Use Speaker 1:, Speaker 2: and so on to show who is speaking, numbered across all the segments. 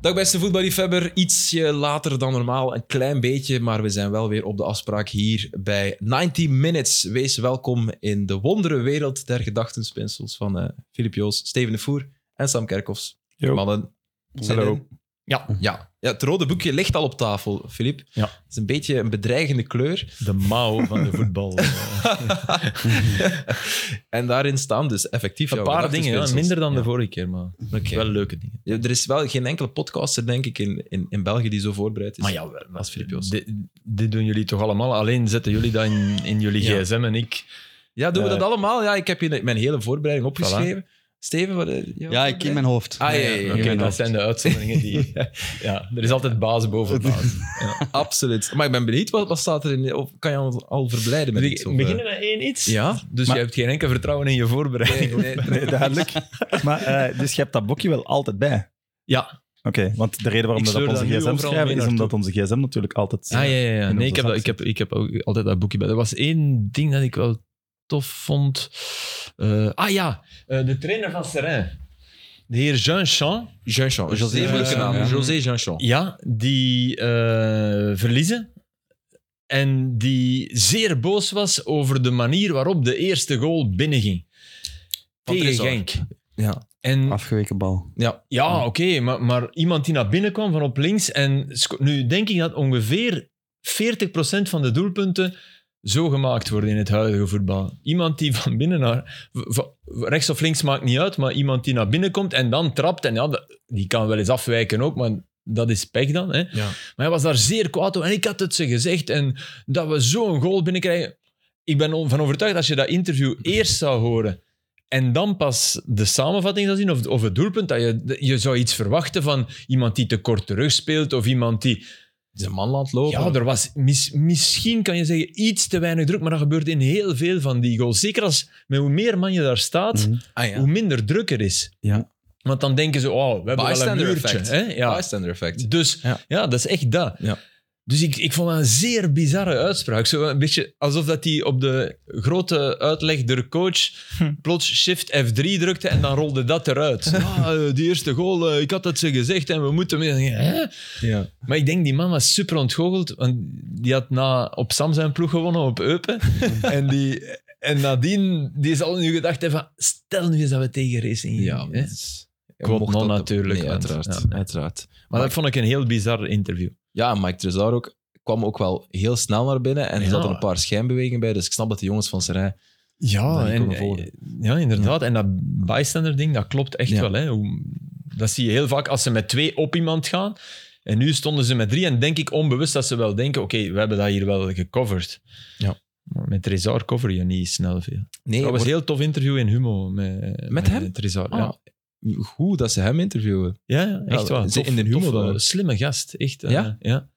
Speaker 1: Dag beste voetballiefhebber, ietsje later dan normaal, een klein beetje, maar we zijn wel weer op de afspraak hier bij 90 Minutes. Wees welkom in de wondere wereld der gedachtenspinsels van eh Filip Joos, Steven de Voer en Sam Kerkhoffs.
Speaker 2: Yo.
Speaker 1: Mannen. zijn
Speaker 2: Hallo.
Speaker 1: in. Ja, ja. ja, het rode boekje ligt al op tafel, Filip.
Speaker 2: Ja.
Speaker 1: Het is een beetje een bedreigende kleur.
Speaker 2: De mouw van de voetbal. Eh,
Speaker 1: en daarin staan dus effectief
Speaker 2: een
Speaker 1: jouw
Speaker 2: paar dingen, ja,
Speaker 1: gedachtenspinsels.
Speaker 2: minder dan de
Speaker 1: Ja.
Speaker 2: vorige keer, maar
Speaker 1: Oké.
Speaker 2: wel leuke dingen.
Speaker 1: Ja, Er is wel geen enkele podcaster, denk ik, in, in, in België die zo voorbereid is.
Speaker 2: Maar ja, wel, maar
Speaker 1: Als Filip Joos.
Speaker 2: Dit, dit doen jullie toch allemaal? Alleen zetten jullie dat in, in jullie
Speaker 1: Ja.
Speaker 2: gsm en ik.
Speaker 1: Ja, doen we
Speaker 2: Eh,
Speaker 1: dat allemaal? Ja, ik heb hier mijn hele voorbereiding opgeschreven. Steven, wat... eh, jouw
Speaker 3: Ja, ik in mijn hoofd.
Speaker 1: Ah, ja, ja, ja.
Speaker 3: In
Speaker 1: Oké,
Speaker 2: Oké,
Speaker 3: mijn
Speaker 2: dat
Speaker 3: hoofd.
Speaker 2: zijn de uitzonderingen die... ja, er is altijd baas boven baas.
Speaker 1: Absoluut. Maar ik ben benieuwd, wat, wat staat er in... Of kan je al, al verblijden met iets?
Speaker 2: We
Speaker 1: of,
Speaker 2: beginnen met één iets.
Speaker 1: eh? Ja?
Speaker 2: Dus
Speaker 4: Maar-
Speaker 2: je hebt geen enkel vertrouwen in je voorbereiding.
Speaker 1: Nee, nee, nee.
Speaker 4: Nee, duidelijk. maar, eh, dus je hebt dat boekje wel altijd bij?
Speaker 2: Ja.
Speaker 4: Oké, want de reden waarom
Speaker 2: Ik
Speaker 4: we dat
Speaker 2: sleur
Speaker 4: op onze
Speaker 2: dat nu
Speaker 4: gsm
Speaker 2: overal mee
Speaker 4: schrijven is
Speaker 2: naartoe.
Speaker 4: omdat onze gsm natuurlijk altijd...
Speaker 2: Ah, ja, ja, ja.
Speaker 4: In onze
Speaker 2: Nee, ik heb, dat, ik,
Speaker 4: zak
Speaker 2: heb, ik heb ook altijd dat boekje bij. Er was één ding dat ik wel tof vond. Eh, ah ja, eh, de trainer van Seraing. De heer Jean Champ.
Speaker 1: Jean-Jean. José,
Speaker 2: Eh,
Speaker 1: moeilijke naam.
Speaker 2: ja.
Speaker 1: José Jean-Jean.
Speaker 2: Ja, die eh, verliezen. En die zeer boos was over de manier waarop de eerste goal binnenging.
Speaker 1: Van
Speaker 2: Tegen
Speaker 1: Trezor.
Speaker 2: Genk.
Speaker 1: Ja.
Speaker 2: En
Speaker 3: Afgeweken bal.
Speaker 2: ja, oké, maar, maar iemand die naar binnen kwam van op links. En sco- nu denk ik dat ongeveer 40% van de doelpunten zo gemaakt worden in het huidige voetbal. Iemand die van binnen naar... v- v- Rechts of links maakt niet uit, maar iemand die naar binnen komt en dan trapt. En ja, dat- die kan wel eens afwijken ook, maar dat is pech dan. Hè.
Speaker 1: Ja.
Speaker 2: Maar hij was daar zeer kwaad over. En ik had het ze gezegd. En dat we zo'n goal binnenkrijgen. Ik ben on- van overtuigd als je dat interview eerst zou horen. En dan pas de samenvatting zou zien, of, of het doelpunt, dat je, je zou iets verwachten van iemand die te kort terugspeelt, of iemand die...
Speaker 1: Zijn man laat lopen.
Speaker 2: Ja, er was mis- misschien, kan je zeggen, iets te weinig druk, maar dat gebeurt in heel veel van die goals. Zeker als, met hoe meer man je daar staat,
Speaker 3: Mhm.
Speaker 1: Ah, ja.
Speaker 2: hoe minder druk er is.
Speaker 3: Ja.
Speaker 2: Want dan denken ze, oh, we hebben wel een
Speaker 1: Bystander
Speaker 2: muurtje.
Speaker 1: effect.
Speaker 2: Hè? Ja.
Speaker 1: Bystander effect.
Speaker 2: Dus
Speaker 1: Ja.
Speaker 2: ja. dat is echt dat.
Speaker 1: Ja.
Speaker 2: Dus ik, ik vond dat een zeer bizarre uitspraak. Zo een beetje alsof dat hij op de grote uitleg door coach
Speaker 1: Hm.
Speaker 2: plots shift F3 drukte en dan rolde dat eruit. Ja, eh, die eerste goal, eh, ik had dat ze gezegd en we moeten... meer- Hè?
Speaker 1: Ja.
Speaker 2: Maar ik denk, die man was super ontgoocheld, want die had na, op Sam zijn ploeg gewonnen op Eupen. en, die, en nadien, die zal nu gedacht hebben van, stel nu eens dat we tegen Racing gingen,
Speaker 1: Ja,
Speaker 2: hè.
Speaker 1: dat is...
Speaker 2: Quod
Speaker 1: Mocht
Speaker 2: non
Speaker 1: dat-
Speaker 2: natuurlijk,
Speaker 1: Nee,
Speaker 2: want-
Speaker 1: uiteraard.
Speaker 2: ja.
Speaker 1: uiteraard.
Speaker 2: Maar dat vond ik een heel bizar interview.
Speaker 1: Ja, Mike Trezor ook, kwam ook wel heel snel naar binnen en er
Speaker 2: Ja.
Speaker 1: zaten een paar schijnbewegingen bij, dus ik snap dat de jongens van Serijn... Dat
Speaker 2: Ja,
Speaker 1: niet
Speaker 2: en, eh,
Speaker 1: kunnen volgen.
Speaker 2: ja inderdaad. En dat bystander-ding, dat klopt echt
Speaker 1: Ja.
Speaker 2: wel. Hè. Hoe- Dat zie je heel vaak als ze met twee op iemand gaan. En nu stonden ze met drie. En denk ik onbewust dat ze wel denken: oké, we hebben dat hier wel gecoverd.
Speaker 1: Ja.
Speaker 2: Maar met Trezor cover je niet snel veel.
Speaker 1: Nee,
Speaker 2: dat was
Speaker 1: wordt-
Speaker 2: een heel tof interview in Humo met,
Speaker 1: hem?
Speaker 2: Trezor.
Speaker 1: Ah,
Speaker 2: Ja.
Speaker 1: Goed dat ze hem interviewen.
Speaker 2: Ja, ja, echt
Speaker 1: Ja,
Speaker 2: waar.
Speaker 1: ze-
Speaker 2: Tof-
Speaker 1: in de Humo
Speaker 2: tof,
Speaker 1: dan?
Speaker 2: eh, Slimme gast, echt. eh,
Speaker 1: Ja?
Speaker 2: ja.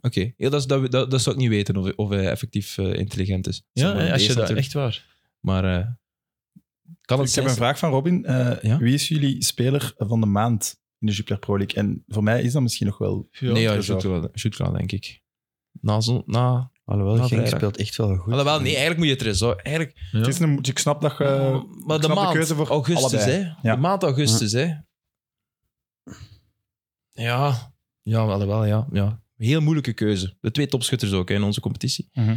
Speaker 1: Oké, ja, dat, is- dat, dat, dat zou ik niet weten of, of hij effectief eh, intelligent is.
Speaker 2: ja
Speaker 1: Zeg maar,
Speaker 2: hè, eh, als
Speaker 1: deze
Speaker 2: je dat
Speaker 1: natuurlijk.
Speaker 2: echt waar.
Speaker 1: Maar eh, kan het
Speaker 4: Ik heb
Speaker 1: zijn?
Speaker 4: een vraag van Robin. Eh,
Speaker 1: Ja?
Speaker 4: Wie is jullie speler van de maand in de Jupiler Pro League? En voor mij is dat misschien nog wel...
Speaker 1: Nee, ja,
Speaker 4: Trezor.
Speaker 1: Jutla- Jutla, denk ik. Na zon, na...
Speaker 3: Alhoewel,
Speaker 1: Ja,
Speaker 3: Genk
Speaker 1: vrijdag.
Speaker 3: speelt echt wel goed.
Speaker 1: Alhoewel, nee, eigenlijk moet je het Trezor... Eigenlijk,
Speaker 2: Ja.
Speaker 4: Het is een, ik snap dat je...
Speaker 1: maar
Speaker 4: Eh, ik
Speaker 1: de
Speaker 4: snap de
Speaker 1: maand
Speaker 4: keuze voor
Speaker 1: augustus,
Speaker 4: allebei.
Speaker 1: hè.
Speaker 4: Ja.
Speaker 1: De maand augustus, hè. Ja. Ja, alhoewel, ja. ja. Heel moeilijke keuze. De twee topschutters ook hè, in onze competitie.
Speaker 4: Mhm.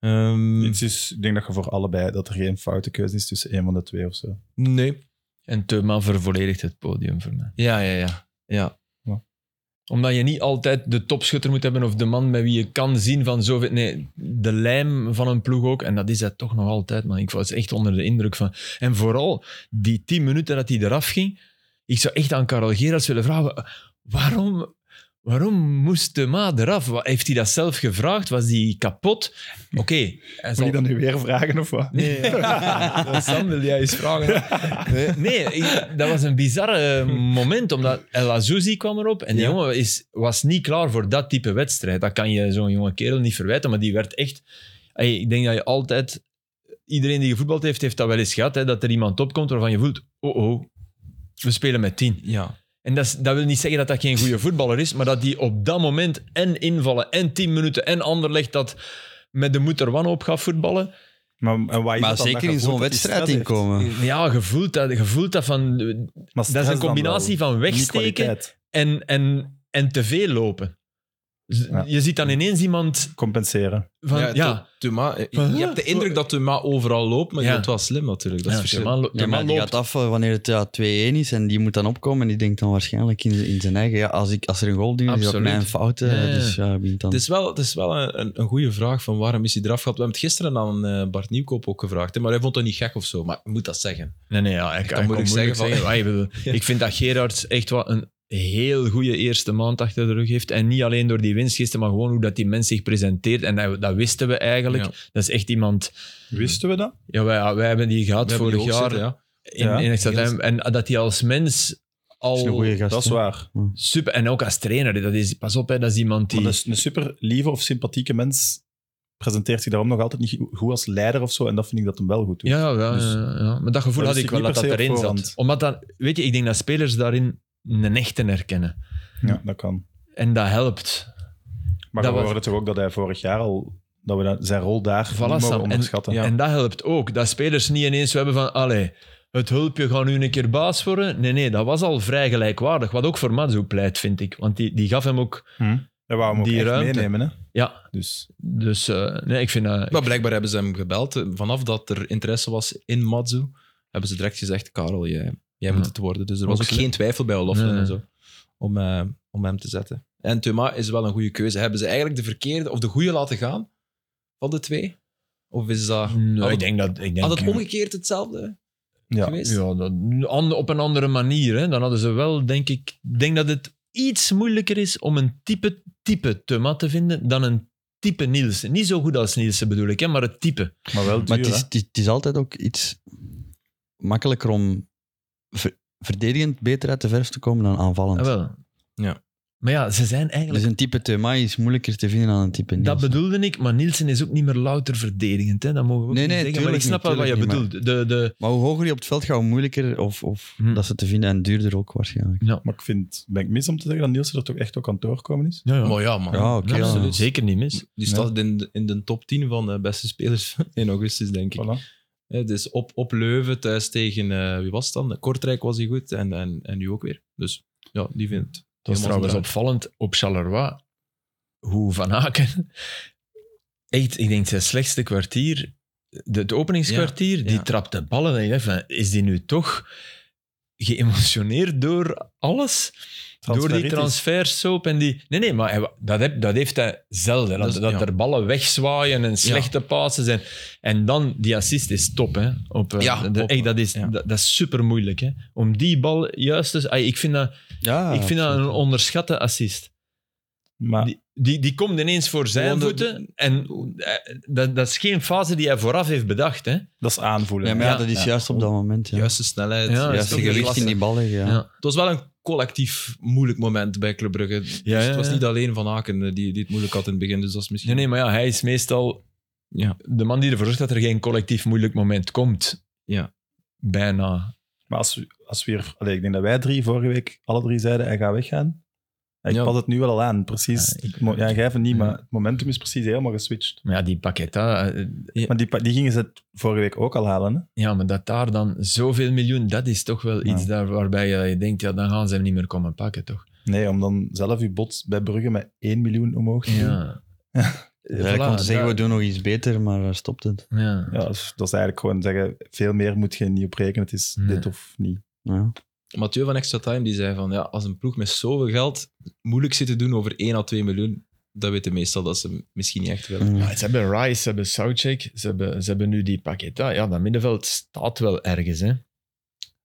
Speaker 1: Ehm,
Speaker 4: Het is, ik denk dat je voor allebei, dat er geen foute keuze is tussen een van de twee of zo.
Speaker 1: nee.
Speaker 2: En Teuma vervolledigt het podium voor mij.
Speaker 1: Ja, ja, ja. ja.
Speaker 2: Omdat je niet altijd de topschutter moet hebben of de man met wie je kan zien van zoveel. Nee, de lijm van een ploeg ook. En dat is dat toch nog altijd, man. Ik was echt onder de indruk van. En vooral die tien minuten dat hij eraf ging. Ik zou echt aan Karel Gerards willen vragen: waarom, waarom moest de ma eraf? Wa- Heeft hij dat zelf gevraagd? Was hij kapot? Oké. hij
Speaker 4: Moet
Speaker 2: zal-
Speaker 4: je dan nu weer vragen of wat?
Speaker 2: Nee, ja. Sam wil jij eens vragen. Nee, ik- dat was een bizarre moment, omdat El Azouzi kwam erop en die
Speaker 1: Ja.
Speaker 2: jongen is, was niet klaar voor dat type wedstrijd. Dat kan je zo'n jonge kerel niet verwijten, maar die werd echt... Hey, ik denk dat je altijd... Iedereen die gevoetbald heeft, heeft dat wel eens gehad, hè, dat er iemand opkomt waarvan je voelt, oh oh, we spelen met tien.
Speaker 1: ja.
Speaker 2: En dat, is- dat wil niet zeggen dat dat geen goede voetballer is, maar dat die op dat moment en invallen en 10 minuten en Anderlecht dat met de moed er wanhoop gaat voetballen.
Speaker 4: Maar, en waar is
Speaker 3: Maar
Speaker 4: het dan dat
Speaker 3: zeker
Speaker 4: je
Speaker 3: in
Speaker 4: voelt
Speaker 3: zo'n
Speaker 4: dat die
Speaker 3: wedstrijd
Speaker 4: stress heeft?
Speaker 3: inkomen.
Speaker 2: Ja, gevoeld dat, gevoeld dat van...
Speaker 4: Maar
Speaker 2: Dat
Speaker 4: stress
Speaker 2: is een
Speaker 4: dan wel.
Speaker 2: combinatie van
Speaker 4: Niet
Speaker 2: wegsteken
Speaker 4: kwaliteit.
Speaker 2: en, en, en te veel lopen. Z-
Speaker 4: Ja.
Speaker 2: Je ziet dan ineens iemand
Speaker 4: Compenseren.
Speaker 2: van... Ja,
Speaker 1: Tu- Tuma, eh,
Speaker 2: Van,
Speaker 1: je
Speaker 2: ja,
Speaker 1: hebt de indruk dat Tuma overal loopt, maar je
Speaker 2: Ja.
Speaker 1: doet wel slim natuurlijk. Dat
Speaker 2: Ja,
Speaker 1: is verschil.
Speaker 2: Tielemans lo-
Speaker 3: Ja, maar
Speaker 2: Tielemans
Speaker 3: die
Speaker 2: loopt
Speaker 3: gaat af eh, wanneer het ja, 2-1 is en die moet dan opkomen en die denkt dan waarschijnlijk in, in zijn eigen... Ja, als, ik, als er een goal duurt, is dat
Speaker 2: Absoluut.
Speaker 3: mijn fout. eh,
Speaker 2: Ja, ja.
Speaker 3: Dus ja, wint dan.
Speaker 1: Het is wel, het is wel een, een, een goede vraag van waarom is hij eraf gehad. We hebben het gisteren aan eh, Bart Nieuwkoop ook gevraagd, hè, maar hij vond dat niet gek of zo. Maar ik moet dat zeggen.
Speaker 2: Nee, nee, ja, ik,
Speaker 1: kan
Speaker 2: ik
Speaker 1: moeilijk
Speaker 2: kan
Speaker 1: zeggen
Speaker 2: moeilijk
Speaker 1: van-
Speaker 2: zeggen. maar ik bedoel, Ik vind dat Gerards echt wel een heel goede eerste maand achter de rug heeft. En niet alleen door die winst gisteren, maar gewoon hoe dat die mens zich presenteert. En dat, dat wisten we eigenlijk.
Speaker 1: Ja.
Speaker 2: Dat is echt iemand...
Speaker 4: Wisten we dat?
Speaker 2: Ja, wij, wij hebben die gehad
Speaker 1: We hebben
Speaker 2: vorig
Speaker 1: die ook
Speaker 2: jaar
Speaker 1: zitten, ja.
Speaker 2: in,
Speaker 4: Ja.
Speaker 2: in Extra Time. En dat hij als mens al...
Speaker 3: is een goeie gast.
Speaker 4: Dat is
Speaker 3: hè.
Speaker 4: waar.
Speaker 2: Super, en ook als trainer. Dat is, pas op, hè, dat is iemand die...
Speaker 4: Maar een, een super lieve of sympathieke mens presenteert zich daarom nog altijd niet goed als leider of zo. En dat vind ik dat hem wel goed doet.
Speaker 2: Ja, ja, ja,
Speaker 4: Dus-
Speaker 2: ja, ja. Maar dat gevoel
Speaker 4: Dat
Speaker 2: had
Speaker 4: is
Speaker 2: ik wel
Speaker 4: niet
Speaker 2: dat
Speaker 4: per
Speaker 2: dat
Speaker 4: se op
Speaker 2: erin zat.
Speaker 4: voorhand.
Speaker 2: Omdat dan, weet je, ik denk dat spelers daarin een echte herkennen.
Speaker 4: Ja, dat kan.
Speaker 2: En dat helpt.
Speaker 4: Maar
Speaker 2: Dat
Speaker 4: we
Speaker 2: was-
Speaker 4: hoorden toch ook dat hij vorig jaar al... Dat we dat- zijn rol daar niet
Speaker 2: Voilà,
Speaker 4: mogen
Speaker 2: Sam. En-
Speaker 4: onderschatten.
Speaker 2: En dat helpt ook. Dat spelers niet ineens hebben van, allee, het hulpje gaat nu een keer baas worden. Nee, nee, dat was al vrij gelijkwaardig. Wat ook voor Mazu pleit, vind ik. Want die, die gaf hem ook...
Speaker 4: Hm. En waarom ook
Speaker 2: Die
Speaker 4: echt
Speaker 2: ruimte.
Speaker 4: meenemen, hè?
Speaker 2: Ja,
Speaker 4: Dus
Speaker 2: dus eh, nee, ik vind dat...
Speaker 1: Maar blijkbaar hebben ze hem gebeld. eh, Vanaf dat er interesse was in Matsu, hebben ze direct gezegd: Karel, jij, jij moet
Speaker 2: Ja.
Speaker 1: het worden. Dus er was
Speaker 2: Ook
Speaker 1: ook
Speaker 2: slim.
Speaker 1: geen twijfel bij Olofsen
Speaker 2: Nee, nee.
Speaker 1: en zo om, eh, om hem te zetten. En Tuma is wel een goede keuze. Hebben ze eigenlijk de verkeerde of de goede laten gaan van de twee? Of is dat.
Speaker 2: Nee,
Speaker 1: had
Speaker 2: ik
Speaker 1: het-
Speaker 2: denk dat... Mm, Ik denk,
Speaker 1: Had het omgekeerd hetzelfde
Speaker 4: ja.
Speaker 1: geweest?
Speaker 2: Ja, dat, an- op een andere manier. Hè. Dan hadden ze wel, denk ik, ik denk dat het iets moeilijker is om een type, type Thuma te vinden dan een type Nielsen. Niet zo goed als Nielsen bedoel ik, hè, maar het type.
Speaker 4: Maar wel duur,
Speaker 3: Maar het is,
Speaker 4: hè?
Speaker 3: het, is, het is altijd ook iets makkelijker om ver- verdedigend beter uit de verf te komen dan aanvallend.
Speaker 2: Jawel.
Speaker 1: Ja.
Speaker 2: Ah, Maar ja, ze zijn
Speaker 3: dus
Speaker 2: eigenlijk...
Speaker 3: een type Thema is moeilijker te vinden dan een type Nielsen.
Speaker 2: dat bedoelde ik, maar Nielsen is ook niet meer louter verdedigend. Hè. Dat mogen we ook
Speaker 3: Nee,
Speaker 2: niet
Speaker 3: nee,
Speaker 2: zeggen, maar ik snap
Speaker 3: tuurlijk
Speaker 2: wel wat je
Speaker 3: niet, tuurlijk
Speaker 2: bedoelt. De, de,
Speaker 3: Maar hoe hoger je op het veld gaat, hoe moeilijker of, of
Speaker 2: Hm.
Speaker 3: dat ze te vinden en duurder ook waarschijnlijk.
Speaker 4: Maar ik vind, ben ik mis om te zeggen dat Nielsen er toch echt ook aan het doorkomen is?
Speaker 2: ja, ja.
Speaker 1: Maar ja, man.
Speaker 3: Ja, oké.
Speaker 2: Ja,
Speaker 3: ja.
Speaker 1: absoluut.
Speaker 2: Zeker niet mis.
Speaker 1: Die staat in, de- in de top 10 van de beste spelers in augustus, denk ik.
Speaker 4: Voilà.
Speaker 1: Hè, dus op, op Leuven thuis tegen, eh, wie was het dan? Kortrijk was hij goed en, en, en nu ook weer. Dus ja, die vindt.
Speaker 2: Dat is
Speaker 1: Helemaal
Speaker 2: trouwens
Speaker 1: centraal.
Speaker 2: opvallend op Charleroi. Hoe Van Aken... Echt, ik denk zijn slechtste kwartier... de- Het openingskwartier, die
Speaker 1: ja.
Speaker 2: trapte ballen. En ik dacht van, is die nu toch geëmotioneerd door alles? Door die
Speaker 4: Transferitis.
Speaker 2: transfersoap en die... Nee, nee, maar hij wa- dat, heb, dat heeft hij zelden. Dat,
Speaker 1: Dat is-
Speaker 2: dat
Speaker 1: ja.
Speaker 2: er ballen wegzwaaien en slechte passes. En, en dan, die assist is top, hè. Op, eh,
Speaker 1: Ja,
Speaker 2: de-
Speaker 1: op-
Speaker 2: echt, dat is,
Speaker 1: ja.
Speaker 2: dat, dat is super moeilijk, hè. Om die bal juist te... Ay, Ik vind dat...
Speaker 3: Ja,
Speaker 2: Ik vind dat een
Speaker 3: Ah, absoluut.
Speaker 2: onderschatte assist.
Speaker 4: Maar
Speaker 2: Die, die, die komt ineens voor zijn
Speaker 1: Gewoon de-
Speaker 2: voeten. En eh, dat, dat is geen fase die hij vooraf heeft bedacht. Hè?
Speaker 4: dat is aanvoelen.
Speaker 3: Ja, maar ja,
Speaker 2: Ja,
Speaker 3: dat is
Speaker 4: ja.
Speaker 3: juist op dat moment. Ja.
Speaker 1: Juiste snelheid.
Speaker 2: Ja,
Speaker 1: juiste
Speaker 2: dat is
Speaker 3: Juiste
Speaker 2: ook
Speaker 3: gewicht
Speaker 2: klasse.
Speaker 3: in die bal leggen, ja.
Speaker 2: Ja.
Speaker 1: Het was wel een collectief moeilijk moment bij Club Brugge. Dus
Speaker 2: ja,
Speaker 1: Het was
Speaker 2: ja.
Speaker 1: niet alleen Van Aken eh, die, die het moeilijk had in het begin. Dus dat is misschien...
Speaker 2: Nee, nee, maar ja, hij is meestal
Speaker 1: Ja.
Speaker 2: de man die ervoor zorgt dat er geen collectief moeilijk moment komt.
Speaker 1: Ja.
Speaker 2: Bijna.
Speaker 4: Maar als, we- als we hier, allee, ik denk dat wij drie vorige week alle drie zeiden: hij gaat weggaan. Ja, Ik
Speaker 1: Ja.
Speaker 4: pas het nu wel al aan, precies.
Speaker 2: Ja, ik-
Speaker 4: Het mo- ja, jij even niet,
Speaker 2: Ja.
Speaker 4: maar het momentum is precies helemaal geswitcht.
Speaker 2: Maar ja, die Paqueta, eh,
Speaker 4: Maar die, pa- die gingen ze het vorige week ook al halen. Hè?
Speaker 2: ja, maar dat daar dan zoveel miljoen, dat is toch wel
Speaker 4: Ja.
Speaker 2: iets daar waarbij je denkt, ja, dan gaan ze hem niet meer komen pakken, toch?
Speaker 4: Nee, om dan zelf je bot bij Brugge met 1 miljoen omhoog te doen. Ja,
Speaker 2: Ja.
Speaker 3: Dus eigenlijk om te zeggen, we doen nog iets beter, maar daar stopt het.
Speaker 2: doen... Ja.
Speaker 4: dat, is, dat is eigenlijk gewoon zeggen: veel meer moet je niet op rekenen. Het is
Speaker 2: Nee.
Speaker 4: dit of niet.
Speaker 3: Ja.
Speaker 1: Mathieu van Extra Time die zei van ja, als een ploeg met zoveel geld moeilijk zit te doen over 1 à 2 miljoen, dat weten meestal dat ze misschien niet echt willen.
Speaker 3: Mm.
Speaker 2: Ja, ze hebben Rice, ze hebben Soucek, ze hebben, ze hebben nu die Paqueta. Ja, dat middenveld staat wel ergens. Hè?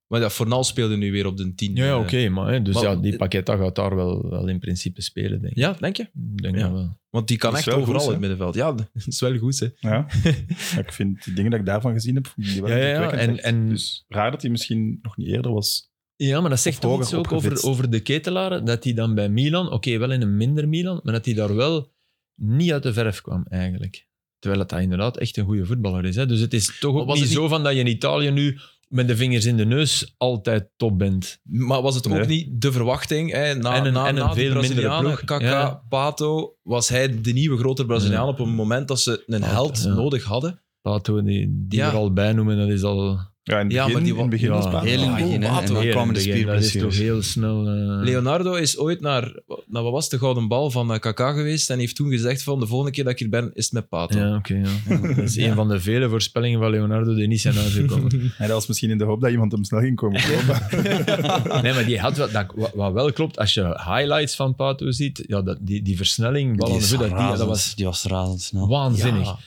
Speaker 1: Maar ja, Fornal speelde nu weer op de 10.
Speaker 2: Ja, ja
Speaker 1: eh.
Speaker 2: oké, maar hè, dus
Speaker 1: Maar-
Speaker 2: ja, die Paqueta gaat daar wel, wel in principe spelen, denk ik.
Speaker 1: Ja, denk je?
Speaker 2: Ik Denk
Speaker 1: Ja.
Speaker 2: dat wel.
Speaker 1: Want die kan
Speaker 4: Dat is
Speaker 1: echt
Speaker 4: wel
Speaker 1: overal
Speaker 4: goed,
Speaker 1: in
Speaker 4: hè?
Speaker 1: het middenveld. Ja, dat is wel goed, hè.
Speaker 4: Ja. Maar ik vind die dingen dat ik daarvan gezien heb, die wel
Speaker 2: Ja, ja,
Speaker 4: indrukwekkend
Speaker 2: en-
Speaker 4: echt.
Speaker 2: en-
Speaker 4: Dus raar dat hij misschien nog niet eerder was.
Speaker 2: Ja, maar dat zegt
Speaker 4: Of
Speaker 2: toch
Speaker 4: hoger
Speaker 2: iets ook over,
Speaker 4: opgevitst.
Speaker 2: over de ketelaren, dat hij dan bij Milan, oké, wel in een minder Milan, maar dat hij daar wel niet uit de verf kwam, eigenlijk. Terwijl dat, dat inderdaad echt een goede voetballer is. Hè? Dus het is toch
Speaker 1: Maar
Speaker 2: ook
Speaker 1: was
Speaker 2: niet,
Speaker 1: het
Speaker 2: zo van dat je in Italië nu met de vingers in de neus altijd top bent.
Speaker 1: Maar was het ook
Speaker 4: Nee.
Speaker 1: niet de verwachting? Hè? Na,
Speaker 2: En een-
Speaker 1: na,
Speaker 2: en een
Speaker 1: na de
Speaker 2: veel mindere
Speaker 1: Brazilianen,
Speaker 2: ploeg.
Speaker 1: Kaká,
Speaker 2: Ja.
Speaker 1: Pato, was hij de nieuwe grote Braziliaan
Speaker 2: Ja.
Speaker 1: op het moment dat ze een
Speaker 2: Altijd,
Speaker 1: held
Speaker 2: ja.
Speaker 1: nodig hadden.
Speaker 2: Pato, die, die
Speaker 1: Ja.
Speaker 2: er al bij noemen, dat is al...
Speaker 4: Ja, in het
Speaker 1: Ja,
Speaker 4: begin,
Speaker 1: maar die
Speaker 4: in het
Speaker 1: wa-
Speaker 4: begin
Speaker 2: Ja,
Speaker 4: was Pato-
Speaker 3: Heel in het
Speaker 4: Ah,
Speaker 3: begin, hè.
Speaker 4: joh,
Speaker 3: En dan
Speaker 2: Heel
Speaker 3: kwamen de
Speaker 2: in het begin, Dat is toch
Speaker 3: spierblessures.
Speaker 2: heel snel... eh,
Speaker 1: Leonardo is ooit naar, naar wat was het, de gouden bal van eh, Kaká geweest en heeft toen gezegd van de volgende keer dat ik hier ben, is het met Pato.
Speaker 2: Ja, oké. ja. Dat is een van de vele voorspellingen van Leonardo die niet zijn uitgekomen.
Speaker 4: En dat was misschien in de hoop dat iemand hem snel ging komen kopen.
Speaker 2: Nee, maar die had wat, dat, wat- wat wel klopt, als je highlights van Pato ziet, ja, dat, die, die versnelling, bal aan
Speaker 3: Die,
Speaker 2: de
Speaker 3: is
Speaker 2: voet, dat, die, dat was
Speaker 3: razends- die was razendsnel.
Speaker 2: waanzinnig.
Speaker 1: Ja,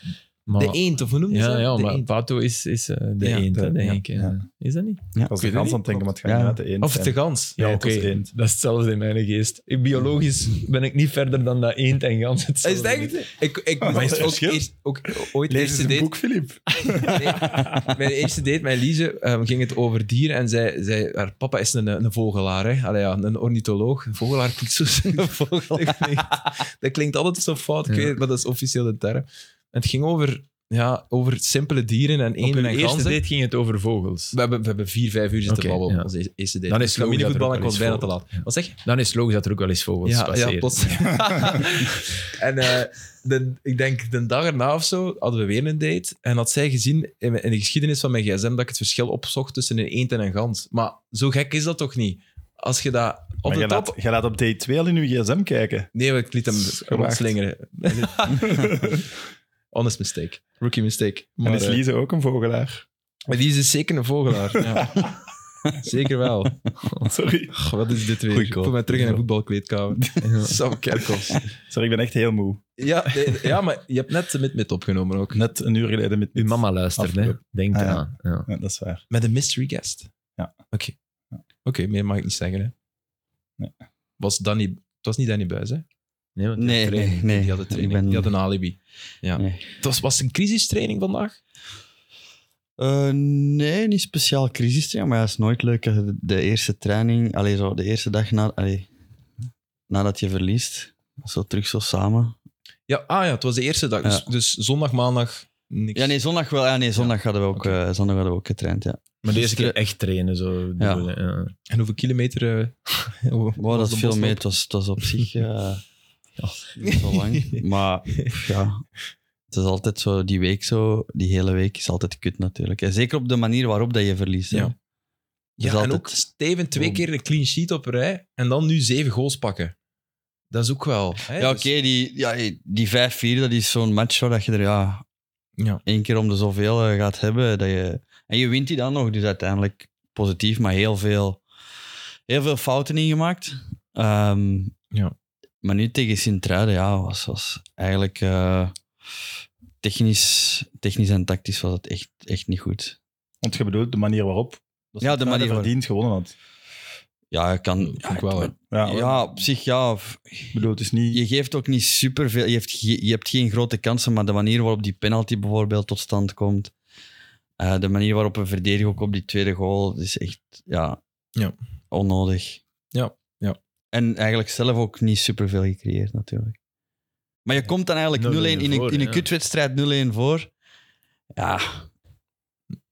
Speaker 2: Maar,
Speaker 1: de eend, of hoe noemde ze
Speaker 2: ja,
Speaker 1: dat?
Speaker 2: ja,
Speaker 1: De
Speaker 2: maar
Speaker 1: eend.
Speaker 2: Pato is, is eh, de
Speaker 1: Ja,
Speaker 2: eend, hè,
Speaker 4: de-
Speaker 2: denk
Speaker 4: ja,
Speaker 2: ik. eh.
Speaker 4: ja.
Speaker 2: is dat niet?
Speaker 3: Ja.
Speaker 4: Als
Speaker 1: weet
Speaker 4: de
Speaker 1: het
Speaker 4: kans
Speaker 1: niet.
Speaker 4: aan het denken, maar het gaat
Speaker 3: Ja.
Speaker 4: niet uit de eend
Speaker 1: Of
Speaker 4: zijn.
Speaker 1: de gans.
Speaker 4: Ja,
Speaker 2: Ja,
Speaker 4: het
Speaker 2: oké.
Speaker 4: was de eend.
Speaker 2: Dat is hetzelfde in mijn geest. Ik, biologisch ben ik niet verder dan dat eend en gans
Speaker 1: Is
Speaker 2: hetzelfde.
Speaker 1: het echt? Ik, ik
Speaker 4: Wat is het
Speaker 1: moest ook,
Speaker 4: verschil?
Speaker 1: eerst, ook ooit
Speaker 4: Lees eens
Speaker 1: eerste
Speaker 4: een
Speaker 1: date
Speaker 4: boek, Filip.
Speaker 1: Nee, mijn eerste date met Lize ehm, ging het over dieren. En zij, zij, haar papa is een, een vogelaar, hè? Allee, ja, een ornitholoog. Een vogelaar klinkt zo. Een vogelaar klinkt- dat klinkt altijd zo fout, ik
Speaker 2: Ja.
Speaker 1: weet het, maar dat is officieel de term. En het ging over, ja, over simpele dieren en
Speaker 2: Op
Speaker 1: eenden
Speaker 2: hun
Speaker 1: en
Speaker 2: eerste
Speaker 1: ganzen.
Speaker 2: date ging het over vogels.
Speaker 1: We hebben, we hebben vier, vijf uur zitten
Speaker 2: Oké,
Speaker 1: babbelen.
Speaker 2: ja.
Speaker 1: Onze eerste date.
Speaker 2: Dan is
Speaker 1: Dus
Speaker 2: het logisch
Speaker 1: familievoetbal
Speaker 2: dat
Speaker 1: en
Speaker 2: er
Speaker 1: ik was
Speaker 2: ook al
Speaker 1: bijna te
Speaker 2: iets
Speaker 1: laat. Wat zeg je?
Speaker 2: Dan is het logisch dat er ook wel eens vogels
Speaker 1: Ja,
Speaker 2: passeren.
Speaker 1: ja, plots. en eh, de, ik denk, de dag erna of zo hadden we weer een date. En had zij gezien in, mijn- in de geschiedenis van mijn gsm dat ik het verschil opzocht tussen een eend en een gans. Maar zo gek is dat toch niet? Als je dat op
Speaker 4: Maar
Speaker 1: de
Speaker 4: jij
Speaker 1: top...
Speaker 4: laat, jij laat op date 2 al in je gsm kijken.
Speaker 1: Nee, ik liet hem
Speaker 4: Gewaagd.
Speaker 1: rondslingeren. Honest mistake. Rookie mistake. Maar,
Speaker 4: en is
Speaker 1: eh,
Speaker 4: Lise ook een vogelaar?
Speaker 1: maar die is dus zeker een vogelaar. Ja. zeker wel.
Speaker 4: Sorry.
Speaker 1: Ach, wat is dit weer?
Speaker 3: Goeie
Speaker 1: ik
Speaker 3: call.
Speaker 1: voel mij terug in een voetbalkleedkamer. Sam Kerkhoffs.
Speaker 4: Sorry, ik ben echt heel moe.
Speaker 1: Ja, nee, ja, maar je hebt net de mid-mid opgenomen ook.
Speaker 4: Net een uur geleden met
Speaker 2: Uw mama luistert, hè.
Speaker 4: Afgelopen.
Speaker 2: Denk
Speaker 4: Ah, ja.
Speaker 2: eraan. Ja.
Speaker 4: Ja, dat is waar.
Speaker 1: Met een mystery guest?
Speaker 4: Ja.
Speaker 1: Oké. Oké, meer mag ik niet zeggen, hè?
Speaker 4: Nee.
Speaker 1: Was Danny, het was niet Danny Buis, hè?
Speaker 2: Nee, want die
Speaker 3: Nee,
Speaker 2: heeft training.
Speaker 3: nee, nee.
Speaker 1: Die had, een training.
Speaker 3: Ik ben-
Speaker 1: Die had een alibi. Ja.
Speaker 3: Nee.
Speaker 1: Het was, was het een crisistraining vandaag?
Speaker 3: Eh, nee, niet speciaal crisistraining, maar het is nooit leuk. als je De eerste training, allee, zo de eerste dag na, allee, nadat je verliest, zo terug zo samen.
Speaker 1: Ja, ah ja, het was de eerste dag. Dus, dus zondag, maandag, niks.
Speaker 3: Ja, nee, zondag wel. Ja, nee, zondag hadden we ook, eh, zondag hadden we ook getraind, ja.
Speaker 2: Maar
Speaker 1: Dus
Speaker 2: deze keer
Speaker 3: Gisteren-
Speaker 2: echt trainen, zo
Speaker 3: Ja.
Speaker 2: bedoelen, ja.
Speaker 1: En hoeveel kilometer... eh, hoe-
Speaker 3: Wow,
Speaker 1: was
Speaker 3: dat
Speaker 1: de
Speaker 3: is veel
Speaker 1: bosloop?
Speaker 3: mee. Het was, het was op zich eh, ja, niet zo lang. Maar pff, ja, het is altijd zo, die week zo, die hele week is altijd kut natuurlijk. En zeker op de manier waarop dat je verliest. hè.
Speaker 1: Ja.
Speaker 3: Dat
Speaker 1: Ja,
Speaker 3: is
Speaker 1: en
Speaker 3: altijd-
Speaker 1: ook Steven twee keer een clean sheet op rij en dan nu zeven goals pakken. Dat is ook wel... Hè?
Speaker 3: Ja,
Speaker 1: Dus-
Speaker 3: oké, die, ja, die 5-4, dat is zo'n match waar dat je er ja,
Speaker 1: Ja.
Speaker 3: één keer om de zoveel eh, gaat hebben. Dat je, en je wint die dan nog, dus uiteindelijk positief, maar heel veel, heel veel fouten ingemaakt. Ehm,
Speaker 1: Ja.
Speaker 3: Maar nu tegen Sint-Truiden, ja, was, was eigenlijk eh, technisch, technisch en tactisch was het echt, echt niet goed.
Speaker 4: Want je bedoelt de manier waarop. dat
Speaker 3: Ja, de
Speaker 4: Sint-Truiden
Speaker 3: manier waarop.
Speaker 4: verdiend gewonnen had.
Speaker 3: Ja, ik kan...
Speaker 1: Vind ik wel, hè.
Speaker 4: Ja,
Speaker 3: ja, op zich, ja. f-
Speaker 4: Ik bedoel, het is niet...
Speaker 3: Je geeft ook niet superveel. Je hebt, ge- je hebt geen grote kansen, maar de manier waarop die penalty bijvoorbeeld tot stand komt. eh, de manier waarop een verdediger ook op die tweede goal. dat is echt ja,
Speaker 1: Ja.
Speaker 3: onnodig.
Speaker 1: Ja, ja.
Speaker 3: En eigenlijk zelf ook niet superveel gecreëerd, natuurlijk. Maar je komt dan eigenlijk
Speaker 2: 0-1
Speaker 3: 0-1 in, een-
Speaker 2: voor,
Speaker 3: in een
Speaker 2: ja.
Speaker 3: kutwedstrijd 0-1 voor. Ja,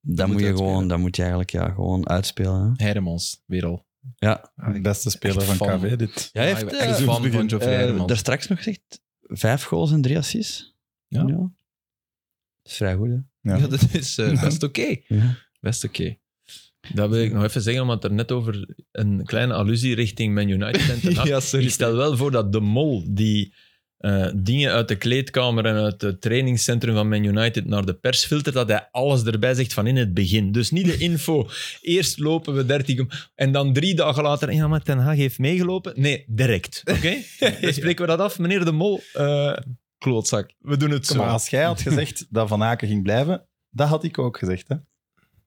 Speaker 3: dan moet je
Speaker 1: uitspelen.
Speaker 3: gewoon, dan moet je eigenlijk ja, gewoon uitspelen. Hè?
Speaker 1: Hermans, weer al.
Speaker 3: Ja.
Speaker 4: Ah, De beste speler
Speaker 1: Echt
Speaker 4: van
Speaker 1: fan.
Speaker 4: KV, dit.
Speaker 3: Jij
Speaker 1: ik
Speaker 3: heeft
Speaker 1: ben
Speaker 3: eh,
Speaker 1: echt fan van Geoffrey
Speaker 3: eh,
Speaker 1: Hermans.
Speaker 3: daar straks nog gezegd, vijf goals en drie assists.
Speaker 1: Ja.
Speaker 3: Dat is vrij goed, hè?
Speaker 4: Ja.
Speaker 1: Ja, dat is eh, best oké.
Speaker 3: Ja.
Speaker 1: Best oké.
Speaker 2: Dat wil ik nog even zeggen, omdat er net over een kleine allusie richting Man United en ten Hag.
Speaker 1: Ja,
Speaker 2: Ik stel wel voor dat de mol die eh, dingen uit de kleedkamer en uit het trainingscentrum van Man United naar de pers filtert, dat hij alles erbij zegt van in het begin. Dus niet de info, eerst lopen we 13 km en dan drie dagen later, ja, maar Ten Hag heeft meegelopen. Nee, direct. Oké? Dan spreken we dat af. Meneer de mol, eh,
Speaker 1: Klootzak.
Speaker 2: we doen het zo.
Speaker 4: Maar als jij had gezegd dat Van Aken ging blijven, dat had ik ook gezegd, hè.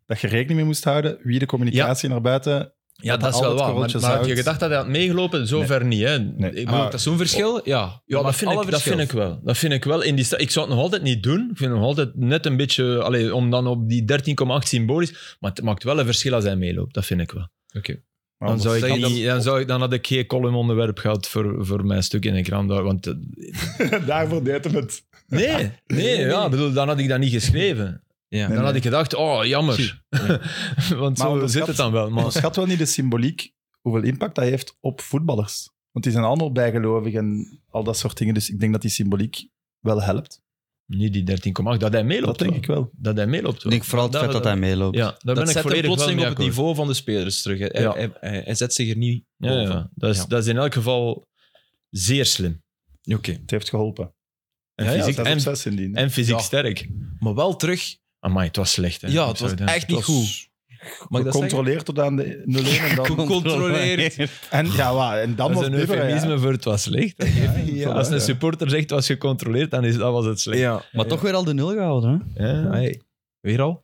Speaker 4: Dat je rekening mee moest houden wie de communicatie naar buiten...
Speaker 2: Ja,
Speaker 4: Dat
Speaker 2: dat is
Speaker 4: al
Speaker 2: wel
Speaker 4: het
Speaker 2: waar. Maar,
Speaker 4: korreltjes
Speaker 2: maar had je
Speaker 4: houdt.
Speaker 2: gedacht dat hij had meegelopen? Zover niet, hè?
Speaker 4: Nee.
Speaker 2: Ik
Speaker 4: Maar-
Speaker 1: Dat is zo'n verschil? Ja.
Speaker 2: Ja, dat vind, ik, dat vind ik wel. Dat vind ik wel. In die sta- ik zou het nog altijd niet doen. Ik vind hem nog altijd net een beetje... Allee, om dan op die 13,8 symbolisch... Maar het maakt wel een verschil als hij meeloopt. Dat vind ik wel.
Speaker 4: Maar
Speaker 2: Dan, zou
Speaker 4: anders-
Speaker 2: ik
Speaker 1: Zeg je
Speaker 2: niet, dan, zou ik, dan had ik geen column-onderwerp gehad voor, voor mijn stuk in de krant. Want, eh,
Speaker 4: Daarvoor deed hem het.
Speaker 2: nee, nee, ja,
Speaker 1: nee.
Speaker 2: bedoel, dan had ik dat niet geschreven.
Speaker 1: Ja.
Speaker 2: Dan had ik gedacht, oh, jammer. want
Speaker 4: Maar
Speaker 2: zo
Speaker 4: onderschat-
Speaker 2: zit het dan wel.
Speaker 4: Maar
Speaker 2: Maar,
Speaker 4: onderschat wel niet de symboliek, hoeveel impact dat heeft op voetballers. Want die zijn allemaal bijgelovig en al dat soort dingen. Dus ik denk dat die symboliek wel helpt.
Speaker 2: Niet die 13,8. Dat hij meeloopt.
Speaker 4: Dat denk ik wel.
Speaker 2: Dat hij meeloopt.
Speaker 3: Ik denk vooral het feit dat hij meeloopt.
Speaker 2: Ja, daar ben
Speaker 1: dat
Speaker 2: ik
Speaker 1: zet hem
Speaker 2: volledig wel
Speaker 1: plotseling
Speaker 2: mee
Speaker 1: op het
Speaker 2: akkoord.
Speaker 1: niveau van de spelers terug. hè. Hij,
Speaker 2: Ja.
Speaker 1: hij, hij- hij zet zich er niet
Speaker 2: Ja,
Speaker 1: boven.
Speaker 2: ja. Dat, is,
Speaker 1: Ja.
Speaker 2: dat is in elk geval zeer slim.
Speaker 1: Oké.
Speaker 4: Het heeft geholpen.
Speaker 2: En
Speaker 4: Ja, ja,
Speaker 2: fysiek,
Speaker 4: zes op
Speaker 2: en,
Speaker 4: zes indien.
Speaker 2: en fysiek
Speaker 1: Ja.
Speaker 2: sterk.
Speaker 1: Maar wel terug.
Speaker 2: Amai, het was slecht. Hè.
Speaker 1: ja,
Speaker 2: Ik
Speaker 1: het
Speaker 2: zou
Speaker 1: was
Speaker 2: denken.
Speaker 1: echt niet
Speaker 4: Het
Speaker 1: goed.
Speaker 4: was
Speaker 1: Mag ik dat zeggen?
Speaker 4: Gecontroleerd tot aan de 0-1 en dan...
Speaker 1: Gecontroleerd.
Speaker 4: En, ja, waar, en dan
Speaker 2: Dat
Speaker 4: was
Speaker 2: is een
Speaker 4: Bibber,
Speaker 2: eufemisme voor het was slecht. hè.
Speaker 4: Ja,
Speaker 2: Als
Speaker 4: ja,
Speaker 2: een
Speaker 4: ja.
Speaker 2: supporter zegt het was gecontroleerd, dan is, dat was het slecht.
Speaker 1: Ja.
Speaker 3: Maar toch weer al de nul gehouden, hè?
Speaker 2: Ja.
Speaker 1: Hey. Weer al?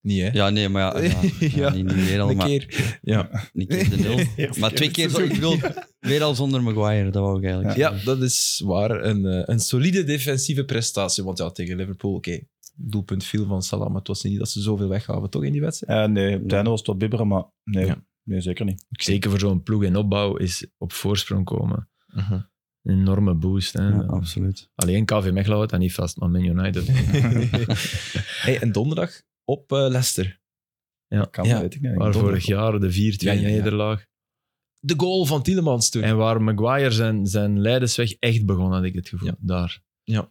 Speaker 1: Niet, hè?
Speaker 3: Ja, nee, maar ja. ja, ja,
Speaker 1: Ja.
Speaker 3: Niet, niet weer al,
Speaker 1: Een
Speaker 3: maar
Speaker 1: keer. Ja.
Speaker 3: niet keer de nul.
Speaker 4: Eerste
Speaker 3: Maar twee keer, zo, ik bedoel, weer al zonder Maguire, dat wou ik eigenlijk
Speaker 1: ja, dat is waar. Een, eh, een solide defensieve prestatie. Want ja, tegen Liverpool, oké, doelpunt viel van Salah, maar het was niet dat ze zoveel weggaven, toch, in die wedstrijd?
Speaker 4: Eh, nee, op het einde was het wat bibberen, maar nee,
Speaker 1: Ja.
Speaker 4: nee zeker niet.
Speaker 2: Zeker voor zo'n ploeg in opbouw is op voorsprong komen.
Speaker 4: Mhm.
Speaker 2: Een enorme boost. Hè.
Speaker 3: zeggen. Ja, absoluut.
Speaker 2: Alleen KV Mechelen houdt dat niet vast, maar Man United.
Speaker 1: hey, en donderdag op eh, Leicester.
Speaker 4: Kan,
Speaker 1: Ja.
Speaker 4: weet ik niet.
Speaker 2: Waar
Speaker 4: Donder-
Speaker 2: vorig jaar de 4-2
Speaker 1: Ja, ja, ja.
Speaker 2: nederlaag.
Speaker 1: De goal van Tielemans toen.
Speaker 2: En waar Maguire zijn, zijn leidersweg echt begon, had ik het gevoel.
Speaker 1: Ja.
Speaker 2: Daar.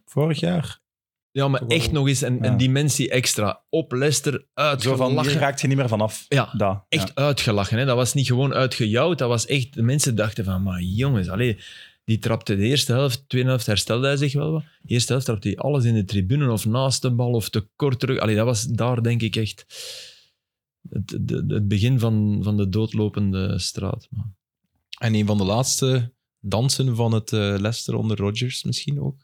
Speaker 4: Vorig jaar.
Speaker 2: Ja, maar echt nog eens een,
Speaker 4: Ja.
Speaker 2: een dimensie extra. Op Leicester
Speaker 4: Zo van, hier
Speaker 2: uitgelachen.
Speaker 4: raakt je niet meer vanaf.
Speaker 2: Ja,
Speaker 4: Da,
Speaker 2: echt uitgelachen. Hè. Dat was niet gewoon uitgejouwd. Dat was echt... De mensen dachten van, maar jongens, allee, die trapte de eerste helft, tweede helft herstelde hij zich wel wat. De eerste helft trapte hij alles in de tribune of naast de bal of te kort terug. Allee, dat was daar denk ik echt het, het, het begin van, van de doodlopende straat. Maar
Speaker 1: En een van de laatste dansen van het eh Leicester onder Rodgers misschien ook.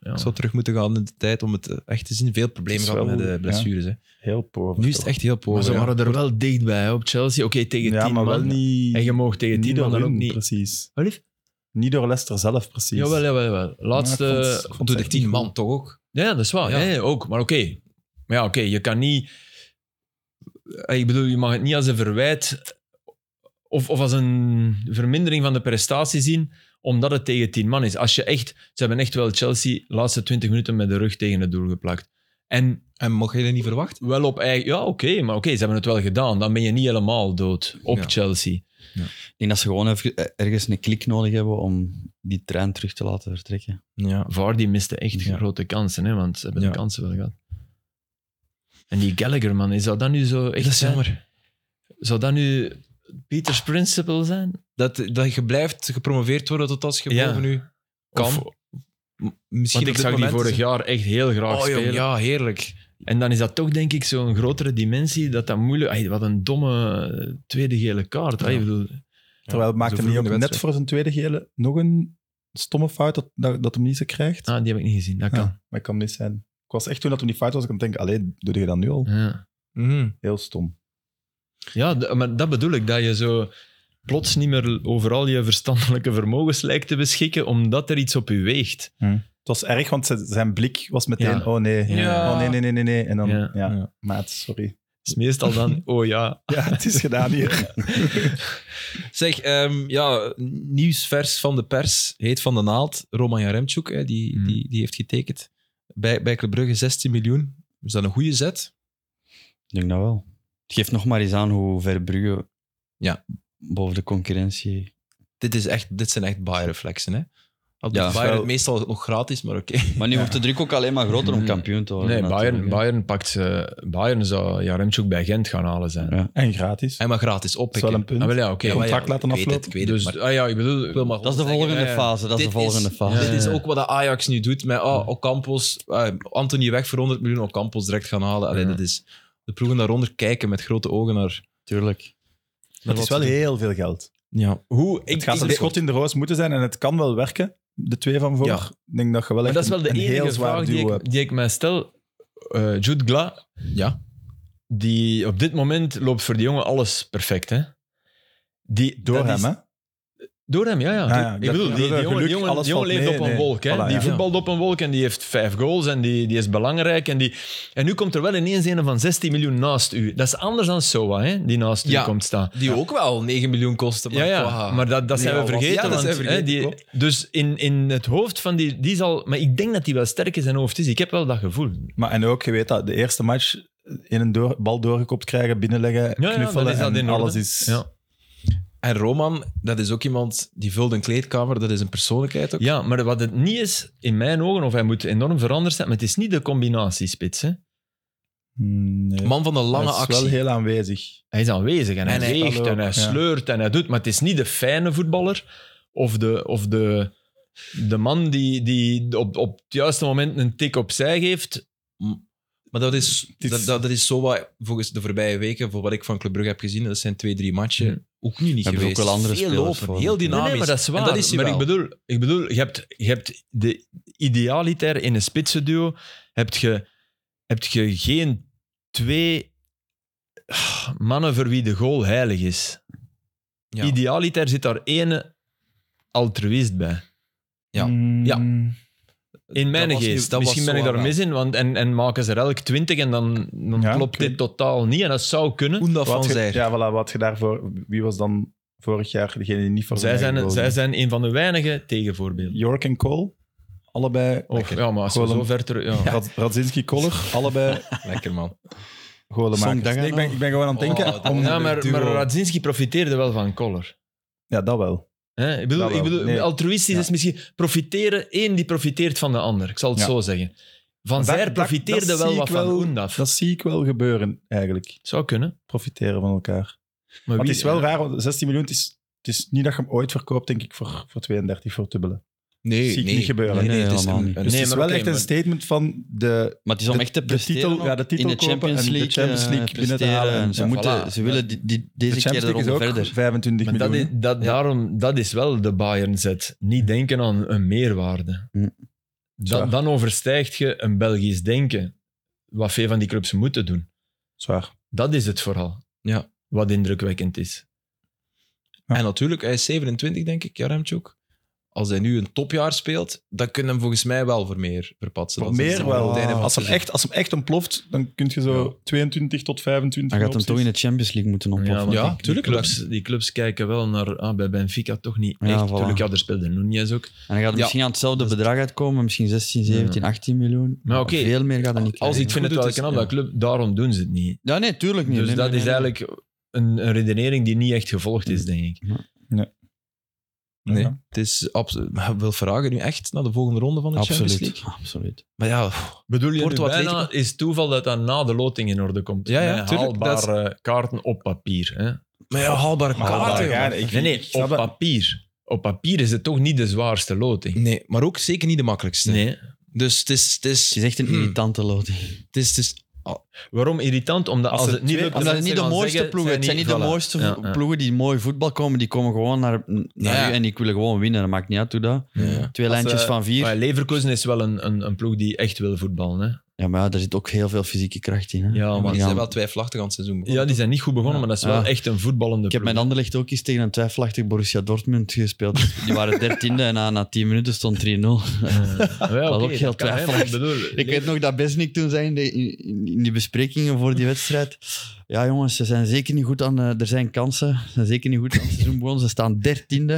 Speaker 2: ja.
Speaker 1: Ik zou terug moeten gaan in de tijd om het eh, echt te zien. Veel problemen
Speaker 4: Dat is
Speaker 1: gehad met
Speaker 4: wel-
Speaker 1: de
Speaker 4: ja.
Speaker 1: blessures. Hè.
Speaker 4: heel poor.
Speaker 1: Nu is het echt heel
Speaker 2: Maar
Speaker 1: poor.
Speaker 2: ze
Speaker 1: ja.
Speaker 2: waren er wel dichtbij hè, op Chelsea. Oké, tegen
Speaker 4: Ja,
Speaker 2: tien
Speaker 4: maar wel
Speaker 2: man.
Speaker 4: niet...
Speaker 2: En je mocht tegen tien
Speaker 4: niet
Speaker 2: man
Speaker 4: door
Speaker 2: dan ook
Speaker 4: hun,
Speaker 2: niet.
Speaker 4: precies.
Speaker 2: Wat lief?
Speaker 4: Niet door Leicester zelf, precies.
Speaker 2: Jawel, jawel, jawel. Laatste...
Speaker 4: Maar ik vond- ik vond
Speaker 1: Door
Speaker 4: het
Speaker 1: de
Speaker 4: echt
Speaker 1: tien
Speaker 4: niet
Speaker 1: man
Speaker 4: goed.
Speaker 1: toch ook.
Speaker 2: Ja, dat is waar.
Speaker 1: Ja.
Speaker 2: Ja. ja, ook. Maar oké. Maar ja, oké. Je kan niet... Ik bedoel, je mag het niet als een verwijt of, of als een vermindering van de prestatie zien, omdat het tegen tien man is. Als je echt... Ze hebben echt wel Chelsea de laatste twintig minuten met de rug tegen het doel geplakt. En
Speaker 1: En mocht je dat niet verwachten?
Speaker 2: wel op eigen... Ja, oké. maar oké, ze hebben het wel gedaan. Dan ben je niet helemaal dood op
Speaker 1: Ja.
Speaker 2: Chelsea.
Speaker 3: Ik denk dat ze gewoon even, eh, ergens een klik nodig hebben om die trein terug te laten vertrekken.
Speaker 1: Ja.
Speaker 2: Vardy miste echt
Speaker 1: Ja.
Speaker 2: grote kansen, hè, want ze hebben
Speaker 1: Ja.
Speaker 2: de kansen wel gehad. En die Gallagher, man, is dat dan nu zo echt...
Speaker 1: Dat is
Speaker 2: zijn?
Speaker 1: jammer.
Speaker 2: Zou dat nu Peters Principle zijn?
Speaker 1: Dat, dat je blijft gepromoveerd worden tot als je
Speaker 2: Ja.
Speaker 1: boven nu kan.
Speaker 2: Of-
Speaker 1: M- Misschien
Speaker 2: want ik
Speaker 1: op dit
Speaker 2: zag die
Speaker 1: moment-
Speaker 2: vorig jaar echt heel graag
Speaker 1: Oh, jong,
Speaker 2: spelen.
Speaker 1: ja, heerlijk.
Speaker 2: En dan is dat toch, denk ik, zo'n grotere dimensie dat dat moeilijk... Ay, wat een domme eh, tweede gele kaart. hè.
Speaker 1: Ja.
Speaker 2: Ik bedoel,
Speaker 4: Terwijl
Speaker 1: Ja, zo
Speaker 4: het maakte hem niet
Speaker 1: vroeg in de
Speaker 4: ook net
Speaker 1: wedstrijd.
Speaker 4: voor zijn tweede gele nog een stomme fout dat, dat, dat hem niet ze krijgt.
Speaker 2: ah, die heb ik niet gezien. Dat
Speaker 4: Ja,
Speaker 2: kan.
Speaker 4: maar kan niet zijn. Ik was echt toen dat hem die fout was, ik aan het denken, allee, doe je dat nu al?
Speaker 2: Ja,
Speaker 1: Mhm.
Speaker 4: Heel stom.
Speaker 2: ja d- maar dat bedoel ik. Dat je zo plots niet meer overal je verstandelijke vermogens lijkt te beschikken, omdat er iets op je weegt.
Speaker 4: Het was erg, want ze- zijn blik was meteen,
Speaker 2: Ja.
Speaker 4: oh nee,
Speaker 1: Ja.
Speaker 4: oh nee, nee, nee, nee, nee. En dan,
Speaker 2: Ja.
Speaker 4: ja,
Speaker 1: Ja.
Speaker 4: maat, sorry.
Speaker 2: Het is meestal dan, oh ja.
Speaker 4: Ja, het is gedaan hier.
Speaker 1: Zeg, ehm, ja, nieuwsvers van de pers, heet van de naald, Roman Jaremchuk, hè, die,
Speaker 2: Mhm.
Speaker 1: die, die heeft getekend bij, bij Club Brugge 16 miljoen. Is dat een goede zet?
Speaker 3: Ik denk dat wel. Het geeft nog maar eens aan hoe ver Brugge
Speaker 1: Ja.
Speaker 3: boven de concurrentie...
Speaker 1: Dit, is echt, dit zijn echt buy-reflexen. Hè? Al doet
Speaker 3: Ja.
Speaker 1: Bayern het
Speaker 4: Wel-
Speaker 1: meestal nog gratis, maar oké.
Speaker 3: Maar nu wordt de druk ook alleen maar groter om
Speaker 2: Mm.
Speaker 3: kampioen te worden.
Speaker 2: Nee, Bayern,
Speaker 3: natuurlijk, hè.
Speaker 2: Bayern, pakt ze, Bayern zou Jaremchuk bij Gent gaan halen zijn.
Speaker 3: Ja.
Speaker 4: En gratis.
Speaker 1: Hij mag gratis
Speaker 4: Dat is wel
Speaker 1: oppikken.
Speaker 4: een punt.
Speaker 2: Ah, wel ja, oké.
Speaker 4: Ja, maar
Speaker 1: ja,
Speaker 4: contract laten
Speaker 1: ik weet het,
Speaker 4: aflopen.
Speaker 1: ik weet het,
Speaker 2: dus,
Speaker 1: maar
Speaker 2: ah ja, ik bedoel...
Speaker 1: ik wil maar
Speaker 3: Dat is de
Speaker 1: gewoon
Speaker 3: volgende
Speaker 1: zeggen,
Speaker 3: fase, dat is de
Speaker 1: dit
Speaker 3: volgende
Speaker 1: is-
Speaker 3: fase.
Speaker 2: Ja.
Speaker 1: Dit is ook wat de Ajax nu doet met ah, Ocampos, eh, Anthony weg voor 100 miljoen, Ocampos direct gaan halen. Allee,
Speaker 2: Ja.
Speaker 1: dat is, de ploegen daaronder kijken met grote ogen naar...
Speaker 3: Tuurlijk.
Speaker 4: Maar het is wel heel veel geld.
Speaker 1: Ja.
Speaker 2: Hoe,
Speaker 4: het gaat een schot in de roos moeten zijn en het kan wel werken. De twee van voor.
Speaker 1: Ja.
Speaker 4: Ik denk dat je wel
Speaker 2: Maar
Speaker 4: echt
Speaker 2: dat is wel
Speaker 4: een-
Speaker 2: de
Speaker 4: een heel
Speaker 2: enige
Speaker 4: zwaar
Speaker 2: vraag die
Speaker 4: duo
Speaker 2: ik,
Speaker 4: hebt.
Speaker 2: die ik mij stel. Eh Jude Gla,
Speaker 1: Ja.
Speaker 2: die op dit moment loopt voor die jongen alles perfect. Hè? Die,
Speaker 4: Door
Speaker 2: dat
Speaker 4: hem,
Speaker 2: is-
Speaker 4: hè?
Speaker 2: Door hem, ja. ja.
Speaker 4: Ah, ja,
Speaker 2: ik
Speaker 4: dat-
Speaker 2: bedoel,
Speaker 4: ja,
Speaker 2: die,
Speaker 4: dat-
Speaker 2: die jongen,
Speaker 4: geluk,
Speaker 2: die jongen,
Speaker 4: alles
Speaker 2: die jongen
Speaker 4: valt
Speaker 2: leeft
Speaker 4: mee,
Speaker 2: op een
Speaker 4: nee.
Speaker 2: wolk. Hè?
Speaker 4: Voilà,
Speaker 2: die
Speaker 4: ja.
Speaker 2: voetbalt op een wolk en die heeft vijf goals en die, die is belangrijk. En, die, en nu komt er wel ineens een van 16 miljoen naast u. Dat is anders dan Soa, hè? die naast
Speaker 1: Ja.
Speaker 2: u komt staan.
Speaker 1: Die ook wel 9 miljoen kosten.
Speaker 2: Ja, ja, maar dat, dat
Speaker 4: Die
Speaker 2: zijn
Speaker 4: al
Speaker 2: we
Speaker 4: was-
Speaker 1: Ja,
Speaker 2: vergeten.
Speaker 1: dat
Speaker 2: want,
Speaker 1: zijn we
Speaker 2: hè,
Speaker 1: vergeten,
Speaker 2: die-
Speaker 1: klopt.
Speaker 2: dus in, in het hoofd van die, die zal... Maar ik denk dat hij wel sterk in zijn hoofd is. Ik heb wel dat gevoel.
Speaker 4: Maar en ook, je weet dat, de eerste match in een door, bal doorgekopt krijgen, binnenleggen,
Speaker 2: Ja, ja,
Speaker 4: knuffelen
Speaker 2: dan is dat
Speaker 4: en
Speaker 2: in orde.
Speaker 4: alles is...
Speaker 2: Ja.
Speaker 1: En Roman, dat is ook iemand die vult een kleedkamer, dat is een persoonlijkheid ook.
Speaker 2: Ja, maar wat het niet is, in mijn ogen, of hij moet enorm veranderd zijn, maar het is niet de combinatiespits. Hè.
Speaker 4: Mm, Nee.
Speaker 1: Man van de lange
Speaker 4: Hij is wel
Speaker 1: actie.
Speaker 4: heel aanwezig.
Speaker 2: Hij is aanwezig en hij
Speaker 1: En hij-
Speaker 2: weegt en hij
Speaker 4: Ja.
Speaker 2: sleurt en hij doet, maar het is niet de fijne voetballer of de, of de, de man die, die op, op het juiste moment een tik opzij geeft.
Speaker 1: Maar dat is,
Speaker 4: is-
Speaker 1: Dat, dat, dat is zo wat, volgens de voorbije weken, voor wat ik van Club Brugge heb gezien, dat zijn twee, drie matchen, ook nu niet
Speaker 3: Hebben ze ook
Speaker 1: geweest.
Speaker 3: wel andere
Speaker 1: Veel
Speaker 3: spelers
Speaker 1: lopen,
Speaker 3: voor.
Speaker 1: heel
Speaker 2: Nee,
Speaker 1: dynamisch.
Speaker 2: nee, maar dat is
Speaker 1: En
Speaker 2: waar.
Speaker 1: dat is hij
Speaker 2: maar
Speaker 1: wel.
Speaker 2: ik bedoel, ik bedoel je, hebt, je hebt de idealiter in een spitsenduo, heb je, heb je geen twee ah, mannen voor wie de goal heilig is.
Speaker 1: Ja.
Speaker 2: Idealiter zit daar één altruïst bij.
Speaker 1: Ja.
Speaker 4: Mm.
Speaker 1: Ja.
Speaker 2: In mijn
Speaker 1: Dat was
Speaker 2: geest.
Speaker 1: niet- dat
Speaker 2: Misschien
Speaker 1: was
Speaker 2: ben ik
Speaker 1: zo
Speaker 2: daar
Speaker 1: wel.
Speaker 2: mis in, want en, en maken ze er elk twintig en dan, dan
Speaker 4: Ja,
Speaker 2: klopt
Speaker 4: oké.
Speaker 2: dit totaal niet. En dat zou kunnen.
Speaker 1: Koenda van
Speaker 4: Wat ge,
Speaker 1: Zijr.
Speaker 4: ja, voilà, wat je daarvoor... Wie was dan vorig jaar degene die niet voor
Speaker 2: Zij
Speaker 4: zijn eigen
Speaker 2: zijn,
Speaker 4: goal
Speaker 2: zij
Speaker 4: ging?
Speaker 2: zijn een van de weinige tegenvoorbeelden.
Speaker 4: York en Cole, allebei...
Speaker 2: Of,
Speaker 4: Lekker.
Speaker 2: ja, maar als we
Speaker 4: Gewoon
Speaker 2: zo
Speaker 4: een-
Speaker 2: ver terug... Ja.
Speaker 4: Rad- Radzinski-Koller, allebei
Speaker 1: Lekker man.
Speaker 3: Song
Speaker 4: golenmakers.
Speaker 3: Dagana.
Speaker 4: Nee, ik, ben, ik ben gewoon aan het denken...
Speaker 1: Oh, dat-
Speaker 4: om,
Speaker 2: Ja, maar,
Speaker 1: duo.
Speaker 2: maar Radzinski profiteerde wel van Koller.
Speaker 4: ja, dat wel.
Speaker 2: Hè? Ik
Speaker 4: Dat
Speaker 2: bedoel,
Speaker 4: wel,
Speaker 2: ik bedoel
Speaker 4: nee.
Speaker 2: altruïstisch
Speaker 4: Ja.
Speaker 2: is misschien profiteren, één die profiteert van de ander. Ik zal het
Speaker 4: Ja.
Speaker 2: zo zeggen. Van
Speaker 4: Dat-
Speaker 2: Zij
Speaker 4: dat-
Speaker 2: profiteerde
Speaker 4: dat
Speaker 2: wel
Speaker 4: zie
Speaker 2: wat
Speaker 4: ik
Speaker 2: van
Speaker 4: wel-
Speaker 2: Oendaf.
Speaker 4: Dat zie ik wel gebeuren, eigenlijk.
Speaker 2: zou kunnen.
Speaker 4: Profiteren van elkaar.
Speaker 2: Maar
Speaker 4: Maar
Speaker 2: wie-
Speaker 4: het is wel raar, want 16 miljoen, het is, het is niet dat je hem ooit verkoopt, denk ik, voor, voor 32, voor dubbele.
Speaker 1: Nee,
Speaker 4: Zie ik
Speaker 1: nee.
Speaker 4: niet gebeuren.
Speaker 1: Nee, nee,
Speaker 3: Nee,
Speaker 1: het is
Speaker 3: helemaal
Speaker 1: een-
Speaker 3: niet.
Speaker 1: een-
Speaker 4: Dus
Speaker 2: Nee,
Speaker 4: het is
Speaker 2: maar
Speaker 4: wel
Speaker 2: oké,
Speaker 4: echt een
Speaker 2: maar-
Speaker 4: statement van de...
Speaker 3: Maar het is om
Speaker 4: De-
Speaker 3: echt te
Speaker 4: de
Speaker 3: presteren
Speaker 4: titel- ja, de
Speaker 3: ook.
Speaker 4: titel
Speaker 3: in de
Speaker 4: kopen
Speaker 3: Champions
Speaker 4: en de
Speaker 3: League,
Speaker 4: Champions
Speaker 3: eh,
Speaker 4: League binnen te
Speaker 3: presteren.
Speaker 4: halen.
Speaker 3: Ze,
Speaker 4: Ja,
Speaker 3: moeten,
Speaker 2: voilà.
Speaker 3: ze willen die, die,
Speaker 4: De
Speaker 3: deze keer
Speaker 4: Champions League is
Speaker 3: eronder
Speaker 4: ook
Speaker 3: verder.
Speaker 4: 25
Speaker 2: Maar dat
Speaker 4: miljoen.
Speaker 2: is, dat, daarom, dat is wel de Bayern-zet. Niet denken aan een meerwaarde.
Speaker 3: Hm.
Speaker 2: Da-
Speaker 4: Zwaar.
Speaker 2: dan overstijgt je een Belgisch denken. Wat veel van die clubs moeten doen.
Speaker 4: Zwaar.
Speaker 2: Dat is het verhaal.
Speaker 1: Ja.
Speaker 2: Wat indrukwekkend is.
Speaker 1: En natuurlijk, hij is 27, denk ik, Jaremchuk. Als hij nu een topjaar speelt, dan kunnen hem volgens mij wel voor meer verpatsen.
Speaker 4: Voor
Speaker 1: Dat is
Speaker 4: meer
Speaker 1: het
Speaker 4: wel.
Speaker 1: einde van
Speaker 4: Als
Speaker 1: het
Speaker 4: hem, echt, als hem echt ontploft, dan kun je zo 22 tot 25
Speaker 3: Dan gaat hem
Speaker 4: opties.
Speaker 3: toch in de Champions League moeten
Speaker 2: Ja,
Speaker 3: ontploffen.
Speaker 2: want
Speaker 1: Ja,
Speaker 2: die- die,
Speaker 1: tuurlijk,
Speaker 2: clubs, die clubs kijken wel naar ah, bij Benfica toch niet
Speaker 3: Ja,
Speaker 2: echt.
Speaker 3: voilà.
Speaker 2: Tuurlijk, ja, daar speelde Nunez ook.
Speaker 3: En dan gaat
Speaker 1: Ja.
Speaker 3: het misschien aan hetzelfde bedrag uitkomen, misschien 16, 17, 18 miljoen.
Speaker 2: Maar oké,
Speaker 3: Veel meer gaat er niet
Speaker 2: als
Speaker 3: krijgen.
Speaker 2: ik vind het
Speaker 1: goed
Speaker 2: wel
Speaker 1: doet,
Speaker 2: knap,
Speaker 1: is-
Speaker 2: dat club, daarom doen ze het niet.
Speaker 3: Ja, nee, tuurlijk niet.
Speaker 2: dus
Speaker 3: Nee,
Speaker 2: dat
Speaker 3: nee,
Speaker 2: is
Speaker 3: nee, nee.
Speaker 2: eigenlijk een, een redenering die niet echt gevolgd is, denk ik.
Speaker 1: seizoen. Nee,
Speaker 4: Ja.
Speaker 1: het is absoluut. Maar wil vragen nu echt naar de volgende ronde van de Champions
Speaker 3: Absoluut.
Speaker 1: League?
Speaker 3: Absoluut.
Speaker 1: Maar ja, pff,
Speaker 2: Bedoel je
Speaker 1: Porto
Speaker 2: nu bijna
Speaker 1: Atletico?
Speaker 2: is toeval dat dat na de loting in orde komt?
Speaker 1: Ja, ja,
Speaker 2: Met
Speaker 1: tuurlijk,
Speaker 2: haalbare kaarten op papier. Hè?
Speaker 1: maar ja, haalbare
Speaker 4: Maar
Speaker 1: kaarten.
Speaker 4: haalbare
Speaker 1: jongen.
Speaker 4: kaarten. Ik-
Speaker 2: nee,
Speaker 4: ik
Speaker 2: nee,
Speaker 4: snap
Speaker 2: op
Speaker 4: het.
Speaker 2: papier. Op papier is het toch niet de zwaarste loting.
Speaker 1: Nee, maar ook zeker niet de makkelijkste.
Speaker 2: Nee.
Speaker 1: Dus het is... Het
Speaker 3: Het
Speaker 1: is,
Speaker 3: is echt een
Speaker 1: Hmm.
Speaker 3: irritante loting.
Speaker 1: het is, het is
Speaker 2: Waarom irritant? Omdat als,
Speaker 4: Als er
Speaker 2: het niet
Speaker 4: twee-
Speaker 2: lukt...
Speaker 3: Omdat het
Speaker 2: mensen
Speaker 3: niet de
Speaker 2: gaan
Speaker 3: mooiste
Speaker 2: zeggen,
Speaker 3: ploegen Het zijn niet de
Speaker 2: voilà.
Speaker 3: mooiste
Speaker 2: Ja, ja.
Speaker 3: ploegen die mooi voetbal komen. Die komen gewoon naar, naar
Speaker 1: Ja.
Speaker 3: u en ik wil gewoon winnen. Dat maakt niet uit hoe dat.
Speaker 1: ja.
Speaker 3: Twee
Speaker 4: Als,
Speaker 3: lijntjes
Speaker 4: eh,
Speaker 3: van vier.
Speaker 2: Maar Leverkusen is wel een, een, een ploeg die echt wil voetballen. Hè?
Speaker 3: Ja, maar ja, daar zit ook heel veel fysieke kracht in. Hè.
Speaker 2: Ja,
Speaker 1: maar
Speaker 2: maar
Speaker 1: die zijn
Speaker 3: gaan-
Speaker 1: wel twijfelachtig aan het seizoen begonnen.
Speaker 2: Ja, die zijn niet goed begonnen, maar dat is wel
Speaker 3: Ja.
Speaker 2: echt een voetballende
Speaker 3: Ah. Ik heb
Speaker 2: ploeg.
Speaker 3: met Anderlecht ook eens tegen een twijfelachtig Borussia Dortmund gespeeld. Die waren dertiende en na, na tien minuten stond 3-0.
Speaker 2: Eh, ja, oké,
Speaker 3: was ook heel
Speaker 2: kan, hè, maar
Speaker 3: twijfelachtig.
Speaker 2: Ik, bedoel,
Speaker 3: Ik weet nog dat Besnik toen zei in, de- in, in die besprekingen voor die wedstrijd. Ja, jongens, ze zijn zeker niet goed aan. eh, er zijn kansen. Ze zijn zeker niet goed aan het seizoen begonnen. Ze staan dertiende.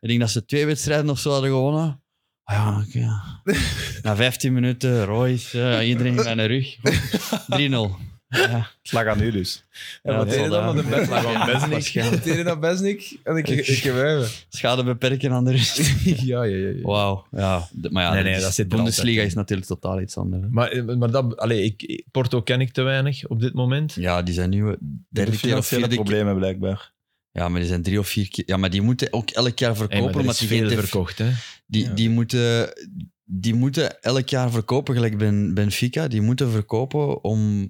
Speaker 3: Ik denk dat ze twee wedstrijden of zo hadden gewonnen. Ah Ja, oké, ja. Na 15 minuten, Royce, eh, iedereen ging naar de rug. Goed, 3-0. Ja,
Speaker 4: Het lag aan u dus.
Speaker 1: En wat
Speaker 3: dat
Speaker 1: deed je dan
Speaker 3: zal
Speaker 1: met
Speaker 3: daar.
Speaker 1: een bed?
Speaker 3: Ja, waarschijnlijk.
Speaker 1: Wat deed je dan Besnik? En ik, ik, heb hem.
Speaker 3: Schade beperken aan de rust.
Speaker 1: Ja, ja, ja. ja.
Speaker 3: Wauw. Ja, de- maar ja,
Speaker 2: Nee,
Speaker 3: dat
Speaker 2: nee,
Speaker 3: is-
Speaker 2: dat zit er
Speaker 3: Bundesliga
Speaker 2: altijd
Speaker 3: is natuurlijk totaal iets anders. hè.
Speaker 2: Maar, eh, maar dat, allee, ik, Porto ken ik te weinig op dit moment.
Speaker 3: Ja, die zijn nu eh,
Speaker 4: De
Speaker 3: derde keer of
Speaker 4: financiële
Speaker 3: vierde keer.
Speaker 4: problemen, blijkbaar.
Speaker 3: Ja, maar die zijn drie of vier keer. Ja, maar die moeten ook elk jaar
Speaker 2: Hey, maar
Speaker 3: verkopen.
Speaker 2: er
Speaker 3: omdat
Speaker 2: is
Speaker 3: die
Speaker 2: veel
Speaker 3: geen tv
Speaker 2: verkocht. Hè?
Speaker 3: Die,
Speaker 1: Ja.
Speaker 3: die, moeten, die moeten elk jaar verkopen, gelijk Ben, Benfica. Die moeten verkopen om,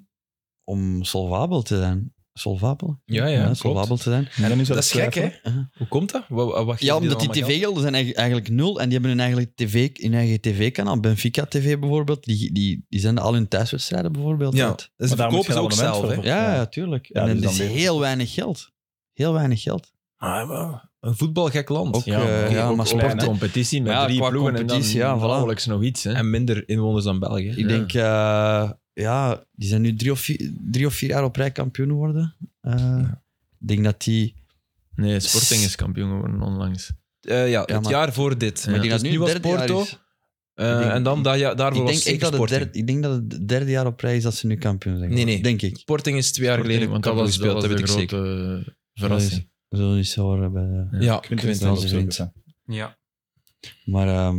Speaker 3: om solvabel te zijn. Solvabel?
Speaker 1: Ja, ja, klopt.
Speaker 3: solvabel te zijn.
Speaker 4: En dan is
Speaker 1: Dat is gek, hè?
Speaker 3: Ja.
Speaker 1: Hoe komt dat? Wa- wa- Wacht,
Speaker 3: Ja, omdat die tv-gelden zijn eigenlijk- eigenlijk nul en die hebben hun eigen, TV, k- hun eigen tv-kanaal. Benfica TV bijvoorbeeld, die, die, die zenden al hun thuiswedstrijden bijvoorbeeld
Speaker 1: Ja,
Speaker 3: uit.
Speaker 1: dus
Speaker 4: Maar daar
Speaker 1: verkopen
Speaker 4: moet
Speaker 1: ze
Speaker 4: je
Speaker 1: ook
Speaker 4: abonnement
Speaker 1: zelf,
Speaker 4: voor
Speaker 1: hè?
Speaker 4: hebben.
Speaker 3: Ja,
Speaker 4: Ja.
Speaker 3: ja, tuurlijk.
Speaker 4: Ja,
Speaker 3: en
Speaker 4: dus
Speaker 3: dat
Speaker 4: dan
Speaker 3: is
Speaker 4: weer-
Speaker 3: heel weinig geld. Heel weinig geld.
Speaker 1: Ah, maar Een voetbalgek land.
Speaker 3: Ook, eh,
Speaker 2: maar
Speaker 3: ja,
Speaker 2: ook-
Speaker 3: maar
Speaker 2: ook
Speaker 3: sport-
Speaker 2: een competitie met
Speaker 3: Ja,
Speaker 2: drie
Speaker 3: qua
Speaker 2: ploegen en dan
Speaker 3: competitie, ja, voilà.
Speaker 2: nauwelijks nog iets. Hè?
Speaker 1: En minder inwoners dan België.
Speaker 3: Ik denk, eh, ja, die zijn nu drie of vier, drie of vier jaar op rij kampioen geworden. Eh, Ik denk dat die...
Speaker 2: Nee, Sporting is kampioen geworden onlangs.
Speaker 1: Eh, ja,
Speaker 3: Ja,
Speaker 1: het
Speaker 3: maar-
Speaker 1: jaar voor dit.
Speaker 2: Maar
Speaker 3: ik
Speaker 1: Dus
Speaker 3: denk dat nu
Speaker 1: nu
Speaker 3: het
Speaker 1: was
Speaker 3: derde jaar
Speaker 1: Porto.
Speaker 3: is.
Speaker 1: eh,
Speaker 3: Ik denk-
Speaker 1: en dan dat ja, daarvoor
Speaker 3: Ik
Speaker 1: was
Speaker 3: denk, echt
Speaker 1: zeker
Speaker 3: dat het
Speaker 1: Sporting.
Speaker 3: derde, ik denk dat het derde jaar op rij is dat ze nu kampioen zijn.
Speaker 1: Nee, nee.
Speaker 3: geworden, Denk ik.
Speaker 1: Sporting is twee jaar geleden
Speaker 2: Sporting, want dat
Speaker 1: kampioen
Speaker 2: was, dat
Speaker 1: gespeeld,
Speaker 2: was
Speaker 1: dat
Speaker 2: de
Speaker 1: weet ik zeker.
Speaker 2: grote verrassing.
Speaker 3: We zullen eens horen bij eh, de...
Speaker 1: Ja,
Speaker 4: Quinten is
Speaker 1: Quinten
Speaker 4: wel
Speaker 3: onze
Speaker 4: op zoek,
Speaker 3: vriend.
Speaker 4: hè.
Speaker 5: Ja.
Speaker 3: Maar, ehm,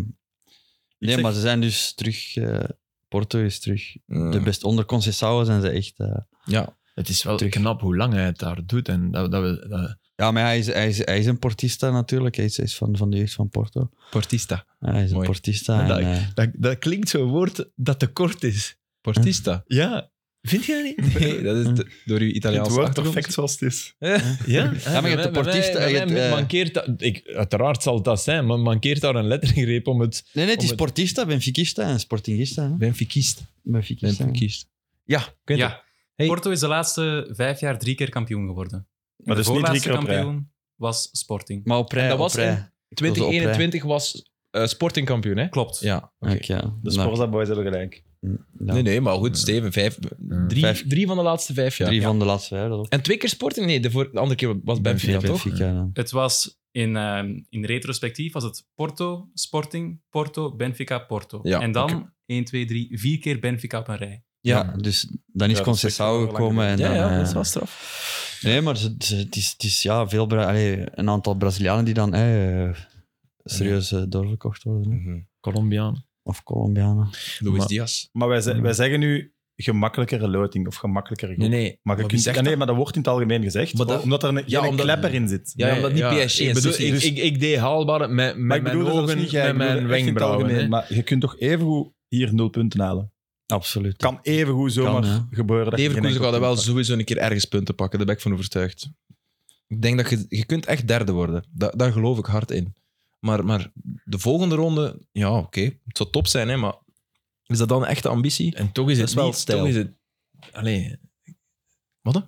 Speaker 3: nee,
Speaker 4: zeg-
Speaker 3: maar ze zijn dus terug... eh, Porto is terug.
Speaker 1: Mm.
Speaker 3: De best onder Conceição zijn ze echt... eh,
Speaker 1: Ja,
Speaker 2: Het is wel
Speaker 3: Terug.
Speaker 2: knap hoe lang hij het daar doet. En dat, dat, we- eh, dat-
Speaker 3: Ja, maar hij is, hij is, hij is een portista natuurlijk. Hij is, hij is van, van de jeugd van Porto.
Speaker 1: Portista.
Speaker 3: Hij is
Speaker 1: Mooi.
Speaker 3: een portista. En,
Speaker 2: Dat-
Speaker 3: eh,
Speaker 2: dat, dat klinkt zo'n woord dat te kort is.
Speaker 1: Portista.
Speaker 2: Ja. Vind je dat niet?
Speaker 1: Nee, dat
Speaker 2: Hm.
Speaker 1: is de- door uw
Speaker 4: Het
Speaker 1: Italiaans
Speaker 4: woord perfect zoals het is.
Speaker 2: Ja,
Speaker 3: hebt
Speaker 2: bij
Speaker 3: de
Speaker 2: mij- bij mij-
Speaker 3: portief-
Speaker 2: bij
Speaker 3: je hebt,
Speaker 2: mij
Speaker 3: eh,
Speaker 2: mankeert dat, ik, uiteraard zal het dat zijn, maar mankeert daar een lettergreep om het.
Speaker 3: Nee, nee, het is
Speaker 2: Om het-
Speaker 3: portista, benfiquista en sportingista. hè.
Speaker 1: Benfiquist.
Speaker 3: Benfiquista.
Speaker 1: Benfiquist. Ja, Quinten.
Speaker 5: ja.
Speaker 1: Hey.
Speaker 5: Porto is de laatste vijf jaar drie keer kampioen geworden.
Speaker 4: Maar
Speaker 5: de
Speaker 4: dus niet drie
Speaker 5: voorlaatste
Speaker 4: keer op rij.
Speaker 5: kampioen was Sporting.
Speaker 3: Maar op rij,
Speaker 1: En dat
Speaker 3: op
Speaker 1: was
Speaker 3: rij.
Speaker 1: in 2021 was eh, Sporting kampioen, hè?
Speaker 5: Klopt.
Speaker 1: Ja, oké.
Speaker 3: Oké, ja.
Speaker 4: De
Speaker 3: Nou,
Speaker 4: Sporza Boys hebben gelijk.
Speaker 3: ja.
Speaker 1: Nee, nee, maar goed, Steven, vijf, drie,
Speaker 3: Vijf.
Speaker 1: drie van de laatste vijf jaar.
Speaker 3: Drie
Speaker 1: Ja.
Speaker 3: van de laatste vijf, dat ook.
Speaker 1: En twee keer Sporting? Nee, de, voor, de andere keer was Benfica, toch?
Speaker 3: Benfica, dan.
Speaker 5: Het was in, ehm, in retrospectief was het Porto, Sporting, Porto, Benfica, Porto.
Speaker 1: Ja,
Speaker 5: en dan
Speaker 1: oké.
Speaker 5: 1, 2, 3, 4 keer Benfica op een rij.
Speaker 3: Ja,
Speaker 1: Ja.
Speaker 3: dus dan is
Speaker 4: Ja, dat is echt wel
Speaker 3: Conceição gekomen. En
Speaker 1: Ja,
Speaker 3: dan,
Speaker 1: ja,
Speaker 3: eh,
Speaker 1: dat is wel straf.
Speaker 3: Nee, maar ze- ze- het is, het is ja, veel Bra- allee, een aantal Brazilianen die dan eh, serieus eh, doorverkocht worden. hè.
Speaker 2: Colombiaan.
Speaker 3: Of Colombianen.
Speaker 1: Luis
Speaker 2: Maar-
Speaker 1: Diaz.
Speaker 4: Maar wij, ze- wij zeggen nu gemakkelijkere loting of gemakkelijkere groep.
Speaker 1: Nee, nee.
Speaker 4: Maar, je
Speaker 1: wie
Speaker 4: kunt-
Speaker 1: zegt
Speaker 4: ja, nee,
Speaker 1: dat?
Speaker 4: maar dat wordt in het algemeen gezegd,
Speaker 1: Maar dat-
Speaker 4: omdat er een,
Speaker 1: Ja,
Speaker 4: geen
Speaker 1: omdat-
Speaker 4: klepper in zit.
Speaker 1: Ja, omdat niet PSG
Speaker 2: Ik, bedoel,
Speaker 1: is.
Speaker 2: ik, ik, ik deed haalbaar met, met
Speaker 4: maar ik
Speaker 2: mijn
Speaker 4: bedoel dat
Speaker 2: ogen,
Speaker 4: niet jij,
Speaker 2: met
Speaker 4: ik bedoel
Speaker 2: mijn
Speaker 4: echt in het
Speaker 2: wenkbrauwen.
Speaker 4: algemeen.
Speaker 2: hè.
Speaker 4: Maar je kunt toch evengoed hier nul punten halen?
Speaker 3: Absoluut.
Speaker 4: Kan evengoed zomaar
Speaker 3: Kan, ja.
Speaker 4: gebeuren. dat je geen
Speaker 1: Leverkusen
Speaker 4: enkel
Speaker 1: gaat er wel
Speaker 4: punt
Speaker 1: sowieso een keer ergens punten pakken, daar ben ik van overtuigd. Ik denk dat je, je kunt echt derde worden. Da- daar geloof ik hard in. Maar, maar de volgende ronde, ja, oké. Het zou top zijn, hè, maar is dat dan echt de ambitie?
Speaker 2: En toch is
Speaker 1: Dat
Speaker 2: het
Speaker 1: is wel
Speaker 2: niet...
Speaker 1: stijl.
Speaker 2: Toch is het... Allee.
Speaker 1: Wat dan?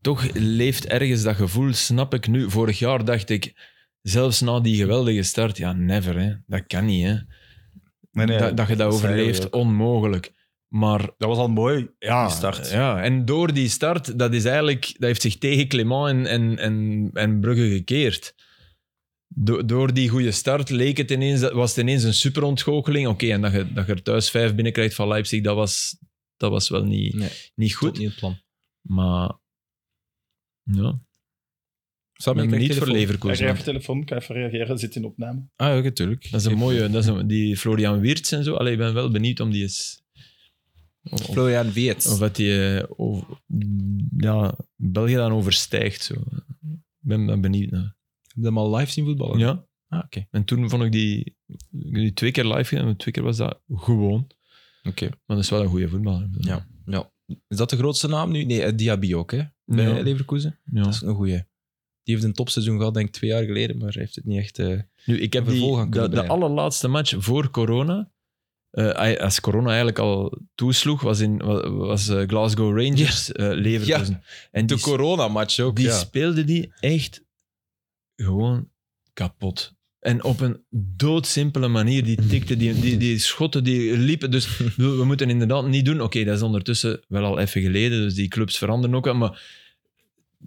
Speaker 2: Toch leeft ergens dat gevoel, snap ik nu. Vorig jaar dacht ik, zelfs na die geweldige start, ja, never, hè. Dat kan niet, hè.
Speaker 4: pakken. Nee, nee,
Speaker 2: dat, dat je dat
Speaker 4: dat zei
Speaker 2: overleeft,
Speaker 4: je
Speaker 2: onmogelijk. Maar
Speaker 4: dat was al mooi.
Speaker 2: Ja,
Speaker 4: Die start.
Speaker 2: ja, en door die start, dat is eigenlijk, dat heeft zich tegen Clément en, en, en, en Brugge gekeerd. Do- door die goede start leek het ineens, dat- was het ineens een superontgoocheling. Oké, en dat je, dat je er thuis vijf binnenkrijgt van Leipzig, dat was, dat was wel niet,
Speaker 1: Nee,
Speaker 2: niet
Speaker 1: Goed.
Speaker 2: goed.
Speaker 1: niet het plan.
Speaker 2: Maar ja,
Speaker 1: Sam, je
Speaker 2: ik ben
Speaker 1: krijgt
Speaker 2: niet voor
Speaker 1: telefoon.
Speaker 4: Ik
Speaker 2: Leverkusen.
Speaker 4: krijg je telefoon, kan even reageren, zit in opname.
Speaker 1: Ah, oké, tuurlijk.
Speaker 2: Dat is een mooie, dat is een- die Florian Wirtz en zo. Allee, ik ben wel benieuwd om die eens... Of, of-
Speaker 1: Florian Wiets.
Speaker 2: of dat die eh, of- ja, België dan overstijgt. Zo. Ik ben, ben benieuwd naar.
Speaker 1: Heb je hem al live zien voetballen?
Speaker 2: Ja,
Speaker 1: Ah, oké.
Speaker 2: en toen vond ik die, die twee keer live gedaan, maar twee keer was dat gewoon.
Speaker 1: Oké.
Speaker 2: Maar dat is wel een goede voetballer.
Speaker 1: Ja. ja. Is dat de grootste naam nu? Nee, eh, Diaby ook, hè? Bij
Speaker 2: Ja.
Speaker 1: Leverkusen.
Speaker 2: Ja.
Speaker 1: Dat is een goeie. Die heeft een topseizoen gehad, denk ik, twee jaar geleden, maar heeft het niet echt... eh,
Speaker 2: Nu, ik heb
Speaker 1: Een vervolg
Speaker 2: die,
Speaker 1: aan
Speaker 2: de,
Speaker 1: kunnen
Speaker 2: de
Speaker 1: breien.
Speaker 2: allerlaatste match voor corona, eh, als corona eigenlijk al toesloeg, was, in, wa- was eh, Glasgow Rangers eh Leverkusen. En die,
Speaker 1: De corona-match ook,
Speaker 2: die
Speaker 1: ja.
Speaker 2: speelde die echt gewoon kapot. En op een doodsimpele manier. Die tikte, die, die, die schotten, die liepen. Dus ik bedoel, we moeten inderdaad niet doen. Oké, dat is ondertussen wel al even geleden. Dus die clubs veranderen ook. wel, Maar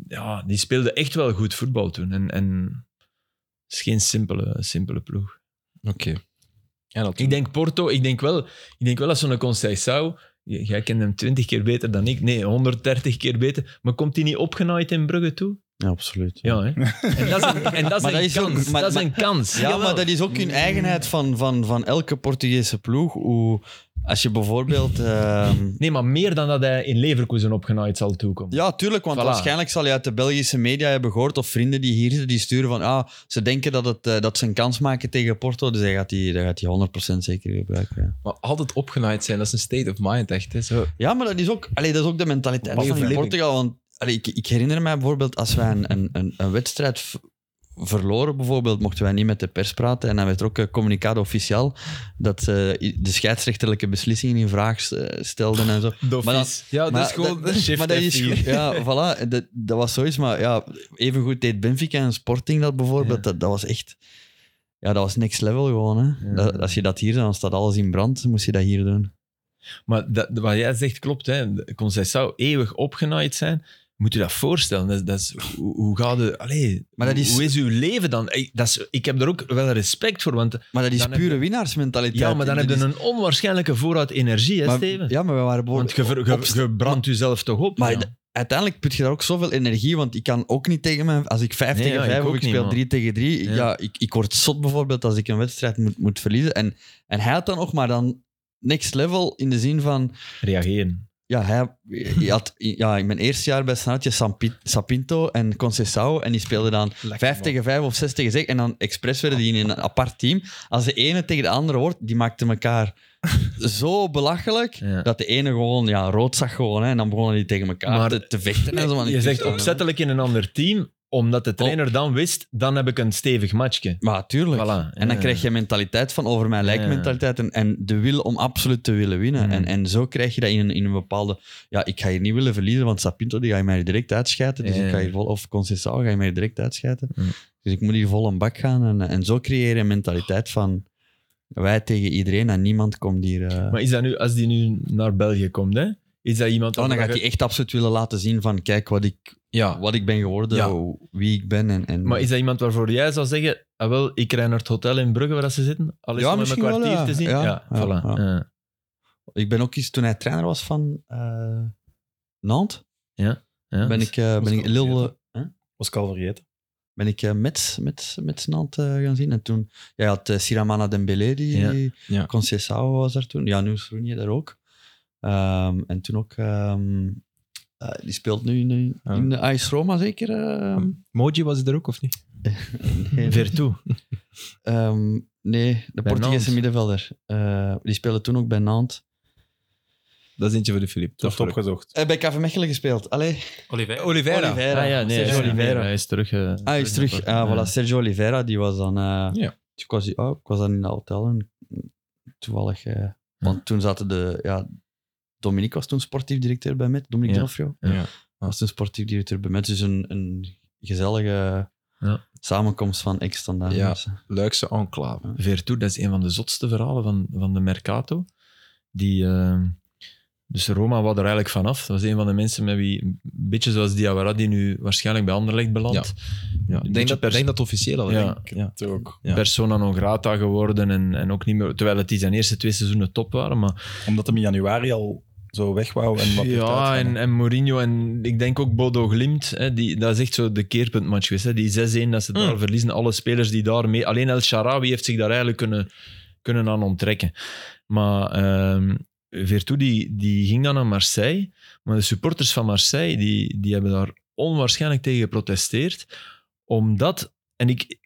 Speaker 2: ja, die speelde echt wel goed voetbal toen. En, en het is geen simpele, simpele ploeg.
Speaker 1: Oké. Ja, dat
Speaker 2: Ik denk Porto, ik denk wel, ik denk wel als zo'n Conceição... j- Jij kent hem 20 keer beter dan ik. Nee, 130 keer beter. Maar komt hij niet opgenaaid in Brugge toe?
Speaker 3: Ja, absoluut.
Speaker 2: Ja, hè? En dat is een, en dat is
Speaker 3: Maar dat
Speaker 2: een
Speaker 3: is ook-
Speaker 2: kans.
Speaker 3: maar-
Speaker 2: dat is
Speaker 3: maar-
Speaker 2: een kans.
Speaker 3: Ja, maar dat is ook een eigenheid van, van, van elke Portugese ploeg. Hoe, als je bijvoorbeeld... ehm,
Speaker 2: Nee, maar meer dan dat hij in Leverkusen opgenaaid zal toekomen.
Speaker 3: ja, tuurlijk, want
Speaker 2: Voilà.
Speaker 3: waarschijnlijk zal je uit de Belgische media hebben gehoord of vrienden die hier zitten, die sturen van ah, ze denken dat, het, eh, dat ze een kans maken tegen Porto, dus hij gaat die, hij gaat die 100% zeker gebruiken. Ja.
Speaker 1: Maar altijd opgenaaid zijn, dat is een state of mind, echt. Hè? Zo.
Speaker 3: Ja, maar dat is ook, allee, dat is ook de mentaliteit
Speaker 1: Way
Speaker 3: van
Speaker 1: of
Speaker 3: in
Speaker 1: living.
Speaker 3: Portugal. Want allee, ik, ik herinner mij bijvoorbeeld, als wij een, een, een, een wedstrijd v- verloren, bijvoorbeeld, mochten wij niet met de pers praten. En dan werd er ook eh, communicado officieel dat ze i- de scheidsrechterlijke beslissingen in vraag eh, stelden en zo. Maar dan-
Speaker 1: Ja,
Speaker 3: maar
Speaker 1: dat is gewoon...
Speaker 3: maar dat is goed. Ja, voilà. Dat, dat was zoiets. Maar ja, evengoed deed Benfica en Sporting dat bijvoorbeeld. Dat, dat was echt... Ja, dat was next level gewoon. Hè.
Speaker 2: Ja.
Speaker 3: Dat- als je dat hier, dan staat alles in brand. Moest je dat hier doen.
Speaker 2: Maar dat, wat jij zegt klopt. Hè. De Conceição eeuwig opgenaaid zijn. Moet je dat voorstellen? Dat, is- dat is, hoe, hoe gaat het... Allee,
Speaker 3: Maar dat
Speaker 2: hoe-
Speaker 3: is-
Speaker 2: hoe is uw leven dan? Ik, dat is, ik heb daar ook wel respect voor. Want
Speaker 3: Maar dat is
Speaker 2: Dan heb
Speaker 3: pure
Speaker 2: je-
Speaker 3: winnaarsmentaliteit.
Speaker 2: ja, maar dan
Speaker 3: Dat
Speaker 2: heb je
Speaker 3: is-
Speaker 2: een onwaarschijnlijke voorraad energie, hè,
Speaker 3: Maar-
Speaker 2: Steven?
Speaker 3: Ja, maar we
Speaker 2: Want
Speaker 3: waren bijvoorbeeld...
Speaker 2: je, ver- je-
Speaker 3: op-
Speaker 2: je brandt jezelf toch op?
Speaker 3: Maar
Speaker 2: ja.
Speaker 3: d- uiteindelijk put je daar ook zoveel energie, want ik kan ook niet tegen mijn... Als ik 5
Speaker 2: Nee,
Speaker 3: tegen
Speaker 2: ja,
Speaker 3: 5
Speaker 2: ik
Speaker 3: of
Speaker 2: ook
Speaker 3: ik
Speaker 2: niet,
Speaker 3: speel
Speaker 2: man.
Speaker 3: 3 tegen 3,
Speaker 2: Ja.
Speaker 3: ja. ik, ik word zot bijvoorbeeld als ik een wedstrijd moet, moet verliezen. En, en hij had dan ook, maar dan next level in de zin van...
Speaker 2: Reageren.
Speaker 3: Ja, hij, je had ja, in mijn eerste jaar bij Sanatje Sampi- Sapinto en Concessao. En die speelden dan 5 tegen 5 of 6 tegen 6. En dan expres werden die in een apart team. Als de ene tegen de andere wordt, die maakten elkaar zo belachelijk.
Speaker 2: Ja.
Speaker 3: Dat de ene gewoon ja, rood zag gewoon. Hè, en dan begonnen die tegen elkaar
Speaker 2: Maar-
Speaker 3: te, te vechten. En zo, maar
Speaker 2: Je
Speaker 3: ik-
Speaker 2: zegt opzettelijk in een ander team, omdat de trainer dan wist, dan heb ik een stevig matchje.
Speaker 3: Maar Oh. tuurlijk.
Speaker 2: Voilà.
Speaker 3: En dan krijg je mentaliteit van over mij lijkt
Speaker 2: Ja.
Speaker 3: mentaliteit en, en de wil om absoluut te willen winnen.
Speaker 2: Mm.
Speaker 3: En, en zo krijg je dat in een, in een bepaalde... Ja, ik ga hier niet willen verliezen, want Sapinto die ga je mij direct uitschijten. Dus
Speaker 2: Ja.
Speaker 3: ik ga hier vol, of Concessao ga je mij direct uitschijten.
Speaker 2: Mm.
Speaker 3: Dus ik moet hier vol een bak gaan. En, en zo creëer je een mentaliteit van wij tegen iedereen en niemand komt hier... eh,
Speaker 2: Maar is dat nu, als die nu naar België komt, hè? is dat iemand...
Speaker 3: oh, dan gaat hij echt absoluut willen laten zien van kijk wat ik,
Speaker 1: Ja.
Speaker 3: wat ik ben geworden,
Speaker 1: Ja.
Speaker 3: hoe- wie ik ben. En, en...
Speaker 2: Ah. Maar is dat iemand waarvoor jij zou zeggen, ah, wel, ik rij naar het hotel in Brugge waar dat ze zitten, al is
Speaker 3: Ja,
Speaker 2: om hem een
Speaker 3: misschien wel,
Speaker 2: kwartier
Speaker 3: ja.
Speaker 2: te zien?
Speaker 3: Ja, ja,
Speaker 2: voilà.
Speaker 3: ja.
Speaker 2: Ja.
Speaker 3: Ik ben ook eens, toen hij trainer was van eh Nantes,
Speaker 2: Ja. dus
Speaker 3: ben ik, eh, ben ik Lille... Huh?
Speaker 4: Was Calvariëte.
Speaker 3: ben ik eh, met, met, met Nantes eh, gaan zien. En toen, jij had eh, Siramana Dembele, die
Speaker 1: ja.
Speaker 3: Conceição was daar toen. Ja, nu is Roenier daar ook. Ehm, en toen ook, ehm, eh, die speelt nu in, in,
Speaker 1: Ja.
Speaker 3: in AS Roma zeker. ehm?
Speaker 1: Moji was er ook, of niet?
Speaker 3: nee,
Speaker 2: Vertu.
Speaker 3: ehm, nee, de
Speaker 2: Bij
Speaker 3: Portugese
Speaker 2: Nantes.
Speaker 3: middenvelder. Eh, die speelde toen ook bij Nantes.
Speaker 1: Dat is eentje voor de Filip.
Speaker 4: Dat wordt opgezocht.
Speaker 3: Eh, bij KV Mechelen gespeeld. Allee,
Speaker 5: Olivier.
Speaker 1: Oliveira.
Speaker 2: Ah ja, nee,
Speaker 3: Sergio
Speaker 2: ja,
Speaker 3: Oliveira.
Speaker 2: hij is terug. eh,
Speaker 3: Ah, hij is terug.
Speaker 2: naar
Speaker 3: Ah,
Speaker 2: Porto.
Speaker 3: voilà, Sergio Oliveira, die was dan... eh,
Speaker 1: Ja.
Speaker 3: ik, was, oh, ik was dan in het hotel en toevallig... eh, want toen zaten de... Ja, Dominique was toen sportief directeur bij Met, Dominique
Speaker 2: Ja.
Speaker 3: D'Onofrio.
Speaker 2: Ja.
Speaker 3: was toen sportief directeur bij Met. Dus een, een gezellige
Speaker 2: Ja.
Speaker 3: samenkomst van ex-standaard.
Speaker 1: Ja.
Speaker 3: mensen.
Speaker 1: Luikse enclave.
Speaker 2: Vertu, dat is een van de zotste verhalen van, van de Mercato. Die, eh, dus Roma wou er eigenlijk vanaf. Dat was een van de mensen met wie, een beetje zoals Diawara, die nu waarschijnlijk bij Anderlecht belandt.
Speaker 1: Ja. Ik denk,
Speaker 2: beetje
Speaker 1: dat,
Speaker 2: pers-
Speaker 1: denk dat officieel al.
Speaker 2: Ja.
Speaker 1: Ja. Ja.
Speaker 4: Toch ook.
Speaker 1: Ja.
Speaker 2: Persona non grata geworden en, en ook niet meer... Terwijl het die zijn eerste twee seizoenen top waren, maar
Speaker 4: Omdat hem in januari al zo weg wou. En wat heeft
Speaker 2: ja,
Speaker 4: uitgaan.
Speaker 2: en, en Mourinho en ik denk ook Bodo Glimt. Hè, die, dat is echt zo de keerpuntmatch geweest. Hè, die 6-1 dat ze
Speaker 1: Mm.
Speaker 2: daar verliezen. Alle spelers die daar mee... Alleen El Sharawi heeft zich daar eigenlijk kunnen, kunnen aan onttrekken. Maar ehm Vertu die, die ging dan naar Marseille. Maar de supporters van Marseille die, die hebben daar onwaarschijnlijk tegen geprotesteerd. Omdat... En ik...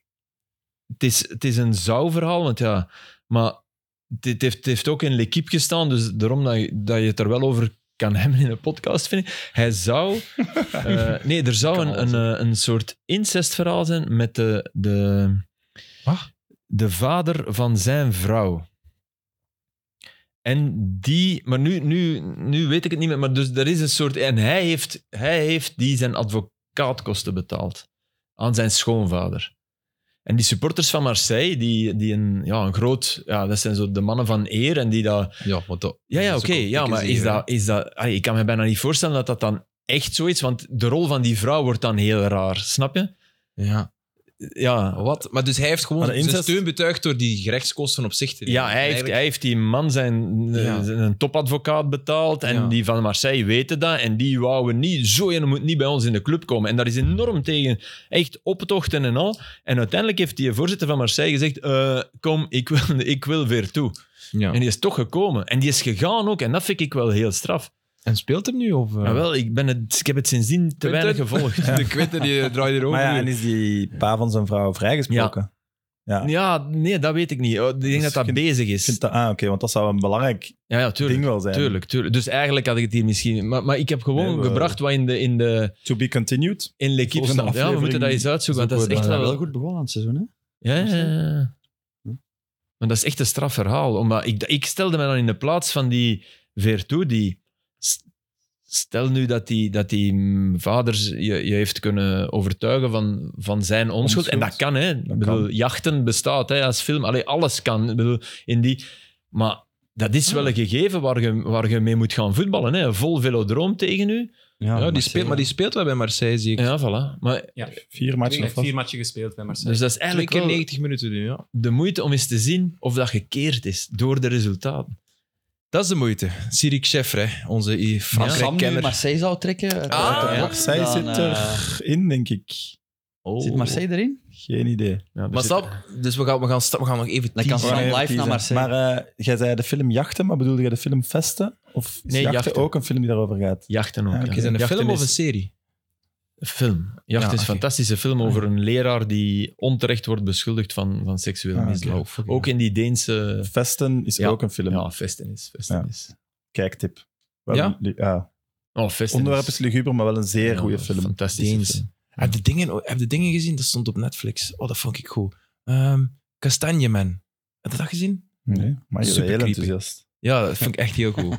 Speaker 2: Het is, het is een zouverhaal, want ja... Maar het, het heeft, het heeft ook in L'Equipe gestaan, dus daarom dat je, dat je het er wel over kan hebben in een podcast, vind ik. Hij zou... eh, nee, er zou
Speaker 4: Kan
Speaker 2: een,
Speaker 4: alles,
Speaker 2: een, eh, een soort incestverhaal zijn met de... de
Speaker 1: Wat?
Speaker 2: De vader van zijn vrouw. En die, maar nu, nu, nu weet ik het niet meer, maar dus er is een soort. En hij heeft, hij heeft die zijn advocaatkosten betaald aan zijn schoonvader. En die supporters van Marseille, die, die een, ja, een groot, ja, dat zijn zo de mannen van eer en die dat.
Speaker 1: Ja, maar dat,
Speaker 2: Ja, ja
Speaker 1: dat is
Speaker 2: oké,
Speaker 1: ook een
Speaker 2: ja, maar
Speaker 1: dikke
Speaker 2: is
Speaker 1: zeer, hè.
Speaker 2: dat, is dat, allee, ik kan me bijna niet voorstellen dat dat dan echt zo is, want de rol van die vrouw wordt dan heel raar, snap je?
Speaker 1: Ja.
Speaker 2: Ja,
Speaker 1: Wat? Maar dus hij heeft gewoon
Speaker 4: Maar de
Speaker 1: zijn
Speaker 4: incest-
Speaker 1: steun betuigd door die gerechtskosten op zich te nemen.
Speaker 2: Ja, hij heeft,
Speaker 1: Eigenlijk-
Speaker 2: hij heeft die man zijn, eh,
Speaker 1: Ja.
Speaker 2: zijn topadvocaat betaald. En
Speaker 1: Ja.
Speaker 2: die van Marseille weten dat. En die wouden niet. Zo, je moet niet bij ons in de club komen. En daar is enorm tegen. Echt optochten en al. En uiteindelijk heeft die voorzitter van Marseille gezegd: eh, Kom, ik wil, ik wil weer toe.
Speaker 1: Ja.
Speaker 2: En
Speaker 1: En,
Speaker 2: die is toch gekomen. En die is gegaan ook. En dat vind ik wel heel straf.
Speaker 1: speelt hem nu? Of, eh?
Speaker 2: Maar wel, ik, ben het, ik heb het sindsdien te
Speaker 1: Quinten?
Speaker 2: weinig gevolgd.
Speaker 1: De Quinten die draait hier ook
Speaker 4: Maar ja,
Speaker 1: nu.
Speaker 4: en is die pa van zijn vrouw vrijgesproken? Ja.
Speaker 2: Ja, nee, dat weet ik niet. Oh, Ik
Speaker 1: Dus
Speaker 2: denk dat dat
Speaker 4: geen-
Speaker 2: bezig
Speaker 4: Ik
Speaker 2: is.
Speaker 4: vind dat- ah, oké, want dat zou een belangrijk
Speaker 2: Ja, ja, tuurlijk.
Speaker 4: ding wel zijn.
Speaker 2: Tuurlijk, tuurlijk. Dus eigenlijk had ik het hier misschien... Maar, maar ik heb gewoon
Speaker 4: Nee, we-
Speaker 2: gebracht wat in de, in de,
Speaker 4: To be continued.
Speaker 2: in L'Equipe
Speaker 4: Volgende
Speaker 2: stond. Ja, we
Speaker 4: aflevering
Speaker 2: moeten dat eens uitzoeken, want dat is
Speaker 4: zoeken
Speaker 2: echt
Speaker 4: we
Speaker 3: Ja,
Speaker 2: wel...
Speaker 3: wel goed begonnen aan het seizoen, hè?
Speaker 2: Ja, ja, ja, ja.
Speaker 3: Hm.
Speaker 2: Maar dat is echt een straf verhaal. Omdat ik, ik stelde me dan in de plaats van die Vertu, die... s- Stel nu dat die, dat die mm, vader je, je heeft kunnen overtuigen van, van zijn onschuld.
Speaker 4: Onschuld.
Speaker 2: En dat kan, hè. Ik
Speaker 4: kan.
Speaker 2: bedoel, jachten bestaat hè, als film. Allee, alles kan. Ik bedoel, in die... Maar dat is wel een gegeven waar je, waar je mee moet gaan voetballen. Hè. Vol velodroom tegen u.
Speaker 1: Ja, die
Speaker 3: maar
Speaker 1: speelt,
Speaker 3: zeker.
Speaker 1: maar die speelt wel bij Marseille, zie ik.
Speaker 2: Ja, voilà. Maar,
Speaker 5: Ja,
Speaker 4: Vier
Speaker 5: hij
Speaker 4: matchen of
Speaker 5: heeft
Speaker 4: wat?
Speaker 5: vier matchen gespeeld bij Marseille.
Speaker 2: dus dat is
Speaker 1: Twee
Speaker 2: eigenlijk
Speaker 1: keer
Speaker 2: wel-
Speaker 1: 90 minuten nu, ja.
Speaker 2: de moeite om eens te zien of dat gekeerd is door de resultaten.
Speaker 1: Dat is de moeite. Sirik Chefre, onze i-
Speaker 3: Als Sam nu
Speaker 1: Frankrijk-kenner.
Speaker 3: Marseille zou trekken...
Speaker 1: Ah,
Speaker 3: eh,
Speaker 1: ja.
Speaker 4: Marseille
Speaker 3: dan,
Speaker 4: zit
Speaker 3: eh,
Speaker 4: erin, denk ik.
Speaker 1: Oh.
Speaker 3: Zit Marseille erin?
Speaker 4: Geen idee.
Speaker 2: Ja,
Speaker 1: Maar stap, dus we gaan, we, gaan, sta- we gaan nog even
Speaker 3: Dan kan
Speaker 1: teasen.
Speaker 3: Sam
Speaker 4: Maar
Speaker 3: live
Speaker 4: even
Speaker 3: naar
Speaker 4: kiezen.
Speaker 3: Marseille.
Speaker 4: Maar eh, jij zei de film Jachten, maar bedoelde jij de film Vesten? Of is
Speaker 2: Nee,
Speaker 4: Jachten,
Speaker 2: Jachten.
Speaker 4: ook een film die daarover gaat?
Speaker 2: Jachten ook.
Speaker 4: Ja, oké.
Speaker 2: ja.
Speaker 1: Is dat een
Speaker 2: Jachten
Speaker 1: film of
Speaker 2: is-
Speaker 1: een serie?
Speaker 2: Film. Jacht
Speaker 1: Ja,
Speaker 2: is een
Speaker 1: oké.
Speaker 2: fantastische film over een leraar die onterecht wordt beschuldigd van, van seksueel
Speaker 4: Ah, oké.
Speaker 2: misbruik.
Speaker 1: Oh, fucking
Speaker 2: Ook in die Deense...
Speaker 4: Vesten is
Speaker 2: Ja.
Speaker 4: ook een film.
Speaker 2: Ja, Vestenis. Vestenis.
Speaker 4: Kijktip.
Speaker 1: Ja?
Speaker 4: li- ja.
Speaker 2: Oh, Vestenis.
Speaker 4: Onderwerp is luguber, maar wel een zeer
Speaker 2: Ja,
Speaker 4: goede film.
Speaker 2: Fantastische
Speaker 1: Deens.
Speaker 2: film.
Speaker 1: Heb je dingen, heb je dingen gezien? Dat stond op Netflix. Oh, dat vond ik goed. Ehm Kastanje Man. Heb je dat gezien?
Speaker 4: Nee, maar je bent
Speaker 1: Super
Speaker 4: heel
Speaker 1: creepy.
Speaker 4: enthousiast.
Speaker 1: Ja, dat vind ik echt heel goed.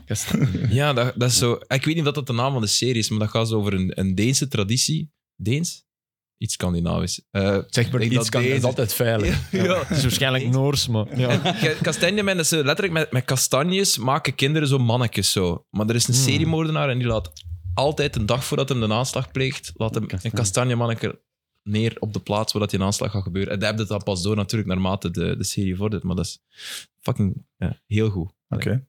Speaker 1: ja, dat, dat is zo... Ik weet niet of dat de naam van de serie is, maar dat gaat zo over een, een Deense traditie. Deens? Iets Scandinavisch. Eh
Speaker 2: Zeg maar
Speaker 1: Ik
Speaker 2: iets,
Speaker 1: dat
Speaker 2: kan, dat is
Speaker 1: deze-
Speaker 2: altijd veilig.
Speaker 1: ja.
Speaker 2: Het is waarschijnlijk Noors, maar... Ja.
Speaker 1: Ge- Kastanjemen, dat is eh, letterlijk met, met kastanjes maken kinderen zo mannetjes zo. Maar er is een
Speaker 2: Hmm.
Speaker 1: seriemoordenaar en die laat altijd een dag voordat hij de aanslag pleegt, laat hem een kastanjemanneke neer op de plaats waar dat die aanslag gaat gebeuren. En daar heb je het dan pas door natuurlijk naarmate de, de serie vordert. Maar dat is fucking ja, heel goed.
Speaker 4: Oké.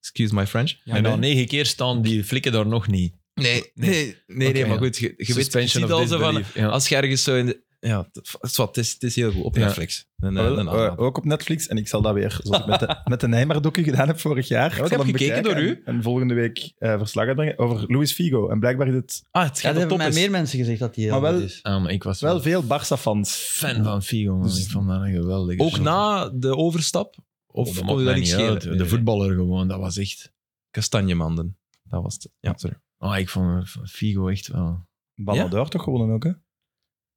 Speaker 1: Excuse my French.
Speaker 2: en na nou, negen keer staan die flikken daar nog niet.
Speaker 1: Nee, nee, nee, nee,
Speaker 2: Oké,
Speaker 1: maar
Speaker 2: ja.
Speaker 1: goed. Je, je weet je
Speaker 2: Suspension
Speaker 1: ziet
Speaker 2: of
Speaker 1: al zo van,
Speaker 2: disbelief. Ja.
Speaker 1: als je ergens zo in de... Ja, het het is wat, het is, het is heel goed. Op
Speaker 2: Ja.
Speaker 1: Netflix. Een,
Speaker 2: Ah,
Speaker 1: eh,
Speaker 4: Wel,
Speaker 1: een
Speaker 4: eh,
Speaker 1: aanrader.
Speaker 4: ook op Netflix. En ik zal dat weer, zoals ik met de, met de Nijmar-docu gedaan heb vorig jaar. ik
Speaker 1: ik
Speaker 4: zal
Speaker 1: heb
Speaker 4: hem
Speaker 1: gekeken
Speaker 4: bekijken
Speaker 1: door
Speaker 4: En, en volgende week eh, verslag uitbrengen over Luis Figo. En blijkbaar is het
Speaker 1: Ah, het gaat
Speaker 3: Ja, dat
Speaker 1: op
Speaker 3: hebben
Speaker 1: top
Speaker 3: mij
Speaker 1: is.
Speaker 3: meer mensen gezegd dat hij heel
Speaker 4: Maar wel-
Speaker 3: goed is.
Speaker 2: Ah, maar ik was
Speaker 4: wel
Speaker 2: wel
Speaker 4: veel Barça-fans.
Speaker 2: fan van Figo, man.
Speaker 4: Dus-
Speaker 2: Ik vond dat een geweldige
Speaker 1: Ook
Speaker 2: show.
Speaker 1: na de overstap? Of
Speaker 2: Oh,
Speaker 1: kon
Speaker 2: dat maakt
Speaker 1: je dat niet
Speaker 2: mij niet
Speaker 1: schelen?
Speaker 2: uit. De voetballer gewoon, dat was echt...
Speaker 1: Kastanjemanden. Dat was het. Ja, sorry.
Speaker 2: Ah, ik vond eh, Figo echt wel...
Speaker 4: Ballon
Speaker 1: Ja?
Speaker 4: d'Or toch gewonnen ook, hè?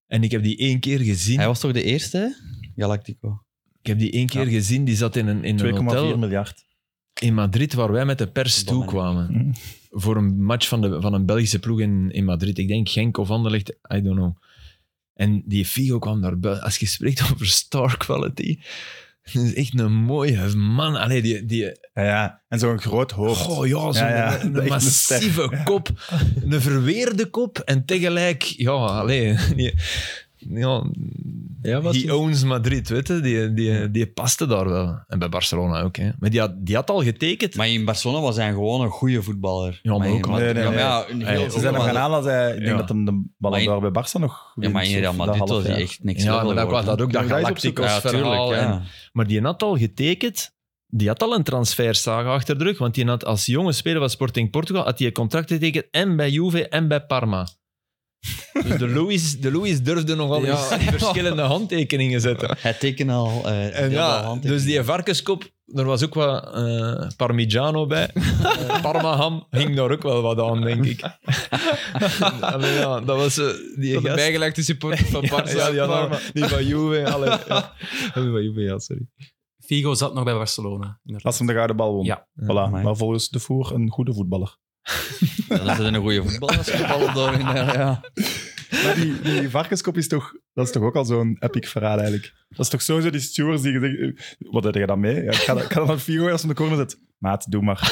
Speaker 2: En ik heb die één keer gezien.
Speaker 3: Hij was toch de eerste, hè? Galactico.
Speaker 2: Ik heb die één keer gezien. Die zat in een, in een
Speaker 4: 2,4
Speaker 2: hotel
Speaker 4: miljard.
Speaker 2: in Madrid waar wij met de pers toe kwamen.
Speaker 4: Mhm.
Speaker 2: Voor een match van, de, van een Belgische ploeg in, in Madrid. Ik denk Genk of Anderlecht, I don't know. En die Figo kwam daar buiten. Als je spreekt over star quality... Dat is echt een mooie man. Allee, die, die,
Speaker 4: Ja, ja. En zo'n groot hoofd.
Speaker 2: Goh, ja, zo'n
Speaker 4: Ja, ja.
Speaker 2: een- een
Speaker 4: Echt een
Speaker 2: massieve kop. Een verweerde kop. En tegelijk, ja, allee. die- ja,
Speaker 1: wat
Speaker 2: die
Speaker 1: is-
Speaker 2: owns Madrid, weet je. Die, die, die paste daar wel. En bij Barcelona ook, hè. Maar die had, die had al getekend.
Speaker 3: Maar in Barcelona was hij gewoon een goede voetballer.
Speaker 2: Ja, maar ook-
Speaker 3: in-
Speaker 2: Nee,
Speaker 4: nee,
Speaker 3: ja, maar
Speaker 4: nee.
Speaker 3: ja, een
Speaker 2: Hey,
Speaker 3: heel
Speaker 4: Ze zijn hem gaan halen als hij... Ik denk
Speaker 2: Ja.
Speaker 4: dat hem de
Speaker 3: Maar
Speaker 4: Ballon
Speaker 3: in-
Speaker 4: d'Or bij Barça nog
Speaker 3: Ja, maar in
Speaker 4: wint,
Speaker 3: Real
Speaker 4: of
Speaker 3: Madrid
Speaker 4: dat half
Speaker 3: was hij
Speaker 4: jaar.
Speaker 3: echt niks
Speaker 2: ja,
Speaker 3: wilde
Speaker 2: maar dat, was
Speaker 3: worden.
Speaker 2: dat ook, dat
Speaker 4: Moet je dat eens opzoeken?
Speaker 2: Galacticos
Speaker 3: Ja,
Speaker 2: verhaal.
Speaker 3: tuurlijk,
Speaker 2: en-
Speaker 3: ja.
Speaker 2: Maar die had al getekend. Die had al een transfersaga achter de rug. Want die had als jonge speler van Sporting Portugal had die een contract getekend. En bij Juve en bij Parma. Dus de Louis, de Louis durfde nogal
Speaker 1: Ja.
Speaker 2: eens verschillende handtekeningen zetten.
Speaker 3: Hij tekende al... eh,
Speaker 2: En
Speaker 3: deelde al
Speaker 2: ja,
Speaker 3: handtekeningen.
Speaker 2: dus die varkenskop, er was ook wat eh, Parmigiano bij. Parmaham hing daar ook wel wat aan, denk ik. Allee, ja, dat was eh, die
Speaker 1: Van de
Speaker 2: gast-
Speaker 1: bijgelegde supporter van
Speaker 2: Ja,
Speaker 1: Barca.
Speaker 2: ja, die, had al- die van Juve. Allee, ja.
Speaker 1: van Juve, ja, sorry.
Speaker 5: Figo zat nog bij Barcelona. inderdaad.
Speaker 4: Als hem de gouden bal won.
Speaker 5: Ja.
Speaker 4: Voilà.
Speaker 3: Amai.
Speaker 4: Maar volgens de voer een goede voetballer.
Speaker 3: Ja, dat is een goede voetballer. als je ballen door in de- ja.
Speaker 4: Maar die, die varkenskop is toch, dat is toch ook al zo'n epic verhaal eigenlijk. Dat is toch sowieso die stewards die zeggen, eh, wat heb je dan mee? Ja, ik ga dat- ik ga dat aan Figo als hem de corner zet. Maat, doe maar.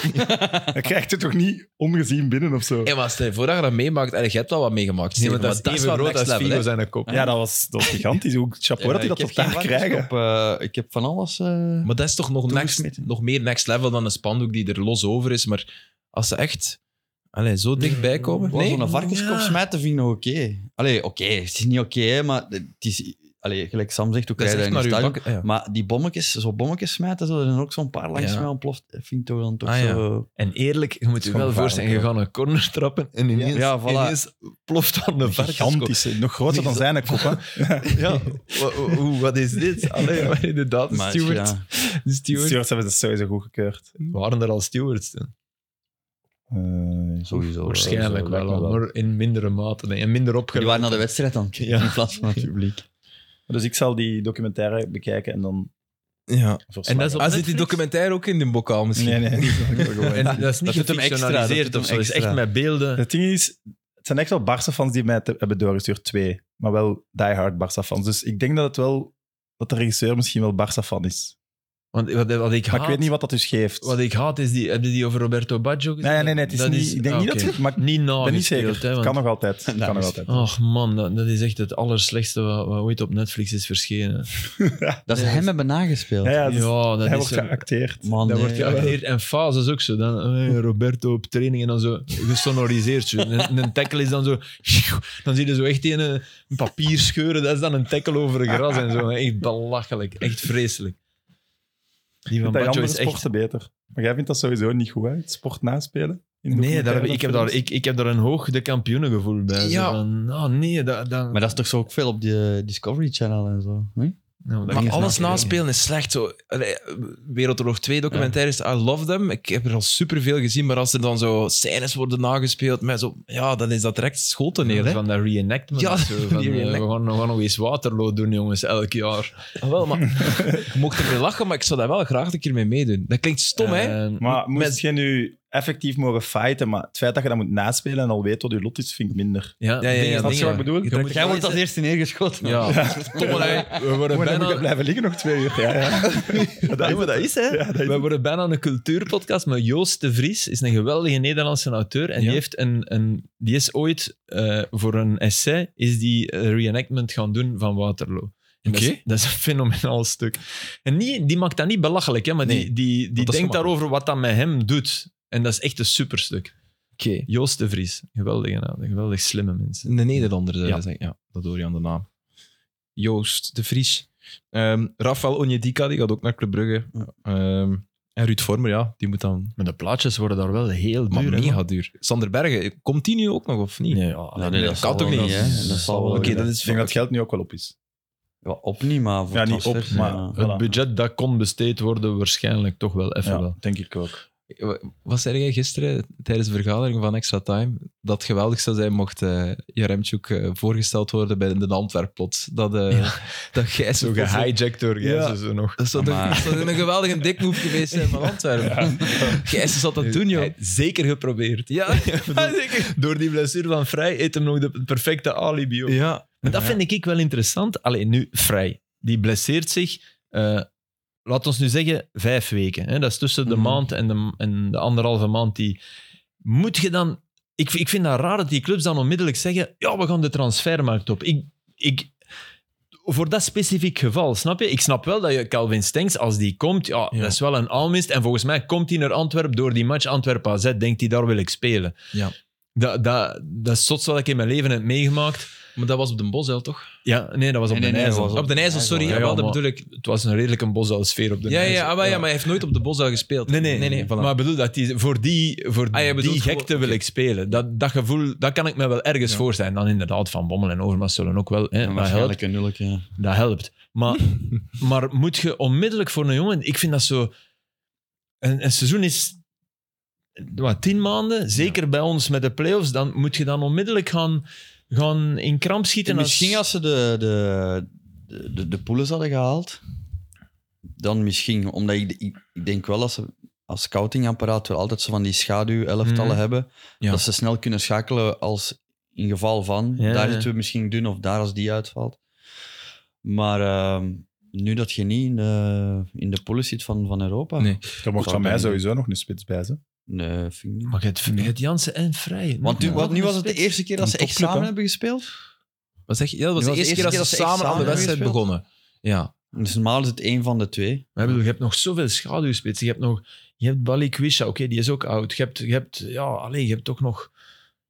Speaker 4: Hij krijgt het toch niet ongezien binnen of zo?
Speaker 1: Hey, maar stel je voor dat je dat meemaakt, en je hebt wel wat meegemaakt.
Speaker 2: Nee,
Speaker 1: Steven,
Speaker 2: want dat is even
Speaker 1: wel
Speaker 2: groot
Speaker 1: next
Speaker 2: als
Speaker 1: level,
Speaker 2: Figo
Speaker 1: hè.
Speaker 2: zijn kop.
Speaker 4: Ja, dat was, dat was gigantisch. Hoe chapeau dat hij dat
Speaker 3: Ik
Speaker 4: tot
Speaker 3: heb
Speaker 4: daar
Speaker 3: geen varkenskop,
Speaker 4: krijgen.
Speaker 3: eh, ik heb van alles... eh,
Speaker 1: Maar dat is toch nog, next,
Speaker 3: Toegesmeten.
Speaker 1: nog meer next level dan een spandoek die er los over is. Maar als ze echt allez, zo dichtbij komen...
Speaker 3: Wow,
Speaker 1: Nee?
Speaker 3: Zo'n varkenskop
Speaker 2: Ja.
Speaker 3: smijten vind ik nog oké. Allee, oké, het is niet oké, hè, maar het is... Allee, gelijk Sam zegt, hoe
Speaker 1: dat
Speaker 3: krijg
Speaker 1: is
Speaker 3: je dat
Speaker 1: echt
Speaker 3: in het
Speaker 1: naar uw bak-
Speaker 3: stadion?
Speaker 1: ja.
Speaker 3: Maar die bommetjes, zo bommetjes smijten, zo, er zijn ook zo'n paar langs
Speaker 1: Ja.
Speaker 3: mij ontploft. Dat Vind ik toch dan toch
Speaker 1: Ah, ja.
Speaker 3: zo...
Speaker 2: En eerlijk, je moet je wel
Speaker 4: Gevaarlijk,
Speaker 2: voorstellen, je
Speaker 4: ja.
Speaker 2: gaat een corner trappen en ineens,
Speaker 3: Ja, voilà.
Speaker 2: ineens ploft daar een varkenskop.
Speaker 4: Gigantische, nog groter dan zijn kop. Hè.
Speaker 2: Ja, wa- wa- hoe- wat is dit? Allee, maar inderdaad, de
Speaker 3: Maar,
Speaker 2: steward.
Speaker 3: ja.
Speaker 2: De
Speaker 4: De
Speaker 2: steward.
Speaker 4: stewards hebben dat sowieso goed gekeurd.
Speaker 2: Waren er al stewards? hè?
Speaker 4: Eh,
Speaker 3: Sowieso.
Speaker 2: Waarschijnlijk
Speaker 4: zo lijkt
Speaker 2: wel,
Speaker 4: me
Speaker 2: al,
Speaker 4: wel.
Speaker 2: maar in mindere mate. denk ik. En minder
Speaker 3: Die
Speaker 2: opgeleid.
Speaker 3: waren naar de wedstrijd dan,
Speaker 2: Ja.
Speaker 3: in plaats van het publiek.
Speaker 4: dus ik zal die documentaire bekijken en dan
Speaker 1: Ja.
Speaker 4: verslagen.
Speaker 2: En dat is op-
Speaker 1: Ah, zit die documentaire ook in de bokaal misschien?
Speaker 4: Nee, nee. dat is ook wel gewoon.
Speaker 2: En dat is niet
Speaker 3: doet hem extra, dat
Speaker 2: gefictionaliseerd
Speaker 3: doet
Speaker 2: of zo.
Speaker 3: hem
Speaker 2: Dat is echt
Speaker 3: extra.
Speaker 2: met beelden.
Speaker 4: Het ding is, het zijn echt wel Barca-fans die mij te- hebben doorgestuurd. Twee. Maar wel die-hard Barca-fans. Dus ik denk dat het wel... Dat de regisseur misschien wel Barca-fan is.
Speaker 2: Want wat, wat ik haat...
Speaker 4: Maar ik weet niet wat dat dus geeft.
Speaker 2: Wat ik haat is die... Heb je die over Roberto Baggio gezien? Ah,
Speaker 4: Nee, nee, nee, het is niet- ik denk niet dat het- maar ik
Speaker 2: niet
Speaker 4: Ik ben niet zeker.
Speaker 2: Hè,
Speaker 4: Het
Speaker 2: want- oh,
Speaker 4: kan nog altijd. Het kan nog
Speaker 3: is-
Speaker 4: altijd.
Speaker 2: Ach man, dat, dat is echt het allerslechtste wat, wat ooit op Netflix is verschenen.
Speaker 3: Dat ze hem hebben nagespeeld.
Speaker 4: Ja, ja,
Speaker 2: Ja,
Speaker 4: dat is-
Speaker 2: dat
Speaker 4: hij
Speaker 2: is
Speaker 4: wordt
Speaker 2: zo.
Speaker 4: geacteerd.
Speaker 3: Man,
Speaker 2: Dat
Speaker 3: nee.
Speaker 2: wordt geacteerd. En fases ook zo. Dan, eh, Roberto op training en dan zo gesonoriseerd. Zo. Een, een tackle is dan zo... Dan zie je zo echt een, eh, een papier scheuren. Dat is dan een tackle over gras en zo. Echt belachelijk. Echt vreselijk. Die van
Speaker 4: Dat in
Speaker 2: Baggio
Speaker 4: andere
Speaker 2: is echt...
Speaker 4: sporten beter. Maar jij vindt dat sowieso niet goed, hè? Het sport naspelen? In
Speaker 2: Nee, daar heb,
Speaker 4: documentaire
Speaker 2: ik, heb daar,
Speaker 4: films.
Speaker 2: ik, ik heb daar een hoog de kampioenengevoel bij. Zo
Speaker 1: Ja.
Speaker 2: van, oh nee, dat... dat
Speaker 3: Maar dat is toch zo ook veel op die eh, Discovery Channel en zo. Nee?
Speaker 2: nou, dat
Speaker 1: Maar
Speaker 2: is
Speaker 1: alles
Speaker 2: nou-
Speaker 1: naspelen is slecht. Zo. Allee, Wereldoorlog 2 documentaires, I love them. Ik heb er al superveel gezien, maar als er dan zo scènes worden nagespeeld, met zo, ja, dan is dat direct schoten neer.
Speaker 2: Ja, dus
Speaker 1: hè.
Speaker 2: Van dat reenactment.
Speaker 1: Ja,
Speaker 2: of zo, van,
Speaker 1: die
Speaker 2: eh,
Speaker 1: reenact-
Speaker 2: we, gaan, we gaan nog eens Waterloo doen, jongens, elk jaar.
Speaker 1: Ah, wel, maar, je mocht ermee lachen, maar ik zou daar wel graag een keer mee meedoen. Dat klinkt stom, hè?
Speaker 2: En-
Speaker 4: Maar moest
Speaker 1: met-
Speaker 4: je nu effectief mogen fighten, maar het feit dat je dat moet naspelen en al weet wat je lot is, vind ik minder.
Speaker 1: Ja,
Speaker 2: ja,
Speaker 1: ja, ja, dat
Speaker 2: dingen-
Speaker 4: Snap je wat ik bedoel?
Speaker 1: Je
Speaker 4: Je
Speaker 1: trekt
Speaker 4: moet-
Speaker 3: Jij wordt als eerste neergeschoten.
Speaker 2: Ja, Tom, hè, we worden
Speaker 4: Moet je
Speaker 2: bijna...
Speaker 4: blijven liggen nog twee uur. Ja, ja.
Speaker 2: Ja, maar dat is, hè.
Speaker 4: Ja, dat is
Speaker 2: We
Speaker 4: het.
Speaker 2: worden bijna een cultuurpodcast, maar Joost de Vries is een geweldige Nederlandse auteur. En
Speaker 1: Ja.
Speaker 2: die, heeft een, een, die is ooit eh, voor een essay is die eh, reenactment gaan doen van Waterloo. En dat,
Speaker 1: Oké.
Speaker 2: is, dat is een fenomenaal stuk. En die, die maakt dat niet belachelijk, hè, maar
Speaker 1: Nee,
Speaker 2: die, die, die
Speaker 1: dat is
Speaker 2: denkt
Speaker 1: gemakkelijk.
Speaker 2: daarover wat dat met hem doet. En dat is echt een superstuk.
Speaker 1: Oké.
Speaker 2: Joost de Vries, geweldige naam, geweldig slimme mensen.
Speaker 1: Een Nederlander, zou je
Speaker 2: Ja.
Speaker 1: zeggen. Ja, dat hoor je aan de naam. Joost de Vries. Ehm Rafael Onyedika, die gaat ook naar Club Brugge. Ehm, en Ruud Vormer, ja, die moet dan...
Speaker 2: Maar de plaatjes worden daar wel heel
Speaker 1: Maar
Speaker 2: duur. hè,
Speaker 1: mega duur. Sander Bergen, komt die nu ook nog, of niet?
Speaker 2: man. Nee, ja,
Speaker 3: Ja, nee, dat
Speaker 1: kan
Speaker 3: zal
Speaker 1: toch
Speaker 3: wel
Speaker 1: niet?
Speaker 3: hè? Dat zal wel
Speaker 1: Oké,
Speaker 3: niet.
Speaker 1: dat is
Speaker 4: Ik denk dat het geld nu ook wel op is.
Speaker 3: Ja, op niet, maar voor
Speaker 4: Ja, niet op,
Speaker 3: transfers,
Speaker 4: maar-
Speaker 3: ja.
Speaker 2: Het
Speaker 4: Voilà.
Speaker 2: budget dat kon besteed worden, waarschijnlijk toch wel even wel.
Speaker 4: Ja, denk ik ook.
Speaker 1: Wat zei jij gisteren tijdens de vergadering van Extra Time? Dat het geweldig zou zijn mocht eh Jaremchuk eh, voorgesteld worden bij de Antwerp plots. Dat, eh dat jij
Speaker 2: Zo
Speaker 1: zo gehyped.
Speaker 2: gehijacked door
Speaker 4: Ja.
Speaker 2: Gijzen zo nog.
Speaker 1: Dat zou, toch-
Speaker 3: Maar-
Speaker 1: dat zou een geweldige dikmove geweest zijn van Antwerpen. Gijs zat dat doen, joh.
Speaker 2: Hij- Zeker geprobeerd.
Speaker 1: Ja, zeker.
Speaker 2: Door die blessure van Vrij eet hem nog de het perfecte alibi op.
Speaker 1: Ja,
Speaker 2: Maar dat vind ik wel interessant. Alleen nu, Vrij, die blesseert zich, eh, laat ons nu zeggen, vijf weken. Hè? Dat is tussen de
Speaker 3: Mhm.
Speaker 2: maand en de, en de anderhalve maand. Die... Moet je dan... Ik, ik vind dat raar dat die clubs dan onmiddellijk zeggen, ja, we gaan de transfermarkt op. Ik, ik, voor dat specifiek geval, snap je? Ik snap wel dat je Calvin Stengs, als die komt, ja,
Speaker 1: Ja.
Speaker 2: dat is wel een aanwinst. En volgens mij komt hij naar Antwerpen door die match Antwerpen-AZ, denkt hij, daar wil ik spelen.
Speaker 1: Ja.
Speaker 2: Dat, dat, dat is het zotste wat ik in mijn leven heb meegemaakt.
Speaker 1: maar dat was op de Bosuil, toch?
Speaker 2: Ja, nee, dat was op
Speaker 3: Nee,
Speaker 2: de
Speaker 3: nee, nee,
Speaker 2: IJssel.
Speaker 3: dat was
Speaker 1: Op de IJssel, sorry.
Speaker 2: Ja,
Speaker 1: Ja,
Speaker 2: ja,
Speaker 1: wel, dat
Speaker 2: maar-
Speaker 1: bedoel ik.
Speaker 2: Het was een redelijk een bosal-sfeer op de
Speaker 1: Ja,
Speaker 2: IJssel.
Speaker 1: ja, ah, wel, ja, maar hij heeft nooit op de Bosuil gespeeld.
Speaker 2: Nee, nee,
Speaker 1: nee, nee voilà.
Speaker 2: maar ik bedoel dat die, voor die, voor
Speaker 1: Ah, jij bedoelt
Speaker 2: die
Speaker 1: gewoon-
Speaker 2: gekte wil ik spelen. Dat, dat gevoel, dat kan ik me wel ergens
Speaker 1: Ja.
Speaker 2: voor zijn. Dan inderdaad, Van Bommel en Overmars zullen ook wel... Hè,
Speaker 3: Ja,
Speaker 2: dat, helpt,
Speaker 3: waarschijnlijk een nulk, ja.
Speaker 2: dat helpt. Maar, maar moet je onmiddellijk voor een jongen... Ik vind dat zo... Een, een seizoen is wat, tien maanden, zeker bij ons met de play-offs, dan moet je dan onmiddellijk gaan, gaan in kramp schieten. als-
Speaker 3: Misschien als ze de, de, de, de, de poeles hadden gehaald, dan misschien. Omdat ik, ik, ik denk wel dat ze als scoutingapparaat wel altijd zo van die schaduw-elftallen
Speaker 2: Mhm.
Speaker 3: hebben,
Speaker 1: Ja.
Speaker 3: dat ze snel kunnen schakelen als in geval van,
Speaker 2: Ja,
Speaker 3: daar
Speaker 2: ja.
Speaker 3: zitten we misschien doen of daar als die uitvalt. Maar ehm, nu dat je niet in de, in de poeles zit van, van Europa,
Speaker 1: Nee.
Speaker 4: Er mocht van mij sowieso nog een spits bij zijn.
Speaker 3: nee, vind ik niet.
Speaker 2: Maar je hebt, je hebt Jansen en Vrij.
Speaker 3: Want nu,
Speaker 2: Ja.
Speaker 3: want nu was het de eerste keer dat
Speaker 4: Een
Speaker 3: ze echt
Speaker 4: topclub,
Speaker 3: samen
Speaker 4: hè?
Speaker 3: hebben gespeeld.
Speaker 1: Wat zeg je? Ja, dat was de eerste keer dat ze
Speaker 3: echt
Speaker 1: samen aan de
Speaker 3: samen
Speaker 1: wedstrijd
Speaker 3: gespeeld.
Speaker 1: begonnen. Ja.
Speaker 3: Dus normaal is het één van de twee.
Speaker 2: Maar ik bedoel, je hebt nog zoveel schaduwspitsen. Je hebt nog... Je hebt Balikwisha, oké, die is ook oud. Je hebt, je hebt ja, alleen, je hebt toch nog...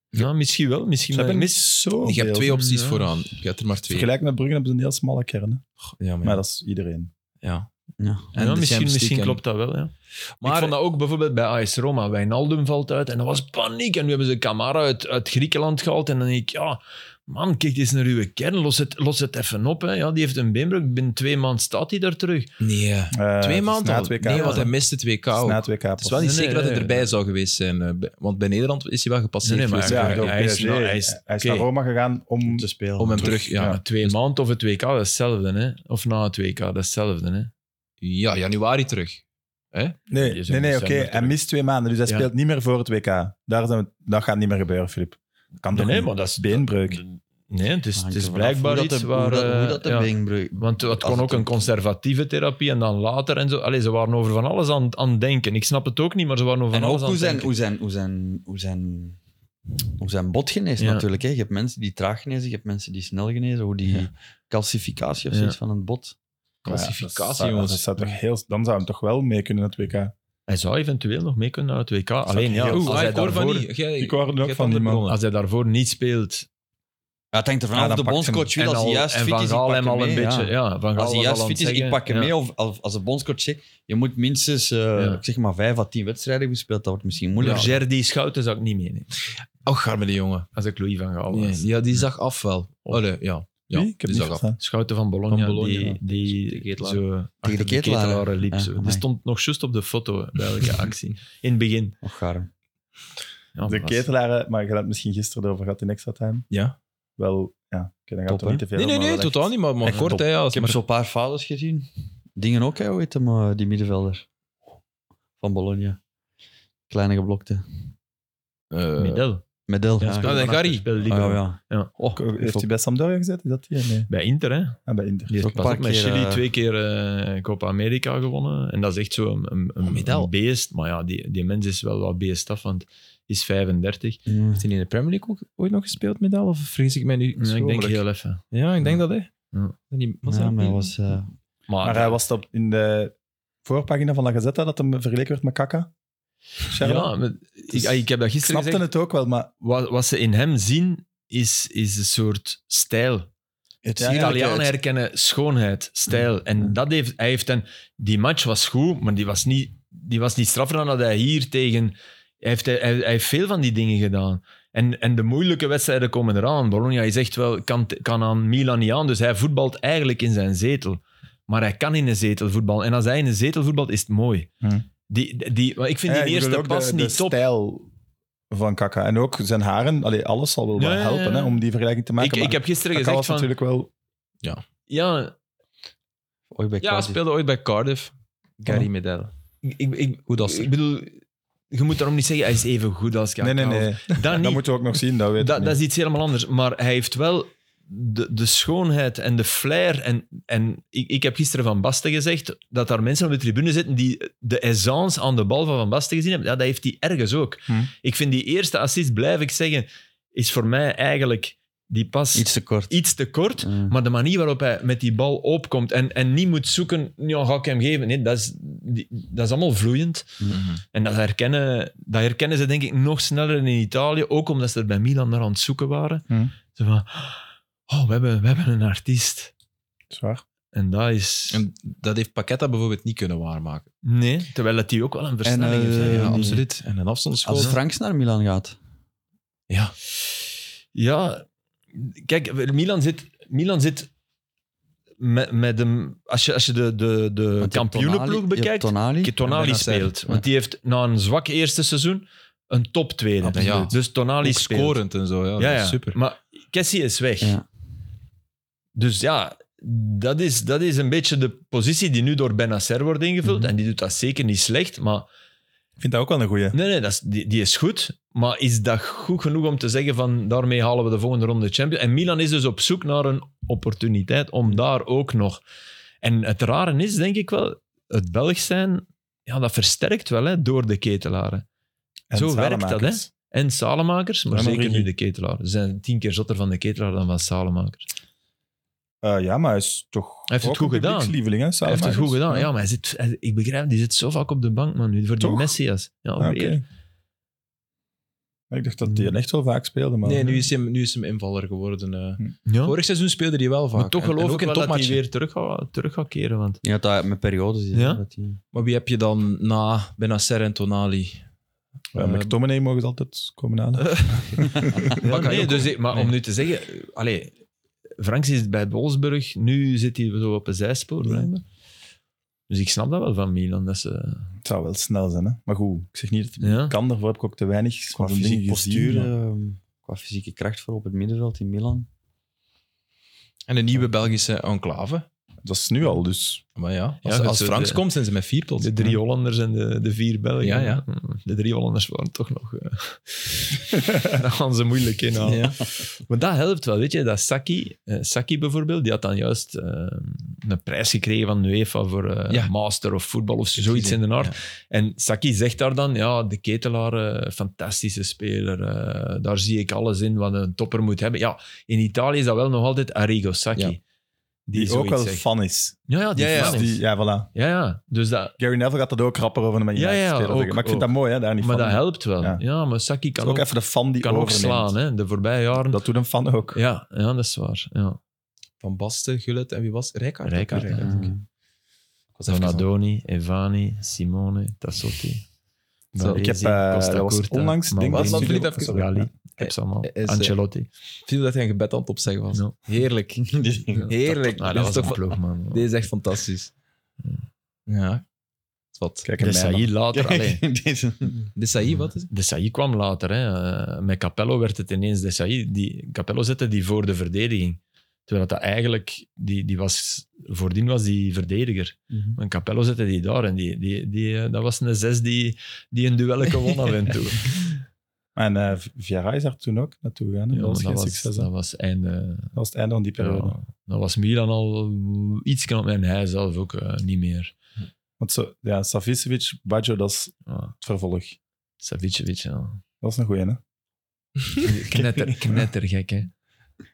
Speaker 2: Ja, misschien wel, misschien
Speaker 4: Ze
Speaker 2: wel.
Speaker 4: hebben
Speaker 2: Mis-
Speaker 4: zo.
Speaker 1: Je hebt twee opties
Speaker 2: Ja.
Speaker 1: vooraan. Je hebt er maar twee.
Speaker 4: Vergelijk met Brugge hebben ze een heel smalle kern. hè.
Speaker 1: Ja, maar,
Speaker 4: Maar
Speaker 1: ja.
Speaker 4: dat is iedereen.
Speaker 1: ja. En
Speaker 3: Ja.
Speaker 1: de
Speaker 2: ja,
Speaker 1: Champions
Speaker 2: misschien
Speaker 1: League
Speaker 2: misschien
Speaker 1: en-
Speaker 2: klopt dat wel, ja. Maar, ik
Speaker 1: Maar
Speaker 2: vond dat ook bijvoorbeeld bij AS Roma. Wijnaldum valt uit en dat was paniek. En nu hebben ze Camara uit, uit Griekenland gehaald. En dan denk ik, ja, man, kijk eens naar uw kern. Los het, los het even op, hè. Ja, die heeft een beenbreuk. Binnen twee maanden staat hij daar terug.
Speaker 1: nee.
Speaker 4: Eh,
Speaker 1: Twee
Speaker 4: het is
Speaker 1: maanden
Speaker 4: na
Speaker 1: al?
Speaker 4: het WK.
Speaker 1: nee, want hij
Speaker 4: Het
Speaker 1: miste het WK
Speaker 4: is
Speaker 1: ook.
Speaker 4: na het WK.
Speaker 1: Het is wel niet
Speaker 2: Nee,
Speaker 1: zeker
Speaker 2: nee,
Speaker 1: dat hij
Speaker 2: nee,
Speaker 1: erbij
Speaker 2: nee.
Speaker 1: zou geweest zijn. eh, bij- Want bij Nederland is hij wel gepasseerd
Speaker 2: Nee, nee, maar
Speaker 1: geweest.
Speaker 4: Ja,
Speaker 2: Hij-
Speaker 4: door
Speaker 2: hij is
Speaker 4: PSG.
Speaker 2: nou- hij is-
Speaker 4: Hij is naar
Speaker 2: oké.
Speaker 4: Roma gegaan om...
Speaker 3: Om te spelen.
Speaker 1: om hem terug... ja.
Speaker 2: Ja, Dus-
Speaker 1: Ja.
Speaker 2: twee maanden of het WK, dat is hetzelfde, hè. Of na het WK, dat is hetzelfde, hè.
Speaker 1: januari terug.
Speaker 4: Nee,
Speaker 2: Die is
Speaker 4: nee,
Speaker 2: in
Speaker 4: nee oké.
Speaker 2: december
Speaker 4: Hij
Speaker 2: terug.
Speaker 4: mist twee maanden, dus hij
Speaker 2: Ja.
Speaker 4: speelt niet meer voor het WK. Daar zijn we, dat gaat niet meer gebeuren, Filip. Kan
Speaker 2: Nee,
Speaker 4: toch
Speaker 2: nee,
Speaker 4: niet?
Speaker 2: maar dat is...
Speaker 4: Beenbreuk.
Speaker 2: dat- Nee, het is,
Speaker 3: Hangt
Speaker 2: Dus het is
Speaker 3: er vanaf
Speaker 2: blijkbaar
Speaker 3: hoe dat
Speaker 2: iets
Speaker 3: de-
Speaker 2: waar...
Speaker 3: Hoe dat, hoe
Speaker 2: eh,
Speaker 3: dat
Speaker 2: ja.
Speaker 3: erbij gebruikt-
Speaker 2: Want het
Speaker 3: Als
Speaker 2: kon
Speaker 3: het
Speaker 2: ook een
Speaker 3: ook-
Speaker 2: conservatieve therapie en dan later en zo. Allee, ze waren over van alles aan, aan het denken. Ik snap het ook niet, maar ze waren over
Speaker 3: En
Speaker 2: van
Speaker 3: ook
Speaker 2: alles aan
Speaker 3: hoe
Speaker 2: het
Speaker 3: zijn,
Speaker 2: denken.
Speaker 3: hoe zijn, hoe zijn, hoe zijn, hoe zijn bot geneest
Speaker 2: Ja.
Speaker 3: natuurlijk. Hè. Je hebt mensen die traag genezen, je hebt mensen die snel genezen. Hoe die
Speaker 2: Ja.
Speaker 3: calcificatie of
Speaker 2: Ja.
Speaker 3: zoiets van het bot.
Speaker 4: Maar ja, dat
Speaker 1: Classificatie,
Speaker 4: zou-
Speaker 1: jongens.
Speaker 4: dat zou toch heel, dan zou hem toch wel mee kunnen naar het WK.
Speaker 2: Hij zou eventueel nog mee kunnen naar het WK. Alleen
Speaker 4: ik
Speaker 2: ja,
Speaker 4: heel-
Speaker 2: als,
Speaker 1: Oeh, ah,
Speaker 2: hij
Speaker 1: ik hoor van
Speaker 2: daarvoor,
Speaker 1: niet. Jij-
Speaker 4: Ik hoor er
Speaker 1: jij
Speaker 4: ook van
Speaker 1: hebt
Speaker 4: die
Speaker 1: andere
Speaker 4: man.
Speaker 1: bronnen.
Speaker 2: als hij daarvoor niet speelt...
Speaker 3: Ja, het hangt ervan
Speaker 4: Ja,
Speaker 3: af of
Speaker 4: dan
Speaker 3: de
Speaker 4: pakt hem.
Speaker 3: bondscoach wil,
Speaker 2: en
Speaker 3: als hij
Speaker 2: al-
Speaker 3: juist
Speaker 2: en
Speaker 3: fit
Speaker 2: Van
Speaker 3: is, ik
Speaker 2: Gaal
Speaker 3: pak
Speaker 2: hem al
Speaker 3: mee,
Speaker 2: een beetje...
Speaker 3: ja.
Speaker 2: Ja, van Gaal
Speaker 3: Als hij
Speaker 2: was al
Speaker 3: juist
Speaker 2: aan
Speaker 3: fit is,
Speaker 2: het
Speaker 3: ik
Speaker 2: zeggen,
Speaker 3: pak hem
Speaker 2: ja.
Speaker 3: mee. Of als, als de bondscoach zegt, je moet minstens eh,
Speaker 2: Ja.
Speaker 3: ik zeg maar 5 à 10 wedstrijden gespeeld. Dat wordt misschien moeilijk.
Speaker 2: Gerdy Schouten zou ik niet meenemen.
Speaker 1: Och, arme die Oh, jongen. Oh,
Speaker 2: Als ik Louis van Gaal was.
Speaker 1: Nee, ja, die zag af wel. Allee, Oh. ja. ja
Speaker 4: Wie? Ik
Speaker 1: die
Speaker 4: heb niet
Speaker 1: zag af.
Speaker 4: verstaan.
Speaker 2: Schouten van Bologna,
Speaker 1: Van Bologna, ja.
Speaker 2: die, die
Speaker 1: Tegen de ketelaar.
Speaker 2: zo achter de
Speaker 3: ketelaar, hè?
Speaker 2: ketelaren liep.
Speaker 3: Ja,
Speaker 2: zo. Die
Speaker 3: amai.
Speaker 2: stond nog juist op de foto bij elke actie. In het begin.
Speaker 3: Och, gaar.
Speaker 2: Ja,
Speaker 4: De
Speaker 2: pas.
Speaker 4: ketelaren, maar je hebt het misschien gisteren over gehad in extra time.
Speaker 1: Ja.
Speaker 4: Wel, ja, oké, dan gaat
Speaker 3: Top,
Speaker 4: het toch
Speaker 3: hè?
Speaker 4: niet te veel.
Speaker 1: Nee, nee,
Speaker 4: maar
Speaker 1: nee,
Speaker 4: wel echt-
Speaker 1: totaal niet. Maar, maar
Speaker 4: echt
Speaker 1: kort,
Speaker 4: top.
Speaker 1: hè. ja,
Speaker 3: Ik
Speaker 1: als-
Speaker 3: heb
Speaker 1: maar-
Speaker 3: zo'n paar vaders gezien. Dingen ook, hè, hoe heet hem, eh, die middenvelder? Van Bologna. Kleine geblokte.
Speaker 1: eh,
Speaker 2: Middel.
Speaker 3: Medel.
Speaker 2: Ja,
Speaker 3: ja,
Speaker 2: speelde
Speaker 1: Oh, en
Speaker 2: van
Speaker 1: Gary.
Speaker 2: achter, speelde
Speaker 3: Ah,
Speaker 2: libero.
Speaker 3: ja, Oh. ja.
Speaker 4: Ook- Heeft hij bij Sampdoria gezet? Is dat die? Nee.
Speaker 2: Bij Inter, hè?
Speaker 4: Ah, bij Inter.
Speaker 2: Die
Speaker 3: Ook
Speaker 2: heeft
Speaker 3: een
Speaker 2: pas
Speaker 3: paar
Speaker 2: met
Speaker 3: keer,
Speaker 2: Chili
Speaker 3: eh,
Speaker 2: twee keer eh, Copa America gewonnen. En dat is echt zo een, een, een-
Speaker 1: Oh, Medel.
Speaker 2: een beest. Maar ja, die, die mens is wel wat beest af, want is 35.
Speaker 3: Mm.
Speaker 1: Heeft hij in de Premier League ook ooit nog gespeeld met dat? Of vrees ik mij nu?
Speaker 2: Ja, ik denk
Speaker 1: schromelijk?
Speaker 2: heel even.
Speaker 1: Ja, ik denk dat, hè.
Speaker 2: Ja.
Speaker 1: Die- wat
Speaker 3: Ja,
Speaker 1: zijn
Speaker 3: maar
Speaker 1: die?
Speaker 3: hij was... eh,
Speaker 2: Maar,
Speaker 4: Maar hij was op, in de voorpagina van La Gazzetta dat hem vergeleken werd met Kaka.
Speaker 2: ja,
Speaker 4: Charlotte.
Speaker 2: maar ik, ik heb dat
Speaker 4: ik
Speaker 2: gisteren
Speaker 4: snapte
Speaker 2: gezegd.
Speaker 4: het ook wel, maar
Speaker 2: Wat, wat ze in hem zien, is, is een soort stijl.
Speaker 4: het
Speaker 2: De Italianen herkennen schoonheid, stijl. En dat heeft, hij heeft dan, die match was goed, maar die was niet, die was niet straffer dan dat hij hier tegen. Hij heeft, hij, hij heeft veel van die dingen gedaan. En, en de moeilijke wedstrijden komen eraan. Bologna is echt wel, kan, kan aan Milan niet aan, dus hij voetbalt eigenlijk in zijn zetel. Maar hij kan in een zetel voetballen. En als hij in een zetel voetbalt, is het mooi.
Speaker 4: Hmm.
Speaker 2: Die, die, want ik vind die eerste pas
Speaker 4: de,
Speaker 2: niet
Speaker 4: de
Speaker 2: top.
Speaker 4: stijl van Kaka. En ook zijn haren. Allee, alles zal wel
Speaker 2: Ja,
Speaker 4: wel
Speaker 2: ja,
Speaker 4: helpen
Speaker 2: ja.
Speaker 4: Hè, om die vergelijking te maken.
Speaker 2: Ik, ik heb gisteren
Speaker 4: Kaka
Speaker 2: gezegd
Speaker 4: was
Speaker 2: van...
Speaker 4: natuurlijk wel...
Speaker 2: Ja,
Speaker 3: ooit bij
Speaker 1: Ja,
Speaker 3: Cardiff.
Speaker 1: speelde ooit bij Cardiff. Gary
Speaker 4: Ja.
Speaker 1: Medel.
Speaker 2: ik, Oh. ik, ik,
Speaker 1: Hoe dat is er?
Speaker 2: ik bedoel, je moet daarom niet zeggen, hij is even goed als Kakao.
Speaker 4: nee, nee, nee.
Speaker 2: Dat niet.
Speaker 4: Dat moeten we ook nog zien, dat weet ik
Speaker 2: Dat,
Speaker 4: niet.
Speaker 2: dat is iets helemaal anders. Maar hij heeft wel de, de schoonheid en de flair. En, en ik, ik heb gisteren Van Basten gezegd dat daar mensen op de tribune zitten die de essence aan de bal van Van Basten gezien hebben. Ja, dat heeft hij ergens ook.
Speaker 4: Hm.
Speaker 2: Ik vind die eerste assist, blijf ik zeggen, is voor mij eigenlijk die pas
Speaker 3: Iets
Speaker 2: iets,
Speaker 3: te kort.
Speaker 2: te kort.
Speaker 3: Mm.
Speaker 2: Maar de manier waarop hij met die bal opkomt en, en niet moet zoeken, ja, ga ik hem geven? Nee, dat is, die- dat is allemaal vloeiend.
Speaker 3: Mhm.
Speaker 2: En dat herkennen, dat herkennen ze denk ik nog sneller in Italië, ook omdat ze er bij Milan naar aan het zoeken waren.
Speaker 3: Mhm.
Speaker 4: Hm.
Speaker 2: Zo van, oh, we hebben, we hebben een artiest.
Speaker 4: Zwaar.
Speaker 2: En dat is...
Speaker 1: En dat heeft Paquetta bijvoorbeeld niet kunnen waarmaken.
Speaker 2: Nee, terwijl het die ook wel een versnelling
Speaker 3: En,
Speaker 2: is.
Speaker 3: eh,
Speaker 2: hè.
Speaker 1: Ja,
Speaker 3: nee.
Speaker 1: absoluut. En een afstandsschool.
Speaker 3: Als Franks naar Milan
Speaker 2: Eh,
Speaker 3: gaat.
Speaker 1: Ja.
Speaker 2: Ja, kijk, Milan zit, Milan zit met, met een... Als je, als je de, de, de
Speaker 3: Want je hebt Tonali- eh,
Speaker 2: kampioenenploeg
Speaker 3: je hebt
Speaker 2: bekijkt,
Speaker 3: Tonali.
Speaker 2: Ki- Tonali
Speaker 1: En Benacer.
Speaker 2: speelt.
Speaker 3: Ja.
Speaker 2: Want die heeft na een zwak eerste seizoen een top tweede.
Speaker 1: Absoluut. Ja.
Speaker 2: Dus Tonali
Speaker 1: Ook
Speaker 2: speelt.
Speaker 1: scorend en zo. Ja, dat
Speaker 2: Ja,
Speaker 1: is
Speaker 2: ja.
Speaker 1: super.
Speaker 2: Maar Kessie is weg.
Speaker 3: Ja.
Speaker 2: Dus ja, dat is, dat is een beetje de positie die nu door Benacer wordt ingevuld.
Speaker 3: Mhm.
Speaker 2: En die doet dat zeker niet slecht. Maar
Speaker 4: Ik vind dat ook wel een goeie.
Speaker 2: nee, nee, dat is, die, die is goed. Maar is dat goed genoeg om te zeggen van daarmee halen we de volgende ronde champion? En Milan is dus op zoek naar een opportuniteit om daar ook nog. En het rare is, denk ik wel, het Belg zijn, ja, dat versterkt wel hè, door de ketelaren.
Speaker 4: En
Speaker 2: Zo werkt dat, hè?
Speaker 4: Salemakers.
Speaker 2: En Salemakers, maar
Speaker 4: En
Speaker 2: zeker
Speaker 4: Origi.
Speaker 2: nu de ketelaren. Ze zijn tien keer zotter van de ketelaar dan van Salemakers.
Speaker 4: Eh, ja, maar hij is toch
Speaker 2: heeft het
Speaker 4: ook
Speaker 2: goed
Speaker 4: een
Speaker 2: gedaan.
Speaker 4: publiekslieveling, hè,
Speaker 2: Hij heeft het goed
Speaker 4: Salemakers.
Speaker 2: gedaan. Ja, maar hij zit, hij- ik begrijp, die zit zo vaak op de bank, man, nu, voor die
Speaker 4: Toch?
Speaker 2: Messias. Ja,
Speaker 4: Ah,
Speaker 2: weer.
Speaker 4: oké. Maar Ik dacht dat
Speaker 2: Hmm.
Speaker 4: die echt wel vaak speelde, maar... eh,
Speaker 1: Nee, nu is, hem, nu is hem invaller geworden. eh.
Speaker 2: Ja.
Speaker 1: Vorig seizoen speelde hij wel vaak.
Speaker 2: Maar toch
Speaker 1: En- en
Speaker 2: geloof
Speaker 1: ook
Speaker 2: ik
Speaker 1: in
Speaker 2: wel dat hij
Speaker 1: topmatchen.
Speaker 2: weer terug gaat, terug gaat keren. Want
Speaker 3: Ja, dat met periodes. is,
Speaker 2: Ja?
Speaker 3: hè, dat die-
Speaker 1: Maar wie heb je dan na Benacer en Tonali?
Speaker 4: Ja,
Speaker 1: Eh,
Speaker 4: McTominay mogen ze altijd komen halen.
Speaker 2: Eh. maar
Speaker 1: Bakayoko.
Speaker 2: nee, dus, ik- maar om nu te zeggen... eh, Allee, Franks is bij Wolfsburg, nu zit hij zo op een zijspoor. blijkbaar. Dus ik snap dat wel van Milan. Dat ze,
Speaker 4: Het zou wel snel zijn, hè. Maar goed, ik zeg niet dat het
Speaker 2: ja.
Speaker 4: kan, daarvoor heb ik ook te weinig van
Speaker 3: Qua
Speaker 4: zo'n dingen
Speaker 3: fysieke
Speaker 4: gezien.
Speaker 3: postuur,
Speaker 4: maar-
Speaker 3: ehm, qua fysieke kracht voor op het middenveld in Milan.
Speaker 1: En een nieuwe Belgische enclave.
Speaker 4: Dat is nu al, dus...
Speaker 1: Maar ja,
Speaker 2: Ja,
Speaker 1: als,
Speaker 2: dat
Speaker 1: als
Speaker 2: is het,
Speaker 1: Franks
Speaker 2: eh,
Speaker 1: komt, zijn ze met vier tot.
Speaker 2: De drie Hollanders en de, de vier Belgen. Hm,
Speaker 1: Ja, ja.
Speaker 2: De drie Hollanders waren toch nog... eh, daar gaan ze moeilijk in halen.
Speaker 1: Ja.
Speaker 2: Maar dat helpt wel, weet je. Dat Saki, eh, Saki bijvoorbeeld, die had dan juist eh, een prijs gekregen van de UEFA voor eh,
Speaker 1: Ja.
Speaker 2: master of voetbal of zoiets in de aard. En Saki zegt daar dan, ja, de ketelaar, eh, fantastische speler. eh, daar zie ik alles in wat een topper moet hebben. Ja, in Italië is dat wel nog altijd Arrigo Sacchi.
Speaker 1: Ja.
Speaker 2: Die,
Speaker 4: Die, ook
Speaker 2: zoiets
Speaker 4: wel
Speaker 2: zegt.
Speaker 4: fan is.
Speaker 2: Ja, ja, die
Speaker 4: ja, ja,
Speaker 2: fan is.
Speaker 4: Dus die- ja, voilà.
Speaker 2: ja, ja. Dus dat,
Speaker 4: Gary Neville gaat dat ook rapper over de manier
Speaker 2: Ja,
Speaker 4: van
Speaker 2: ja,
Speaker 4: spelen.
Speaker 2: ook,
Speaker 4: zeggen. maar ik vind
Speaker 2: ook.
Speaker 4: dat mooi, hè, daar niet
Speaker 2: maar
Speaker 4: van.
Speaker 2: dat helpt wel. Ja,
Speaker 4: Ja.
Speaker 2: maar Saki kan
Speaker 4: ook,
Speaker 2: ook,
Speaker 4: even de fan die
Speaker 2: kan ook
Speaker 4: overneemt.
Speaker 2: slaan, hè, de voorbije jaren.
Speaker 4: Dat doet een fan ook.
Speaker 2: Ja, ja, dat is waar. Ja.
Speaker 1: Van Basten, Gullit en wie was het? Rijkaard?
Speaker 2: Rijkaard,
Speaker 1: Ook,
Speaker 2: ja.
Speaker 1: Rijkaard, oké. Ik was even aan-
Speaker 2: Donadoni, Evani, Simone, Tassotti.
Speaker 4: Zo, ik heb,
Speaker 2: Baresi,
Speaker 4: eh,
Speaker 2: Costa
Speaker 4: dat was
Speaker 2: Curta,
Speaker 4: onlangs, denk ik,
Speaker 2: Maldini,
Speaker 1: Wat, wat verliep even?
Speaker 2: Gali. Ik heb ze allemaal.
Speaker 1: Is, eh,
Speaker 2: Ancelotti.
Speaker 1: Viel dat hij een gebed aan het opzeggen was.
Speaker 2: Ja.
Speaker 1: Heerlijk. Heerlijk.
Speaker 2: Nou,
Speaker 1: Dit
Speaker 2: dat
Speaker 1: is
Speaker 2: was een
Speaker 1: toch-
Speaker 2: ploeg, man.
Speaker 1: Dit is echt fantastisch. Ja. Wat?
Speaker 4: Kijk,
Speaker 2: De
Speaker 4: en mij,
Speaker 2: Saï later. allee.
Speaker 3: Deze-
Speaker 1: De Saï, wat is het?
Speaker 2: De Saï kwam later. Hè. Eh, Met Capello werd het ineens De Saï. Die, Capello zette die voor de verdediging. Terwijl dat eigenlijk... Die, die was, voordien was die verdediger.
Speaker 4: Mhm.
Speaker 2: En Capello zette die daar en die, die, die, eh, dat was een zes die, die een duelletje won af en toe.
Speaker 4: maar. En eh Vieira is daar toen ook naartoe gegaan. hè.
Speaker 2: Ja,
Speaker 4: dat was
Speaker 2: maar
Speaker 4: geen
Speaker 2: dat, was,
Speaker 4: succes. hè.
Speaker 2: dat, was einde,
Speaker 4: Dat was het einde van die periode.
Speaker 2: ja, dat was Milan al iets knap en hij zelf ook eh, niet meer.
Speaker 4: Want zo, ja, Savicevic, Baggio, dat is
Speaker 2: Ja,
Speaker 4: het vervolg.
Speaker 2: Savicevic, ja.
Speaker 4: Dat is een goeie, hè?
Speaker 2: Knetter, knettergek, hè.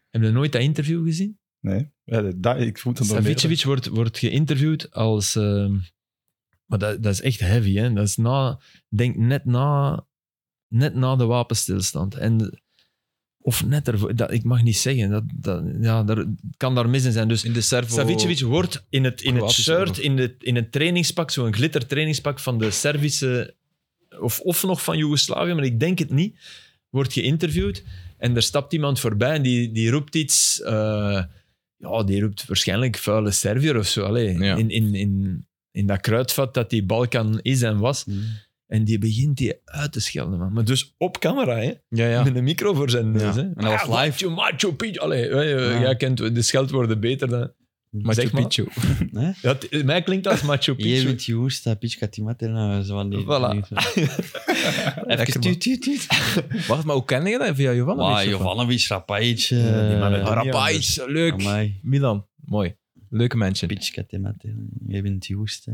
Speaker 2: Hebben we nooit dat interview gezien?
Speaker 4: Nee. Ja, dat, ik moet hem door
Speaker 2: Savicevic wordt, wordt geïnterviewd als... ehm, maar dat, dat is echt heavy, hè. Dat is na... Denk net na, net na de wapenstilstand. En... Of net ervoor, dat, ik mag niet zeggen, dat, dat, ja, daar, kan daar mis in zijn. Dus
Speaker 1: In de servo...
Speaker 2: Savicevic wordt in het, in het
Speaker 1: Kroatisch
Speaker 2: shirt,
Speaker 1: oorlog.
Speaker 2: in, de, in het trainingspak, zo'n glitter trainingspak van de Servische, of, of nog van Joegoslavië, maar ik denk het niet, wordt geïnterviewd. En er stapt iemand voorbij en die, die roept iets, eh, ja, die roept waarschijnlijk vuile Serviër of zo. Allee,
Speaker 1: Ja.
Speaker 2: in, in, in, in dat kruidvat dat die Balkan is en was.
Speaker 3: Mm.
Speaker 2: En die begint die uit te schelden, man. Maar dus op camera, hè.
Speaker 1: Ja, ja.
Speaker 2: Met een micro voor zijn neus,
Speaker 3: Ja.
Speaker 2: hè.
Speaker 3: En dat was
Speaker 2: Ah, Machu, Machu Picchu. Allee, eh, eh,
Speaker 3: Ja.
Speaker 2: jij kent de scheldwoorden beter dan...
Speaker 1: Machu
Speaker 2: Zeg maar.
Speaker 1: Picchu.
Speaker 3: Hè?
Speaker 2: Ja, het- mij klinkt als Machu
Speaker 3: Je
Speaker 2: Picchu.
Speaker 3: bent juist, dat pitje die maten. nou, Zo van die.
Speaker 2: Voilà.
Speaker 3: Even tuut, tuut, tuut.
Speaker 1: Wacht, maar hoe kende je dat? Via Jovanovic?
Speaker 3: Maar
Speaker 1: of wat?
Speaker 3: Jovanovic, Rapajic.
Speaker 2: Ja, die mannen-
Speaker 3: eh,
Speaker 1: Ah, Rapais, leuk.
Speaker 3: Amai.
Speaker 1: Milan, mooi. Leuke mensen.
Speaker 3: Pitje die maten. Je bent juist. hè.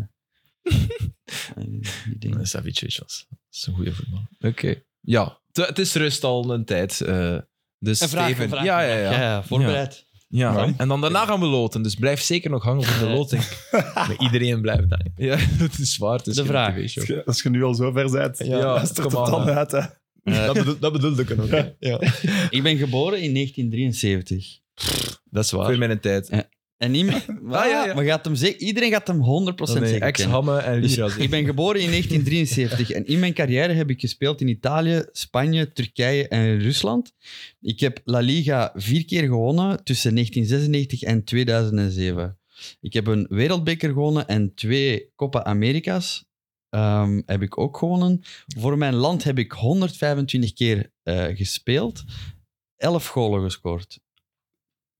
Speaker 3: Ik denk-
Speaker 2: Nee, Savicevic was. Dat is een goede voetbal.
Speaker 1: Oké. Ja, t- het is rust al een tijd. eh, dus
Speaker 3: Een vraag,
Speaker 1: Steven-
Speaker 3: een vraag,
Speaker 1: ja,
Speaker 3: een
Speaker 1: ja, ja.
Speaker 3: Ja,
Speaker 1: ja.
Speaker 3: ja, voorbereid.
Speaker 4: Mooi.
Speaker 1: En dan daarna gaan we loten. Dus blijf zeker nog hangen voor de
Speaker 3: Eh.
Speaker 1: loting.
Speaker 2: Maar iedereen blijft dan.
Speaker 1: Ja, het is waar. Het is
Speaker 3: De
Speaker 1: geen
Speaker 3: vraag.
Speaker 1: TV-show.
Speaker 4: Als je- Als je nu al zo ver bent,
Speaker 1: Ja,
Speaker 4: ja, is er
Speaker 1: come on,
Speaker 4: dan
Speaker 1: hè.
Speaker 4: uit, hè?
Speaker 3: Eh,
Speaker 2: Dat bedoelde ik nog. Ja.
Speaker 3: Ik ben geboren in 1973.
Speaker 2: Dat is
Speaker 1: Voor
Speaker 2: waar.
Speaker 1: mijn tijd.
Speaker 3: En niemand...
Speaker 1: Ah, ja, ja.
Speaker 3: Maar gaat hem zeker, iedereen gaat hem 100%
Speaker 1: Dat nee,
Speaker 3: zeker kennen.
Speaker 1: ex-Hamme en
Speaker 3: Dus
Speaker 1: Lira.
Speaker 3: ik ben geboren in 1973 en in mijn carrière heb ik gespeeld in Italië, Spanje, Turkije en Rusland. Ik heb La Liga vier keer gewonnen tussen 1996 en 2007. Ik heb een wereldbeker gewonnen en twee Copa America's ehm, heb ik ook gewonnen. Voor mijn land heb ik 125 keer eh, gespeeld, 11 goalen gescoord.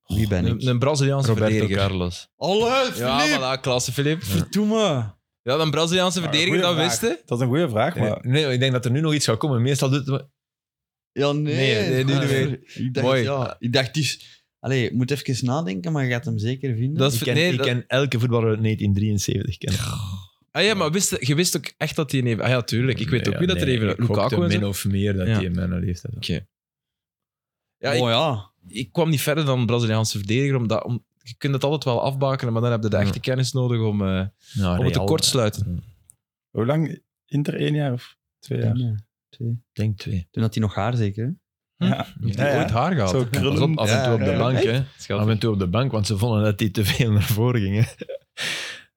Speaker 3: Wie ben ik?
Speaker 1: Een, een Braziliaanse
Speaker 2: Roberto
Speaker 1: verdediger.
Speaker 2: Carlos.
Speaker 3: Alle Filip!
Speaker 1: Ja, voilà, klasse, Filip.
Speaker 3: Verdomme.
Speaker 1: Ja, een Braziliaanse verdediger, dat
Speaker 4: Goeie vraag.
Speaker 1: wisten.
Speaker 4: Dat is een goede vraag, maar...
Speaker 2: Nee, nee, ik denk dat er nu nog iets gaat komen. Meestal doet het...
Speaker 3: Ja, nee.
Speaker 1: Nee, nee, niet meer.
Speaker 3: Ik dacht,
Speaker 1: Mooi.
Speaker 3: Ja, ik dacht dus... Allee, je moet even nadenken, maar je gaat hem zeker vinden.
Speaker 1: Dat is-
Speaker 2: Ik ken,
Speaker 1: nee,
Speaker 2: ik
Speaker 1: dat-
Speaker 2: ken elke voetballer uit 1973 kennen.
Speaker 1: Ah ja, maar wist, je wist ook echt dat hij even... Ah ja, tuurlijk. Ik weet ook
Speaker 2: Ja,
Speaker 1: wie dat
Speaker 2: nee,
Speaker 1: er even...
Speaker 2: ik gokte
Speaker 1: Lukaku en zo.
Speaker 2: min of meer dat
Speaker 1: Ja.
Speaker 2: hij in mijn leeftijd had.
Speaker 1: Ja,
Speaker 3: oh
Speaker 1: ik,
Speaker 3: ja.
Speaker 1: ik kwam niet verder dan Braziliaanse verdediger, omdat... Om, je kunt het altijd wel afbakenen, maar dan heb je de
Speaker 2: Ja.
Speaker 1: echte kennis nodig om, eh,
Speaker 2: Nou,
Speaker 1: om het
Speaker 2: Real,
Speaker 1: tekort te sluiten.
Speaker 4: Hoe lang? Inter één jaar of twee jaar?
Speaker 3: Ja, twee.
Speaker 2: Ik denk twee.
Speaker 3: eh, Toen had hij nog haar, zeker. hè?
Speaker 2: Hm?
Speaker 4: Ja.
Speaker 1: Heeft
Speaker 4: Ja,
Speaker 1: hij
Speaker 4: ja.
Speaker 1: ooit haar gehad?
Speaker 4: Zo
Speaker 2: Pas op,
Speaker 4: krullen.
Speaker 2: af en toe op de
Speaker 4: Ja,
Speaker 2: bank. Hè.
Speaker 1: Schat.
Speaker 2: Af en toe op de bank, want ze vonden dat die te veel naar voren gingen.